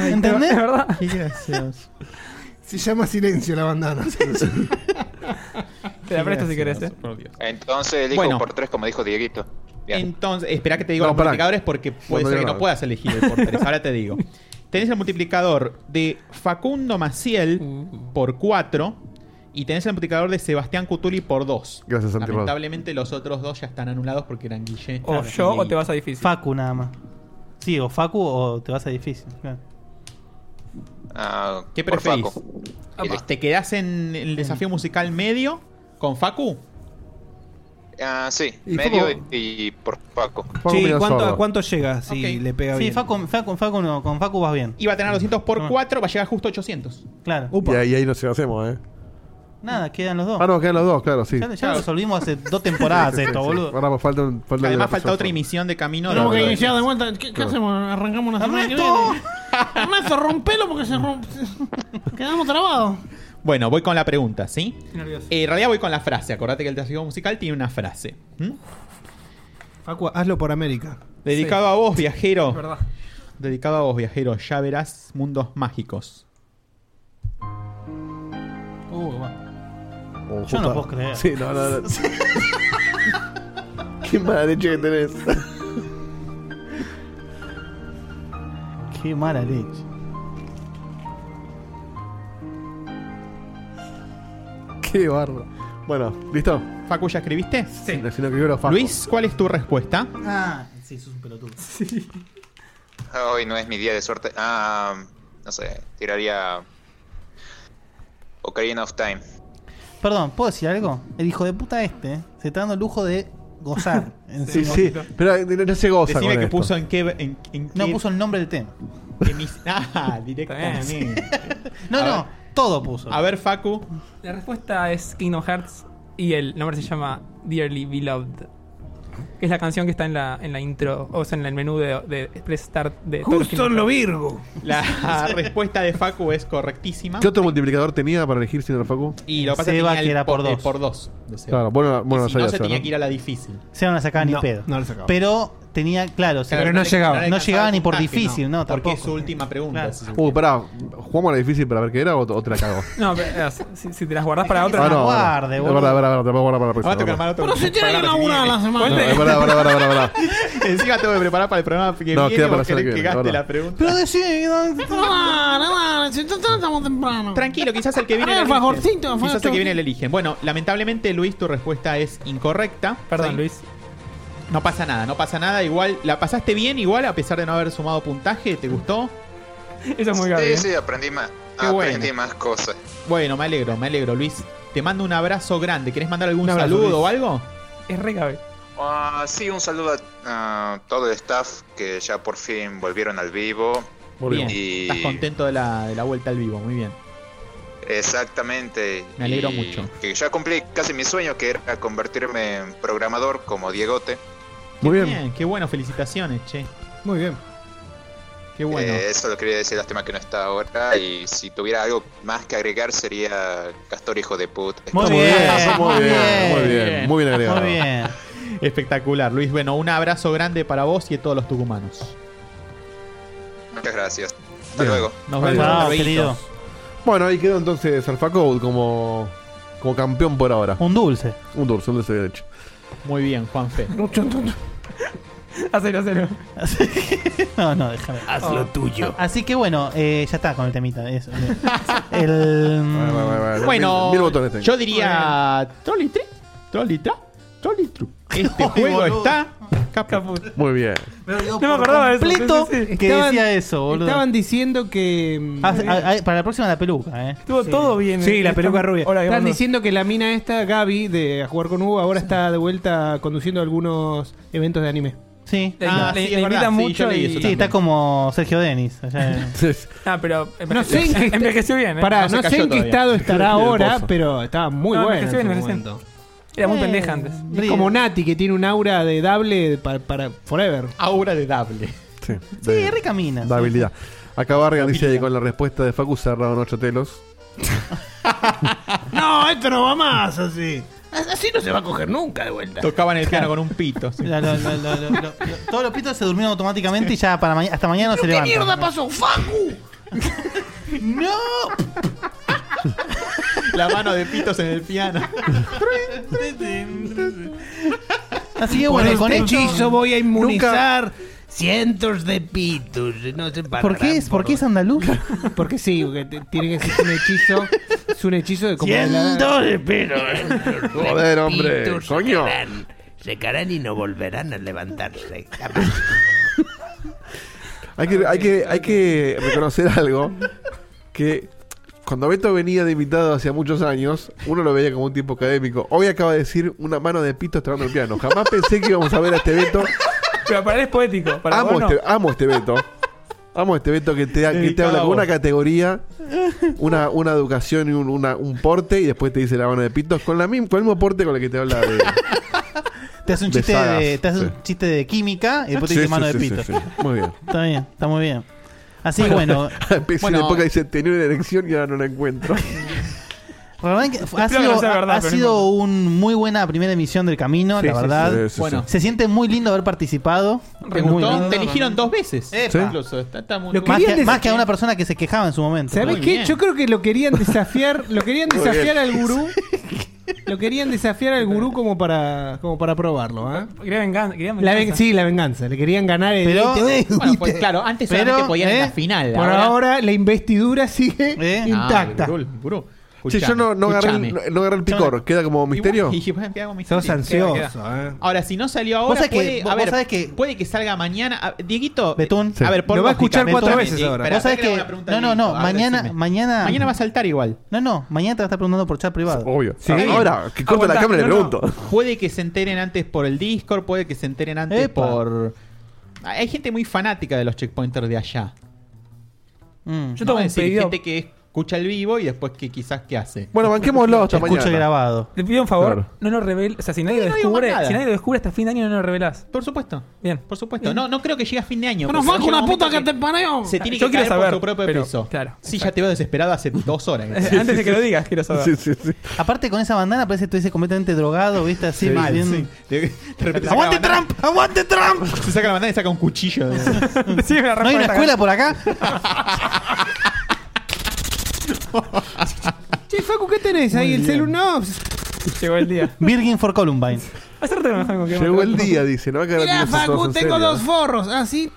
Speaker 2: ¿Entendés?
Speaker 4: es verdad.
Speaker 8: Qué gracioso.
Speaker 4: Se llama silencio la bandana.
Speaker 7: Te la presto si querés, eh.
Speaker 12: Entonces elijo
Speaker 8: Bueno.
Speaker 12: por tres, como dijo Dieguito.
Speaker 8: Entonces, espera que te digo
Speaker 12: No,
Speaker 8: los
Speaker 12: pará.
Speaker 8: multiplicadores porque puede
Speaker 12: No
Speaker 8: ser
Speaker 12: digo
Speaker 8: que no
Speaker 12: nada.
Speaker 8: puedas elegir el por tres. Ahora te digo. Tenés el multiplicador de Facundo Maciel por 4 y tenés el multiplicador de Sebastián Cutuli por 2.
Speaker 3: Gracias, Santi Rodas.
Speaker 8: Lamentablemente los otros dos ya están anulados porque eran Guille.
Speaker 2: O yo o te vas
Speaker 7: a difícil.
Speaker 2: Facu nada más. Sí, o Facu o te vas a difícil. claro.
Speaker 12: Ah,
Speaker 8: ¿Qué
Speaker 12: por
Speaker 8: preferís?
Speaker 12: Facu.
Speaker 8: Apa. ¿Te quedás en el desafío musical medio con Facu?
Speaker 12: Ah, sí,
Speaker 8: Y
Speaker 12: medio
Speaker 8: Facu-
Speaker 12: y, y por Paco.
Speaker 8: Sí, ¿cuánto-
Speaker 12: solo.
Speaker 8: a cuánto llega si le pega
Speaker 2: Sí,
Speaker 8: bien?
Speaker 2: Facu, Facu- Facu no, con Facu vas bien. Ah.
Speaker 8: Iba a tener 200 por 4, va a llegar justo a 800.
Speaker 2: Claro.
Speaker 3: Y ahí, y ahí nos hacemos, ¿eh?
Speaker 2: Nada, quedan los dos.
Speaker 3: Ah, no, quedan los dos, claro, sí.
Speaker 2: Ya, ya lo resolvimos hace dos temporadas
Speaker 3: Sí, sí,
Speaker 2: esto,
Speaker 3: sí.
Speaker 2: boludo.
Speaker 3: Ahora falta, un- falta el de la
Speaker 8: Además falta
Speaker 3: persona.
Speaker 8: otra emisión de camino. de-
Speaker 4: Tenemos que iniciar de vuelta. ¿Qué, qué
Speaker 8: Claro.
Speaker 4: hacemos? Arrancamos una semana que viene. Ernesto, rompelo porque se rompe. Quedamos trabados.
Speaker 8: Bueno, voy con la pregunta, ¿sí?
Speaker 4: nervioso.
Speaker 8: Eh, en realidad voy con la frase. Acordate que el desafío musical tiene una frase.
Speaker 5: Facu, hazlo por América.
Speaker 8: Dedicado a vos, viajero.
Speaker 5: Es verdad.
Speaker 8: Dedicado a vos, viajero. Ya verás mundos mágicos.
Speaker 2: Uh, va.
Speaker 3: Oh,
Speaker 2: Yo
Speaker 3: puta.
Speaker 2: no puedo creer.
Speaker 3: Sí, no, no, no. Qué mala leche que tenés.
Speaker 2: Qué mala leche.
Speaker 3: Qué barro. Bueno, ¿listo?
Speaker 8: Facu, ¿ya escribiste?
Speaker 3: Sí. Si no escribió, era Facu.
Speaker 8: Luis, ¿cuál es tu respuesta?
Speaker 2: Ah, sí, sos un pelotudo. Sí.
Speaker 12: Ah, Hoy no es mi día de suerte. Ah, no sé, tiraría Ocarina of Time.
Speaker 2: Perdón, ¿puedo decir algo? El hijo de puta este eh, se está dando el lujo de gozar. en
Speaker 3: Sí,
Speaker 2: su-
Speaker 3: sí. Pero eh, no se goza.
Speaker 8: Decime
Speaker 3: con
Speaker 8: que
Speaker 3: esto.
Speaker 8: puso en qué. En, en
Speaker 2: No
Speaker 8: qué-
Speaker 2: puso el nombre del tema.
Speaker 8: en mis- Ah, directamente.
Speaker 2: No,
Speaker 8: A
Speaker 2: no,
Speaker 8: ver.
Speaker 2: todo puso.
Speaker 8: A ver, Facu.
Speaker 7: La respuesta es Kingdom Hearts y el nombre se llama Dearly Beloved. Que es la canción que está en la, en la intro, o sea, en el menú de, de Express Start de todo el Kingdom Hearts.
Speaker 8: La respuesta de Facu es correctísima.
Speaker 3: Ah, ¿Qué otro multiplicador tenía para elegir siendo el Facu?
Speaker 8: Y lo que pasa es que
Speaker 2: Seba,
Speaker 8: tenía el
Speaker 2: que era por
Speaker 8: eh,
Speaker 2: dos.
Speaker 8: por dos de Seba.
Speaker 3: Claro, bueno, bueno,
Speaker 8: Y si no
Speaker 3: sabía
Speaker 8: se
Speaker 3: eso,
Speaker 8: tenía
Speaker 3: ¿no?
Speaker 8: que ir a la difícil.
Speaker 2: Se van a sacar ni
Speaker 8: No,
Speaker 2: pedo.
Speaker 8: no lo sacaba.
Speaker 2: Pero tenía, claro, se- No llegaba ni por difícil, no,
Speaker 8: porque
Speaker 2: tampoco.
Speaker 8: es su última pregunta. ese es el
Speaker 3: Uh, pará, jugamos a la difícil para ver qué era o, o te la cago.
Speaker 7: No, pero, eh, si, si te las guardás para otra,
Speaker 3: Ah, no, es verdad, es verdad, es verdad, te puedo guardar para la
Speaker 8: Ahora
Speaker 3: próxima.
Speaker 8: tengo que armar otro- Pero si tiene que
Speaker 3: Pará,
Speaker 8: laburar
Speaker 3: pará.
Speaker 8: la semana.
Speaker 3: No, es verdad, es verdad, es verdad, es verdad.
Speaker 8: Encima tengo que preparar para el programa que
Speaker 3: No,
Speaker 8: viene.
Speaker 3: queda para
Speaker 8: vos
Speaker 3: la semana
Speaker 8: querés
Speaker 3: que viene,
Speaker 8: que gaste
Speaker 3: ahora.
Speaker 8: la pregunta.
Speaker 4: Pero decime. Dale, dale, si total estamos temprano.
Speaker 8: Tranquilo, quizás el que viene.
Speaker 4: Ah,
Speaker 8: la
Speaker 4: el
Speaker 8: eligen.
Speaker 4: fajorcito,
Speaker 8: Quizás el que
Speaker 4: fajorcito.
Speaker 8: viene le eligen. Bueno, lamentablemente, Luis, tu respuesta es incorrecta.
Speaker 7: Perdón,
Speaker 8: Sí.
Speaker 7: Luis.
Speaker 8: No pasa nada, no pasa nada. Igual, la pasaste bien, igual, a pesar de no haber sumado puntaje. ¿Te gustó?
Speaker 7: Eso es muy
Speaker 12: Sí,
Speaker 7: grave. ¿eh?
Speaker 12: sí, aprendí más.
Speaker 8: Qué
Speaker 12: aprendí
Speaker 8: bueno.
Speaker 12: más cosas.
Speaker 8: Bueno, me alegro, me alegro, Luis. Te mando un abrazo grande. ¿Querés mandar algún
Speaker 12: Un abrazo,
Speaker 8: saludo
Speaker 12: Luis.
Speaker 8: o algo?
Speaker 7: Es re grave.
Speaker 12: Ah, sí, un saludo a ah, todo el staff que ya por fin volvieron al vivo.
Speaker 8: Bien.
Speaker 12: Y
Speaker 8: Estás contento de la, de la vuelta al vivo, muy bien.
Speaker 12: Exactamente.
Speaker 8: Me alegro
Speaker 12: Y
Speaker 8: mucho.
Speaker 12: Que ya cumplí casi mi sueño, que era convertirme en programador como Diegote.
Speaker 8: Muy bien. Qué bueno, felicitaciones, che. Muy bien. Qué bueno.
Speaker 12: Eh, eso lo quería decir, lástima que no está ahora. Y si tuviera algo más que agregar sería Castor hijo de puta.
Speaker 8: Muy
Speaker 12: Como-
Speaker 8: bien,
Speaker 3: muy bien, muy bien, muy bien agregado. Muy
Speaker 2: bien.
Speaker 8: Espectacular, Luis. Bueno, un abrazo grande para vos y a todos los tucumanos.
Speaker 12: Muchas gracias. Hasta
Speaker 3: Bien.
Speaker 12: luego.
Speaker 8: Nos vemos.
Speaker 3: Chao,
Speaker 8: Bebitos.
Speaker 3: querido. Bueno, ahí quedó entonces Alpha Code como, como campeón por ahora.
Speaker 2: Un dulce.
Speaker 3: Un dulce, un dulce de leche.
Speaker 8: Muy bien, Juanfe.
Speaker 2: Ah,
Speaker 7: Hacelo, hacelo.
Speaker 2: No, no, déjame.
Speaker 7: Haz lo
Speaker 2: tuyo. Así que bueno, eh, ya está con el temita. eso. el.
Speaker 8: Bueno,
Speaker 2: Mil- mil botones tengo.
Speaker 8: yo diría. Trolli tri, trolli tra, trolli tru. Este juego está. Caput.
Speaker 3: Muy bien.
Speaker 2: No
Speaker 7: me acordaba de eso,
Speaker 2: Completo
Speaker 7: sí, sí, sí.
Speaker 2: que
Speaker 7: Estaban-
Speaker 2: decía eso, boludo.
Speaker 7: estaban
Speaker 2: diciendo que. para la próxima la peluca, eh.
Speaker 7: Estuvo todo bien.
Speaker 5: Sí, la
Speaker 7: Esta-
Speaker 5: peluca rubia.
Speaker 7: Ahora, ¿qué
Speaker 5: Están
Speaker 7: pasó?
Speaker 5: diciendo que la mina esta, Gaby, de A Jugar con Hugo, ahora está de vuelta conduciendo algunos eventos de anime.
Speaker 2: Sí,
Speaker 7: Le- Ah, le- sí, es le verdad, invitan sí, yo mucho leí eso y-
Speaker 2: Sí,
Speaker 7: también.
Speaker 2: está como Sergio Denis. eh.
Speaker 7: Ah, pero enveje-
Speaker 2: No sé en qué-
Speaker 7: envejeció bien. ¿eh?
Speaker 2: Pará, no
Speaker 7: se
Speaker 2: sé
Speaker 7: cayó
Speaker 2: en qué
Speaker 7: todavía.
Speaker 2: estado
Speaker 5: estará ahora, pero estaba muy
Speaker 7: No,
Speaker 5: bueno.
Speaker 7: envejeció
Speaker 5: en
Speaker 7: bien,
Speaker 5: su
Speaker 7: envejeció
Speaker 5: momento.
Speaker 7: bien. Era muy
Speaker 5: Eh,
Speaker 7: pendeja antes.
Speaker 5: Es como Nati, que tiene un aura de dable para, para forever.
Speaker 8: Aura de dable.
Speaker 3: Sí,
Speaker 2: Sí, recamina.
Speaker 3: Da habilidad. Acá Barrigan dice con la respuesta de Facu cerraron ocho telos.
Speaker 4: No, esto no va más así. Así no se va a coger nunca de vuelta.
Speaker 8: Tocaban el piano con un pito. sí.
Speaker 2: Lo- lo- lo- lo- lo- lo- todos los pitos se durmieron automáticamente y ya para mañana hasta mañana no se
Speaker 4: ¿Qué
Speaker 2: levantan.
Speaker 4: mierda pasó, Facu?
Speaker 2: ¡No!
Speaker 8: La mano de pitos en el piano.
Speaker 2: Así que
Speaker 4: Por
Speaker 2: bueno,
Speaker 4: este
Speaker 2: con esto-
Speaker 4: hechizo voy a inmunizar cientos de pitos. No se
Speaker 2: ¿Por qué es, ¿por qué es andaluz?
Speaker 5: Porque sí, porque te- tiene que ser un hechizo. Es un hechizo de como.
Speaker 4: Cientos de pitos.
Speaker 5: Joder,
Speaker 3: hombre,
Speaker 4: Pitos
Speaker 3: coño.
Speaker 4: Secarán, secarán y no volverán a levantarse.
Speaker 3: Hay que, hay que, hay que reconocer algo. Que cuando Beto venía de invitado hace muchos años, uno lo veía como un tipo académico. Hoy acaba de decir una mano de pito estrando el piano. Jamás pensé que íbamos a ver a este Beto.
Speaker 7: Pero para él es poético. Para
Speaker 3: amo,
Speaker 7: vos no.
Speaker 3: este, amo este Beto. Amo este Beto que te, que te
Speaker 7: Dedicado
Speaker 3: habla
Speaker 7: a
Speaker 3: con
Speaker 7: vos.
Speaker 3: una categoría, una, una educación y un, una- un porte, y después te dice la mano de pitos con, la, mim- con el mismo porte con el que te habla de.
Speaker 2: Te hace un
Speaker 3: De
Speaker 2: chiste
Speaker 3: sagas,
Speaker 2: de, te hace
Speaker 3: sí.
Speaker 2: un chiste de química y después te
Speaker 3: Sí,
Speaker 2: dice
Speaker 3: sí,
Speaker 2: mano de
Speaker 3: sí,
Speaker 2: pito.
Speaker 3: sí, sí. Muy bien.
Speaker 2: Está bien, está muy bien. Así que bueno,
Speaker 3: Empecé
Speaker 2: bueno,
Speaker 3: en época dice tenía una erección y ahora no la encuentro.
Speaker 2: la verdad que ha
Speaker 3: Espero que
Speaker 2: sido,
Speaker 3: no sea
Speaker 2: ha-
Speaker 3: verdad,
Speaker 2: ha
Speaker 3: pero
Speaker 2: sido
Speaker 3: no
Speaker 2: un muy buena primera emisión del camino,
Speaker 3: Sí,
Speaker 2: la
Speaker 3: sí,
Speaker 2: verdad.
Speaker 3: sí, sí, sí,
Speaker 8: Bueno. sí.
Speaker 2: Se siente muy lindo haber participado.
Speaker 8: ¿Te
Speaker 2: Es muy
Speaker 8: gustó?
Speaker 2: lindo.
Speaker 8: Te eligieron dos veces.
Speaker 2: Epa.
Speaker 8: Incluso. Está, está muy
Speaker 2: Más que, más que a una persona que se quejaba en su momento.
Speaker 5: ¿Sabes qué? Yo creo que lo querían desafiar, lo querían
Speaker 2: Muy bien.
Speaker 5: desafiar al gurú. Lo querían desafiar al gurú como para como para probarlo, ¿eh?
Speaker 7: Quería vengan- quería
Speaker 5: La ven-
Speaker 7: venganza.
Speaker 5: sí, la venganza. Le querían ganar el
Speaker 7: Pero-
Speaker 5: Eh,
Speaker 8: Bueno,
Speaker 5: ¿viste?
Speaker 8: pues, claro, antes solamente podían
Speaker 3: ¿eh?
Speaker 8: en la final,
Speaker 5: Por
Speaker 8: ahora-
Speaker 5: ahora, la investidura sigue
Speaker 3: Ah,
Speaker 5: intacta.
Speaker 3: Che, yo no, no agarré, el- no, no agarré el picor. ¿Queda como misterio?
Speaker 8: Y- y- queda como
Speaker 3: Sos
Speaker 8: misterio.
Speaker 3: ansioso,
Speaker 8: Queda, queda.
Speaker 3: eh.
Speaker 8: Ahora, si no salió
Speaker 3: Vos
Speaker 8: ahora,
Speaker 3: sabés que-
Speaker 8: puede,
Speaker 3: vos-
Speaker 8: a ver,
Speaker 3: vos sabés
Speaker 8: puede que salga mañana. A- Diego,
Speaker 2: Betún.
Speaker 8: a ver, por
Speaker 2: Lo va a
Speaker 8: lógica,
Speaker 2: escuchar cuatro
Speaker 8: Betún,
Speaker 2: veces
Speaker 8: sí,
Speaker 2: ahora.
Speaker 8: espera,
Speaker 2: Vos sabés
Speaker 8: espera,
Speaker 2: que-
Speaker 8: una pregunta
Speaker 2: no,
Speaker 8: de
Speaker 2: no, no,
Speaker 8: Dieguito, a ver,
Speaker 2: mañana-
Speaker 8: decime.
Speaker 2: mañana-
Speaker 8: Mañana va a saltar igual.
Speaker 2: No, no, mañana te va a estar preguntando por chat privado.
Speaker 3: Obvio.
Speaker 2: Sí.
Speaker 8: Aguantá,
Speaker 2: no,
Speaker 8: no,
Speaker 2: no.
Speaker 8: no. Puede que se enteren antes por el Discord, puede que se enteren antes
Speaker 2: Epa.
Speaker 8: por. Hay gente muy fanática de los checkpointers de allá.
Speaker 2: Mm.
Speaker 8: Yo tengo que decir, gente que escucha el vivo y después que quizás qué hace.
Speaker 3: Bueno, banquémoslo hasta
Speaker 2: Escuche
Speaker 3: mañana.
Speaker 2: grabado.
Speaker 7: Te pido un favor,
Speaker 8: Claro.
Speaker 7: no lo reveles. O sea, si nadie lo
Speaker 8: no digo más
Speaker 7: descubre,
Speaker 8: nada.
Speaker 7: si nadie lo descubre hasta fin de año, no lo revelás.
Speaker 8: Por supuesto.
Speaker 7: Bien.
Speaker 8: Por supuesto. No, no creo que llegue a fin de año.
Speaker 7: Bueno,
Speaker 8: porque
Speaker 7: Facu,
Speaker 8: llega
Speaker 7: la
Speaker 8: un momento
Speaker 7: puta que te parió.
Speaker 8: Se tiene
Speaker 7: Yo
Speaker 8: que
Speaker 7: quiero
Speaker 8: caer
Speaker 7: saber,
Speaker 8: por su propio
Speaker 7: pero-
Speaker 8: peso.
Speaker 7: claro,
Speaker 8: Sí, ya te veo desesperado hace dos horas.
Speaker 7: Sí, Antes de sí, que lo sí. digas, quiero saber.
Speaker 8: Sí,
Speaker 2: Aparte con esa bandana parece que estuviese completamente drogado, viste, así
Speaker 8: Sí,
Speaker 2: bien-
Speaker 8: sí.
Speaker 2: ¡Aguante
Speaker 8: Trump!
Speaker 2: ¡Aguante Trump!
Speaker 8: Se saca la bandana y saca un cuchillo.
Speaker 2: ¿No hay una escuela por acá?
Speaker 5: Che, Facu, ¿qué tenés ahí?
Speaker 2: Muy
Speaker 5: el
Speaker 2: bien.
Speaker 5: celu no. pues,
Speaker 7: Llegó el día.
Speaker 2: Virgin for Columbine.
Speaker 3: Llegó el día, dice. No va a quedar
Speaker 5: Mirá,
Speaker 3: tipo
Speaker 5: Facu,
Speaker 3: sos en
Speaker 5: tengo
Speaker 3: serio.
Speaker 5: dos forros. Ah, Así.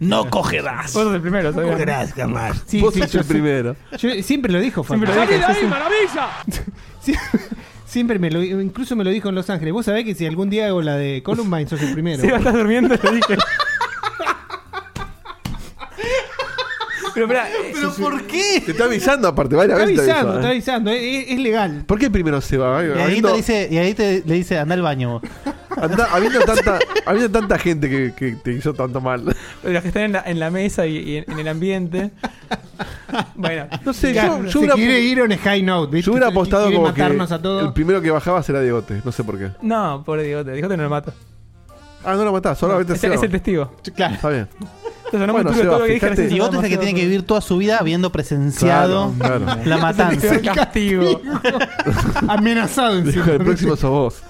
Speaker 7: No cogerás. Vos sos el primero,
Speaker 5: No
Speaker 7: sabía.
Speaker 5: cogerás jamás. Sí,
Speaker 3: Vos
Speaker 5: sí,
Speaker 3: sos
Speaker 5: yo
Speaker 3: el
Speaker 5: sé.
Speaker 3: primero.
Speaker 5: Yo- siempre lo dijo, Facu.
Speaker 7: Siempre lo dijo. ¡Salí de ahí, maravilla!
Speaker 5: Siempre me lo incluso me lo dijo en Los Ángeles. Vos sabés que si algún día hago la de Columbine, sos el primero.
Speaker 7: Seba, estás durmiendo, le dije. Pero eh, espera,
Speaker 5: ¿Pero por qué?
Speaker 3: Te está avisando aparte, varias
Speaker 5: Está
Speaker 3: veces. te
Speaker 5: avisando,
Speaker 3: avisó,
Speaker 5: está
Speaker 3: ¿eh?
Speaker 5: avisando. Es, es legal.
Speaker 3: ¿Por qué primero se va?
Speaker 2: Y ahí,
Speaker 3: Habiendo,
Speaker 2: te dice, y ahí te- le dice, anda al baño vos.
Speaker 3: andá- habiendo tanta, habiendo tanta gente que, que te hizo tanto mal.
Speaker 7: los que están en la, en la mesa y, y en, en el ambiente. Bueno,
Speaker 3: No sé,
Speaker 5: Ya,
Speaker 3: yo, yo
Speaker 5: se
Speaker 3: hubiera,
Speaker 5: quiere ir on a high note. ¿viste?
Speaker 3: yo hubiera apostado
Speaker 5: Quiere
Speaker 3: como que
Speaker 5: matarnos a todos.
Speaker 3: el primero que bajaba será Diegote. No sé por qué.
Speaker 7: No, pobre Diegote. Diegote no lo mata.
Speaker 3: Ah, no lo matás, solamente
Speaker 7: es, es el testigo.
Speaker 8: Claro.
Speaker 3: Está bien.
Speaker 7: Entonces, no
Speaker 3: Bueno,
Speaker 7: me tuve
Speaker 3: Seba,
Speaker 7: todo lo que dije
Speaker 3: fíjate.
Speaker 7: recién,
Speaker 2: Y otro es el que
Speaker 7: demasiado.
Speaker 2: tiene que vivir toda su vida habiendo presenciado
Speaker 3: Claro, claro.
Speaker 2: la matanza.
Speaker 7: El castigo.
Speaker 5: Amenazado
Speaker 3: Dijo, el próximo sos vos.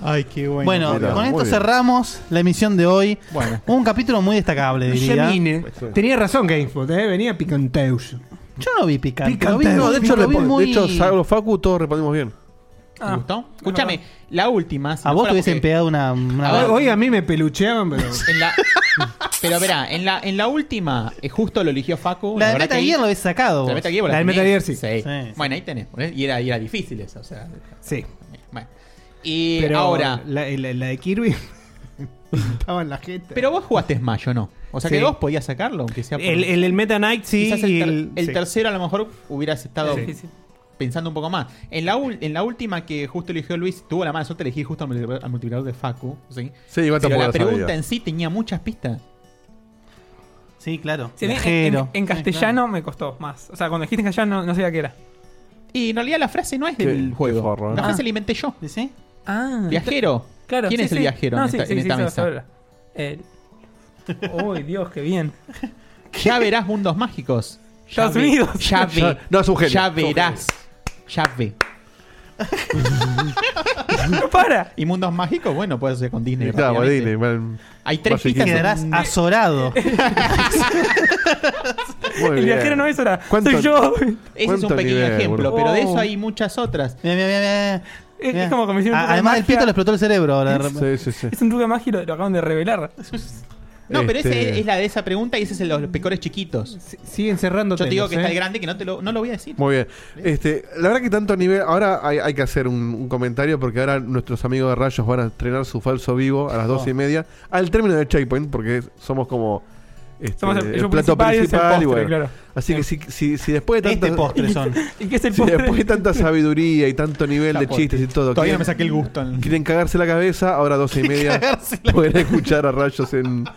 Speaker 8: Ay, qué bueno.
Speaker 2: Bueno,
Speaker 3: Mira,
Speaker 2: con esto
Speaker 3: muy bien.
Speaker 2: cerramos la emisión de hoy.
Speaker 8: Bueno.
Speaker 2: Un capítulo muy destacable, diría.
Speaker 5: Gemine. Tenía razón GameSpot, ¿eh? venía picanteus.
Speaker 2: Yo no vi picante.
Speaker 5: Picante.
Speaker 2: lo vi-
Speaker 3: No, de hecho,
Speaker 2: lo vi
Speaker 3: repo-
Speaker 2: muy-
Speaker 3: de hecho, salvo Facu, todos respondimos bien.
Speaker 7: Ah,
Speaker 8: ¿Te gustó? Escúchame, la última. si
Speaker 2: A
Speaker 8: no
Speaker 2: vos
Speaker 8: fuera
Speaker 2: te hubiesen
Speaker 8: porque-
Speaker 2: pegado una. una-
Speaker 8: A ver,
Speaker 5: Hoy a mí me pelucheaban, pero.
Speaker 8: En la- pero verá, en la, en la última, eh, justo lo eligió Facu.
Speaker 2: la de
Speaker 8: verdad
Speaker 2: Metal
Speaker 8: que ahí-
Speaker 2: Gear lo hubiese sacado.
Speaker 8: La de
Speaker 2: vos.
Speaker 8: Metal Gear, vos
Speaker 2: La de
Speaker 8: tenés.
Speaker 2: Metal Gear, sí.
Speaker 8: Bueno, ahí tenés. ¿eh? Y era, y era difícil esa, o sea.
Speaker 5: Sí.
Speaker 8: Bueno. Y
Speaker 5: Pero
Speaker 8: ahora.
Speaker 5: La, la- la de Kirby. Estaba en la gente.
Speaker 8: Pero vos jugaste Smash, ¿o no? O sea que
Speaker 5: Sí.
Speaker 8: vos podías sacarlo, aunque sea por-
Speaker 5: El, el, el Meta Knight sí.
Speaker 8: Quizás el,
Speaker 5: y
Speaker 8: ter-
Speaker 5: el-
Speaker 8: el
Speaker 5: sí.
Speaker 8: tercero a lo mejor hubieras estado pensando un poco más. En la, ul- en la última que justo eligió Luis, tuvo la mala suerte de elegir justo al multiplicador, al multiplicador de Facu. Sí,
Speaker 3: Sí, igual
Speaker 8: Pero
Speaker 3: tampoco
Speaker 8: la
Speaker 3: lo
Speaker 8: pregunta
Speaker 3: sabía.
Speaker 8: en sí tenía muchas pistas.
Speaker 2: Sí, claro.
Speaker 7: Sí, en- en- en, en castellano me costó más. O sea, cuando dijiste en castellano no, no sabía qué era.
Speaker 8: Y en realidad la frase no es del juego.
Speaker 3: Ah.
Speaker 8: La
Speaker 5: Ah,
Speaker 8: frase la inventé yo.
Speaker 2: ¿Sí?
Speaker 7: Ah.
Speaker 8: Viajero.
Speaker 7: Claro,
Speaker 8: ¿Quién
Speaker 7: sí,
Speaker 8: es el
Speaker 7: sí.
Speaker 8: viajero
Speaker 7: No,
Speaker 8: en
Speaker 7: sí,
Speaker 8: esta,
Speaker 7: sí,
Speaker 8: en
Speaker 7: sí,
Speaker 8: esta
Speaker 7: sí,
Speaker 8: mesa?
Speaker 7: sabrá. El- Uy, Dios, qué bien.
Speaker 8: Ya verás mundos mágicos. Ya
Speaker 7: Estados
Speaker 8: ve-
Speaker 7: Unidos.
Speaker 8: Ya ve-
Speaker 7: Ya- no, es un genio.
Speaker 8: Ya
Speaker 7: Es un genio.
Speaker 8: verás. Ya ve.
Speaker 7: para.
Speaker 8: Y mundos mágicos, bueno, puede ser con Disney.
Speaker 3: Y claro,
Speaker 8: rápidamente.
Speaker 3: Disney, man.
Speaker 8: Hay tres Mm,
Speaker 3: Básicamente.
Speaker 8: pistas.
Speaker 3: Quedarás
Speaker 2: azorado.
Speaker 3: Muy
Speaker 8: El
Speaker 3: bien.
Speaker 8: viajero no es ahora, ¿Cuánto- soy yo. Ese es un
Speaker 3: cuánto
Speaker 8: pequeño ejemplo, pero de eso
Speaker 2: Oh.
Speaker 8: hay muchas otras.
Speaker 2: Mira, mira, mira, mira.
Speaker 7: Es,
Speaker 2: Mira.
Speaker 7: es como que me hicieron un truco de
Speaker 2: A- Ah, Además, el
Speaker 7: magia.
Speaker 2: pito le explotó el cerebro ahora. Sí,
Speaker 3: sí, sí.
Speaker 7: Es un truco de magia y lo, lo acaban de revelar.
Speaker 8: No, pero ese
Speaker 7: Este-
Speaker 8: es la de esa pregunta y ese es el de los pecores chiquitos.
Speaker 5: Siguen cerrando
Speaker 8: Yo te digo
Speaker 5: temas,
Speaker 8: que
Speaker 5: ¿eh?
Speaker 8: está el grande que no te lo, no lo voy a decir.
Speaker 3: Muy bien. Este, la verdad que tanto nivel. Ahora hay, hay que hacer un, un comentario porque ahora nuestros amigos de Rayos van a estrenar su falso vivo a
Speaker 7: Oh.
Speaker 3: las doce y media. Al término del checkpoint, porque somos como. este,
Speaker 7: Somos el-
Speaker 3: el,
Speaker 7: es un
Speaker 3: plato
Speaker 7: principal y es el
Speaker 3: principal. y
Speaker 7: postre,
Speaker 3: bueno.
Speaker 7: claro.
Speaker 3: Así que si, si, si después de
Speaker 7: Este
Speaker 3: tantas.
Speaker 7: postre son. ¿Y qué es el
Speaker 3: si
Speaker 7: postre?
Speaker 3: después de tanta sabiduría y tanto nivel
Speaker 8: Ya
Speaker 3: de
Speaker 7: pues,
Speaker 8: postre.
Speaker 3: chistes y todo.
Speaker 8: Todavía
Speaker 3: quieren-
Speaker 8: no me saqué el gusto.
Speaker 3: Quieren cagarse la cabeza, ahora doce y media.
Speaker 8: Cagarse
Speaker 3: Pueden escuchar a Rayos en,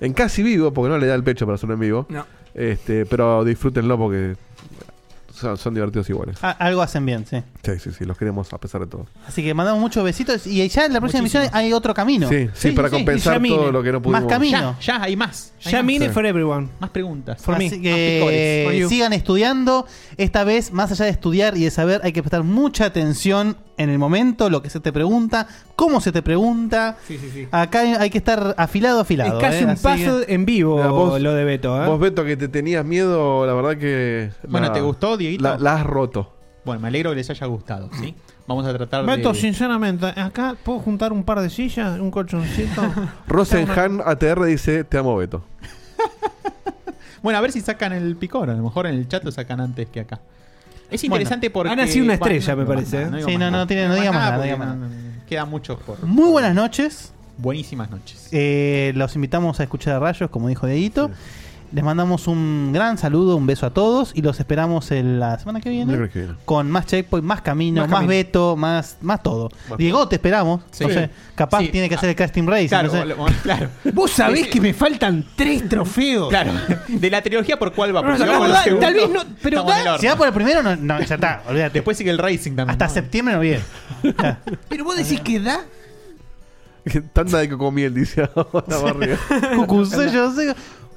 Speaker 3: en casi vivo, porque no le da el pecho para hacerlo en vivo.
Speaker 7: No.
Speaker 3: Este, pero disfrútenlo porque son, son divertidos iguales.
Speaker 2: A- Ah, algo hacen bien, sí.
Speaker 3: Sí, sí, sí, los queremos a pesar de todo.
Speaker 2: Así que mandamos muchos besitos y ya en la próxima emisión hay otro camino.
Speaker 3: Sí, sí, para compensar
Speaker 2: Y ya
Speaker 3: todo
Speaker 2: mine.
Speaker 3: lo que no pudimos.
Speaker 2: Más camino.
Speaker 8: Ya, hay más. Hay
Speaker 5: Ya
Speaker 8: más.
Speaker 5: mine
Speaker 8: Sí.
Speaker 5: for everyone.
Speaker 8: Más preguntas.
Speaker 2: Así que sigan este estudiando. Esta vez, más allá de estudiar y de saber, hay que prestar mucha atención en el momento, lo que se te pregunta, cómo se te pregunta.
Speaker 5: Sí, sí, sí.
Speaker 2: Acá hay hay que estar afilado, afilado.
Speaker 5: Es casi
Speaker 2: ¿eh?
Speaker 5: un
Speaker 2: Así
Speaker 5: puzzle
Speaker 2: que-
Speaker 5: en vivo lo de Beto. ¿eh?
Speaker 3: Vos, Beto, que te tenías miedo, la verdad que.
Speaker 8: Bueno,
Speaker 3: la-
Speaker 8: ¿te gustó, Dieguito?
Speaker 3: La, la has roto.
Speaker 8: Bueno, me alegro que les haya gustado,
Speaker 2: Mm.
Speaker 8: ¿sí? Vamos a tratar de...
Speaker 5: Beto, sinceramente, acá puedo juntar un par de sillas, un colchoncito.
Speaker 3: Rosenhan ATR dice: Te amo, Beto.
Speaker 8: Bueno, a ver si sacan el picor. A lo mejor en el chat lo sacan antes que acá. Es
Speaker 2: Bueno,
Speaker 8: interesante porque...
Speaker 5: han nacido una
Speaker 8: Bueno,
Speaker 5: estrella,
Speaker 8: no
Speaker 5: me
Speaker 8: digo
Speaker 5: parece,
Speaker 8: más
Speaker 5: ¿eh?
Speaker 8: nada, digo
Speaker 2: Sí, no,
Speaker 8: más
Speaker 2: no, tiene- no diga
Speaker 8: más
Speaker 2: más nada,
Speaker 8: porque
Speaker 2: diga más
Speaker 8: no- no- Queda mucho por...
Speaker 2: Muy buenas noches.
Speaker 8: Buenísimas noches.
Speaker 2: Eh, los invitamos a escuchar a Rayos, como dijo Deito. Les mandamos un gran saludo, un beso a todos y los esperamos en la semana que viene.
Speaker 3: Yo creo que viene.
Speaker 2: Con más checkpoint, más camino,
Speaker 8: Más
Speaker 2: más,
Speaker 8: camino.
Speaker 2: Beto, más, más todo. Diego, te esperamos.
Speaker 8: Sí.
Speaker 2: No sé, capaz
Speaker 8: Sí.
Speaker 2: tiene que hacer el casting race.
Speaker 8: Claro,
Speaker 2: no sé.
Speaker 8: lo- claro.
Speaker 5: Vos sabés que me faltan tres trofeos.
Speaker 8: Claro. De la trilogía, ¿por cuál va?
Speaker 5: No,
Speaker 8: Porque
Speaker 5: no,
Speaker 8: vamos
Speaker 5: no,
Speaker 8: al
Speaker 5: da-
Speaker 8: segundo.
Speaker 5: tal vez no- pero
Speaker 8: Estamos en el
Speaker 5: da-
Speaker 8: horno.
Speaker 2: Si va por el primero, no, no, ya está, olvídate.
Speaker 8: Después sigue el Racing también.
Speaker 2: Hasta septiembre no viene.
Speaker 5: Pero vos decís que da.
Speaker 3: Tanda de cocomiel, dice ahora barrio.
Speaker 2: Cucusello, sí.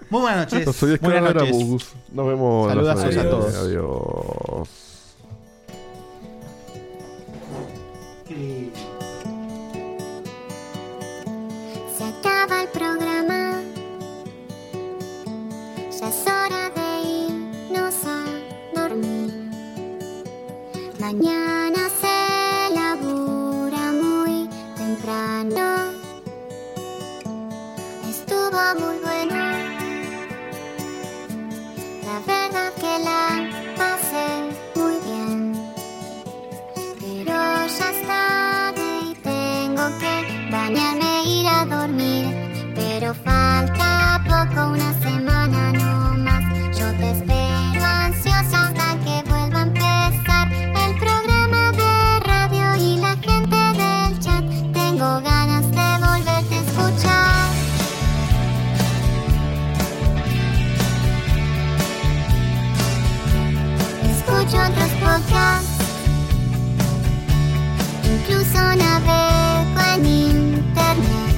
Speaker 2: Muy buenas noches.
Speaker 3: Yo soy
Speaker 2: Buenas
Speaker 3: Esclavo
Speaker 2: noches.
Speaker 3: Aramus. Nos vemos. la
Speaker 2: Saludazos
Speaker 3: semana
Speaker 2: a
Speaker 3: que viene.
Speaker 2: todos.
Speaker 3: Adiós.
Speaker 21: Se acaba el programa. Ya es hora de irnos a dormir. Mañana se labura muy temprano. Estuvo muy bueno. La verdad que la pasé muy bien. Pero ya es tarde y tengo que bañarme e ir a dormir. Pero falta poco, una semana no más. Yo te espero ansiosa hasta que vuelva a empezar el programa de radio y la gente del chat. Tengo ganas de volverte a escuchar. Escucho otros podcasts. Incluso navego en internet.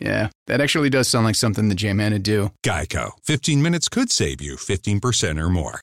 Speaker 22: yeah, that actually does sound like something the J-Man would do.
Speaker 23: Geico. 15 minutes could save you 15% or more.